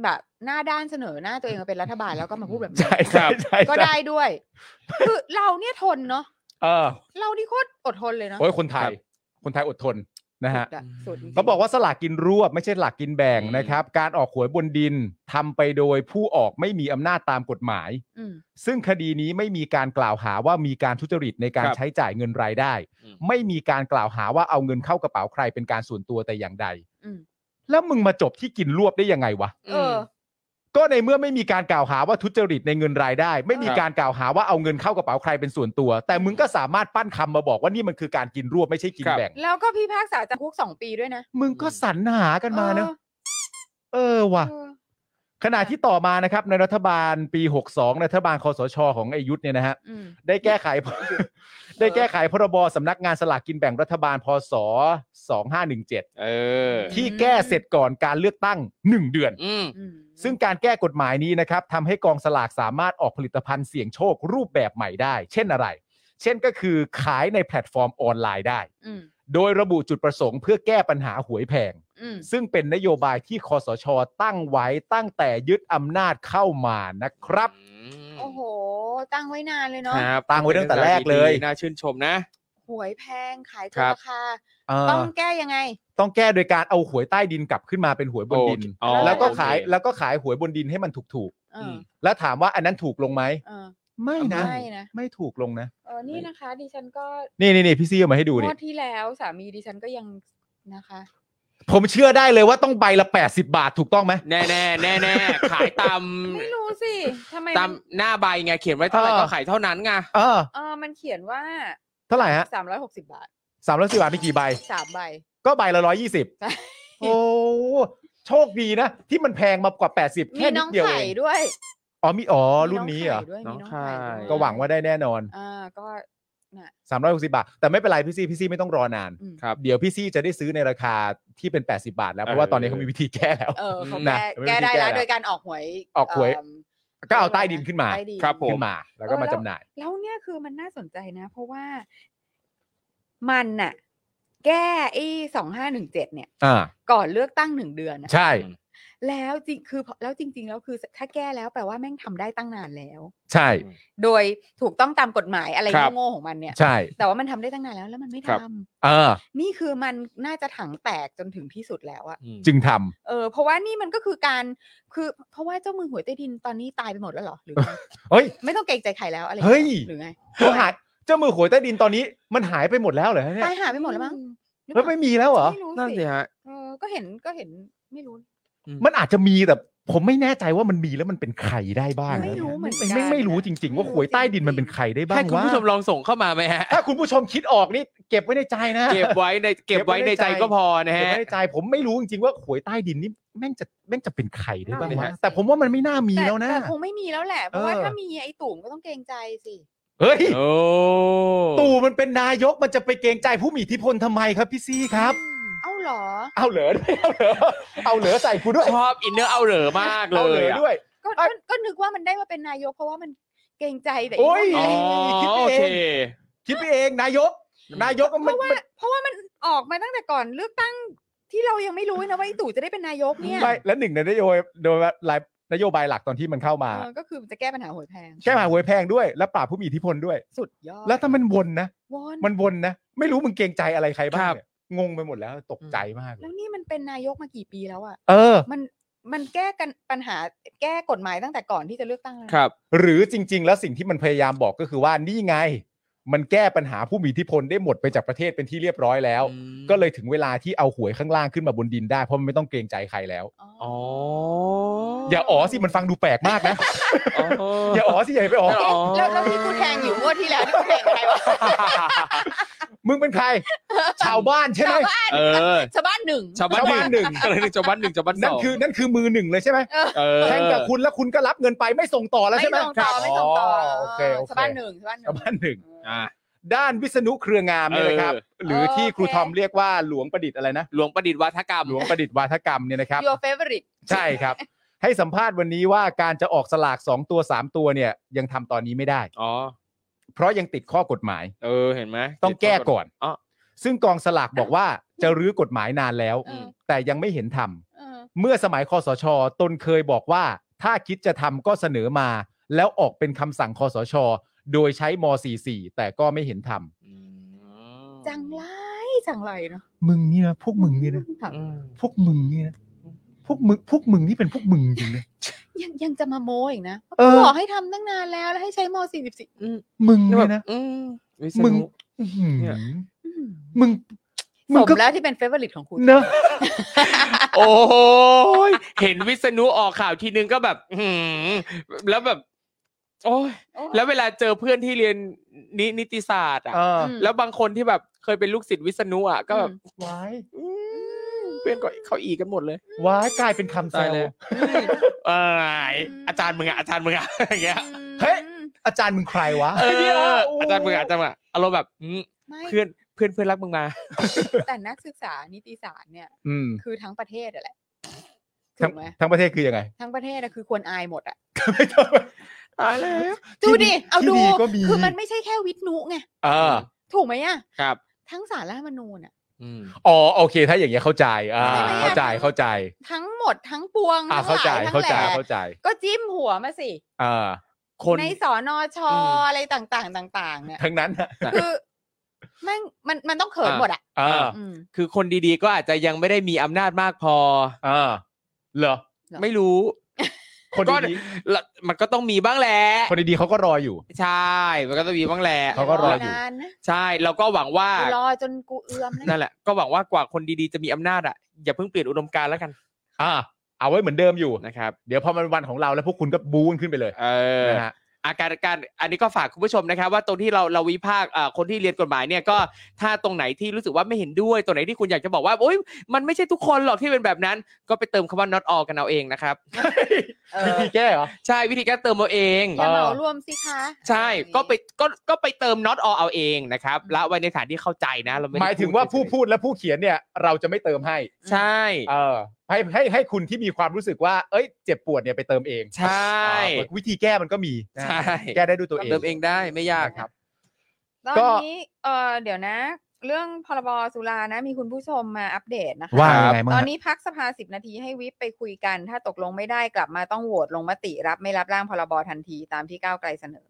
Speaker 2: แบบหน้าด้านเสนอหน้าตัวเองมาเป็นรัฐบาลแล้วก็มาพูดแบบนี้
Speaker 4: ใช่ใช่ใช่
Speaker 2: ก็
Speaker 4: ใช่
Speaker 2: ได้ด้วย คือเราเนี่ยทนเนาะ
Speaker 4: เออ
Speaker 2: เรานี่โคตรอดทนเลยเนาะ
Speaker 4: โอ้ยคนไทย
Speaker 5: ครับ
Speaker 4: คนไทยอดทนนะฮะ
Speaker 2: สุดอสุดจริงๆ
Speaker 4: เขาบอกว่าสลากกินรวบไม่ใช่สลากกินแบ่ง
Speaker 5: อืม
Speaker 4: นะครับ การออกหวยบนดินทำไปโดยผู้ออกไม่มีอำนาจตามกฎหมาย
Speaker 2: อืม
Speaker 4: ซึ่งคดีนี้ไม่มีการกล่าวหาว่ามีการทุจริตในการ
Speaker 5: ครับ
Speaker 4: ใช้จ่ายเงินรายได้
Speaker 5: อืม
Speaker 4: ไม่มีการกล่าวหาว่าเอาเงินเข้ากระเป๋าใครเป็นการส่วนตัวแต่อย่างใด
Speaker 2: อืม
Speaker 4: แล้วมึงมาจบที่กินรวบได้ยังไงวะ
Speaker 2: เออ
Speaker 4: ก็ในเมื่อไม่มีการกล่าวหาว่าทุจริตในเงินรายได้ ไม่มี
Speaker 5: ครับ
Speaker 4: การกล่าวหาว่าเอาเงินเข้ากระเป๋าใครเป็นส่วนตัว แต่มึงก็สามารถปั้นคำมาบอกว่านี่มันคือการกินรวบไม่ใช่กินแบ่ง
Speaker 2: แล้วก็พี่ภาคษาจำคุกสองปีด้วยนะ
Speaker 4: มึงก็สรรหากันมาเนอะเออ
Speaker 2: เอ
Speaker 4: ว่ะ
Speaker 2: อ
Speaker 4: ขณะที่ต่อมานะครับ ในรัฐบาลปี 62 รัฐบาลคอสชของไอยุทธเนี่ยนะฮะ
Speaker 2: อืม
Speaker 4: ได้แก้ไข ได้แก้ไขพรบสำนักงานสลากกินแบ่งรัฐบาลพศ 2517
Speaker 5: เออ
Speaker 4: ที่แก้เสร็จก่อนการเลือกตั้ง 1 เดือน
Speaker 5: อืม
Speaker 2: อืม
Speaker 4: ซึ่งการแก้กฎหมายนี้นะครับทำให้กองสลากสามารถออกผลิตภัณฑ์เสี่ยงโชครูปแบบใหม่ได้ เช่นอะไร เช่นก็คือขายในแพลตฟอร์มออนไลน์ได้
Speaker 2: อืม
Speaker 4: โดยระบุจุดประสงค์เพื่อแก้ปัญหาหวยแพง
Speaker 2: อืม
Speaker 4: ซึ่งเป็นนโยบายที่คอสช ตั้งไว้ตั้งแต่ยึดอำนาจเข้ามานะครับ
Speaker 2: โอ้โห ตั้งไว้นานเลยเนาะ
Speaker 5: ครับ
Speaker 4: ตั้งไว้ตั้งแต่แรกเลย
Speaker 5: น่าชื่นชมนะ
Speaker 2: หวยแพงขายเกิ
Speaker 5: ครั
Speaker 2: น
Speaker 5: บ
Speaker 2: ราคา
Speaker 4: เออ
Speaker 2: ต้องแก้ยังไง
Speaker 4: ต้องแก้โดยการเอาหวยใต้ดินกลับขึ้นมาเป็นหวยบนดิน
Speaker 5: โอเคอ๋อ
Speaker 4: แล้วก็ขาย
Speaker 5: โอเค
Speaker 4: แล้วก็ขายหวยบนดินให้มันถูก
Speaker 2: เอ
Speaker 5: อื
Speaker 2: อ
Speaker 5: ม
Speaker 4: ๆ แล้วถามว่าอันนั้นถูกลงไหม
Speaker 2: เออ
Speaker 4: ไม่นะ
Speaker 2: ไม่นะ
Speaker 4: ไม่ถูกลงนะ
Speaker 2: เออนี่นะคะ ดิฉันก็
Speaker 4: นี่นี่นี่พี่ซี่เอามาให้ดู
Speaker 2: ง
Speaker 4: ดิ
Speaker 2: วดที่แล้วสามีดิฉันก็ยังนะคะ
Speaker 4: ผมเชื่อได้เลยว่าต้องใบละ 80 บาทถูกต้องไหม
Speaker 5: แน่แน่แน่แน่ๆขาย ตาม
Speaker 2: ไม่รู้สิทำไม
Speaker 5: ตาม
Speaker 2: มัน
Speaker 5: หน้าใบไงเขียนไว้เท่าไหร่
Speaker 4: เออ
Speaker 5: ก็ขายเท่านั้นไง
Speaker 4: เออ
Speaker 2: เออมันเขียนว่า
Speaker 4: เท่าไหร่ฮะ
Speaker 2: สามร้อยหกสิบาท
Speaker 4: สามร้อยสิบาทมีกี่ใบ
Speaker 2: สามใบ
Speaker 4: ก็ใบละร้อยยี่สิบ
Speaker 2: ใช่
Speaker 4: โอ้โชคดีนะ ที่มันแพงมากกว่า 80
Speaker 2: มี
Speaker 4: แค่นิ
Speaker 2: น้
Speaker 4: ด
Speaker 2: อง
Speaker 4: เดียวเอ
Speaker 2: ไข่
Speaker 4: ง
Speaker 2: ด้วย
Speaker 4: อ๋อมีอ๋อ
Speaker 2: มี
Speaker 4: รุ่นนี้เหรอ
Speaker 2: ไข่ด้วยมีน้องไข่ด้วย
Speaker 4: ก็หวังว่าได้แน่นอน
Speaker 2: อ่าก็
Speaker 4: 360 บาท แต่ไม่เป็นไรพี่ซี่พี่ซี่ไม่ต้องรอนาน
Speaker 2: อืม
Speaker 5: ครับ
Speaker 4: เดี๋ยวพี่ซี่จะได้ซื้อในราคาที่เป็น 80 บาทแล้ว เพราะว่าตอนนี้เขามีวิธีแก้แล้ว
Speaker 2: เออเขา
Speaker 4: นะ
Speaker 2: แก้แก้ได้แล้ว
Speaker 4: ไม่มีแก้นะ
Speaker 2: โดยการออกหวย
Speaker 4: ออกหวย
Speaker 2: เ
Speaker 4: ก็เอาใต้ดินขึ้นมา
Speaker 2: ใต้ดิน
Speaker 5: ครับผม
Speaker 4: ขึ้นมา แล้วก็มาจำหน่าย
Speaker 2: แล้วเนี่ยคือมันน่าสนใจนะ เพราะว่ามันน่ะ แก้ไอ้สองห้าหนึ่งเจ็ดเนี่ย
Speaker 4: อ่า
Speaker 2: ก่อนเลือกตั้งหนึ่งเดือนนะ
Speaker 4: ใช่
Speaker 2: แล้วจริงคือแล้วจริง ๆ แล้วคือถ้าแก้แล้วแปลว่าแม่งทำได้ตั้งนานแล้ว
Speaker 4: ใช่
Speaker 2: โดยถูกต้องตามกฎหมายอะไร
Speaker 5: ครับ
Speaker 2: โง่ๆของมันเนี่ย
Speaker 4: ใช่
Speaker 2: แต่ว่ามันทำได้ตั้งนานแล้วแล้วมันไม่
Speaker 5: ครั
Speaker 2: ทำ
Speaker 5: บ
Speaker 4: เออ
Speaker 2: นี่คือมันน่าจะถังแตกจนถึงที่สุดแล้วอะ
Speaker 4: จึงทำ
Speaker 2: เออเพราะว่านี่มันก็คือการคือ เพราะว่าเจ้ามือหวยใต้ดินตอนนี้ตายไปหมดแล้วเหรอหรือไง
Speaker 4: เฮ้ย
Speaker 2: ไม่ต้องเกรงใจใครแล้วอะไร
Speaker 4: เฮ้ย
Speaker 2: หรือไง
Speaker 4: เขาหายเจ้ามือหวยใต้ดินตอนนี้มันหายไปหมดแล้วเหรอฮะเนี่
Speaker 2: ตาย ยหาไปหมดแล้วมั้งหรือเป
Speaker 4: แล้ว
Speaker 2: ล่า
Speaker 4: ไม่มีแล้วเหรอ
Speaker 2: ไม่รู้
Speaker 5: นั่นสิ
Speaker 2: สิ
Speaker 5: ฮะ
Speaker 2: เออก็เห็นก็เห็นไม่รู้
Speaker 4: มันอาจจะมีแต่ผมไม่แน่ใจว่ามันมีแล้วมันเป็นใครได้บ้างนะ
Speaker 2: ไม่รู้เหมือนกัน
Speaker 4: ไไม่ไม่รู้จริง ๆ ว่าหวยใต้ดินมันเป็นใครได้บ้าง
Speaker 5: ให้คุณ
Speaker 4: วะ
Speaker 5: ผู้ชมลองส่งเข้ามาไหมฮะ
Speaker 4: ถ้าคุณผู้ชมคิดออกนี่เก็บไว้ในใจนะ
Speaker 5: เก็บไว้ในเก็บไว้ในใจก็พอนะ
Speaker 4: เก็บ
Speaker 5: ฮะ
Speaker 4: ไว้ในใจผมไม่รู้จริงๆว่าหวยใต้ดินนี่แม่งจะแม่งจะเป็นใครได้บ้าง
Speaker 5: นั่น
Speaker 4: วะ
Speaker 5: สิฮะ
Speaker 4: แต่ผมว่ามันไม่น่ามี
Speaker 2: แต่
Speaker 4: แล้วนะ
Speaker 2: แต่คงไม่มีแล้วแหละ เพราะว่า
Speaker 4: เออ
Speaker 2: ถ้ามีไอ้ตู่มก็ต้องเกรงใจสิ
Speaker 4: เฮ้ย
Speaker 5: โอ้
Speaker 4: ตู่มันเป็นนายกมันจะไปเกรงใจผู้มีอิทธิพลทำไมครับพี่ซี่ครับ
Speaker 2: เอ้าเหรอ
Speaker 4: เอาเหลอด้วยเอาเหลอเอาเหลอใส่กูด้วย
Speaker 5: ชอบอินเนอร์เอาเหลอมากเล
Speaker 4: เอาเหล
Speaker 5: ย
Speaker 4: อ
Speaker 5: อะ
Speaker 4: ด้วย
Speaker 2: ก็
Speaker 4: เอ้ย
Speaker 2: ก็ก็นึกว่ามันได้มาเป็นนายก เพราะว่ามันเกรงใจแต่
Speaker 4: โอ้ย
Speaker 2: อีก
Speaker 5: อ๋อ
Speaker 4: คิด
Speaker 5: โอ
Speaker 4: ไปเอ
Speaker 5: เค
Speaker 4: งคิดไปเองนายก นายกก็
Speaker 2: เพ
Speaker 4: มัน
Speaker 2: ราะว่าเพราะว่ามันออกมาตั้งแต่ก่อนเลือกตั้งที่เรายังไม่รู้นะว่าไอ้ตู่จะได้เป็นนายกเนี่ย
Speaker 4: ไม่แล้วหนึ่งในนโยบายโดยหลายนโยบายหลักตอนที่มันเข้ามา
Speaker 2: เออก็คือจะแก้ปัญหาหวยแพง
Speaker 4: แก้หาหวยแพงด้วย และปราบผู้มีอิทธิพลด้วย
Speaker 2: สุดยอด
Speaker 4: แล้วถ้ามันวนนะ
Speaker 2: วอน
Speaker 4: มันวนนะ ไม่รู้มึงเกรงใจอะไรใครบ้า
Speaker 5: ครั
Speaker 4: ง
Speaker 5: บ
Speaker 4: เนี่ยงงไปหมดแล้วตกใจมาก
Speaker 2: แล้วนี่มันเป็นนายกมากี่ปีแล้วอ่ะ
Speaker 4: เออ
Speaker 2: มันมันแก้กันปัญหาแก้กฎหมายตั้งแต่ก่อนที่จะเลือกตั้งแล้ว
Speaker 5: ครับ
Speaker 4: หรือจริง ๆ แล้วสิ่งที่มันพยายามบอกก็คือว่านี่ไง มันแก้ปัญหาผู้มีอิทธิพลได้หมดไปจากประเทศเป็นที่เรียบร้อยแล้ว ก็เลยถึงเวลาที่เอาหวยข้างล่างขึ้นมาบนดินได้เพราะมันไม่ต้องเกรงใจใครแล้ว
Speaker 2: อ๋อ
Speaker 5: อ๋อ
Speaker 4: อย่าอ๋อสิมันฟังดูแปลกมาก นะ อย่าอ๋อสิอย่าไปอ๋อ
Speaker 2: แล้วแล้วที่กูแทงอยู่งวดที่แล้วนี่กูแทงใครวะ
Speaker 4: มึงเป็นใคร ชาวบ้านใช่ไหม
Speaker 2: ชาวบ้าน
Speaker 5: เออ
Speaker 2: ชาวบ้านหนึ่ง
Speaker 5: ชาวบ้าน
Speaker 4: ชาวบ้าน
Speaker 5: ห
Speaker 4: หนึ่
Speaker 5: นึ่ง
Speaker 4: ง
Speaker 5: อะไรหนึ่งชาวบ้านหนึ่งชาวบ้านส
Speaker 4: นั่น
Speaker 5: อง
Speaker 4: คือนั่นคือมือหนึ่งเลยใช่ไหม
Speaker 5: เออ
Speaker 4: แทงกับคุณแล้วคุณก็รับเงินไปไม่ส่งต่อแล้ว
Speaker 2: ไม่
Speaker 4: ใช่ไหม
Speaker 2: ส่งต่อ
Speaker 4: ครับ
Speaker 2: ไม่ส่งต่อ
Speaker 4: โอเคโอเค
Speaker 2: ชาวบ้านหนึ่งชาวบ้านหนึ่
Speaker 4: ชาว
Speaker 2: ง
Speaker 4: บ้านหนึ่ง
Speaker 5: อ่า
Speaker 4: ด้านวิษณุเครืองามเนี่ยนะครับ
Speaker 5: เออ
Speaker 4: หรือที่ครู
Speaker 2: โอเค
Speaker 4: ทอมเรียกว่าหลวงประดิษฐ์อะไรนะ
Speaker 5: หลวงประดิษฐ์วัฒกรรม
Speaker 4: หลวงประดิษฐ์วาทกรรมเนี่ยนะครับ
Speaker 2: your favorite
Speaker 4: ใช่ครับ ให้สัมภาษณ์วันนี้ว่าการจะออกสลาก 2 ตัว 3 ตัวเนี่ยยังทำตอนนี้ไม่ได้
Speaker 5: อ๋อ
Speaker 4: เพราะยังติดข้อกฎหมาย
Speaker 5: เออ เห็นไหม
Speaker 4: ต้องแก้ก่อน
Speaker 5: อ๋อ
Speaker 4: ซึ่งกองสลากบอกว่าจะรื้อกฎหมายนานแล้ว
Speaker 2: อืม
Speaker 4: แต่ยังไม่เห็นทำ
Speaker 2: เออ
Speaker 4: เมื่อสมัยคอสช ตนเคยบอกว่า ถ้าคิดจะทำก็เสนอมา แล้วออกเป็นคำสั่งคอสช โดยใช้ม .44 แต่ก็ไม่เห็นทำ
Speaker 5: อืม
Speaker 2: จังไรจังไรเนาะ
Speaker 4: มึงนี่นะพวกมึงนี่นะ
Speaker 2: ค่ะ
Speaker 5: อืม
Speaker 4: พวกมึงนี่นะพวกมึงพวกมึงนี่เป็นพวกมึงจริงนะ
Speaker 2: ยังยังจะมาโมอีกนะ
Speaker 4: เออ
Speaker 2: บอกให้ทำตั้งนานแล้วแล้วให้ใช้ม .44 อืม
Speaker 4: มึง
Speaker 5: แบบ
Speaker 4: นี่นะ
Speaker 5: อืมวิษ
Speaker 4: มึ
Speaker 5: ณุ
Speaker 4: ง อื้อหือ
Speaker 5: เนี่ย
Speaker 2: อืม
Speaker 4: มึง
Speaker 2: ส
Speaker 4: มึง
Speaker 2: ม
Speaker 4: ก็
Speaker 2: แล้วที่เป็น favorite ของคุณ
Speaker 4: เนอะ
Speaker 5: โอ้ยเห็นวิษณุออกข่าวทีนึงก็แบบ หืมแล้วแบบ โอ้ยแล้วเวลาเจอเพื่อนที่เรียนนินิติศาสตร์อ่ะ
Speaker 4: เออ
Speaker 2: ม
Speaker 5: แล้วบางคนที่แบบเคยเป็นลูกศิษย์วิษณุอ่ะก็แบบ
Speaker 4: วาย
Speaker 5: อืมเพื่อนก็เขาอีกันหมดเลย
Speaker 4: วายกลายเป็นคำแซ
Speaker 5: ตายว แล้ว เอออาจารย์มึงอ่ะอาจารย์มึงอ่ะ อย่างเงี้ย
Speaker 4: เฮ้ย อาจารย์มึงใครวะ
Speaker 5: เอ
Speaker 4: เนี่ย
Speaker 5: อ
Speaker 4: โ
Speaker 5: อาจารย์มึงอ่ะอาจารย์มึงอ่ะอารมณ์แบบอืม
Speaker 2: ไม่
Speaker 5: เพื่อนเพื่อนเพื่อนรักมึงมา
Speaker 2: แต่นักศึกษานิติศาสตร์เนี่ย
Speaker 4: อืม
Speaker 2: คือทั้งประเทศอะแหละถู
Speaker 4: ทั้ง
Speaker 2: กไหม
Speaker 4: ทั้งประเทศคือยังไง
Speaker 2: ทั้งประเทศอะคือควรอายหมดอะ
Speaker 5: ตายแล้ว
Speaker 2: ดูดิ เอาดู
Speaker 4: ที่ดีก็มี
Speaker 2: คือมันไม่ใช่แค่วิทนุไง
Speaker 4: เออ
Speaker 2: ถูกไหมอะ
Speaker 5: ครับ
Speaker 2: ทั้งสารรัฐธรรมนูญอะ
Speaker 5: อืม
Speaker 4: อ๋อโอเค ถ้าอย่างเงี้ยเข้าใจอ่า
Speaker 2: ใช่ไหมอะ
Speaker 4: เข้าใจเข้าใจ
Speaker 2: ทั้งหมดทั้งปวง
Speaker 4: อ่า
Speaker 2: ทั้ง
Speaker 4: เข้าใจ
Speaker 2: หลายทั้
Speaker 4: เข้าง
Speaker 2: แห
Speaker 4: ใจ
Speaker 2: ล่
Speaker 4: เข้าใจ
Speaker 2: ก็จิ้มหัวมาสิ
Speaker 4: อ่า
Speaker 5: คน
Speaker 2: ในสอนอชอ
Speaker 5: อืม
Speaker 2: อะไรต่างๆ ต่าง ๆ เนี่ย
Speaker 4: ทั้งนั้นอะ
Speaker 2: คือแม่งมันมันต้องเขินหมดอะ
Speaker 4: อ่า
Speaker 2: อืม
Speaker 5: คือคนดีๆ ก็อาจจะยังไม่ได้มีอำนาจมากพอ
Speaker 4: อ่าเหรอ
Speaker 2: หรอ
Speaker 5: ไม่รู้
Speaker 4: คน
Speaker 5: ก็
Speaker 4: ดี
Speaker 5: ละมันก็ต้องมีบ้างแหละ
Speaker 4: ๆคนดีๆเขาก็รออยู่
Speaker 5: ใช่ มันก็ต้องมีบ้างแหละ
Speaker 4: เขาก็รออยู่
Speaker 2: นานนะ
Speaker 5: ใช่ เราก็หวังว่า
Speaker 2: กูรอจนกูเอื้อม
Speaker 5: นั่
Speaker 2: นะ
Speaker 5: นแหละ ก็หวังว่ากว่าคนดีๆ จะมีอำนาจอ่ะ อย่าเพิ่งเปลี่ยนอุดมการณ์แล้วกัน
Speaker 4: อ่า เอาไว้เหมือนเดิมอยู่
Speaker 5: นะครับ
Speaker 4: เดี๋ยวพอมันวันของเราแล้วพวกคุณก็บูกันขึ้นไปเลย
Speaker 5: เออ
Speaker 4: นะฮะ
Speaker 5: อาการการอันนี้ก็ฝากคุณผู้ชมนะครับ ว่าตรงที่เราเราวิพากษ์อ่าคนที่เรียนกฎหมายเนี่ยก็ถ้าตรงไหนที่รู้สึกว่าไม่เห็นด้วยตรงไหนที่คุณอยากจะบอกว่าโอ๊ยมันไม่ใช่ทุกคนหรอกที่เป็นแบบนั้น ก็ไปเติมคำว่า not all กันเอาเองนะครับ
Speaker 2: เออ
Speaker 4: วิ ธีแก้เหรอ
Speaker 5: ใช่วิธีการเติมเอาเอง
Speaker 2: อย่าเหมารวมสิคะ
Speaker 5: ใช่ ก็ไปก็ก็ไปเติม not all เอาเองนะครับละไว้ในฐานที่เข้าใจนะ เราไม่ได้
Speaker 4: หมายถึงว่าผู้
Speaker 5: เฉยๆ
Speaker 4: พูดและผู้เขียนเนี่ย เราจะไม่เติมให้
Speaker 5: ใช่
Speaker 4: เออ ให้ให้ให้คุณที่มีความรู้สึกว่า เอ้ย เจ็บปวดเนี่ยไปเติมเอง
Speaker 5: ใช่
Speaker 4: อ่าวิธีแก้มันก็มีนะ
Speaker 5: ใช่
Speaker 4: ฮะแก้ได้ด้วยตัวเอง
Speaker 5: เติมเองได้ไม่ยาก
Speaker 4: นะครับ
Speaker 2: ตอน
Speaker 4: ก็
Speaker 2: นี้เออเดี๋ยวนะ เรื่องพรบสุรานะ มีคุณผู้ชมมาอัปเดตนะคะ
Speaker 4: ว่ายังไงบ้าง
Speaker 2: ตอน
Speaker 4: ฮะ
Speaker 2: นี้พักสภาสิบนาทีให้วิปไปคุยกัน ถ้าตกลงไม่ได้กลับมาต้องโหวตลงมติรับไม่รับร่างพรบทันทีตามที่ก้าวไกลเสนอ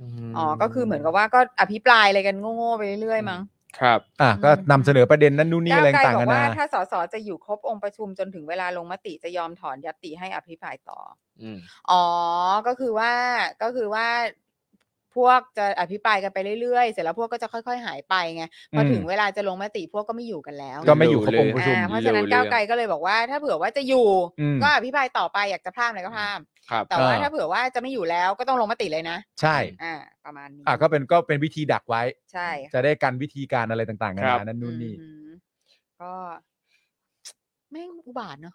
Speaker 2: ออ๋อ ก็คือเหมือนกับว่าก็อภิปรายอะไรกันโง่ๆไปเรื่อยๆมั้ง
Speaker 5: ครับ
Speaker 4: อ่ะก็นำเสนอประเด็นนั้นนู่นนี่
Speaker 2: ก้าว
Speaker 4: อะไร
Speaker 2: ไกล
Speaker 4: ต่าง
Speaker 2: บอ
Speaker 4: กัน
Speaker 2: กว่า
Speaker 4: นะ
Speaker 2: ถ้าสสจะอยู่ครบองค์ประชุมจนถึงเวลาลงมติจะยอมถอนยตติให้อภิปรายต่อ
Speaker 5: อืม
Speaker 2: อ๋อ ก็คือว่าก็คือว่าพวกจะอภิปรายกันไปเรื่อยๆ เสร็จแล้วพวกก็จะค่อย ๆ หายไปไงพอถึงเวลาจะลงมติพวกก็ไม่อยู่กันแล้ว
Speaker 4: ก็ไม่อยู่ครบองค์ประชุม
Speaker 2: อ่าเพราะฉะนั้น
Speaker 5: เร็วๆ
Speaker 2: ก้าวไกลก็เลยบอกว่า ถ้าเผื่อว่าจะอยู่
Speaker 4: อืม
Speaker 2: ก็อภิปรายต่อไปอยากจะพร่ามอะไรก็พร่าม
Speaker 5: ครับ
Speaker 2: แต่ว่า
Speaker 4: อ่า
Speaker 2: ถ้าเผื่อว่าจะไม่อยู่แล้วก็ต้องลงมติเลยนะ
Speaker 4: ใช่
Speaker 2: อ่า ประมาณนี้
Speaker 4: อ่ะก็เป็นก็เป็นวิธีดักไว้
Speaker 2: ใช่ค่ะ
Speaker 4: จะได้กันวิธีการอะไรต่างๆกั
Speaker 5: ค
Speaker 4: นา
Speaker 5: รั
Speaker 4: นา
Speaker 5: บ
Speaker 4: นั่นนู่นนี่
Speaker 2: อืมก็แม่งอุบาทเนาะ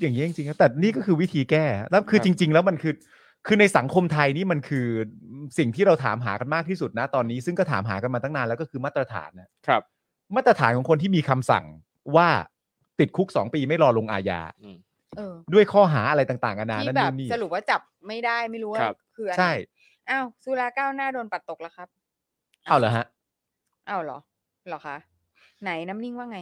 Speaker 4: อย่างนี้ยจริงๆครับแต่นี่ก็คือวิธีแก้ฮะแล้วคือ
Speaker 5: ครับ
Speaker 4: จริง ๆ แล้วมันคือ คือในสังคมไทยนี่มันคือสิ่งที่เราถามหากันมากที่สุดนะตอนนี้ ซึ่งก็ถามหากันมาตั้งนานแล้วก็คือมาตรฐานนะครับ มาตรฐานของคนที่มีคำสั่งว่าติดคุกสองปีไม่รอลงอาญา
Speaker 2: เออ
Speaker 4: ด้วยข้อหาอะไรต่างๆกันานา
Speaker 2: ที่
Speaker 4: นั่น
Speaker 2: แบบ
Speaker 4: นู่นนี่
Speaker 2: สรุปว่าจับไม่ได้ไม่รู้ว่า
Speaker 5: ครับ
Speaker 2: คืออะไร
Speaker 4: ใช่
Speaker 2: อ้าวสุราก้าวหน้าโดนปัดตกแล้วครับ
Speaker 4: เอาเหรอฮะ
Speaker 2: อ้าวเหรอเหรอคะไหนน้ำนิ่งว่าไง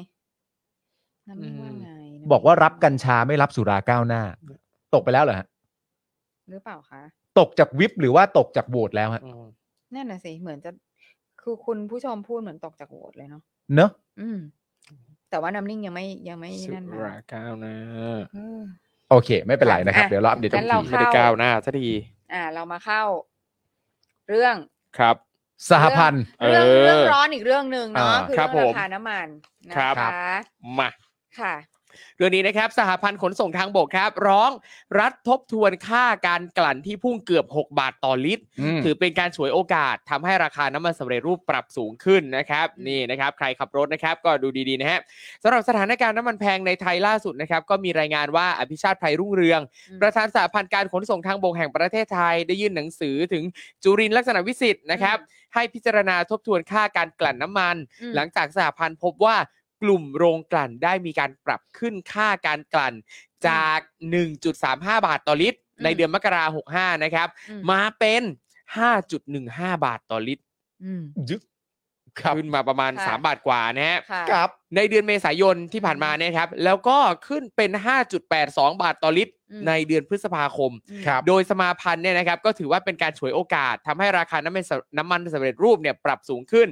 Speaker 2: น้ำนิ่งว่าไงน้ำนิ่ง
Speaker 4: บอกว่ารับกัญชาไม่รับสุราก้าวหน้า ตกไปแล้วเหรอฮะ
Speaker 2: หรือเปล่าคะ
Speaker 4: ตกจากวิปหรือว่าตกจากโหวตแล้วฮะ
Speaker 5: อืม
Speaker 2: นั่นน่ะสิเหมือนจะคือคุณผู้ชมพูดเหมือนตกจากโหวตเลยเนาะ
Speaker 4: เนอะ
Speaker 2: อืม แต่ว่าน้ำนิ่งยังไม่ยังไม่
Speaker 5: สุ
Speaker 2: นั่นมา
Speaker 5: ราก้าวหน้า
Speaker 2: เออ
Speaker 4: โอเค ไม่เป็นไรนะครับ
Speaker 2: อ่ะ
Speaker 4: เดี๋ยวเราอัปเดต
Speaker 2: งั้
Speaker 4: กัน
Speaker 2: น
Speaker 4: ที
Speaker 2: เรา
Speaker 5: ไม่ได้ก้าวหน้าสักที
Speaker 2: อ่า เรามาเข้า เรื่อง
Speaker 5: ครับ
Speaker 4: สหพันธ์
Speaker 5: เออ
Speaker 2: เรื่องเรื่องร้อนอีกเรื่องหนึ่งเนาะ
Speaker 4: อ่า
Speaker 2: คือ
Speaker 5: ครั
Speaker 2: เรื่
Speaker 5: บ
Speaker 2: อง
Speaker 5: ผม
Speaker 2: ราคาน้ำมันนะ
Speaker 5: ครั
Speaker 2: คะ
Speaker 5: บ มา
Speaker 2: ค่ะ
Speaker 5: เรื่องนี้นะครับสหพันธ์ขนส่งทางบกครับ ร้องรัฐทบทวนค่าการกลั่นที่พุ่งเกือบ 6 บาทต่อลิตร ถือเป็นการฉวยโอกาสทำให้ราคาน้ำมันสำเร็จรูปปรับสูงขึ้นนะครับ
Speaker 2: อืม
Speaker 5: นี่นะครับ ใครขับรถนะครับ ก็ดูดีๆนะฮะสำหรับสถานการณ์น้ำมันแพงในไทยล่าสุดนะครับ ก็มีรายงานว่าอภิชาติไพรุ่งเรือง ประธานสหพันธ์การขนส่งทางบกแห่งประเทศไทย ได้ยื่นหนังสือถึงจุรินทร์ลักษณะวิสิทธิ์นะครับ ให้พิจารณาทบทวนค่าการกลั่นน้ำมัน
Speaker 2: อืม
Speaker 5: หลังจากสหพันธ์พบว่ากลุ่มโรงกลั่นได้มีการปรับขึ้นค่าการกลั่นจาก 1.35 บาทต่อลิตร
Speaker 2: อืม
Speaker 5: ในเดือนมกราหกห้านะครับ
Speaker 2: อื
Speaker 5: มาเป็น 5.15 บาทต่อลิตร
Speaker 2: อืม
Speaker 4: ยึกครับ
Speaker 5: ขึ้นมาประมาณ
Speaker 2: ค่ะ
Speaker 5: 3 บาทกว่านะฮะ
Speaker 2: ค่ะ
Speaker 4: ครับ
Speaker 5: ในเดือนเมษายนที่ผ่านมาเนี่ยครับ แล้วก็ขึ้นเป็น 5.82 บาทต่อลิตร
Speaker 2: อืม
Speaker 5: ในเดือนพฤษภาคม
Speaker 2: อืม
Speaker 4: ครับ
Speaker 5: โดยสมาพันธ์เนี่ยนะครับก็ถือว่าเป็นการฉวยโอกาสทำให้ราคาน้ำมันสำน้ำมันสำเร็จรูปเนี่ยปรับสูงขึ้น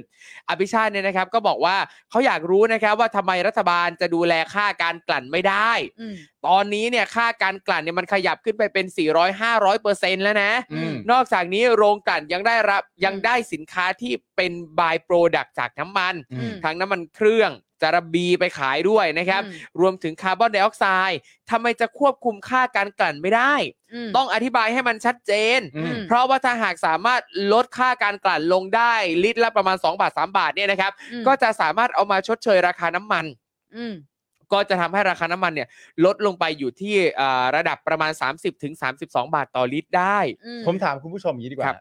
Speaker 5: อภิชาติเนี่ยนะครับก็บอกว่าเขาอยากรู้นะครับว่าทำไมรัฐบาลจะดูแลค่าการกลั่นไม่ได้
Speaker 2: อืม
Speaker 5: ตอนนี้เนี่ยค่าการกลั่นเนี่ยมันขยับขึ้นไปเป็น 400-500เปอร์เซ็นต์แล้วนะ
Speaker 2: อืม
Speaker 5: นอกจากนี้โรงกลั่นยังได้รับยังได้สินค้าที่เป็นบายโปรดักจากน้ำมัน
Speaker 4: อืม
Speaker 5: ทั้งน้ำมันเครื่องจะระบีไปขายด้วยนะครับ
Speaker 2: อืม
Speaker 5: รวมถึงคาร์บอนไดออกไซด์ทำไมจะควบคุมค่าการกลั่นไม่ได้
Speaker 2: ม
Speaker 5: ต้องอธิบายให้มันชัดเจน
Speaker 2: อืม
Speaker 5: เพราะว่าถ้าหากสามารถลดค่าการกลั่นลงได้ลิตรละประมาณ 2 บาท 3 บาทเนี่ยนะครับ
Speaker 2: อืม
Speaker 5: ก็จะสามารถเอามาชดเชยราคาน้ำมัน
Speaker 2: อืม
Speaker 5: ก็จะทำให้ราคาน้ำมันเนี่ยลดลงไปอยู่ที่อ่าระดับประมาณ 30-32 บาทต่อลิตรได้
Speaker 2: อื
Speaker 4: ผมถามคุณผู้ชมอย่างนี้ดีก
Speaker 5: ครั
Speaker 4: ว่า
Speaker 5: บ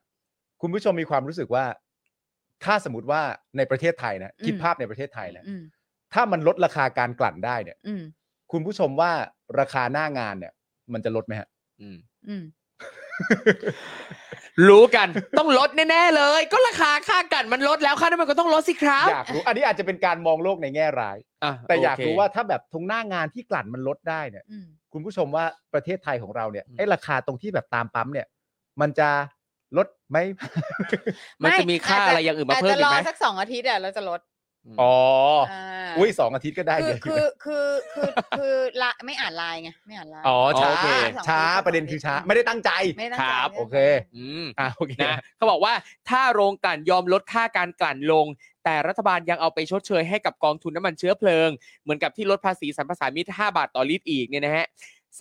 Speaker 4: คุณผู้ชมมีความรู้สึกว่า ถ้าสมมติว่าในประเทศไทยนะคิดภาพในประเทศไทยนะ
Speaker 2: อืม
Speaker 4: ถ้ามันลดราคาการกลั่นได้เนี่ย
Speaker 2: อืม
Speaker 4: คุณผู้ชมว่าราคาหน้างานเนี่ย มันจะลดไหมฮะ
Speaker 5: อืม
Speaker 2: อืม
Speaker 5: รู้กันต้องลดแน่ๆเลย ก็ราคาค่ากลั่นมันลดแล้วค่าน้ำมันก็ต้องลดสิครับ
Speaker 4: อยากรู้อันนี้อาจจะเป็นการมองโลกในแง่ร้าย
Speaker 5: ะ
Speaker 4: แต่อยาก
Speaker 5: โเค
Speaker 4: รู้ว่าถ้าแบบตรงหน้างานที่กลั่นมันลดได้เนี่ย
Speaker 2: อืม
Speaker 4: คุณผู้ชมว่าประเทศไทยของเราเนี่ย
Speaker 5: อืม
Speaker 4: ไอ้ราคาตรงที่แบบตามปั๊มเนี่ย มันจะลดไหม
Speaker 5: มันจะมีค่า
Speaker 2: จจ
Speaker 5: อะไรอย่างอื่นมาเพิ่ม
Speaker 2: จ
Speaker 5: อี
Speaker 2: จะ
Speaker 5: ก
Speaker 2: รอ
Speaker 5: ไหม
Speaker 2: สักสองอาทิตย์อ่ะเราจะลด
Speaker 4: อ๋อ
Speaker 2: อ่า
Speaker 4: อุ้ยสองอาทิตย์ก็ได้
Speaker 2: คือ
Speaker 4: เยอะอยู่
Speaker 2: คือ
Speaker 4: นะ
Speaker 2: คือคือคือ ละไม่อ่านไลน์ไงไม่อ่านไลน์
Speaker 4: อ๋อช้า
Speaker 2: โอเค
Speaker 4: ช้า
Speaker 2: สองอาทิตย์
Speaker 4: ประเด็นคือช้า
Speaker 2: สองอาทิตย์
Speaker 4: ไม่ได้ตั้งใจ
Speaker 2: ไม่ตั้ง
Speaker 4: ค
Speaker 2: ใจ
Speaker 4: รับ
Speaker 2: ไม่ตั้งใจ
Speaker 4: โอเค
Speaker 5: อืม
Speaker 4: อ่าโอเค
Speaker 5: นะเขาบอกว่าถ้าโรงกลั่นยอมลดค่าการกลั่นลง แต่รัฐบาลยังเอาไปชดเชยให้กับกองทุนน้ำมันเชื้อเพลิง เหมือนกับที่ลดภาษีสรรพสามิต5บาทต่อลิตรอีกเนี่ยนะฮะ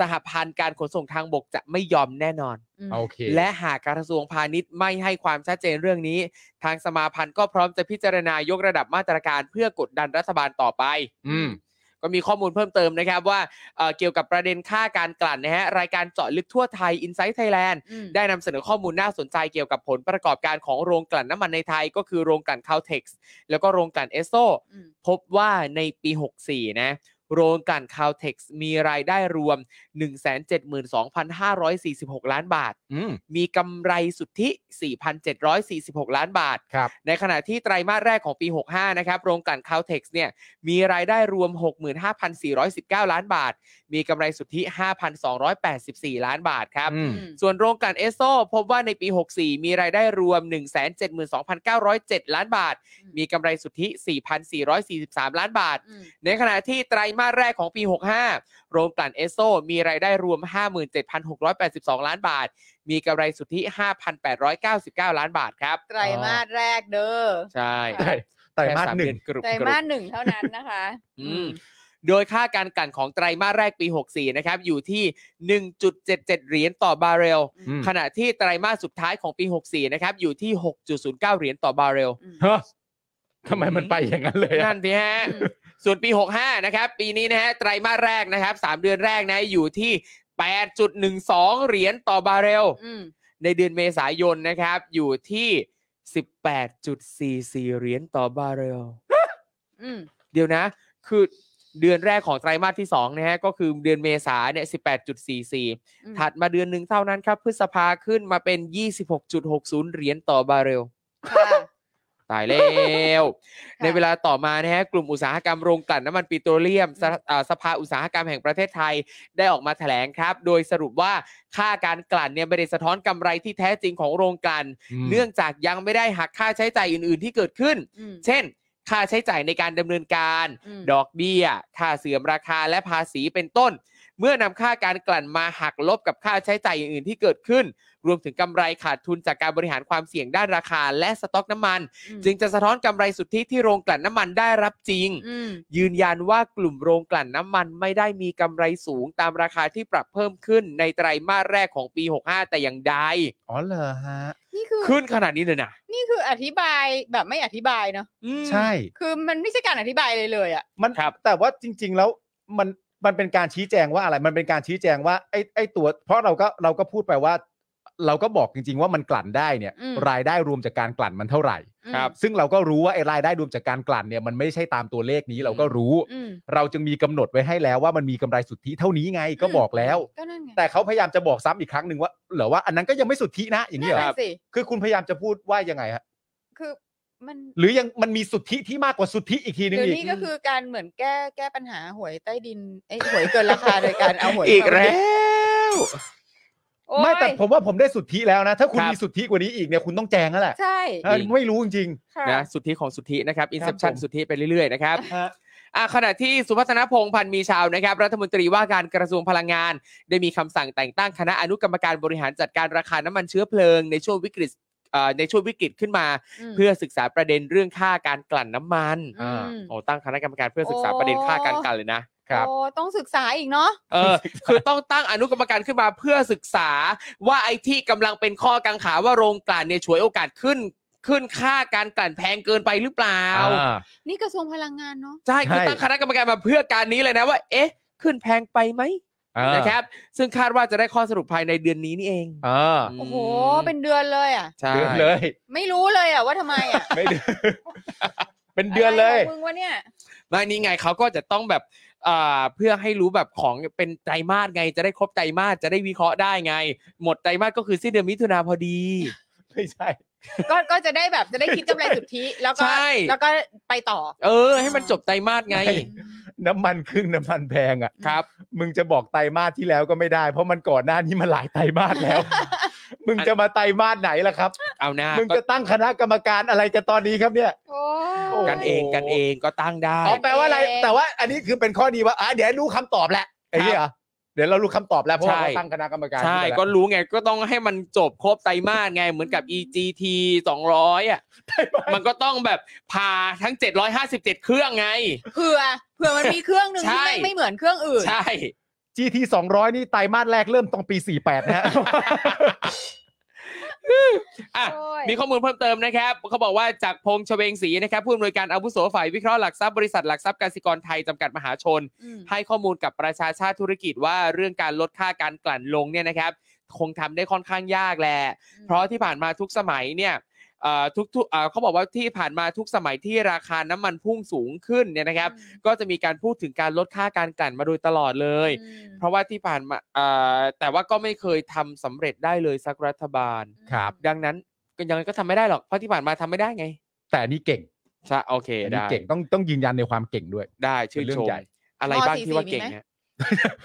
Speaker 5: สหพันธ์การขนส่งทางบกจะไม่ยอมแน่นอน
Speaker 2: อืม
Speaker 4: โอเค
Speaker 5: และหากกระทรวงพาณิชย์ไม่ให้ความชัดเจนเรื่องนี้ ทางสมาพันธ์ก็พร้อมจะพิจารณายกระดับมาตรการเพื่อกดดันรัฐบาลต่อไป
Speaker 4: อืม
Speaker 5: ก็มีข้อมูลเพิ่มเติมนะครับว่าเอ่อเกี่ยวกับประเด็นค่าการกลั่นนะฮะรายการเจาะลึกทั่วไทย Inside Thailand
Speaker 2: อืม
Speaker 5: ได้นำเสนอข้อมูลน่าสนใจเกี่ยวกับผลประกอบการของโรงกลั่นน้ำมันในไทย ก็คือโรงกลั่นคาวเท็กซ์แล้วก็โรงกลั่นเอสโซ
Speaker 2: อืม
Speaker 5: พบว่าในปี 64 นะ โรงกลั่นคาวเท็กซ์มีรายได้รวม 172,546 ล้านบาท
Speaker 4: อืม
Speaker 5: มีกำไรสุทธิ 4,746 ล้านบาท
Speaker 4: ครับ
Speaker 5: ในขณะที่ไตรมาสแรกของปี 65 นะครับ โรงกลั่นคาวเท็กซ์เนี่ย มีรายได้รวม 65,419 ล้านบาท มีกำไรสุทธิ 5,284 ล้านบาทครับ
Speaker 4: อืม
Speaker 5: ส่วนโรงกลั่นเอสโซพบว่าในปี 64 มีรายได้รวม 172,907 ล้านบาท มีกำไรสุทธิ 4,443 ล้านบาท
Speaker 2: อืม
Speaker 5: ในขณะที่ไตรมาสแรกของปี 65 โรงกลั่นเอสโซมีรายได้รวม 57,682 ล้านบาท มีกำไรสุทธิ 5,899 ล้านบาทครับ
Speaker 2: ไตรมาสแรกเด้อ
Speaker 5: ใช่
Speaker 2: ใช่
Speaker 4: ไตรมาส
Speaker 5: แค่
Speaker 4: หนึ่ง
Speaker 5: เดือกรุบ
Speaker 2: ไตร
Speaker 5: กรุบ
Speaker 2: มาสหนึ่งเท่านั้นนะคะ
Speaker 5: อืม โดยค่าการกลั่นของไตรมาสแรกปี 64 นะครับ อยู่ที่ 1.77 เหรียญต่อบาร์เรล
Speaker 2: อืม
Speaker 5: ขณะที่ไตรมาสสุดท้ายของปี 64 นะครับ อยู่ที่ 6.09 เหรียญต่อบาร์เรล
Speaker 2: อืม
Speaker 4: ฮะทำไมมันไปอย่างนั้นเลยอะ
Speaker 5: นั่นสิฮะ
Speaker 2: อืม
Speaker 5: ส่วนปี 65 นะครับ ปีนี้นะฮะ ไตรมาสแรกนะครับ 3 เดือนแรกนะ อยู่ที่ 8.12 เหรียญต่อบาร์เรล
Speaker 2: อืม
Speaker 5: ในเดือนเมษายนนะครับ อยู่ที่ 18.44 เหรียญต่อบาร์เรล
Speaker 2: อืม
Speaker 5: เดี๋ยวนะ คือเดือนแรกของไตรมาสที่2นะฮะ ก็คือเดือนเมษาเนี่ย 18.44
Speaker 2: อืม
Speaker 5: ถัดมาเดือนหนึ่งเท่านั้นครับ พฤษภาขึ้นมาเป็น 26.60 เหรียญต่อบาร์เรล
Speaker 2: ค่ะ
Speaker 5: ตายแล้ว
Speaker 2: ะ
Speaker 5: ในเวลาต่อมานะฮะ กลุ่มอุตสาหกรรมโรงกลั่นน้ำมันปิโตรเลียมสะอ่าสภาอุตสาหกรรมแห่งประเทศไทยได้ออกมาแถลงครับ โดยสรุปว่าค่าการกลั่นเนี่ยไม่ได้สะท้อนกำไรที่แท้จริงของโรงกลั่น เนื่องจากยังไม่ได้หักค่าใช้จ่ายอื่น ๆ ที่เกิดขึ้น
Speaker 2: อืม
Speaker 5: เช่น ค่าใช้จ่ายในการดำเนินการ
Speaker 2: อืม
Speaker 5: ดอกเบี้ย ค่าเสื่อมราคาและภาษีเป็นต้น เมื่อนำค่าการกลั่นมาหักลบกับค่าใช้จ่ายอื่นๆที่เกิดขึ้น รวมถึงกำไรขาดทุนจากการบริหารความเสี่ยงด้านราคา และสต็อกน้ำมัน
Speaker 2: อืม
Speaker 5: จึงจะสะท้อนกำไรสุทธิที่โรงกลั่นน้ำมันได้รับจริง
Speaker 2: อืม
Speaker 5: ยืนยันว่ากลุ่มโรงกลั่นน้ำมันไม่ได้มีกำไรสูงตามราคาที่ปรับเพิ่มขึ้นในไตรมาสแรกของปี 65 แต่อย่างใด
Speaker 4: อ๋อเหรอฮะ
Speaker 2: นี่คือ
Speaker 5: ขึ้นขนาดนี้เลยนะ
Speaker 2: นี่คืออธิบายแบบไม่อธิบายเนาะ
Speaker 5: อืม
Speaker 4: ใช่
Speaker 2: คือมันไม่ใช่การอธิบายเลยเลยอ่ะ
Speaker 4: มัน
Speaker 5: ครับ
Speaker 4: แต่ว่าจริง ๆ แล้วมันมันเป็นการชี้แจงว่าอะไรมันเป็นการชี้แจงว่าไอ้ไอ้ตัว เพราะเราก็เราก็พูดไปว่า เราก็บอกจริง ๆ ว่ามันกลั่นได้เนี่ย
Speaker 2: อืม
Speaker 4: รายได้รวมจากการกลั่นมันเท่าไหร่
Speaker 2: อืม
Speaker 5: ครับ
Speaker 4: ซึ่งเราก็รู้ว่าไอ้รายได้รวมจากการกลั่นเนี่ยมันไม่ใช่ตามตัวเลขนี้เราก็รู้
Speaker 2: อืม
Speaker 4: เราจึงมีกำหนดไว้ให้แล้วว่ามันมีกำไรสุทธิเท่านี้ไงก็
Speaker 2: อืม
Speaker 4: บอกแล้ว
Speaker 2: ก็นั่นไง
Speaker 4: แต่เขาพยายามจะบอกซ้ำอีกครั้งหนึ่งว่าเหรอว่าอันนั้นก็ยังไม่สุทธินะอย่างนี้
Speaker 2: นั่
Speaker 4: เห
Speaker 2: น
Speaker 4: รอ
Speaker 2: แหละสิ
Speaker 4: คือคุณพยายามจะพูดว่ายังไงฮะ
Speaker 2: คือมัน
Speaker 4: หรือยังมันมีสุทธิที่มากกว่าสุทธิอีกทีนึง
Speaker 2: เดี๋ยว
Speaker 4: อีก
Speaker 2: นี้ก็คือการเหมือนแก้แก้ปัญหาหวยใต้ดินไอ้ยหวยเกินราคาโดยการเอาหวย
Speaker 5: อีก
Speaker 2: เข้าไป
Speaker 5: แล้ว
Speaker 2: โอ้ย
Speaker 4: ไม่แต่ผมว่าผมได้สุทธิแล้วนะ ถ้าคุณ
Speaker 5: ครับ
Speaker 4: มีสุทธิกว่านี้อีกเนี่ยคุณต้องแจงแล้วแหละ
Speaker 2: ใช่
Speaker 4: เออไม่รู้จริง
Speaker 2: ค่ะ
Speaker 5: นะสุทธิของสุทธินะครับ Inception
Speaker 4: ผม
Speaker 5: สุทธิไปเรื่อยๆนะครับ
Speaker 4: ๆฮะ
Speaker 5: อ่ะขณะที่สุพัฒนพงษ์พันธ์มีชาวนะครับ รัฐมนตรีว่าการกระทรวงพลังงาน ได้มีคำสั่งแต่งตั้งคณะอนุกรรมการบริหารจัดการราคาน้ำมันเชื้อเพลิง ในช่วงวิกฤตเอ่อในช่วงวิกฤตขึ้นมา
Speaker 2: ม
Speaker 5: เพื่อศึกษาประเด็นเรื่องค่าการกลั่นน้ำมัน
Speaker 2: อืม
Speaker 5: โอ้ตั้งคณะกรรมการเพื่อศึกษาประเด็นค่าการกลั่นเลยนะ
Speaker 2: โอ้ต้องศึกษาอีกเนาะ
Speaker 5: เออคือต้องตั้งอนุกรรมการขึ้นมาเพื่อศึกษาว่าไอ้ที่กำลังเป็นข้อกังขาว่าโรงกลั่นเนี่ยฉวยโอกาสขึ้น ขึ้นค่าการกลั่นแพงเกินไปหรือเปล่า
Speaker 4: อ่า
Speaker 2: นี่กระทรวงพลังงานเนาะ
Speaker 5: ใช่คือ
Speaker 4: ใช่
Speaker 5: ตั้งคณะกรรมการมาเพื่อการนี้เลยนะว่า เอ๊ะ ขึ้นแพงไปไหม
Speaker 4: อ่า
Speaker 5: นะครับ ซึ่งคาดว่าจะได้ข้อสรุปภายในเดือนนี้นี่เอง
Speaker 4: อ่า
Speaker 2: โอ้โห เป็นเดือนเลยอ่ะ
Speaker 5: ใช่
Speaker 4: เดือนเลย
Speaker 2: ไม่รู้เลยอ่ะว่าทำไมอ่ะ
Speaker 4: ไม่เดือนเป็นเดือนเลย
Speaker 2: ะไรของมึงวะเนี่ย
Speaker 5: ไม่นี่ไงเขาก็จะต้องแบบอ่าเพื่อให้รู้แบบของเป็นไตรมาสไงจะได้ครบไตรมาสจะได้วิเคราะห์ได้ไง หมดไตรมาสก็คือสิ้นเดือนมิถุนาพอดี
Speaker 4: ไม่ใช่
Speaker 2: ก็ก็จะได้แบบจะได้คิดกำไรสุทธิแล้วก็
Speaker 5: ใช่
Speaker 2: แล้วก็ไปต่อ
Speaker 5: เออ ให้มันจบไตรมาสไง
Speaker 4: ใช่ น้ำมันขึ้นน้ำมันแพงอ่ะ
Speaker 5: ครับ
Speaker 4: มึงจะบอกไตรมาสที่แล้วก็ไม่ได้ เพราะมันก่อนหน้านี้มาหลายไตรมาสแล้ว มึงจะมาไตรมาสไหนล่ะครับ
Speaker 5: เอาหน้า
Speaker 4: มึงจะตั้งคณะกรรมการอะไรกันตอนนี้ครับเนี่ย
Speaker 2: โอ้
Speaker 4: โอ้
Speaker 2: ย
Speaker 5: กันเองกันเองก็ตั้งได้
Speaker 4: อ๋อแปลว่าอะไร
Speaker 2: เอง
Speaker 4: แต่ว่าอันนี้คือเป็นข้อดีว่าอ่ะเดี๋ยวรู้คำตอบแหละไอ้นี่เหรอเดี๋ยวเรารู้คำตอบแล้วเพราะว่า
Speaker 5: ใช่
Speaker 4: เราตั้งคณะกรรมการ
Speaker 5: ใช่
Speaker 4: ขึ้นมาแล้ว
Speaker 5: ก็รู้ไงก็ต้องให้มันจบครบไตรมาสไงเหมือนกับ EGT 200 อ่ะ มันก็ต้องแบบพาทั้ง 757 เครื่องไง
Speaker 2: เผื่อเผื่อมันมีเครื่องหนึ่ง
Speaker 5: ใช่
Speaker 2: ที่ไม่ไม่เหมือนเครื่องอื่น
Speaker 5: ใช่
Speaker 4: GT 200 นี่ไตรมาสแรกเริ่มตรงปี 48 นะฮะ
Speaker 5: อ่ะ
Speaker 2: โอ้ย
Speaker 5: มีข้อมูลเพิ่มเติมนะครับเขาบอกว่าจากพงษ์ชเวงศรีนะครับผู้อำนวยการอาวุโสฝ่ายวิเคราะห์หลักทรัพย์บริษัทหลักทรัพย์กสิกรไทยจำกัดมหาชน
Speaker 2: อืม
Speaker 5: ให้ข้อมูลกับประชาชาติธุรกิจว่าเรื่องการลดค่าการกลั่นลงเนี่ยนะครับ คงทำได้ค่อนข้างยากแหละ
Speaker 2: อืม
Speaker 5: เพราะที่ผ่านมาทุกสมัยเนี่ยเอ่อทุกๆเอ่อเขาบอกว่าที่ผ่านมาทุกสมัยที่ราคาน้ำมันพุ่งสูงขึ้นเนี่ยนะครับ ก็จะมีการพูดถึงการลดค่าการกลั่นมาโดยตลอดเลย
Speaker 2: อืม
Speaker 5: เพราะว่าที่ผ่านมาเอ่อแต่ว่าก็ไม่เคยทำสำเร็จได้เลยสักรัฐบาล
Speaker 4: ครับ
Speaker 5: ดังนั้นก็ยังไงก็ทำไม่ได้หรอกเพราะที่ผ่านมาทำไม่ได้ไง
Speaker 4: แต่อันนี่เก่ง
Speaker 5: ใช่โอเค
Speaker 4: อันนี่
Speaker 5: ได้
Speaker 4: เก่งต้องต้องยืนยันในความเก่งด้วย
Speaker 5: ได้ชื่น
Speaker 4: เป็นเรื่
Speaker 5: ช
Speaker 4: อง
Speaker 5: ม
Speaker 4: ใหญ่
Speaker 5: อะไรบ้างที่ว่าเก่งเนี่ย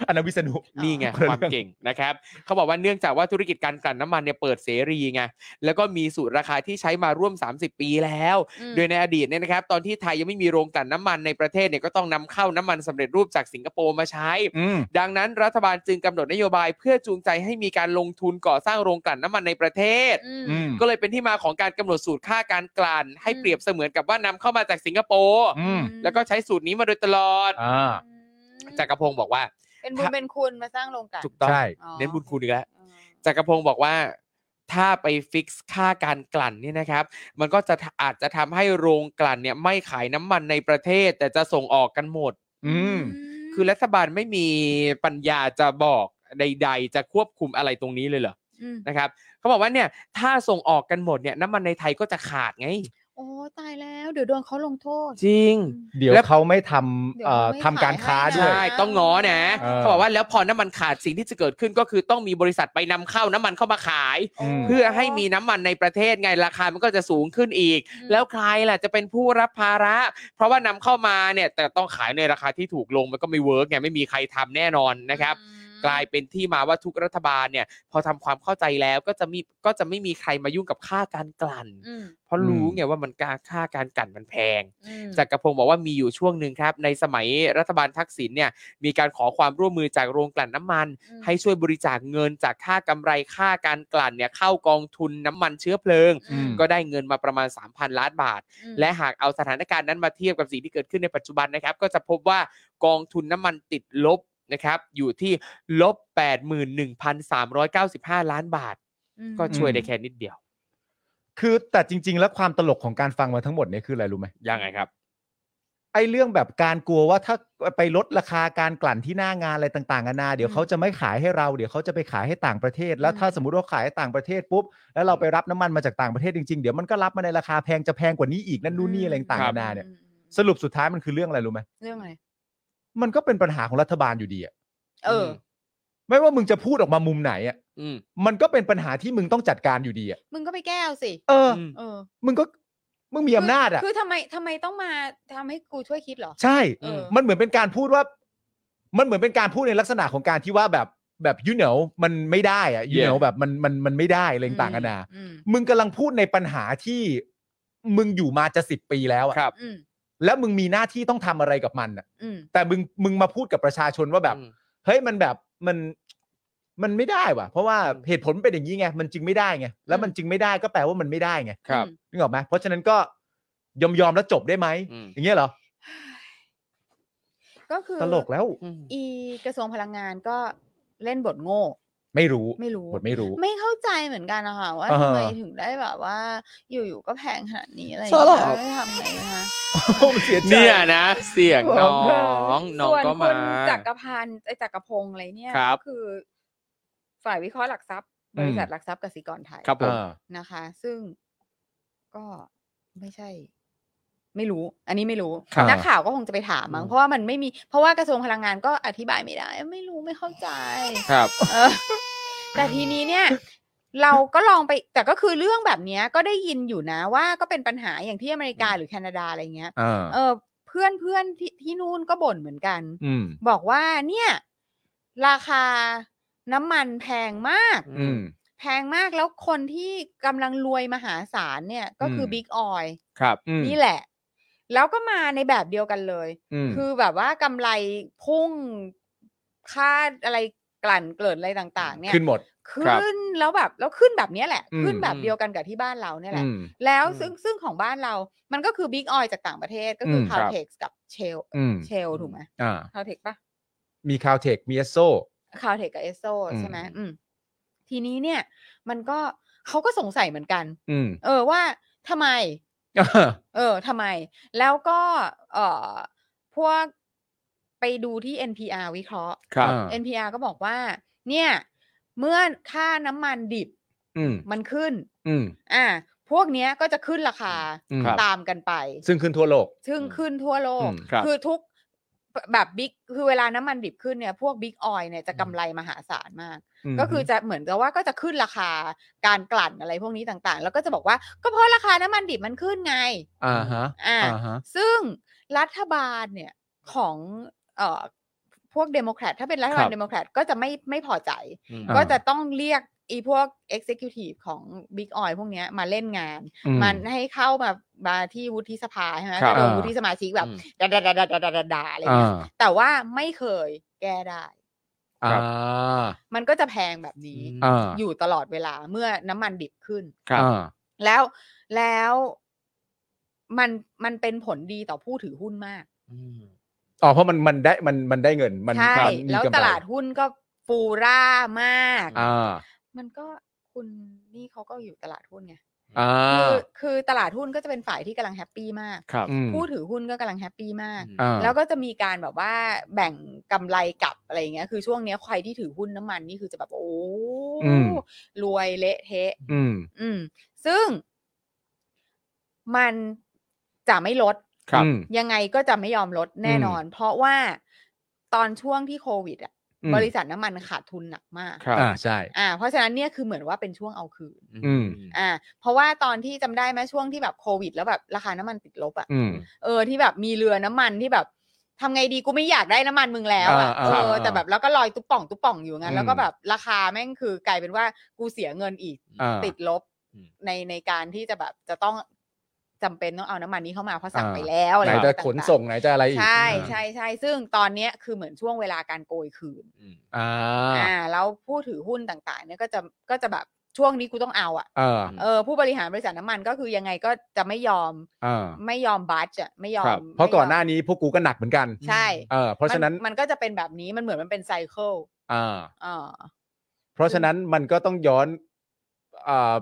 Speaker 4: อันนั้นวิษณุ
Speaker 5: นี่ไง
Speaker 4: อ๋อ
Speaker 5: ความเก่งนะครับเขาบอกว่าเนื่องจากว่าธุรกิจการกลั่นน้ำมันเนี่ยเปิดเสรีไงแล้วก็มีสูตรราคาที่ใช้มาร่วม 30 ปีแล้ว
Speaker 2: อืม
Speaker 5: โดยในอดีตเนี่ยนะครับ ตอนที่ไทยยังไม่มีโรงกลั่นน้ำมันในประเทศเนี่ยก็ต้องนำเข้าน้ำมันสำเร็จรูปจากสิงคโปร์มาใช้
Speaker 4: อืม
Speaker 5: ดังนั้นรัฐบาลจึงกำหนดนโยบายเพื่อจูงใจให้มีการลงทุนก่อสร้างโรงกลั่นน้ำมันในประเทศ
Speaker 2: อืม
Speaker 4: อืม
Speaker 5: ก็เลยเป็นที่มาของการกำหนดสูตรค่าการกลั่นให้
Speaker 2: อืม
Speaker 5: เปรียบเสมือนกับว่านำเข้ามาจากสิงคโปร์
Speaker 4: อืม
Speaker 5: แล้วก็ใช้สูตรนี้มาโดยตลอด
Speaker 4: อ่า
Speaker 2: อืม
Speaker 5: จักรพงศ์บอกว่า
Speaker 2: เป็นบุญเป็นคุณมาสร้างโรงกลั่น
Speaker 5: ถูกต้อง
Speaker 4: ใช่
Speaker 2: อ๋อ
Speaker 5: เน้นบุญคุณอีกแล้ว
Speaker 2: อ๋อ
Speaker 5: จักรพงศ์บอกว่าถ้าไปฟิกซ์ค่าการกลั่นเนี่ยนะครับ มันก็จะอาจจะทำให้โรงกลั่นเนี่ยไม่ขายน้ำมันในประเทศ แต่จะส่งออกกันหมด
Speaker 4: อืม
Speaker 5: คือรัฐบาลไม่มีปัญญาจะบอกใด ๆ จะควบคุมอะไรตรงนี้เลยเหรอ
Speaker 2: อืม
Speaker 5: นะครับเขาบอกว่าเนี่ยถ้าส่งออกกันหมดเนี่ยน้ำมันในไทยก็จะขาดไง
Speaker 2: โอ้ตายแล้วเดี๋ยวโดนเขาลงโทษ
Speaker 5: จริง
Speaker 4: เดี๋ยว
Speaker 5: แล้ว
Speaker 4: เขาไม่ท
Speaker 2: เดี๋ยว
Speaker 4: ำเอ่อ
Speaker 2: ไม่
Speaker 4: ทำการค้า
Speaker 2: ขายให้
Speaker 4: ด้วย
Speaker 5: ใช่ต้องง้อนะ
Speaker 4: เออ
Speaker 5: เขาบอกว่าแล้วพอน้ำมันขาดสิ่งที่จะเกิดขึ้นก็คือต้องมีบริษัทไปนำเข้าน้ำมันเข้ามาขาย
Speaker 4: อืม
Speaker 5: เพื่อให้มีน้ำมันในประเทศไงราคามันก็จะสูงขึ้นอีก
Speaker 2: อืม
Speaker 5: แล้วใครล่ะจะเป็นผู้รับภาระ เพราะว่านำเข้ามาเนี่ยแต่ต้องขายในราคาที่ถูกลงมันก็ไม่เวิร์กไงไม่มีใครทำแน่นอนนะครับ
Speaker 2: อืม
Speaker 5: กลายเป็นที่มาว่าทุกรัฐบาลเนี่ย พอทำความเข้าใจแล้วก็จะมีก็จะไม่มีใครมายุ่งกับค่าการกลั่น
Speaker 2: อืม
Speaker 5: เพราะรู้
Speaker 4: อืม
Speaker 5: ไงว่ามันกาค่าการกลั่นมันแพง
Speaker 2: อืม
Speaker 5: จักรพงศ์บอกว่ามีอยู่ช่วงหนึ่งครับ ในสมัยรัฐบาลทักษิณเนี่ยมีการขอความร่วมมือจากโรงกลั่นน้ำมัน
Speaker 2: อืม
Speaker 5: ให้ช่วยบริจาคเงินจากค่ากำไรค่าการกลั่นเนี่ยเข้ากองทุนน้ำมันเชื้อเพลิง
Speaker 4: อืม
Speaker 5: ก็ได้เงินมาประมาณ 3,000 ล้านบาท
Speaker 2: อืม
Speaker 5: และหากเอาสถานการณ์นั้นมาเทียบกับสิ่งที่เกิดขึ้นในปัจจุบันนะครับ ก็จะพบว่ากองทุนน้ำมันติดลบนะครับ อยู่ที่ลบ 81,395 ล้านบาท
Speaker 2: อืม
Speaker 5: ก็ช่วยได้แค่นิดเดียว
Speaker 4: คือแต่จริง ๆ แล้วความตลกของการฟังมาทั้งหมดเนี่ยคืออะไรรู้ไหม
Speaker 5: ยังไงครับ
Speaker 4: ไอ้เรื่องแบบการกลัวว่าถ้าไปลดราคาการกลั่นที่หน้างานอะไรต่างๆนานาเดี๋ยวเขาจะไม่ขายให้เราเดี๋ยวเขาจะไปขายให้ต่างประเทศ แล้วถ้าสมมติว่าขายให้ต่างประเทศปุ๊บแล้วเราไปรับน้ำมันมาจากต่างประเทศจริงๆเดี๋ยวมันก็รับมาในราคาแพงจะแพงกว่านี้อีกนั่นนู่นนี่อะไรต่างๆนานาเนี่ย
Speaker 2: อืม
Speaker 4: สรุปสุดท้ายมันคือเรื่องอะไรรู้ไหม
Speaker 2: เรื่องอะไร
Speaker 4: มันก็เป็นปัญหาของรัฐบาลอยู่ดีอะ
Speaker 2: เอออ
Speaker 5: ม
Speaker 4: ไม่ว่ามึงจะพูดออกมามุมไหนอะ
Speaker 5: อืม
Speaker 4: มันก็เป็นปัญหาที่มึงต้องจัดการอยู่ดีอะ
Speaker 2: มึงก็ไปแก้วสิ
Speaker 4: เออ
Speaker 5: อืม
Speaker 2: เออ
Speaker 4: มึงก็มึงมีอำนาจอะ
Speaker 2: คือทำไมทำไมต้องมาทำให้กูช่วยคิดเหรอ
Speaker 4: ใช่
Speaker 2: เออ
Speaker 4: มันเหมือนเป็นการพูดว่า มันเหมือนเป็นการพูดในลักษณะของการที่ว่าแบบแบบยูเน w มันไม่ได้อะยูเน
Speaker 5: Yeah.
Speaker 4: แบบมันมันมันไม่ได้อะไรต่างกันานา
Speaker 2: อืม
Speaker 4: มึงกำลังพูดในปัญหาที่มึงอยู่มาจะสิบปีแล้วอะ
Speaker 5: ครับ
Speaker 2: อืม
Speaker 4: แล้วมึงมีหน้าที่ต้องทำอะไรกับมันอะ
Speaker 2: อืม
Speaker 4: แต่มึงมึงมาพูดกับประชาชนว่าแบบ
Speaker 5: อืม
Speaker 4: เฮ้ยมันแบบมันมันไม่ได้ว่ะ เพราะว่า
Speaker 5: อืม
Speaker 4: เหตุผลเป็นอย่างนี้ไงมันจึงไม่ได้ไงแล้วมันจึงไม่ได้ก็แปลว่ามันไม่ได้ไง
Speaker 5: ครับ
Speaker 4: นึกออกไหมเพราะฉะนั้นก็ยอมยอมๆแล้วจบได้ไหม
Speaker 5: อืม
Speaker 4: อย่างเงี้ยเหรอ
Speaker 2: ก็คือ
Speaker 4: ตลกแล้ว
Speaker 5: อืม
Speaker 2: อีกระทรวงพลังงานก็เล่นบทโง่
Speaker 4: ไม่รู้
Speaker 2: ไม่รู้
Speaker 4: บทไม่รู้
Speaker 2: ไม่เข้าใจเหมือนกันนะคะว่า
Speaker 4: อ่าฮะ
Speaker 2: ทำไมถึงได้แบบว่า อยู่ๆก็แพงขนาดนี้อะไรอย่าง
Speaker 3: สลบ
Speaker 2: เงี้ยไม่ทำไงนะคะ
Speaker 4: เสียใจ
Speaker 5: เนี่ยนะ เสียงน้อง น้อง
Speaker 2: ส่วน
Speaker 5: ก็
Speaker 2: คุ
Speaker 5: มา
Speaker 2: ณจักรพันธ์ไอ้จักรพงษ์อะไรเนี่ย
Speaker 5: ครับ
Speaker 2: ก็คือ ฝ่ายวิเคราะห์หลักทรัพย์บ
Speaker 4: อืม
Speaker 2: ริษัทหลักทรัพย์กสิกรไทย
Speaker 5: ครับผม
Speaker 4: อ่า
Speaker 2: นะคะ ซึ่งก็ไม่ใช่ ไม่รู้ อันนี้ไม่รู้
Speaker 4: ครับ
Speaker 2: นักข่าวก็คงจะไปถามมั้ง
Speaker 4: อืม
Speaker 2: เพราะว่ามันไม่มี เพราะว่ากระทรวงพลังงานก็อธิบายไม่ได้ ไม่รู้ไม่ เข้าใจ
Speaker 5: ครับ
Speaker 2: เออแต่ทีนี้เนี่ย เราก็ลองไป แต่ก็คือเรื่องแบบเนี้ย ก็ได้ยินอยู่นะว่าก็เป็นปัญหาอย่างที่อเมริกาหรือแคนาดาอะไรเงี้ย
Speaker 4: อ่า
Speaker 2: เออเพื่อนเพื่อนที่ที่นู่นก็บ่นเหมือนกัน
Speaker 4: อืม
Speaker 2: บอกว่าเนี่ย ราคาน้ำมันแพงมาก
Speaker 4: อืม
Speaker 2: แพงมากแล้วคนที่กำลังรวยมหาศาลเนี่ย ก็คือ
Speaker 4: ม
Speaker 2: บิ๊กออย
Speaker 5: ครับ
Speaker 4: อืม
Speaker 2: นี่แหละ แล้วก็มาในแบบเดียวกันเลย
Speaker 4: อืม
Speaker 2: คือแบบว่ากำไรพุ่งค่าอะไรกลั่นเกลิดอะไรต่าง ๆ เนี่ย
Speaker 4: ขึ้นหมด
Speaker 5: ครับ
Speaker 2: ขึ้นแล้วแบบแล้วขึ้นแบบเนี้ยแหละ
Speaker 4: อืม
Speaker 2: ขึ้นแบบ
Speaker 5: อืม
Speaker 2: เดียวกันกับที่บ้านเราเนี่ยแหละ
Speaker 4: อืม
Speaker 2: แล้ว
Speaker 5: อืม
Speaker 2: ซึ่งซึ่งของบ้านเรา มันก็คือบิ๊กออยจากต่างประเทศก็คือ
Speaker 4: ม
Speaker 2: พาว
Speaker 5: ครับ
Speaker 2: เท็กกับเชล
Speaker 4: อืม
Speaker 2: เชลถูกไหม
Speaker 4: อ่า
Speaker 2: พาวเท็กปะ
Speaker 4: มีคาวเทคมีเอสโซ
Speaker 2: คาวเท็กกับเอสโซใช่ไหม
Speaker 4: อืม
Speaker 2: อืมทีนี้เนี่ย มันก็เขาก็สงสัยเหมือนกัน
Speaker 4: อืม
Speaker 2: เออว่าทำไม เออทำไม แล้วก็เอ่อพวกไปดูที่ NPR วิเคราะห์
Speaker 5: ครับ
Speaker 4: อ่า
Speaker 2: NPR ก็บอกว่า เนี่ย เมื่อค่าน้ำมันดิบ
Speaker 4: อืม
Speaker 2: มันขึ้น
Speaker 4: อืม
Speaker 2: อ่า พวกเนี้ยก็จะขึ้นราคา
Speaker 4: อืม
Speaker 5: ครับ
Speaker 2: ตามกันไป
Speaker 4: ซึ่งขึ้นทั่วโลก
Speaker 2: ซึ่งขึ้นทั่วโลก
Speaker 4: อืม
Speaker 5: ครับ
Speaker 2: คือทุกแบบบิ๊กคือเวลาน้ำมันดิบขึ้นเนี่ย พวกบิ๊กออยเนี่ยจะกำไรมหาศาลมาก
Speaker 4: ม
Speaker 2: ก็คือจะเหมือนกับว่าก็จะขึ้นราคาการกลั่นอะไรพวกนี้ต่างๆ แล้วก็จะบอกว่าก็เพราะราคาน้ำมันดิบมันขึ้นไง
Speaker 4: อ่าฮะ
Speaker 2: อ่า
Speaker 4: อ่าฮะ
Speaker 2: ซึ่งรัฐบาลเนี่ยของเอ่อพวกเดโมแครตถ้าเป็นรัฐบา
Speaker 5: ครั
Speaker 2: ล
Speaker 5: บ
Speaker 2: เดโมแครตก็จะไม่ไม่พอใจ
Speaker 5: อืม
Speaker 4: อ่า
Speaker 2: ก็จะต้องเรียกไอีพวก Executive ของ Big Oil พวกเนี้ยมาเล่นงาน
Speaker 4: อื
Speaker 2: มันให้เข้ามามาที่วุฒิสภาใช่ไหม
Speaker 5: ครับ
Speaker 2: จะโดน
Speaker 4: อ่า
Speaker 2: วุฒิสมาชิกแบบ
Speaker 5: อืม
Speaker 2: ด่าด่าด่าด่าด่าด่าอะไร
Speaker 4: อ่า
Speaker 2: เงี้ยแต่ว่าไม่เคยแก้ได้
Speaker 4: อ่า
Speaker 2: มันก็จะแพงแบบนี้
Speaker 5: อืม
Speaker 4: อ่า
Speaker 2: อยู่ตลอดเวลาเมื่อน้ำมันดิบขึ้น
Speaker 5: ครับ
Speaker 4: อ่า
Speaker 2: แล้วแล้วมันมันเป็นผลดีต่อผู้ถือหุ้นมาก
Speaker 5: อืม
Speaker 4: อ๋อเพราะมันมันได้มันมันได้เงินมัน
Speaker 2: ใช่
Speaker 4: มันมี
Speaker 2: แล้ว
Speaker 4: กำไร
Speaker 2: ตลาดหุ้นก็ฟูร่ามาก
Speaker 4: อ่า
Speaker 2: มันก็คุณนี่เขาก็อยู่ตลาดหุ้นไง
Speaker 4: อ่า
Speaker 2: คือคือตลาดหุ้นก็จะเป็นฝ่ายที่กำลังแฮปปี้มาก
Speaker 5: ครับ
Speaker 4: อืม
Speaker 2: ผู้ถือหุ้นก็กำลังแฮปปี้มาก
Speaker 4: อ่า
Speaker 2: แล้วก็จะมีการแบบว่าแบ่งกำไรกลับอะไรอย่างเงี้ย คือช่วงเนี้ยใครที่ถือหุ้นน้ำมันนี่คือจะแบบโอ้รวยเละเทะ
Speaker 4: อืม
Speaker 2: อืม ซึ่งมันจะไม่ลด
Speaker 5: ครับ
Speaker 4: อืม
Speaker 2: ยังไงก็จะไม่ยอมลดแน่นอน เพราะว่าตอนช่วงที่โควิดอ่ะ
Speaker 4: อืม
Speaker 2: บริษัทน้ำมันขาดทุนหนักมาก
Speaker 5: ครับ
Speaker 4: อ่าใช่
Speaker 2: อ่า เพราะฉะนั้นเนี่ยคือเหมือนว่าเป็นช่วงเอาคืน
Speaker 4: อืม
Speaker 2: อ่า เพราะว่าตอนที่จำได้ไหมช่วงที่แบบโควิด แล้วแบบราคาน้ำมันติดลบอ่ะ
Speaker 4: อืม
Speaker 2: เออที่แบบมีเรือน้ำมันที่แบบ ทำไงดีกูไม่อยากได้น้ำมันมึงแล้วอ่ะ
Speaker 4: อ่า
Speaker 2: เอ
Speaker 4: อ่า
Speaker 2: อแต่แบบแล้วก็ลอยตุ๊บป่องตุ๊บป่องอยู่งั้
Speaker 4: อื
Speaker 2: น
Speaker 4: ม
Speaker 2: แล้วก็แบบราคาแม่งคือกลายเป็นว่ากูเสียเงินอีก
Speaker 4: อ่า
Speaker 2: ติดลบ
Speaker 5: อืม
Speaker 2: ในในการที่จะแบบจะต้องจำเป็นต้องเอาน้ำมันนี้เข้ามาเพราะสั่ง
Speaker 4: อ่า
Speaker 2: ไปแล้วอะไร
Speaker 4: ไหนจะขนส่งไหนจะอะไรอีก
Speaker 2: ใช่ใช่ใช่ซึ่งตอนเนี้ยคือเหมือนช่วงเวลาการโกยคืน
Speaker 4: อ่า
Speaker 2: อ่าแล้วผู้ถือหุ้นต่างๆ เนี่ยก็จะก็จะแบบช่วงนี้กูต้องเอาอ่ะ
Speaker 4: เออ
Speaker 2: เออผู้บริหารบริษัทน้ำมันก็คือยังไงก็จะไม่ยอม
Speaker 4: เออ
Speaker 2: ไม่ยอมบัตอ่ะไม่ยอ
Speaker 4: ค
Speaker 2: ม
Speaker 4: รับเพราะก่อนห
Speaker 2: ไม่ย
Speaker 4: น้าม นี้พวกกูก็หนักเหมือนกัน
Speaker 2: ใช่
Speaker 4: เออเพราะฉะนั้น
Speaker 2: มันมันก็จะเป็นแบบนี้มันเหมือนมันเป็นไซเคิล
Speaker 4: อ่า
Speaker 2: อ่า
Speaker 4: เพราะฉะนั้นมันก็ต้องย้อนอ่า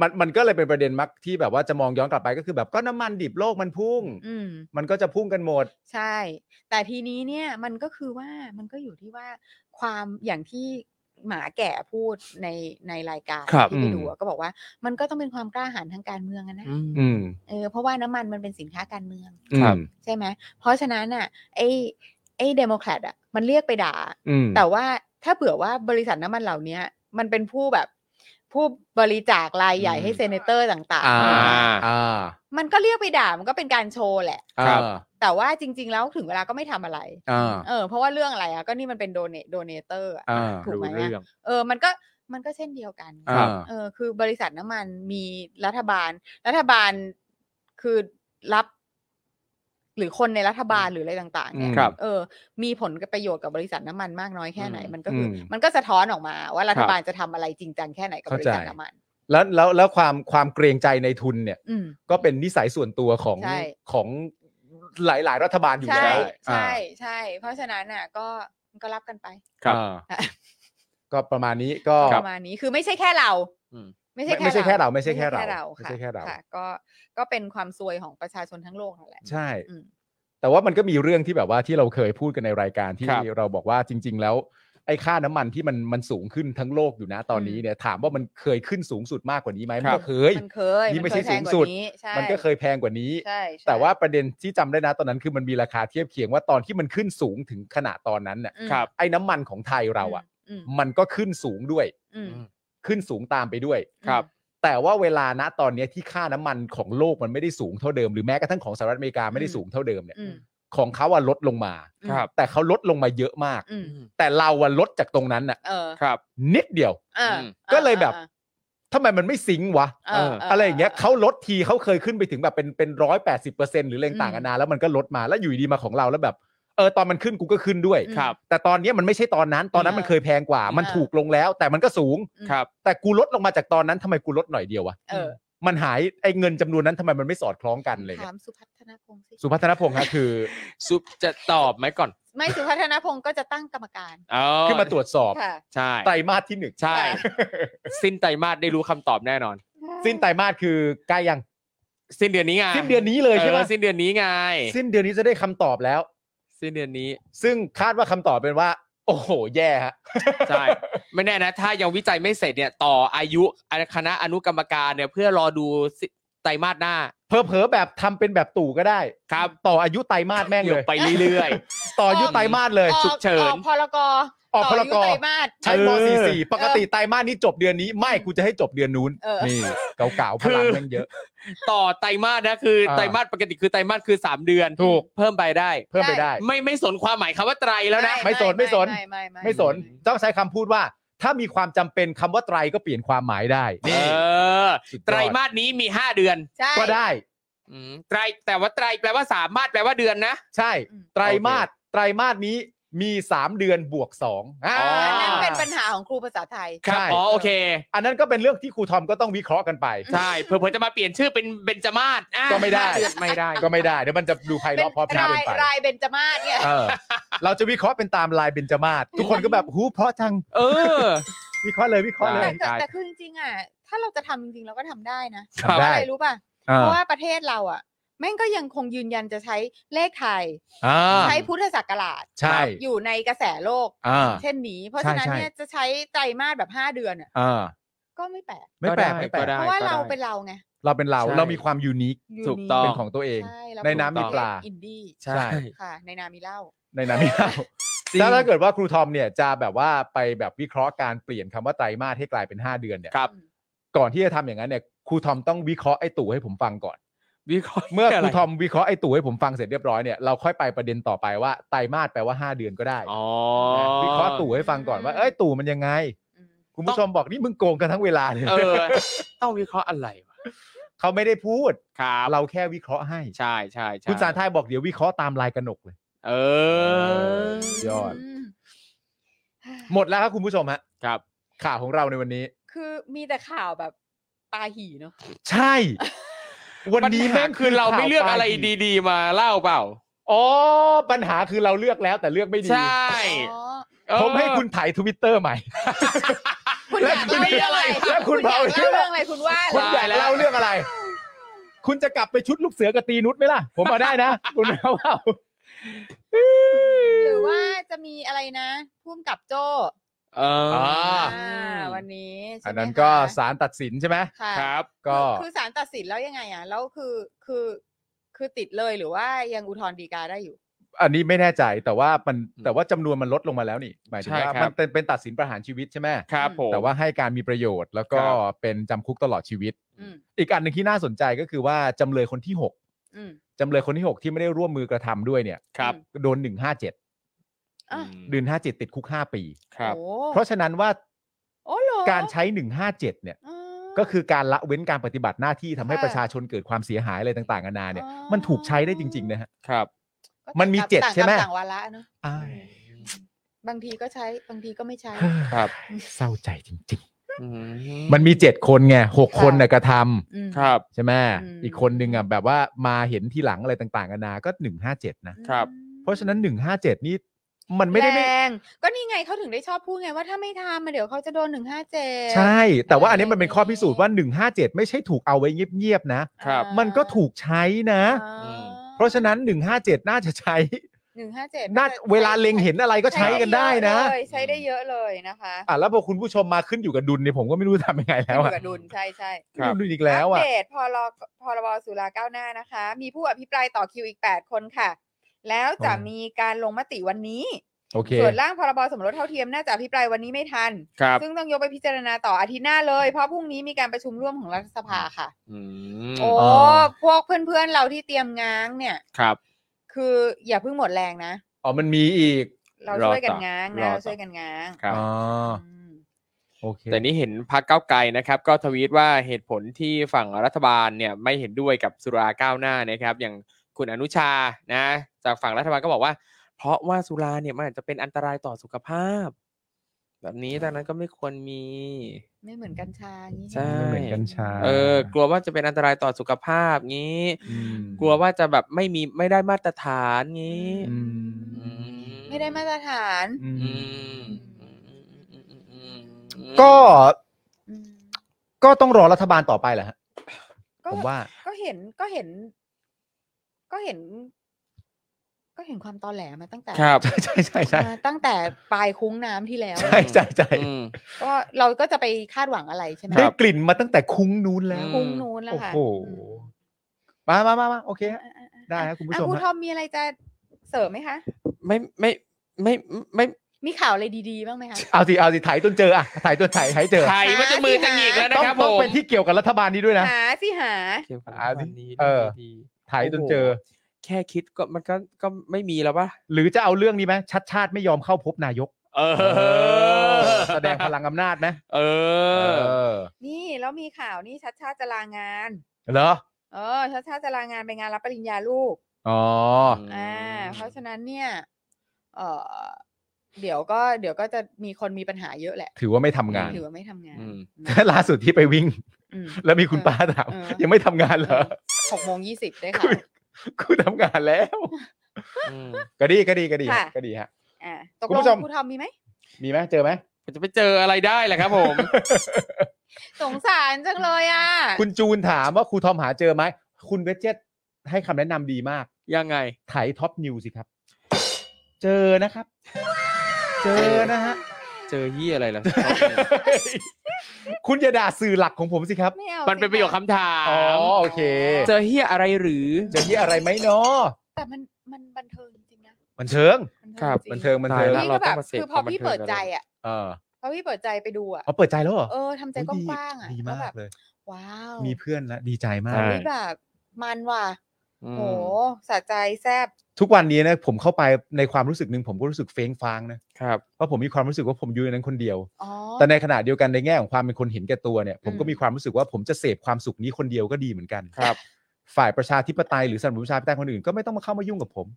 Speaker 4: มันมันก็เลยเป็นประเด็นมักที่แบบว่าจะมองย้อนกลับไปก็คือแบบก็น้ำมันดิบโลกมันพุ่ง
Speaker 2: อืม
Speaker 4: มันก็จะพุ่งกันหมด
Speaker 2: ใช่ แต่ทีนี้เนี่ยมันก็คือว่ามันก็อยู่ที่ว่าความอย่างที่หมาแก่พูดในในรายการ
Speaker 5: ครับ
Speaker 2: ที่ไป
Speaker 4: อืม
Speaker 2: ดูอะก็บอกว่า มันก็ต้องเป็นความกล้าหาญทางการเมืองอะนะ
Speaker 4: อืม
Speaker 2: เออเพราะว่าน้ำมันมันเป็นสินค้าการเมือง
Speaker 5: ครับ
Speaker 2: ใช่ไหม เพราะฉะนั้นอ่ะไอ้ไอ้เดโมแครตอ่ะมันเรียกไปด่า
Speaker 4: อืม
Speaker 2: แต่ว่าถ้าเผื่อว่าบริษัทน้ำมันเหล่านี้มันเป็นผู้แบบผู้บริจาครายใหญ่ให้
Speaker 5: อืม
Speaker 2: เซเนเตอร์ต่าง
Speaker 4: อ่า
Speaker 2: ๆ
Speaker 4: อ่า
Speaker 2: มันก็เรียกไปด่ามันก็เป็นการโชว์แหละ
Speaker 4: อ่า
Speaker 5: ครับ
Speaker 2: แต่ว่าจริง ๆ แล้วถึงเวลาก็ไม่ทำอะไร
Speaker 4: อ่า
Speaker 2: เออเพราะว่าเรื่องอะไรอ่ะก็นี่มันเป็นโดเนโดเนเตอร์อ่ะ
Speaker 4: อ่า
Speaker 2: ถูก
Speaker 5: รู้
Speaker 2: ไหม
Speaker 5: เรื่
Speaker 2: อ่ะ
Speaker 5: อง
Speaker 2: เออมันก็มันก็เช่นเดียวกัน
Speaker 4: อ่า
Speaker 2: เออคือบริษัทน้ำมันมีรัฐบาล รัฐบาลคือรับ หรือคนในรัฐบาลหรืออะไรต่าง ๆ เนี่ย
Speaker 5: ครับ
Speaker 2: เออ มีผลกับประโยชน์กับบริษัทน้ำมันมากน้อยแค่ไหน
Speaker 5: อืม
Speaker 2: มันก็คืออ
Speaker 4: ม
Speaker 2: มันก็สะท้อนออกมา ว่ารั
Speaker 4: ครับบ
Speaker 2: ฐาลจะทำอะไรจริงจังแค่ไหนกับบ
Speaker 4: เข้า
Speaker 2: ริ
Speaker 4: ใจ
Speaker 2: ษัทน้ำมัน
Speaker 4: แล้วแล้วแล้วความความเกรงใจในทุนเนี่ย
Speaker 2: อืม
Speaker 4: ก็เป็นนิสัยส่วนตัวของ
Speaker 2: ใช่
Speaker 4: ของหลาย ๆ รัฐบาลอยู่
Speaker 2: ใช่
Speaker 4: แล้ว
Speaker 2: ใช่
Speaker 4: อ่า
Speaker 2: ใช่ เพราะฉะนั้นน่ะ ก็ก็รับกันไป
Speaker 5: ครับ
Speaker 4: อ่า
Speaker 2: อ่ะ
Speaker 4: ก็ประมาณนี้ก็
Speaker 2: ประมาณนี้คือไม่ใช่แค่เรา
Speaker 5: อืม
Speaker 2: ไม่ใช่
Speaker 4: ไม่ใช่แค่เราไม่ใช่แค่เรา
Speaker 2: ไม่
Speaker 4: ไม่ใช่
Speaker 2: ใช่
Speaker 4: แค่
Speaker 2: แค่
Speaker 4: เรา
Speaker 2: เราค่ะค่ะก็ก็เป็นความซวยของประชาชนทั้งโลกนั่นแหละ
Speaker 4: ใช่
Speaker 2: อืม
Speaker 4: แต่ว่ามันก็มีเรื่องที่แบบว่าที่เราเคยพูดกันในรายการที่
Speaker 5: ครับ
Speaker 4: เราบอกว่าจริง ๆ แล้วไอ้ค่าน้ำมันที่มันมันสูงขึ้นทั้งโลกอยู่นะตอนนี้เนี่ยถามว่ามันเคยขึ้นสูงสุดมากกว่านี้ไหมมันก็เคย
Speaker 2: มันเคย
Speaker 4: นี่
Speaker 2: น
Speaker 4: ไม่ใช่
Speaker 2: เคยแพ
Speaker 4: สูงสุด
Speaker 2: กว่านี้ใช่
Speaker 4: มันก็เคยแพงกว่านี้
Speaker 2: ใช่ใช่
Speaker 4: แต่ว่าประเด็นที่จำได้นะตอนนั้นคือมันมีราคาเทียบเคียงว่าตอนที่มันขึ้นสูงถึงขนาดตอนนั้นเนี่ย
Speaker 2: อืม
Speaker 5: ครับ
Speaker 4: ไอ้น้ำมันของไทยเราอ่ะ
Speaker 2: อืม
Speaker 4: มันก็ขึ้นสูงด้วย
Speaker 2: อืม
Speaker 4: ขึ้นสูงตามไปด้วย
Speaker 5: ครับ
Speaker 4: แต่ว่าเวลาณตอนเนี้ยที่ค่าน้ำมันของโลกมันไม่ได้สูงเท่าเดิมหรือแม้กระทั่งของสหรัฐอเมริกาไม่ได้
Speaker 2: อืม
Speaker 4: สูงเท่าเดิมเนี่ย
Speaker 2: อืม
Speaker 4: ของเขาอะลดลงมา
Speaker 5: ครับ
Speaker 4: แต่เขาลดลงมาเยอะมาก
Speaker 2: อืม
Speaker 4: แต่เราอะลดจากตรงนั้นอะ
Speaker 2: เออ
Speaker 5: ครับ
Speaker 4: นิดเดียว
Speaker 2: เออ
Speaker 5: ม
Speaker 2: ออ
Speaker 4: ก็เลยแบบ
Speaker 2: ออ
Speaker 4: ทำไมมันไม่ซิงค์วะ
Speaker 2: เออ
Speaker 4: อะไรอย่างเงี้ยเขาลดทีเขาเคยขึ้นไปถึงแบบเป็นเป็นร้อยแปดสิบเปอร์เซ็นต์หรืออะไรต่างกันานาแล้วมันก็ลดมาแล้วอยู่ดีๆมาของเราแล้วแบบเออตอนมันขึ้นกูก็ขึ้นด้วย
Speaker 2: อืม
Speaker 5: ครับ
Speaker 4: แต่ตอนเนี้ยมันไม่ใช่ตอนนั้นตอนนั้น
Speaker 2: เออ
Speaker 4: มันเคยแพงกว่า มัน
Speaker 2: เออ
Speaker 4: ถูกลงแล้ว แต่มันก็สูง
Speaker 5: ครับ
Speaker 4: แต่กูลดลงมาจากตอนนั้นทำไมกูลดหน่อยเดียววะ
Speaker 2: เออ
Speaker 4: มันหายไอ้เงินจำนวนนั้นทำไมมันไม่สอดคล้องกันเลยเนี่ย
Speaker 2: ถามสุพัฒนพงศ์สิ
Speaker 4: สุพัฒนพงษ์ฮะคือ
Speaker 5: ซุปจะตอบไหมก่อน
Speaker 2: ไม่สุพัฒนพงศ์ก็จะตั้งกรรมการ
Speaker 5: อ๋อ
Speaker 4: ขึ้นมาตรวจสอบ
Speaker 2: ค่ะ
Speaker 5: ใช่
Speaker 4: ไตรมาสที่หนึ่ง
Speaker 5: ใช่ สิ้นไตรมาสได้รู้คำตอบแน่นอน
Speaker 4: สิ้นไตรมาสคือใกล้ยัง
Speaker 5: สิ้นเดือนนี้ไง
Speaker 4: สิ้นเดือนนี้เลยใช่ไหม
Speaker 5: ออสิ้นเดือนนี้ไง
Speaker 4: สิ้นเดือนนี้จะได้คำตอบแล้ว
Speaker 5: สิ้นเดือนนี้
Speaker 4: ซึ่งคาดว่าคำตอบเป็นว่า โอ้โห แย่ฮะ
Speaker 5: ใช่ ไม่แน่นะ ถ้ายังวิจัยไม่เสร็จเนี่ย ต่ออายุคณะอนุกรรมการเนี่ยเพื่อรอดูสิไตรมาสหน้า
Speaker 4: เผลอๆแบบทำเป็นแบบตู่ก็ได้
Speaker 5: ครับ
Speaker 4: ต่ออายุไตรมาสแม่ง
Speaker 5: เดี๋
Speaker 4: เลย
Speaker 5: วย ไปเรื่อย
Speaker 4: ต่ออายุไตรมาสเลย
Speaker 2: ออก
Speaker 5: ฉุกเฉิน
Speaker 2: ออกพลก
Speaker 4: ออกพลก
Speaker 2: ต่ยุไตรมาส
Speaker 4: ใช้ม .44 ปกติไตรมาสนี้จบเดือนนี้ไม่กูจะให้จบเดือนนู้น
Speaker 2: เออ
Speaker 4: นี่เก่าๆพลังแม่งเยอะ
Speaker 5: ๆ ต่อไตรมาสนะคืออาไตรมาสปกติคือไตรมาสคือ 3 เดือน
Speaker 4: ถูก
Speaker 5: เพิ่มไปได้
Speaker 4: เพิ่มไปได้
Speaker 5: ไม่ไม่สนความหมายคำว่าไตรแล้วนะ
Speaker 4: ไม่สนไม่สน
Speaker 2: ไม่ไม่ไม่
Speaker 4: ไม่สนต้องใช้คำพูดว่า ถ้ามีความจำเป็นคำว่าไตรก็เปลี่ยนความหมายได้
Speaker 5: เอ
Speaker 4: นี่
Speaker 5: อ
Speaker 4: สุดยอด
Speaker 5: ไตรมาสนี้มี 5 เดือน
Speaker 2: ใช่
Speaker 4: ก็ได้
Speaker 5: อืมไตรแต่ว่าไตรแปลว่าสามารถแปลว่าเดือนนะ
Speaker 4: ใช่
Speaker 2: อืม
Speaker 4: ไตรมาสไตรมาสนี้มีสามเดือนบวกสองอ่า
Speaker 5: อ๋อ
Speaker 2: อันนั้นเป็นปัญหาของครูภาษาไทย
Speaker 4: ครับ
Speaker 5: อ๋อโอเค
Speaker 4: อันนั้นก็เป็นเรื่องที่ครูทอมก็ต้องวิเคราะห์กันไป
Speaker 5: ใช่เผื่อๆจะมาเปลี่ยนชื่อเป็นเบนจมาศอ่ะ
Speaker 4: ก็ไม่ได้
Speaker 5: ห้าเอนไม่ได้
Speaker 4: ก็ไม่ได้เดี๋ยวมันจะดูไพเราะเพราะพ
Speaker 2: เป็น
Speaker 4: ลา
Speaker 2: รา
Speaker 4: ด
Speaker 2: ย
Speaker 4: เกินไป
Speaker 2: รายเบญจมาศเนี่ย
Speaker 4: เออเราจะวิเคราะห์เป็นตามลายเบญจมาศทุกคนก็แบบหูเพราะจัง
Speaker 5: เออ
Speaker 4: วิเคราะห์เลยวิเคราะห์เล
Speaker 2: แต่
Speaker 4: ย
Speaker 2: แต่
Speaker 5: ได้
Speaker 2: แต่คือจริงๆอ่ะ ถ้าเราจะทำจริงๆ เราก็ทำได้นะ
Speaker 5: ครับ
Speaker 2: เพราะ
Speaker 4: ได้
Speaker 2: อะไรรู้ป่ะ
Speaker 4: อ่า
Speaker 2: เพราะว่าประเทศเราอ่ะ แม่งก็ยังคงยืนยันจะใช้เลขไทย
Speaker 4: อ่า
Speaker 2: ใช้พุทธศักราช
Speaker 4: ใช่
Speaker 2: อยู่ในกระแสโลก
Speaker 4: อ่า
Speaker 2: เช่นนี้ เพราะ
Speaker 4: ใช่
Speaker 2: ฉะนั้น
Speaker 4: ใช่
Speaker 2: เนี่ยจะใช้ไตรมาสแบบ 5 เดือนอ่ะ
Speaker 4: อ่า
Speaker 2: ก็ไม่แปลก
Speaker 4: ไม่แปลกไม่แปล
Speaker 5: ก็
Speaker 4: ก
Speaker 5: ได้
Speaker 2: เพราะว่า
Speaker 5: ก็ได้
Speaker 2: เราเป็นเราไง
Speaker 4: เราเป็นเรา
Speaker 5: ใช่
Speaker 4: เรามีความยูนิค
Speaker 2: ยูนิ
Speaker 5: ถูกต้อง
Speaker 4: เป็นของตัวเอง
Speaker 2: ใช่เรา
Speaker 4: ใน
Speaker 2: เป็
Speaker 4: น้ำมีปลา
Speaker 2: อินดี้
Speaker 4: ใช่
Speaker 2: ค่ะ ในน้ำมีเหล้า
Speaker 4: ในน้ำ มีเรา
Speaker 5: จริง
Speaker 4: แล้วถ้าเกิดว่าครูทอมเนี่ยจะแบบว่าไปแบบวิเคราะห์การเปลี่ยนคำว่าไตรมาสให้กลายเป็นห้าเดือนเนี่ย
Speaker 5: ครับ
Speaker 4: ก่อนที่จะทำอย่างนั้นเนี่ยครูทอมต้องวิเคราะห์ไอ้ตู่ให้ผมฟังก่อน
Speaker 5: วิเคราะห์
Speaker 4: เมื่อ
Speaker 5: อะ
Speaker 4: ค
Speaker 5: ไร
Speaker 4: รูทอมวิเคราะห์ไอ้ตู่ให้ผมฟังเสร็จเรียบร้อยเนี่ยเราค่อยไปประเด็นต่อไปว่าไตรมาสแปลว่า 5 เดือนก็ได้
Speaker 5: อ๋อ
Speaker 4: นะวิเคราะห์ตู่ให้ฟังก่อนว่าเอ้ยตู่มันยังไง
Speaker 6: อืม
Speaker 4: คุณผู้ชมบอกนี่มึงโกงกันทั้งเวลาเลย
Speaker 5: เออ ต้องวิเคราะห์อะไรวะ
Speaker 4: เขาไม่ได้พูด
Speaker 5: ครับ
Speaker 4: เราแค่วิเคราะห์ให้
Speaker 5: ใช่ใช่ใช่
Speaker 4: คุณสารทายบอกเดี๋ยววิเคราะห์ตามลายกระหนกเลย
Speaker 5: เออ
Speaker 4: ยอด
Speaker 6: ม
Speaker 4: หมดแล้วครับคุณผู้ชมฮะ
Speaker 5: ครับ
Speaker 4: ข่าวของเราในวันนี้
Speaker 6: คือมีแต่ข่าวแบบตาหี่เนาะ
Speaker 4: ใช่ วัน
Speaker 5: ปัญ
Speaker 4: นี้
Speaker 5: หาคือเราไม่เลือกอะไรดีๆ มาเล่าเปล่า
Speaker 4: ๆอ๋อปัญหาคือเราเลือกแล้วแต่เลือกไม่ดี
Speaker 5: ใช่
Speaker 6: อ๋อ
Speaker 5: เออ
Speaker 4: ผมให้คุณถ่ายทวิตเตอร์ใหม่
Speaker 6: คุณ
Speaker 4: แล้
Speaker 6: อ
Speaker 4: วย
Speaker 6: าก
Speaker 4: คุณ
Speaker 6: เล่าเรื่องอะไร
Speaker 4: แล้วคุณ
Speaker 6: อยากเล่าเรื่องอะไรคุณว่าเลย
Speaker 4: เผาเรื่องคุณอยากเล่าเรื่องอะไร คุณจะกลับไปชุดลูกเสือกับตีนุชไหมล่ะ ผมมาได้ นะ คุณเอาเปล่า
Speaker 6: หรือว่าจะมีอะไรนะพุ่มกับโจ้
Speaker 5: เอออา
Speaker 6: อ่าวันนี้ใช่ไหม
Speaker 4: อันนั้นก็
Speaker 6: คะ
Speaker 4: สารตัดสินใช่ไหม
Speaker 6: ค่ะ
Speaker 5: ครับ
Speaker 4: ก็
Speaker 6: คือคือศาลตัดสินแล้วยังไงอ่ะ แล้วคือคือคือติดเลยหรือว่ายังอุทธรณ์ฎีกาได้อยู่
Speaker 4: อันนี้ไม่แน่ใจแต่ว่ามันแต่ว่าจำนวนมันลดลงมาแล้วนี่หมายถึง
Speaker 5: ใช่
Speaker 4: ว่า
Speaker 5: ครับ
Speaker 4: มันเป็นเป็นตัดสินประหารชีวิตใช่ไหม
Speaker 5: ครับผม
Speaker 4: แต่ว่าให้การมีประโยชน์ แล้วก็
Speaker 5: ครับ
Speaker 4: เป็นจำคุกตลอดชีวิต
Speaker 6: อืม
Speaker 4: อีกอันหนึ่งที่น่าสนใจก็คือว่าจำเลยคนที่
Speaker 6: อืม
Speaker 4: 6จำเลยคนที่ 6 ที่ไม่ได้ร่วมมือกระทำด้วยเนี่ย
Speaker 5: ครับ
Speaker 4: โดน 157
Speaker 6: อ่ะ
Speaker 4: เดือน57 ติดคุก 5 ปี
Speaker 5: ครับ
Speaker 6: โอ้
Speaker 4: เพราะฉะนั้นว่า
Speaker 6: โอ้เหรอ
Speaker 4: การใช้ 157เนี่ย
Speaker 6: อ๋อ
Speaker 4: ก็คือการละเว้นการปฏิบัติหน้าที่ทำให้
Speaker 6: ค่ะ
Speaker 4: ประชาชนเกิดความเสียหายอะไรต่างๆนานาเนี่ย
Speaker 6: อ๋อ
Speaker 4: มันถูกใช้ได้จริงๆนะฮะ
Speaker 5: ครับ
Speaker 6: ก็
Speaker 4: มันมีเจ็ด
Speaker 6: ต่างกรร
Speaker 4: ใช่ไหม
Speaker 6: ต่างวาระเนอะ
Speaker 4: อ้าย
Speaker 6: บางทีก็ใช้บางทีก็ไม่ใช้
Speaker 5: ครับ
Speaker 4: เศร้าใจจริงๆ มันมีเจ็ดคนไงหก
Speaker 6: ค่ะ
Speaker 4: คนน่ะกระท
Speaker 6: อืม
Speaker 5: ครับ
Speaker 4: ำใช่ไหม
Speaker 6: อืม
Speaker 4: อีกคนนึงอ่ะแบบว่ามาเห็นทีหลังอะไรต่างๆนานาก็หนึ่งห้าเจ็ดนะ
Speaker 5: ครับ
Speaker 4: เพราะฉะนั้นหนึ่งห้าเจ็ดนี่มันไม่ได้
Speaker 6: แร
Speaker 4: ไม่
Speaker 6: งก็นี่ไงเขาถึงได้ชอบพูดไงว่าถ้าไม่ทำมาเดี๋ยวเขาจะโดนหนึ่งห้าเจ็ด
Speaker 4: ใช่ แต่ว่าอันนี้มันเป็นข้อ
Speaker 6: แรง
Speaker 4: พิสูจน์ว่า 157 ไม่ใช่ถูกเอาไว้เงียบๆนะ
Speaker 5: ครับ
Speaker 4: มันก็ถูกใช้นะ เพราะฉะนั้น 157 น่าจะใช้
Speaker 6: หนึ่งห้าเจ็ด
Speaker 4: น่าเวลาเล็งเห็นอะไรก็ใช้กันได้นะ
Speaker 6: ใช้ได้เยอะเลยนะคะ
Speaker 4: อ่ะแล้วพอคุณผู้ชมมาขึ้นอยู่กับดุลเนี่ยผมก็ไม่รู้จะทำยังไงแล้ว
Speaker 6: ขึ้นอ
Speaker 4: อ่ะ
Speaker 6: ยู่กับดุลใช่ใช่
Speaker 5: ครับ
Speaker 4: ดุลอีกแล้วอ่ะ
Speaker 2: เดตพรพรบสุราก้าวหน้านะคะ มีผู้อภิปรายต่อคิวอีก 8 คนค่ะ แล้วจะมีการลงมติวันนี้
Speaker 4: โอเค
Speaker 2: ส่วนร่างพรบสมรสเท่าเทียมน่าจะอภิปรายวันนี้ไม่ทัน
Speaker 5: ครับ
Speaker 2: ซึ่งต้องยกไปพิจารณาต่ออาทิตย์หน้าเลย เพราะพรุ่งนี้มีการประชุมร่วมของรัฐสภาค่ะ
Speaker 5: อืม
Speaker 2: โอ้
Speaker 4: อ๋อ
Speaker 2: พวกเพื่อนๆ เราที่เตรียมง้างเนี่ย
Speaker 5: ครับ
Speaker 2: คืออย่าเพิ่งหมดแรงนะ
Speaker 4: อ๋อมันมีอีก
Speaker 2: เรา
Speaker 5: รอ
Speaker 2: ช่วยกัน
Speaker 5: ต่อ
Speaker 2: ง้าง
Speaker 5: ร
Speaker 2: นะ
Speaker 5: อ
Speaker 2: เรา
Speaker 5: ต่อ
Speaker 2: ช่วยกันง้าง
Speaker 5: ครับ
Speaker 4: อ๋อ
Speaker 2: อืม
Speaker 4: โอเค
Speaker 5: แต่นี้เห็นพักเก้าวไกลนะครับ ก็ทวีตว่าเหตุผลที่ฝั่งรัฐบาลเนี่ยไม่เห็นด้วยกับสุราก้าวหน้านะครับ อย่างคุณอนุชานะ จากฝั่งรัฐบาลก็บอกว่า เพราะว่าสุราเนี่ยมันอาจจะเป็นอันตรายต่อสุขภาพ แบบนี้ดังนั้นก็ไม่ควรมี
Speaker 6: ไม่เหมือนกัญชานี่
Speaker 5: ใช่
Speaker 4: ไม่เหมือนกัญชา
Speaker 5: เออกลัวว่าจะเป็นอันตรายต่อสุขภาพงี้
Speaker 4: อืม
Speaker 5: กลัวว่าจะแบบไม่มีไม่ได้มาตรฐานงี้
Speaker 4: อืม
Speaker 6: ไม่ได้มาตรฐาน
Speaker 4: อืม
Speaker 5: อืมอืมอืมอืมอืมอืม
Speaker 4: ก็
Speaker 6: อืม
Speaker 4: ก็ต้องรอรัฐบาลต่อไปแหละฮ ะ
Speaker 2: ก็
Speaker 4: ผมว่า
Speaker 2: ก็เห็นก็เห็น
Speaker 6: ก็เห็น ก็เห็นความตอแหลมาตั้งแต่
Speaker 5: ครับ
Speaker 4: ใช่ใช่ใช่
Speaker 6: มาตั้งแต่ปลายคุ้งน้ำที่แล้ว
Speaker 4: ใช่ใช่ใช่
Speaker 5: อืม
Speaker 6: ก็เราก็จะไปคาดหวังอะไรใช่ไหม
Speaker 5: ค
Speaker 4: ได้
Speaker 5: รับ
Speaker 4: กลิ่นมาตั้งแต่คุ้งนู้นแล้ว
Speaker 5: อืม
Speaker 6: คุ้งนู้นแล้ว
Speaker 4: โอ้
Speaker 6: ค่ะ
Speaker 4: โหมามามามาโอเคฮะได้ครับคุณผู้
Speaker 2: อ่ะ
Speaker 4: ชม
Speaker 2: ครูท
Speaker 4: ฮะ
Speaker 2: อมมีอะไรจะเสริมไหมคะ
Speaker 5: ไม่ไม่ไม่ไม่
Speaker 6: มีข่าวอะไรดีๆบ้างไหมคะ
Speaker 4: เอาสิเอาสิถ่ายจนเจออะถ่ายจนถ่ายให้เจอ
Speaker 5: ไข่มันจะมือจะหงิกแล้วนะ
Speaker 4: ต้อง
Speaker 5: ครับผ
Speaker 4: ต้อง
Speaker 5: ม
Speaker 4: เป็นที่เกี่ยวกับรัฐบาลนี้ด้วยนะ
Speaker 2: หาสิหา
Speaker 5: เกี่ยวกับ
Speaker 4: อ่า
Speaker 5: วันนี้
Speaker 4: เออ
Speaker 5: ดีๆ
Speaker 4: ถ่ายจนเจอ
Speaker 5: โโหแค่คิดก็มันก็ก็ไม่มีแล้วป่ะ
Speaker 4: หรือจะเอาเรื่องนี้ไหมชัดชาติไม่ยอมเข้าพบนายก
Speaker 5: เอ
Speaker 4: แสดงพลังอำนาจไหม
Speaker 5: เอ
Speaker 4: เอ
Speaker 5: อ
Speaker 4: อ
Speaker 2: นี่แล้วมีข่าวนี่ชัดชาติจะลางาน
Speaker 4: เหรอ
Speaker 2: เออ ชัดชาติจะลางานไปงานรับปริญญาลูก
Speaker 4: อ๋อ
Speaker 2: อ่า
Speaker 6: เพราะฉะนั้นเนี่ยเออเดี๋ยวก็เดี๋ยวก็จะมีคนมีปัญหาเยอะแหละ
Speaker 4: ถือว่าไม่ทำงาน
Speaker 6: ถือว่าไม่ทำงาน
Speaker 5: อืม
Speaker 6: นะ
Speaker 4: ล่าสุดที่ไปวิ่ง
Speaker 6: อืม
Speaker 4: แล้วมีคุณป้าถาม
Speaker 6: เออ
Speaker 4: ยังไม่ทำงานเหรอ
Speaker 6: หกโมงยี่สิบได้
Speaker 4: คุ
Speaker 6: ค่ะ
Speaker 4: ณคุณทำงานแล้ว
Speaker 5: อืม
Speaker 4: ก็ดีก็ดีก็ดี
Speaker 2: ค่ะ
Speaker 4: ก็ดีฮะ
Speaker 2: อ่า
Speaker 6: ตกล
Speaker 4: คุณผู้
Speaker 6: ง
Speaker 4: ชม
Speaker 6: ครูทอมมีไหม
Speaker 4: มีไหมเจอไหม
Speaker 5: มันจะไปเจออะไรได้ล่ะครับผม
Speaker 6: สงสารจังเลยอ่ะ
Speaker 4: คุณจูนถามว่าครูทอมหาเจอไหมคุณเวจเจตให้คำแนะนำดีมาก
Speaker 5: ยังไง
Speaker 4: ไถ่ายท็อปนิวสิครับ เจอนะครับ เจอนะฮะ
Speaker 5: เจอยี่อะไรล่ะ
Speaker 4: คุณอย่าด่าสื่อหลักของผมสิครับ
Speaker 2: ไม่เอา
Speaker 5: มันเป็นประโยคคำถาม
Speaker 4: อ๋อโอเค
Speaker 5: เจอเฮียอะไรหรือ
Speaker 4: จะยี่อะไรไหมเนาะ
Speaker 6: แต่มันมันบันเทิงจริงๆนะ
Speaker 4: มันเชิง
Speaker 6: มันเทิง
Speaker 5: ครับ
Speaker 6: จริง
Speaker 4: บันเทิงบันเทิง
Speaker 5: ตาย
Speaker 6: พี่
Speaker 5: ละ
Speaker 6: ก็แบ
Speaker 5: เราต้อง
Speaker 6: บ
Speaker 5: มาเสพ
Speaker 6: คือพอพี่
Speaker 5: ความบันเทิง
Speaker 6: เปิดใจอ่ะ
Speaker 4: เออ
Speaker 6: พอพี่เปิดใจไปดูอ่ะ
Speaker 4: เอาเปิดใจแล้วเหรอ
Speaker 6: เออทำใจกว้างๆอ่ะ
Speaker 4: ดี
Speaker 6: แล้
Speaker 4: มาว
Speaker 6: แบ
Speaker 4: ก
Speaker 6: บ
Speaker 4: เลย
Speaker 6: ว้าว
Speaker 4: มีเพื่อนแล้วดีใจมาก
Speaker 5: ใช่
Speaker 6: แบบ มันว่ะ
Speaker 5: อืม
Speaker 6: โหสะใจแซบ
Speaker 4: ทุกวันนี้นะผมเข้าไปในความรู้สึกหนึ่งผมก็รู้สึกเฟ้งฟางนะครับ เพราะผมมีความรู้สึกว่าผมอยู่ในนั้นคนเดียว
Speaker 6: อ๋อ
Speaker 4: แต่ในขณะเดียวกันในแง่ของความเป็นคนเห็นแก่ตัวเนี่ย ผมก็
Speaker 6: อืม
Speaker 4: มีความรู้สึกว่าผมจะเสพความสุขนี้คนเดียวก็ดีเหมือนกัน
Speaker 5: ครับ
Speaker 4: ฝ่ายประชาธิปไตยหรือสนับสนุนประชาธิปไตยคนอื่นก็ไม่ต้องมาเข้ามายุ่งกับผม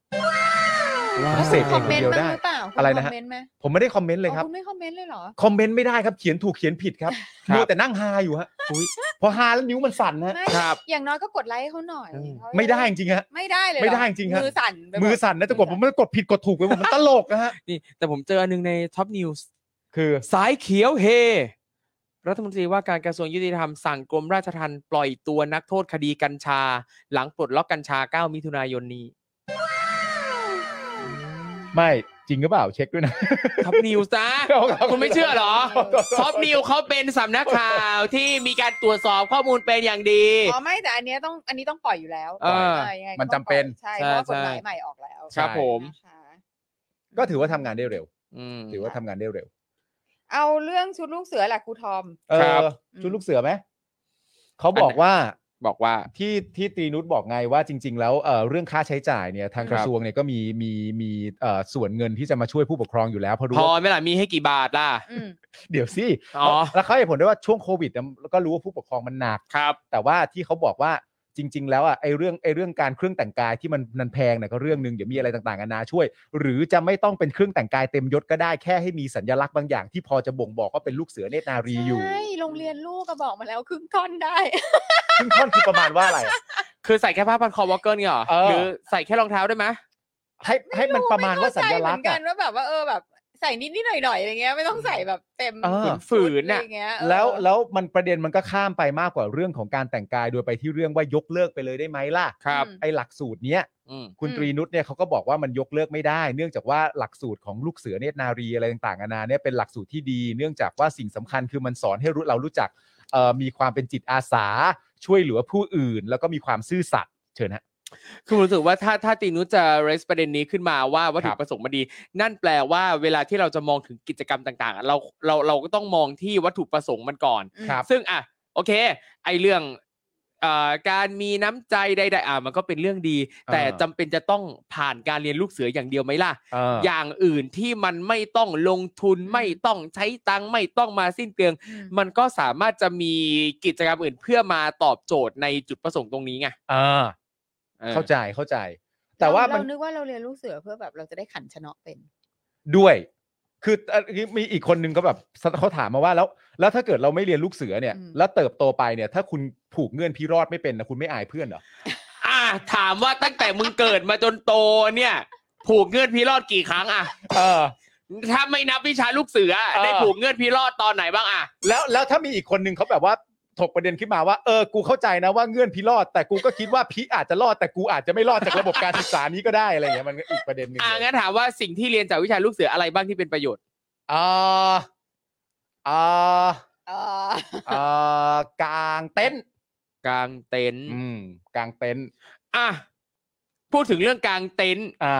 Speaker 6: แล้ว
Speaker 4: เสพเองคนเดีย
Speaker 6: คุ
Speaker 4: ว
Speaker 6: ณคอมมนต์
Speaker 4: ได้
Speaker 6: บ้างหรือเปล่าคุณ
Speaker 4: อะไรนะ
Speaker 6: คอ
Speaker 4: ฮะ
Speaker 6: มเมนต์ไหม
Speaker 4: ผมไม่ได้คอมเมนต์เลยครับ
Speaker 6: อ๋อคุณไม่คอมเมนต์เลยเหรอ
Speaker 4: คอมเมนต์ไม่ได้ครับ เขียนถูกเขียนผิดครับ
Speaker 5: ครับ
Speaker 4: มัวแต่นั่งฮาอยู่ฮะพอฮาแล้วนิ้วมันสั่นนะฮะ
Speaker 6: ไม่
Speaker 5: ครับ
Speaker 6: อย่างน้อยก็กดไลค์ให้เขาหน่อย
Speaker 5: อืม
Speaker 6: เขาจะ
Speaker 4: ไม่ได้จริงๆฮะ
Speaker 6: ไม่ได้เลยเหอ
Speaker 4: ไม่ได้จริงๆฮะ
Speaker 6: มือสั่นไปหด
Speaker 4: มือสั่นนะแต่กดผมไม่ได้กดผิดกดถูกไปหมดมันตลกนะฮะ
Speaker 5: นี่แต่ผมเจออันหนึงในท็อปนิวส์
Speaker 4: คือ
Speaker 5: สายเขียวเฮ รัฐมนตรีว่าการกระทรวงยุติธรรมสั่งกรมราชทัณฑ์ปล่อยตัวนักโทษคดีกัญชา หลังปลดล็อกกัญชา 9 มิถุนายนนี้
Speaker 4: ไม่จริงหรือเปล่าเช็คด้วยนะ
Speaker 5: ท็อปนิวส์นะ
Speaker 4: เอารับ
Speaker 5: คุณไม่เชื่ อเหรอ ท็อปนิวเขาเป็นสำนักข่าวที่มีการตรวจสอบข้อมูลเป็นอย่างดี
Speaker 6: อ๋อไม่แต่อันเนี้ยต้องอันนี้ต้องปล่อยอยู่แล้ว
Speaker 5: เออ
Speaker 6: ใช่ยังไงก็
Speaker 4: มัน
Speaker 6: ต้อง
Speaker 4: จำเป็น
Speaker 6: ล่อยใช่
Speaker 5: ใช่
Speaker 6: เพราะว่ากฎหมาย
Speaker 5: ใช่
Speaker 6: ใหม่ออกแล้ว
Speaker 5: ครับผม
Speaker 6: นะคะ
Speaker 4: ก็ถือว่าทำงานได้เร็ว
Speaker 5: อืม
Speaker 4: ถือว่าทำงานได้เร็ว
Speaker 6: เอาเรื่องชุดลูกเสือแหละครูทอม
Speaker 4: เออ
Speaker 5: ครับ
Speaker 4: ชุดลูกเสือไหมเขาบอกว่า
Speaker 5: บอกว่า
Speaker 4: ที่ที่ตรีนุชบอกไงว่าจริง ๆ แล้วเอ่อเรื่องค่าใช้จ่ายเนี่ยทาง
Speaker 5: ครับ
Speaker 4: กระทรวงเนี่ยก็มีมีมีเอ่อส่วนเงินที่จะมาช่วยผู้ปกครองอยู่แล้วเพราะรู้
Speaker 5: พอ
Speaker 4: ว่า
Speaker 5: ไหม่ล่ะมีให้กี่บาทล่ะ
Speaker 6: อืม
Speaker 4: เดี๋ยวสิ
Speaker 5: อ๋อ
Speaker 4: แล้วเขาให้ผลด้วยว่าช่วงโควิดเนี่ยแล้วก็รู้ว่าผู้ปกครองมันหนัก
Speaker 5: ครับ
Speaker 4: แต่ว่าที่เขาบอกว่าจริง ๆ แล้วอ่ะไอ้เรื่องไอ้เรื่องการเครื่องแต่งกายที่มันมันแพงเนี่ยก็เรื่องหนึ่งเดี๋ยวมีอะไรต่างๆนานาช่วย หรือจะไม่ต้องเป็นเครื่องแต่งกายเต็มยศก็ได้แค่ให้มีสัญลักษณ์บางอย่างที่พอจะบ่งบอกว่าเป็นลูกเสือเนตรนารีอยู่
Speaker 6: ใช่โรงเรียนลูกก็บอกมาแล้วครึ่งท่อนได้
Speaker 4: ซึ่งท่อนคือประมาณว่าอะไรอะ
Speaker 5: คือใส่แค่ผ้าพันคอวอลเกิลเนี่ยเหรอ
Speaker 4: เออ
Speaker 5: หรือใส่แค่รองเท้าได้ไหม
Speaker 4: ให้ให้มันประมาณว่าสัญลักษ
Speaker 6: ไม่เข้าใจเหมือ
Speaker 4: ณ์
Speaker 6: นกั
Speaker 4: อะ
Speaker 6: นว่าแบบว่าเออแบบใส่นิดนิดหน่อยหน่อยๆอะไรเงี้ยไม่ต้องใส่แบบเต็ม
Speaker 4: เออ
Speaker 5: ฝื
Speaker 6: ชุด
Speaker 5: น
Speaker 6: อะไร
Speaker 5: น่ะ
Speaker 6: เงี้ยเออ
Speaker 4: แล้วแล้วมันประเด็นมันก็ข้ามไปมากกว่าเรื่องของการแต่งกายโดยไปที่เรื่องว่ายกเลิกไปเลยได้ไหมล่ะ
Speaker 5: ครับ
Speaker 4: ไอ้หลักสูตรเนี้ย
Speaker 5: อืม
Speaker 4: คุณตรีนุชเนี่ยเขาก็บอกว่ามันยกเลิกไม่ได้ เนื่องจากว่าหลักสูตรของลูกเสือเนตรนารีอะไรต่างๆนานาเนี่ยเป็นหลักสูตรที่ดี เนื่องจากว่าสิ่งสำคัญคือมันสอนให้รู้เรารู้จักเอ่อมีความเป็นจิตอาสา ช่วยเหลือผู้อื่น แล้วก็มีความซื่อสัตย์เชิญฮะ
Speaker 5: คือผมรู้สึกว่าถ้าถ้าตีนุชจะ raise ประเด็นนี้ขึ้นมาว่าวัตถุประสงค์มันดี นั่นแปลว่าเวลาที่เราจะมองถึงกิจกรรมต่างๆอะเราเราเราก็ต้องมองที่วัตถุประสงค์มันก่อน
Speaker 6: อืม
Speaker 4: ครับ
Speaker 5: ซึ่งอ่ะโอเค ไอเรื่องเอ่อการมีน้ำใจใดๆอ่ะมันก็เป็นเรื่องดี
Speaker 4: อ่า
Speaker 5: แต่จำเป็นจะต้องผ่านการเรียนลูกเสืออย่างเดียวไหมล่ะ
Speaker 4: เออ
Speaker 5: อย่างอื่นที่มันไม่ต้องลงทุน
Speaker 6: อืม
Speaker 5: ไม่ต้องใช้ตังค์ไม่ต้องมาสิ้นเปลือง
Speaker 6: อืม
Speaker 5: มันก็สามารถจะมีกิจกรรมอื่นเพื่อมาตอบโจทย์ในจุดประสงค์ตรงนี้ไง
Speaker 4: เออ
Speaker 5: ออ
Speaker 4: เข้าใจเข้าใจ แต่ว่า
Speaker 6: เร
Speaker 4: มัน
Speaker 6: เรานึกว่าเราเรียนลูกเสือเพื่อแบบเราจะได้ขันชนะเป็น
Speaker 4: ด้วย คือเอ่อมีอีกคนนึงก็แบบเขาถามมาว่าแล้ว แล้วถ้าเกิดเราไม่เรียนลูกเสือเนี่ย
Speaker 6: อืม
Speaker 4: แล้วเติบโตไปเนี่ย ถ้าคุณผูกเงื่อนพี่รอดไม่เป็นนะคุณไม่อายเพื่อ นเหรอ
Speaker 5: อ่ะถามว่าตั้งแต่มึงเกิดมาจนโตเนี่ย ผูกเงื่อนพี่รอดกี่ครั้งอ่ะ
Speaker 4: เออ
Speaker 5: ถ้าไม่นับวิชาลูกเสืออะ
Speaker 4: เออ
Speaker 5: ได้ผูกเงื่อนพี่รอดตอนไหนบ้างอ่ะ
Speaker 4: แล้วแล้วถ้ามีอีกคนนึงเขาแบบว่าถกประเด็นขึ้นมาว่าเออกูเข้าใจนะว่าเงื่อนพี่รอด แต่กูก็คิดว่า พี่อาจจะรอดแต่กูอาจจะไม่รอดจากระบบการศึกษานี้ก็ได้อะไรอย่างเงี้ยมันก็อีกประเด็นหนึ่ง
Speaker 5: อ่ะ
Speaker 4: เลย
Speaker 5: งั้นถามว่าสิ่งที่เรียนจากวิชาลูกเสืออะไรบ้างที่เป็นประโยชน์
Speaker 4: อ่าอ่า
Speaker 6: เออ
Speaker 4: อ่ากางเต็นท์
Speaker 5: กางเต็นท์
Speaker 4: อืมกางเต็นท์
Speaker 5: อ่ะพูดถึงเรื่องกางเต็นท์
Speaker 4: อ่า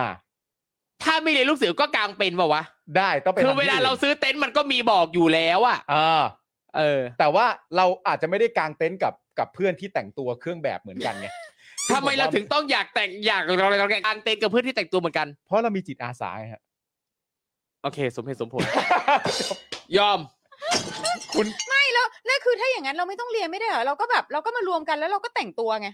Speaker 5: ถ้าไม่เรียนลูกเสือก็กางเป็นเปล่าวะ
Speaker 4: ได้ต้องไป
Speaker 5: คือ
Speaker 4: ทำ
Speaker 5: เว
Speaker 4: ที่
Speaker 5: ลา
Speaker 4: อื่น
Speaker 5: เราซื้อเต็นท์มันก็มีบอกอยู่แล้วอะ
Speaker 4: อ่า
Speaker 5: เออ
Speaker 4: แต่ว่าเราอาจจะไม่ได้กางเต็นท์กับกับเพื่อนที่แต่งตัวเครื่องแบบเหมือนกันไง
Speaker 5: ทำไมเราถึงต้องอยากแต่งอยากเราเรากางเต็นท์กับเพื่อนที่แต่งตัวเหมือนกัน
Speaker 4: เพราะเรามีจิตอาสาไงฮะ
Speaker 5: โอเค สมเหตุสมผล ยอม
Speaker 6: ไม่แล้วนั่นคือถ้าอย่างนั้นเราไม่ต้องเรียนไม่ได้เหรอเราก็แบบเราก็มารวมกันแล้วเราก็แต่งตัวไง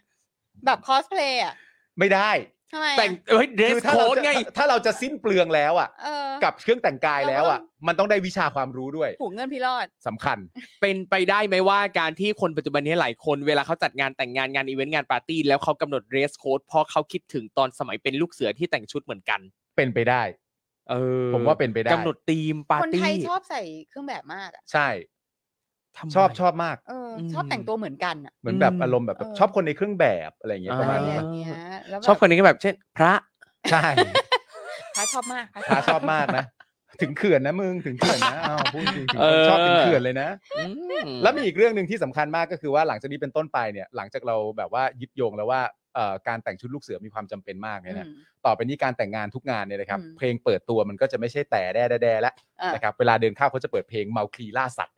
Speaker 6: แบบคอสเพลย์อะ
Speaker 4: ไม่ได้
Speaker 6: ทำไมอะ
Speaker 5: แต่งเอ้ยเดรส
Speaker 4: ถ้า
Speaker 5: โค้ด
Speaker 4: เราจะ
Speaker 5: ไง
Speaker 4: ถ้าเราจะสิ้นเปลืองแล้วอ่ะ
Speaker 6: เออ
Speaker 4: กับเครื่องแต่งกายแล้วอ่ะ
Speaker 6: เราก็ต้อง
Speaker 4: มันต้องได้วิชาความรู้ด้วย
Speaker 6: ผูกเงินพี่รอด
Speaker 4: สำคัญ
Speaker 5: เป็นไปได้ไหมว่าการที่คนปัจจุบันนี้หลายคนเวลาเขาจัดงานแต่งงานงานอีเวนต์งานปาร์ตี้แล้วเขากำหนดเดรสโค้ดเพราะเขาคิดถึงตอนสมัยเป็นลูกเสือที่แต่งชุดเหมือนกัน
Speaker 4: เป็นไปได้
Speaker 5: เออ
Speaker 4: ผมว่าเป็นไปได้
Speaker 5: กำหนดธีมปา
Speaker 6: ค
Speaker 5: ร์
Speaker 6: น
Speaker 5: ตี้
Speaker 6: ไทยชอบใส่เครื่องแบบมากอะ
Speaker 4: ใช่
Speaker 5: ทำไม
Speaker 4: ชอบชอบมาก
Speaker 6: เอออ
Speaker 5: ม
Speaker 6: ชอบแต่งตัวเหมือนกันอะ
Speaker 4: เหมือนแบบ
Speaker 5: อืม
Speaker 4: อารมณ์แบบ
Speaker 6: เออ
Speaker 4: ชอบคนในเครื่องแบบอะไรอย่างเงี้ย
Speaker 5: อ่า
Speaker 4: ประมาณ
Speaker 6: อะไร
Speaker 4: นี้
Speaker 6: อ
Speaker 4: มั้ง
Speaker 6: ย่างเงี้ยแล้วแบบ
Speaker 5: ชอบคนนี้ก็แบบเช่น พระ
Speaker 4: ใช่
Speaker 6: พระชอบมากพระช
Speaker 4: พา
Speaker 6: อบ
Speaker 4: ชอบมากนะ ถึงเขื่อนนะมึง ถึงเขื่อนนะอ้าวพูดจริงถึง
Speaker 5: เออ
Speaker 4: ชอบถึงเขื่อนเลยนะ
Speaker 5: อืม
Speaker 4: แล้วมีอีกเรื่องหนึ่งที่สำคัญมากก็คือว่าหลังจากนี้เป็นต้นไปเนี่ยหลังจากเราแบบว่ายึดโยงแล้วว่าเอ่อการแต่งชุดลูกเสือมีความจำเป็นมากเนี่ยนะ
Speaker 6: อืม
Speaker 4: ต่อไปนี้การแต่งงานทุกงานเนี่ยนะครับ
Speaker 6: อืม
Speaker 4: เพลงเปิดตัวมันก็จะไม่ใช่แต่แด่แด่แด่แล้ว
Speaker 6: อ่ะ
Speaker 4: นะครับเวลาเดินเข้าเขาจะเปิดเพลงเมาคลีล่าสัตว์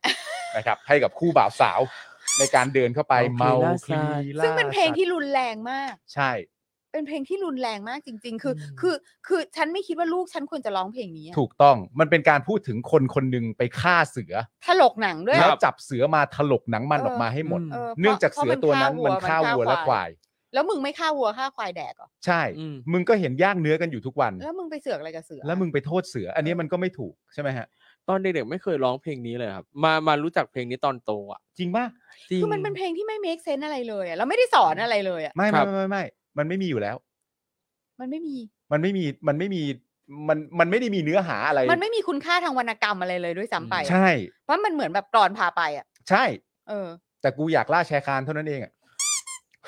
Speaker 4: นะครับให้กับคู่บ่าวสาว ในการเดินเข้าไปเมา
Speaker 5: เมาคลี
Speaker 4: คลี
Speaker 5: ล่าสัตว์
Speaker 4: ล่า
Speaker 2: ซึ่งเป็นเพลงที่
Speaker 4: สัตว์
Speaker 2: รุนแรงมาก
Speaker 4: ใช่
Speaker 2: เป็นเพลงที่รุนแรงมากจริง ๆ คืออ
Speaker 4: ม
Speaker 2: คือคือฉันไม่คิดว่าลูกฉันควรจะร้องเพลงนี้อะ
Speaker 4: ถูกต้องมันเป็นการพูดถึงคนคนหนึ่งไปฆ่าเสือ
Speaker 2: ถลกหนังด้วย
Speaker 4: แล้ว
Speaker 2: อะ
Speaker 4: จับเสือมาถลกหนังมัน
Speaker 2: เออ
Speaker 4: ออกมาให้หมด
Speaker 2: เออ
Speaker 4: เนื่องจาก
Speaker 2: พระ
Speaker 4: เสือตัวนั้นมันฆ่าวัวและควาย
Speaker 2: แล้วมึงไม่ฆ่าวัวฆ่าควายแดกเหรอ
Speaker 4: ใช่
Speaker 5: อืม
Speaker 4: มึงก็เห็นย่างเนื้อกันอยู่ทุกวัน
Speaker 2: แล้วมึงไปเสือกอะไรกับเสือ
Speaker 4: แล้วมึงไปโทษเสือ อันนี้มันก็ไม่ถูกใช่ไหมฮะ
Speaker 5: ตอนเด็กๆไม่เคยร้องเพลงนี้เลยครับ มามารู้จักเพลงนี้ตอนโตอ่ะ
Speaker 4: จริงปะ
Speaker 5: จริง
Speaker 2: คือมันเป็นเพลงที่ไม่ make sense อะไรเลยอะแล้วไม่ได้สอนอะไรเลยอะ
Speaker 4: ไม่
Speaker 5: ครั
Speaker 4: ไม่
Speaker 5: บ
Speaker 4: ไม่ไม่ไม่มันไม่มีอยู่แล้ว
Speaker 2: มันไม่มี
Speaker 4: มันไม่มีมันไม่มีมันมันไม่ได้มีเนื้อหาอะไร
Speaker 2: มันไม่มีคุณค่าทางวรรณกรรมอะไรเลยด้วยซ้ำไปอะ
Speaker 4: ใช่
Speaker 2: เพราะมันเหมือนแบบกรอนพาไปอ่ะ
Speaker 4: ใช่
Speaker 2: เออ
Speaker 4: แต่กูอยากล่าแชร์คานเท่านั้นเองอะ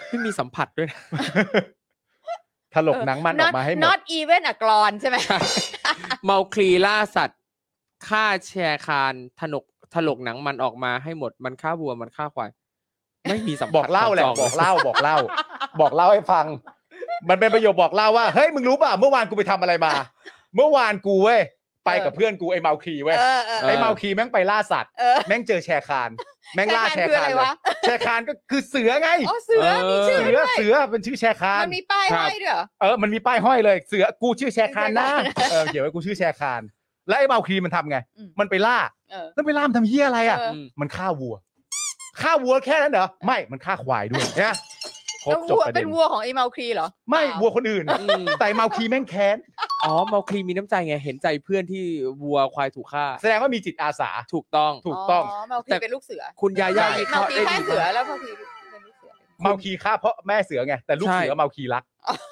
Speaker 5: ไม่มีสัมผัสด้วยนะ
Speaker 4: ถลกหนังมันออก
Speaker 2: Not-
Speaker 4: มาให้หมด
Speaker 2: not even อะกรอนใช่ไหม
Speaker 5: เมาคลีล่าสัตว์ฆ่าแชร์คานถนกถลกหนังมันออกมาให้หมดมันฆ่าวัวมันฆ่าควายไม่มีสัมผัส
Speaker 4: บอกเล่าแหละ
Speaker 5: ขงจ
Speaker 4: บอกเล่าบอกเล่า บอกเล่าให้ฟัง มันเป็นประโยคบอกเล่าว่า เฮ้ย มึงรู้ป่ะ เมื่อวานกูไปทำอะไรมา เมื่อวานกูเว้ย ไปกับเพื่อนกูไอ้เมาคีเว้ย
Speaker 2: เออเออ
Speaker 4: ไอ้เมาคีแม่งไปล่าสัตว์
Speaker 2: เออ
Speaker 4: แม่งเจอแชร์คาน แม่งล่า
Speaker 2: แช
Speaker 4: แช
Speaker 2: ร์
Speaker 4: ร์
Speaker 2: คาคืออะ
Speaker 4: คานน
Speaker 2: ไร
Speaker 4: เลยว
Speaker 2: ะ
Speaker 4: แชร์คานก็คือเสือไง
Speaker 2: อ๋อเสือมีชื่อ
Speaker 4: เสือ เสือเป็นชื่อแชร์คาน
Speaker 2: มันมีป้าย
Speaker 4: ครั
Speaker 2: ห้
Speaker 4: บ
Speaker 2: อยด้วยเหรอ
Speaker 4: เออ มันมีป้ายห้อยเลย เสือ กูชื่อแชร์คานนะ
Speaker 2: แชร์คาน
Speaker 4: เออเขียนไว้กูชื่อแชร์คาน แล้วไอ้เมาคีมันทำไง
Speaker 2: อืม
Speaker 4: มันไปล่า
Speaker 2: เออ
Speaker 4: แล้วไปล่ามนทำเหี้ยอะไรอ่ะ
Speaker 2: เออ
Speaker 5: อืม
Speaker 4: มันฆ่าวัว ฆ่าวัวแค่นั้นเหรอ ไม่ มันฆ่าควายด้วยนะครบ
Speaker 2: แล้ว
Speaker 4: จบ
Speaker 2: วัว
Speaker 4: ประ
Speaker 2: เป็
Speaker 4: เด็
Speaker 2: น
Speaker 4: น
Speaker 2: วัวของไอ้เมาครีเหรอ
Speaker 4: ไม่
Speaker 2: เปล่า
Speaker 4: วัวคนอื่น
Speaker 5: อืม
Speaker 4: แต่เมาคีแม่งแค้น
Speaker 5: อ๋อเมาคลีมีน้ำใจไงเห็นใจเพื่อนที่วัวควายถูกฆ่า
Speaker 4: แสดงว่ามีจิตอาสา
Speaker 5: ถูกต้อง
Speaker 4: ถูกต้อง
Speaker 2: เมาครี
Speaker 5: แต่
Speaker 2: เป็นลูกเสือ
Speaker 5: คุณยาย่าวิเค
Speaker 2: เมา
Speaker 5: ราะห์
Speaker 2: ครี
Speaker 5: ได้
Speaker 2: ฆ่า
Speaker 5: ดี
Speaker 2: เสือ
Speaker 5: มาก
Speaker 2: แล้วเมาครีเป็นลูกเสือ
Speaker 4: เมาคีฆ่าเพราะแม่เสือไง แต่ลูก
Speaker 5: ใช่
Speaker 4: เสือเมาคีรัก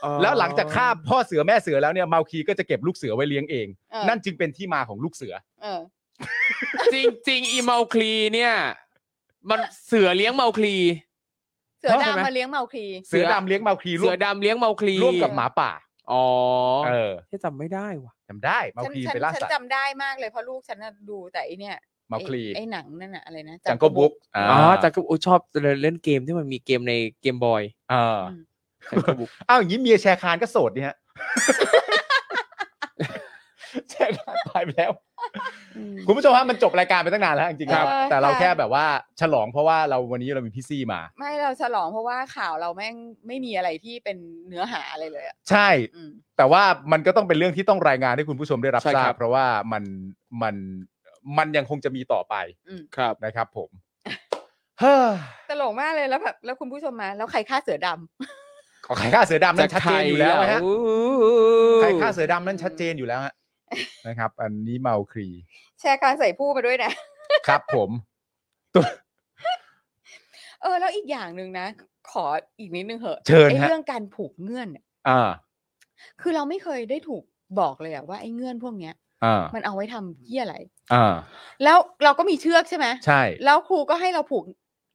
Speaker 5: อ๋อ
Speaker 4: แล้วหลังจากฆ่าพ่อเสือแม่เสือแล้วเนี่ย เมาคีก็จะเก็บลูกเสือไว้เลี้ยงเอง
Speaker 2: เออ
Speaker 4: นั่นจึงเป็นที่มาของลูกเสือ
Speaker 2: เออ
Speaker 5: จริงจริงๆอีเมาคลีเนี่ย มันเสือเลี้ยงเมาคลี
Speaker 2: เสือ
Speaker 5: เข้าใจไหม
Speaker 2: ดำมาเลี้ยงเมาครี
Speaker 4: เสือดำเลี้ยงเมาคีร่
Speaker 5: เสื
Speaker 4: ว
Speaker 5: อ
Speaker 4: ม
Speaker 5: ดำเลี้ยงเมาคลี
Speaker 4: ร่วมกับหมาป่า
Speaker 5: อ๋อ
Speaker 4: เออ
Speaker 5: ที่จำไม่ได้ว่ะ
Speaker 4: จำได้ เมา
Speaker 2: ฉัน
Speaker 4: คี
Speaker 2: ฉัน
Speaker 4: ไปล่า
Speaker 2: ฉัน
Speaker 4: สัตว์
Speaker 2: จำได้มากเลยเพราะลูกฉันน่ะดูแต่อีเนี่ย
Speaker 4: เมา
Speaker 2: ไอ้
Speaker 4: คี
Speaker 2: ไอ้หนังนั่นน่ะอะไรนะ
Speaker 4: จังก็บุ๊ก
Speaker 5: อ๋อจากก็โอ้ชอบเล่นเกมที่มันมีเกมในเกมบอย
Speaker 4: เออ
Speaker 5: จังกะบุก
Speaker 4: อ้าวอย่างนี้เมียแชร์คานก็โสดนี่ฮะ แชร์คานตายไปแล้ว
Speaker 2: อืม
Speaker 4: คุณผู้ชมฮะมันจบรายการไปตั้งนานแล้วจริงๆ
Speaker 2: ครับ
Speaker 4: ครับ แต่เรา
Speaker 2: ค่ะ
Speaker 4: แค่แบบว่าฉลองเพราะว่าเราวันนี้เรามีพี่ซี่มา
Speaker 2: ไม่เราฉลองเพราะว่าข่าวเราแม่งไม่มีอะไรที่เป็นเนื้อหาอะไรเลยอ่ะ
Speaker 4: ใช่
Speaker 2: อืม
Speaker 4: แต่ว่ามันก็ต้องเป็นเรื่องที่ต้องรายงานให้คุณผู้ชมได้รับ
Speaker 5: ใช่
Speaker 4: ทรา
Speaker 5: ครับ บ
Speaker 4: เพราะว่ามันมันมันยังคงจะมีต่อไป
Speaker 5: ครับ
Speaker 4: นะครับ ผมเฮ้อ
Speaker 2: ตลกมากเลยแล้วแบบแล้วคุณผู้ชมมา แล้วใครฆ่าเสือดำ
Speaker 4: ขอใครฆ่าเสือดำนั้นชัดเจนอยู่แล้วนะฮะใครฆ่าเสือดำนั้นชัดเจนอยู่แล้วฮะนะครับ อันนี้เมาครี
Speaker 2: แชร์การใส่ผู้มาด้วยนะ
Speaker 4: ครับ ผม
Speaker 2: เออ แล้วอีกอย่างหนึ่งนะ ขออีกนิดนึงเหอะ
Speaker 4: เชิญ
Speaker 2: ไอ้
Speaker 4: ฮะ
Speaker 2: เรื่องการผูกเงื่อนเนี่ย
Speaker 4: อ่า
Speaker 2: คือเราไม่เคยได้ถูกบอกเลยอะว่าไอ้เงื่อนพวกเนี้ย
Speaker 4: อ่า
Speaker 2: มันเอาไว้ทำเยี่ยอะไร
Speaker 4: อ่า
Speaker 2: แล้วเราก็มีเชือกใช่ไหม
Speaker 4: ใช่
Speaker 2: แล้วครูก็ให้เราผูก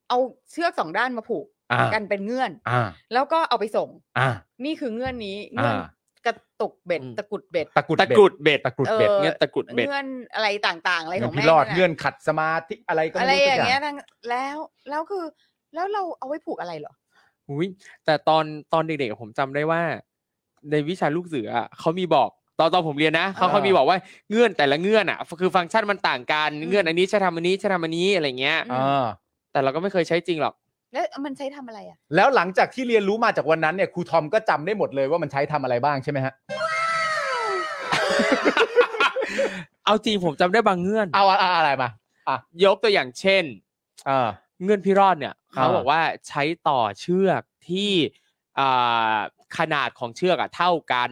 Speaker 2: เอาเชือกสองด้านมาผูก
Speaker 4: อ่า
Speaker 2: กันเป็นเงื่อน
Speaker 4: อ่า
Speaker 2: แล้วก็เอาไปส่ง
Speaker 4: อ่า
Speaker 2: นี่คือเงื่อนนี้เงื่อน
Speaker 4: อ่า
Speaker 2: กระตุกเบ็ด
Speaker 5: อืม
Speaker 2: ตะกรุดเบ็ด
Speaker 4: ตะกรุด
Speaker 5: ตะ
Speaker 4: เบ็ด
Speaker 5: กรุดเบ็ด
Speaker 4: ตะกรุดเบ็ด
Speaker 2: ออ
Speaker 5: เงี้ยตะกรุดเบ็ด
Speaker 2: เงื่อนอะไรต่างๆ อะไรข
Speaker 4: เงิ
Speaker 2: อน ง
Speaker 4: พิ
Speaker 2: แม่
Speaker 4: รอด
Speaker 2: นั่นน่ะ
Speaker 4: เงื่อนขัดสมาธิอะไรก็
Speaker 2: อะ
Speaker 4: ไม่
Speaker 2: ไร
Speaker 4: รู้
Speaker 2: อย่าง
Speaker 4: สักอย่าง
Speaker 2: เงี้ยทั้งแล้วแล้วคือแล้วเราเอาไว้ผูกอะไรเหรอ
Speaker 5: อุ้ยแต่ตอนตอนเด็กๆผมจำได้ว่า ในวิชาลูกเสืออะเขามีบอกตอนตอนผมเรียนนะเขา
Speaker 4: อ่า
Speaker 5: เขามีบอกว่าเงื่อนแต่ละเงื่อนอ่ะ คือฟังก์ชันมันต่างกัน
Speaker 2: อืม
Speaker 5: เงื่อนอันนี้ใช้ทำอันนี้ใช้ทำอันนี้อะไรเงี้ย
Speaker 2: อืม
Speaker 4: อ่า
Speaker 5: แต่เราก็ไม่เคยใช้จริงหรอก
Speaker 2: แล้วมันใช้ทำอะไรอ่ะ
Speaker 4: แล้วหลังจากที่เรียนรู้มาจากวันนั้นเนี่ยครูทอมก็จำได้หมดเลยว่ามันใช้ทำอะไรบ้างใช่ไหมฮะ
Speaker 5: เอาจริงผมจำได้บางเงื่อน
Speaker 4: เอาอะอะอะไรมา
Speaker 5: ยกตัวอย่างเช่น
Speaker 4: อ่า
Speaker 5: เงื่อนพิรอดเนี่ยเขา
Speaker 4: อ่า
Speaker 5: บอกว่าใช้ต่อเชือกที่อ่าขนาดของเชือกอะเท่ากัน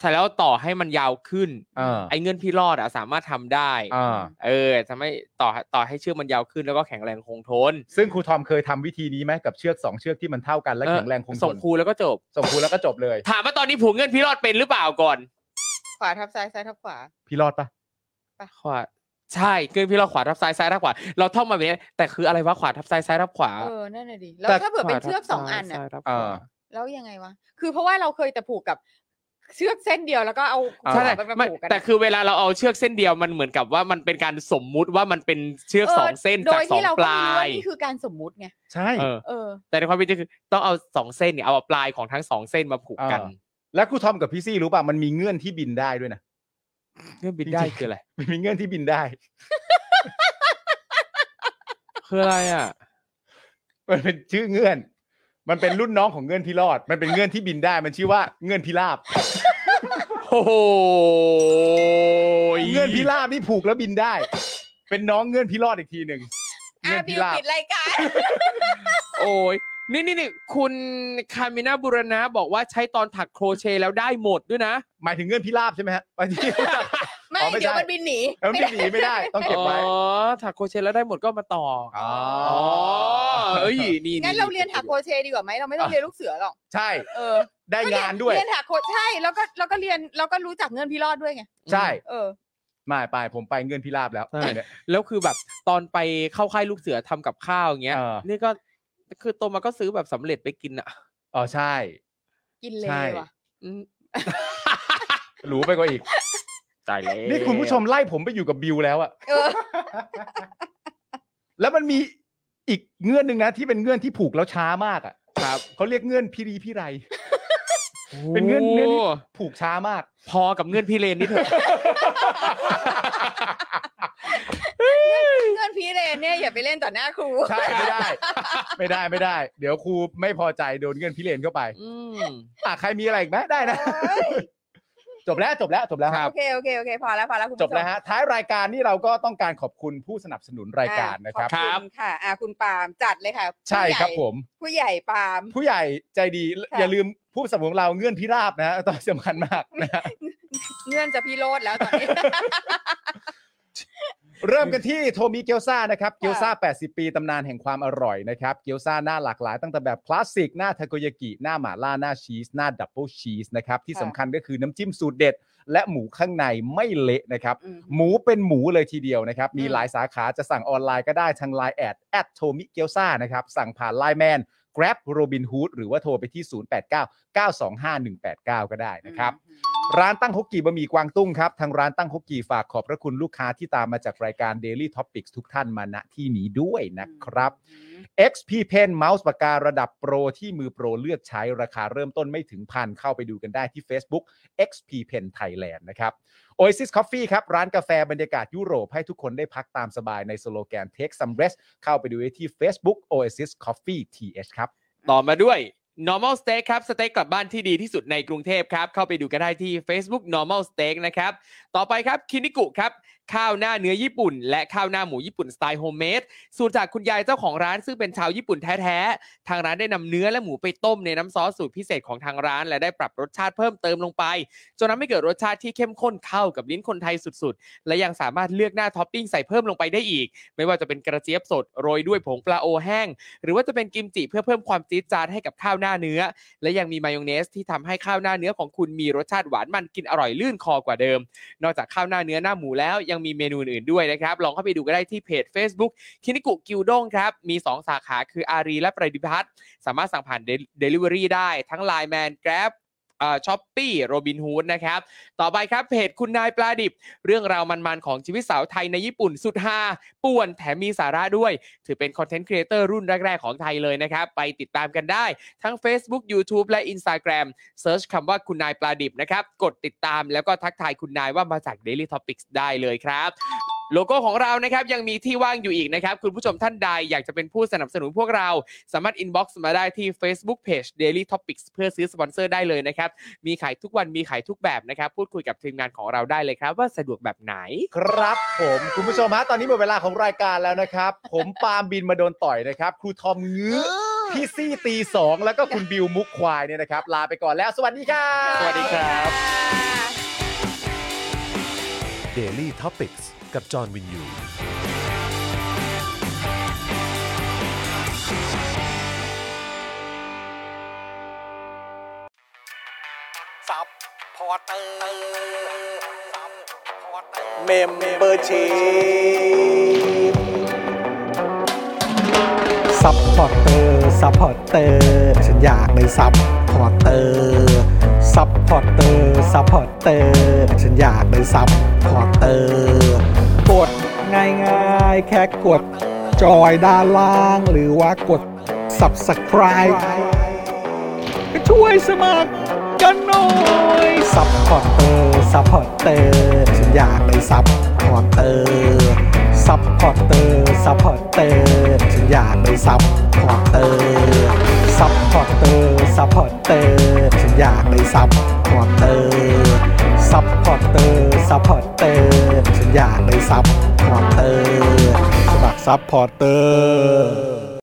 Speaker 5: แต่แล้วต่อให้มันยาวขึ้น
Speaker 4: อ่า
Speaker 5: ไอ้เงื่อนพิรอดอะสามารถทำได้
Speaker 4: อ่า
Speaker 5: เออทำให้ต่อต่อให้เชือกมันยาวขึ้นแล้วก็แข็งแรงคงทน
Speaker 4: ซึ่งครูทอมเคยทำวิธีนี้ไหมกับเชือกสองเชือกที่มันเท่ากันและแข็งแรงคงทน
Speaker 5: ส่งครูแล้วก็จบ
Speaker 4: ส่งครูแล้วก็จบเลย
Speaker 5: ถามว่าตอนนี้ผูกเงื่อนพี่รอดเป็นหรือเปล่าก่อน
Speaker 2: ขวาทับซ้ายซ้ายทับขวา
Speaker 4: พี่รอดปะ
Speaker 5: ขวาใช่เงื่อนพี่รอดขวาทับซ้ายซ้ายทับขวาเราท่องมาแบบนี้แต่คืออะไรวะขวาทับซ้ายซ้ายทับขวา
Speaker 2: เออ นั่นน่ะดิ แล้วถ้าเผื่อเป็นเชือกสองอัน
Speaker 5: อ่ะ
Speaker 2: อ่ะ
Speaker 4: อ่า
Speaker 2: แล้วยังไงวะ คือเพราะว่าเราเคยแต่ผูกกับเชือกเส้นเดียวแล้วก็เอา
Speaker 4: อ่
Speaker 5: ใช่
Speaker 2: ขวา
Speaker 5: แต่
Speaker 2: มา
Speaker 5: ไม่
Speaker 2: ผูกกัน
Speaker 5: แต่คือเวลาเราเอาเชือกเส้นเดียวมันเหมือนกับว่ามันเป็นการสมมุติว่ามันเป็นเชือกสองเส้น
Speaker 2: โด
Speaker 5: จาก
Speaker 2: ย
Speaker 5: สอ
Speaker 2: ที่
Speaker 5: ง
Speaker 2: เรา
Speaker 5: ป
Speaker 2: ก็
Speaker 5: ลา
Speaker 2: ไม่รู้ว่าย นี่คือการสมมุติไง
Speaker 4: ใช่
Speaker 5: เออ
Speaker 2: เออ
Speaker 5: แต่ในความเป็นจริงคือต้องเอาสองเส้นเนี่ยเอาปลายของทั้งสองเส้นมาผูกกัน
Speaker 4: อ่า แล้วครูทอมกับพี่ซี่รู้ป่ะมันมีเงื่อนที่บินได้ด้วยนะ
Speaker 5: เงื่อนบินได้คืออะไร
Speaker 4: มันมีเงื่อนที่บินได้
Speaker 5: คืออะไรอ่ะ
Speaker 4: มันเป็นชื่อเงื่อน มันเป็นรุ่นน้องของเงื่อนพิรอด มันเป็นเงื่อนที่บินได้ มันชื่อว่าเงื่อนพิราบ
Speaker 5: โอ้โห
Speaker 4: เงื่อนพิราบนี่ผูกแล้วบินได้ เป็นน้องเงื่อนพิรอดอีกทีหนึ่ง
Speaker 2: อ่ะ
Speaker 4: เงื่อน
Speaker 2: บิ
Speaker 4: พิ
Speaker 2: ว
Speaker 4: ราบ
Speaker 2: ปิดรายการ
Speaker 5: โอ้ยนี่นี่นี่คุณคามินาบุรณะบอกว่าใช้ตอนถักโครเชต์แล้วได้หมดด้วยนะ
Speaker 4: หมายถึงเงื่อนพิราบใช่ไหมฮะ หมายถึง
Speaker 2: ไม่
Speaker 4: อ๋อไม่
Speaker 2: เดี๋ยว
Speaker 4: ใช่
Speaker 2: มันบินหนี
Speaker 4: แล้วไม่หนีไม่ได้ต้องเก็บไว้
Speaker 5: อ๋อถักโครเชต์แล้วได้หมดก็มาต่ออ๋
Speaker 4: อ๋อ
Speaker 5: เอ้ยนี่
Speaker 2: งั้นเราเรียนถักโครเชต์ดีกว่าไหมเราไม่ต้องเรียนลูกเสือหรอก
Speaker 4: ใช่
Speaker 2: เออ
Speaker 4: ได้งานด้วย
Speaker 2: เรียนถักโครใช่แล้วก็แล้วก็เรียนแล้วก็รู้จักเงินพี่รอดด้วยไง
Speaker 4: ใช่
Speaker 2: เออ
Speaker 4: ไม่ไปผมไปเงื่อนพิราบแล้ว
Speaker 3: ใช่
Speaker 4: เนี่ย
Speaker 5: แล้วคือแบบตอนไปเข้าค่ายลูกเสือทำกับข้าวอย่างเงี้ย
Speaker 4: เออ
Speaker 5: นี่ก็คือโตมาก็ซื้อแบบสำเร็จไปกินอ่ะ
Speaker 4: อ๋อใช่
Speaker 2: กินเล
Speaker 4: ใช่
Speaker 2: ยว่ะ
Speaker 5: อืม
Speaker 4: หรูไปกว่าอีก
Speaker 5: ตายแล้ว
Speaker 4: นี่คุณผู้ชมไล่ผมไปอยู่กับบิวแล้วอะ
Speaker 2: เออ
Speaker 4: แล้วมันมีอีกเงื่อนหนึ่งนะที่เป็นเงื่อนที่ผูกแล้วช้ามากอะครับเขาเรียกเงื่อนพิรีพิไร เป็นเงื่อนเงื่อนที่
Speaker 5: โ
Speaker 4: ผูกช้ามาก
Speaker 5: พอกับเงื่อนพี่เลนนี่เถอะ
Speaker 2: เงินพี่เรนเนี่ยอย่าไปเล่นต่อหน้าครู
Speaker 4: ใช่ไม่ได้ ไม่ได้ไม่ได้ เดี๋ยวครูไม่พอใจโดนเงื่อนพิเรนเข้าไป
Speaker 5: อืม
Speaker 4: อ่ะใครมีอะไรอีกไหมได้นะ
Speaker 2: เอ้ย
Speaker 4: จบแล้วจบแล้วจบแล้ว
Speaker 5: ครับ
Speaker 2: โอเคโอเคโอเคพอแล้วพอแล้วคุณ
Speaker 4: จ
Speaker 2: ผู้ช
Speaker 4: บ
Speaker 2: ม
Speaker 4: แล้วฮะท้ายรายการนี่เราก็ต้องการขอบคุณผู้สนับสนุนรายการนะครับ
Speaker 2: อ่าขอณค่ะอ่าคุณปาล์มจัดเลยค่ะ
Speaker 4: ใช่ครับ
Speaker 2: ผู้ใหญ่
Speaker 4: ผม
Speaker 2: ผู้ใหญ่ปาล์ม
Speaker 4: ผู้ใหญ่ใจดี
Speaker 2: ค่ะ
Speaker 4: อย่าลืมผู้สนับสนุนเราเงื่อนพิราบนะฮะ ตอนสำคัญมากนะฮะ
Speaker 2: เงื่อนจะพี่โรดแล้วตอนนี้
Speaker 4: เริ่มกันที่โทมิเกียวซานะครับเกียวซา80 ปีตำนานแห่งความอร่อยนะครับเกียวซาหน้าหลากหลายตั้งแต่แบบคลาสสิกหน้าทาโกยากิหน้าหม่าล่าหน้าชีสหน้าดับเบิลชีสนะครับที่
Speaker 2: ค่ะ
Speaker 4: สำคัญก็คือน้ำจิ้มสูตรเด็ด และหมูข้างในไม่เละนะครับ
Speaker 2: อืม
Speaker 4: หมูเป็นหมูเลยทีเดียวนะครับ มี
Speaker 2: อืม
Speaker 4: หลายสาขาจะสั่งออนไลน์ก็ได้ทาง Line แอดแอดโทมิเกียวซานะครับ สั่งผ่าน Line แมน Grab Robin Hood หรือว่าโทรไปที่ 0899251189 ก็ได้นะครับ ร้านตั้งฮกกีบะหมี่กวางตุ้งครับ ทางร้านตั้งฮกกีฝากขอบพระคุณลูกค้าที่ตามมาจากรายการ Daily Topics ทุกท่านมาณที่นี้ด้วยนะครับ
Speaker 2: อืม
Speaker 4: XP Pen เมาส์ปากการะดับโปรที่มือโปรเลือกใช้ราคาเริ่มต้นไม่ถึงพันเข้าไปดูกันได้ที่ Facebook XP Pen Thailand นะครับ Oasis Coffee ครับ ร้านกาแฟบรรยากาศยุโรปให้ทุกคนได้พักตามสบายในสโลแกน Take some rest เข้าไปดูได้ที่ Facebook Oasis Coffee TH ครับ
Speaker 5: ต่อมาด้วย normal steak ครับ สเต็กกลับบ้านที่ดีที่สุดในกรุงเทพครับ เข้าไปดูกันได้ที่ Facebook normal steak นะครับ ต่อไปครับคินิกุครับ ข้าวหน้าเนื้อญี่ปุ่น และข้าวหน้าหมูญี่ปุ่นสไตล์โฮมเมดสูตรจากคุณยายเจ้าของร้านซึ่งเป็นชาวญี่ปุ่นแท้ๆ ทางร้านได้นำเนื้อและหมูไปต้มในน้ำซอสสูตรพิเศษของทางร้าน และได้ปรับรสชาติเพิ่มเติมลงไป จนทำให้เกิดรสชาติที่เข้มข้นเข้ากับลิ้นคนไทยสุดๆ และยังสามารถเลือกหน้าท็อปปิ้งใส่เพิ่มลงไปได้อีก ไม่ว่าจะเป็นกระเจี๊ยบสดโรยด้วยผงปลาโอแห้ง หรือว่าจะเป็นกิมจิเพื่อเพิ่มความจี๊ดจ๊าดให้กับข้าวหน้าเนื้อ และยังมีมายองเนสที่ทำให้ข้าวหน้าเนื้อของคุณมีรสชาติหวานมันกินอร่อยลื่นคอกว่าเดิม นอกจากข้าวหน้าเนื้อหน้าหมูแล้วยังมีเมนูอื่นๆด้วยนะครับ ลองเข้าไปดูก็ได้ที่เพจ Facebook คินิกุกิวด้งครับ มี 2 สาขาคืออารีและประดิพัฒน์สามารถสั่งผ่านเดลิเวอรี่ได้ทั้ง Line Man Grab ช้อปปี้โรบินฮูดนะครับ ต่อไปครับเพจคุณนายปลาดิบ เรื่องราวมันๆของชีวิตสาวไทยในญี่ปุ่นสุดฮาป่วนแถมมีสาระด้วย ถือเป็นคอนเทนต์ครีเอเตอร์รุ่นแรก ๆ ของไทยเลยนะครับ ไปติดตามกันได้ ทั้ง Facebook YouTube และ Instagram เซิร์ชคำว่าคุณนายปลาดิบนะครับ กดติดตามแล้วก็ทักทายคุณนายว่ามาจาก Daily Topics ได้เลยครับ โลโก้ของเรานะครับ ยังมีที่ว่างอยู่อีกนะครับ คุณผู้ชมท่านใดอยากจะเป็นผู้สนับสนุนพวกเรา สามารถ inbox มาได้ที่ Facebook Page Daily Topics เพื่อซื้อสปอนเซอร์ได้เลยนะครับ มีขายทุกวันมีขายทุกแบบนะครับ พูดคุยกับทีมงานของเราได้เลยครับ ว่าสะดวกแบบไหน
Speaker 4: ครับผมคุณผู้ชมฮะตอนนี้หมดเวลาของรายการแล้วนะครับ ผมปาล์มบินมาโดนต่อยนะครับ ครูทอมงื้อพี่ซี่ตีสองแล้วก็คุณบิวมุกควายเนี่ยนะครับ ลาไปก่อนแล้ว สวัสดีครับ
Speaker 5: สวัสดีครับ
Speaker 1: Daily Topics กับจอห์นวินยู
Speaker 7: ซับพอร์เตอร์ซับพอร์เตอร์
Speaker 3: เมมเบอร์ชีซัพพอร์เตอร์ซัพพอร์เตอร์ฉันอยากเป็นซัพพอร์เตอร์ซัพพอร์เตอร์ซัพพอร์เตอร์ฉันอยากเป็นซัพพอร์เตอร์กดง่ายๆ แค่กด จอยด้านล่าง หรือว่ากด subscribe ก็ช่วยสมัคร กันหน่อยซัพพอร์เตอร์ซัพพอร์เตอร์ฉันอยากเป็นซัพพอร์เตอร์ ซัพพอร์เตอร์ซัพพอร์เตอร์ฉันอยากเป็นซัพพอร์เตอร์ซัพพอร์เตอร์ซัพพอร์เตอร์ฉันอยากเป็นซัพพอร์เตอร์ซัพพอร์เตอร์ซัพพอร์เตอร์ฉันอยากเป็นซัพพอร์เตอร์สมัครซัพพอร์เตอร์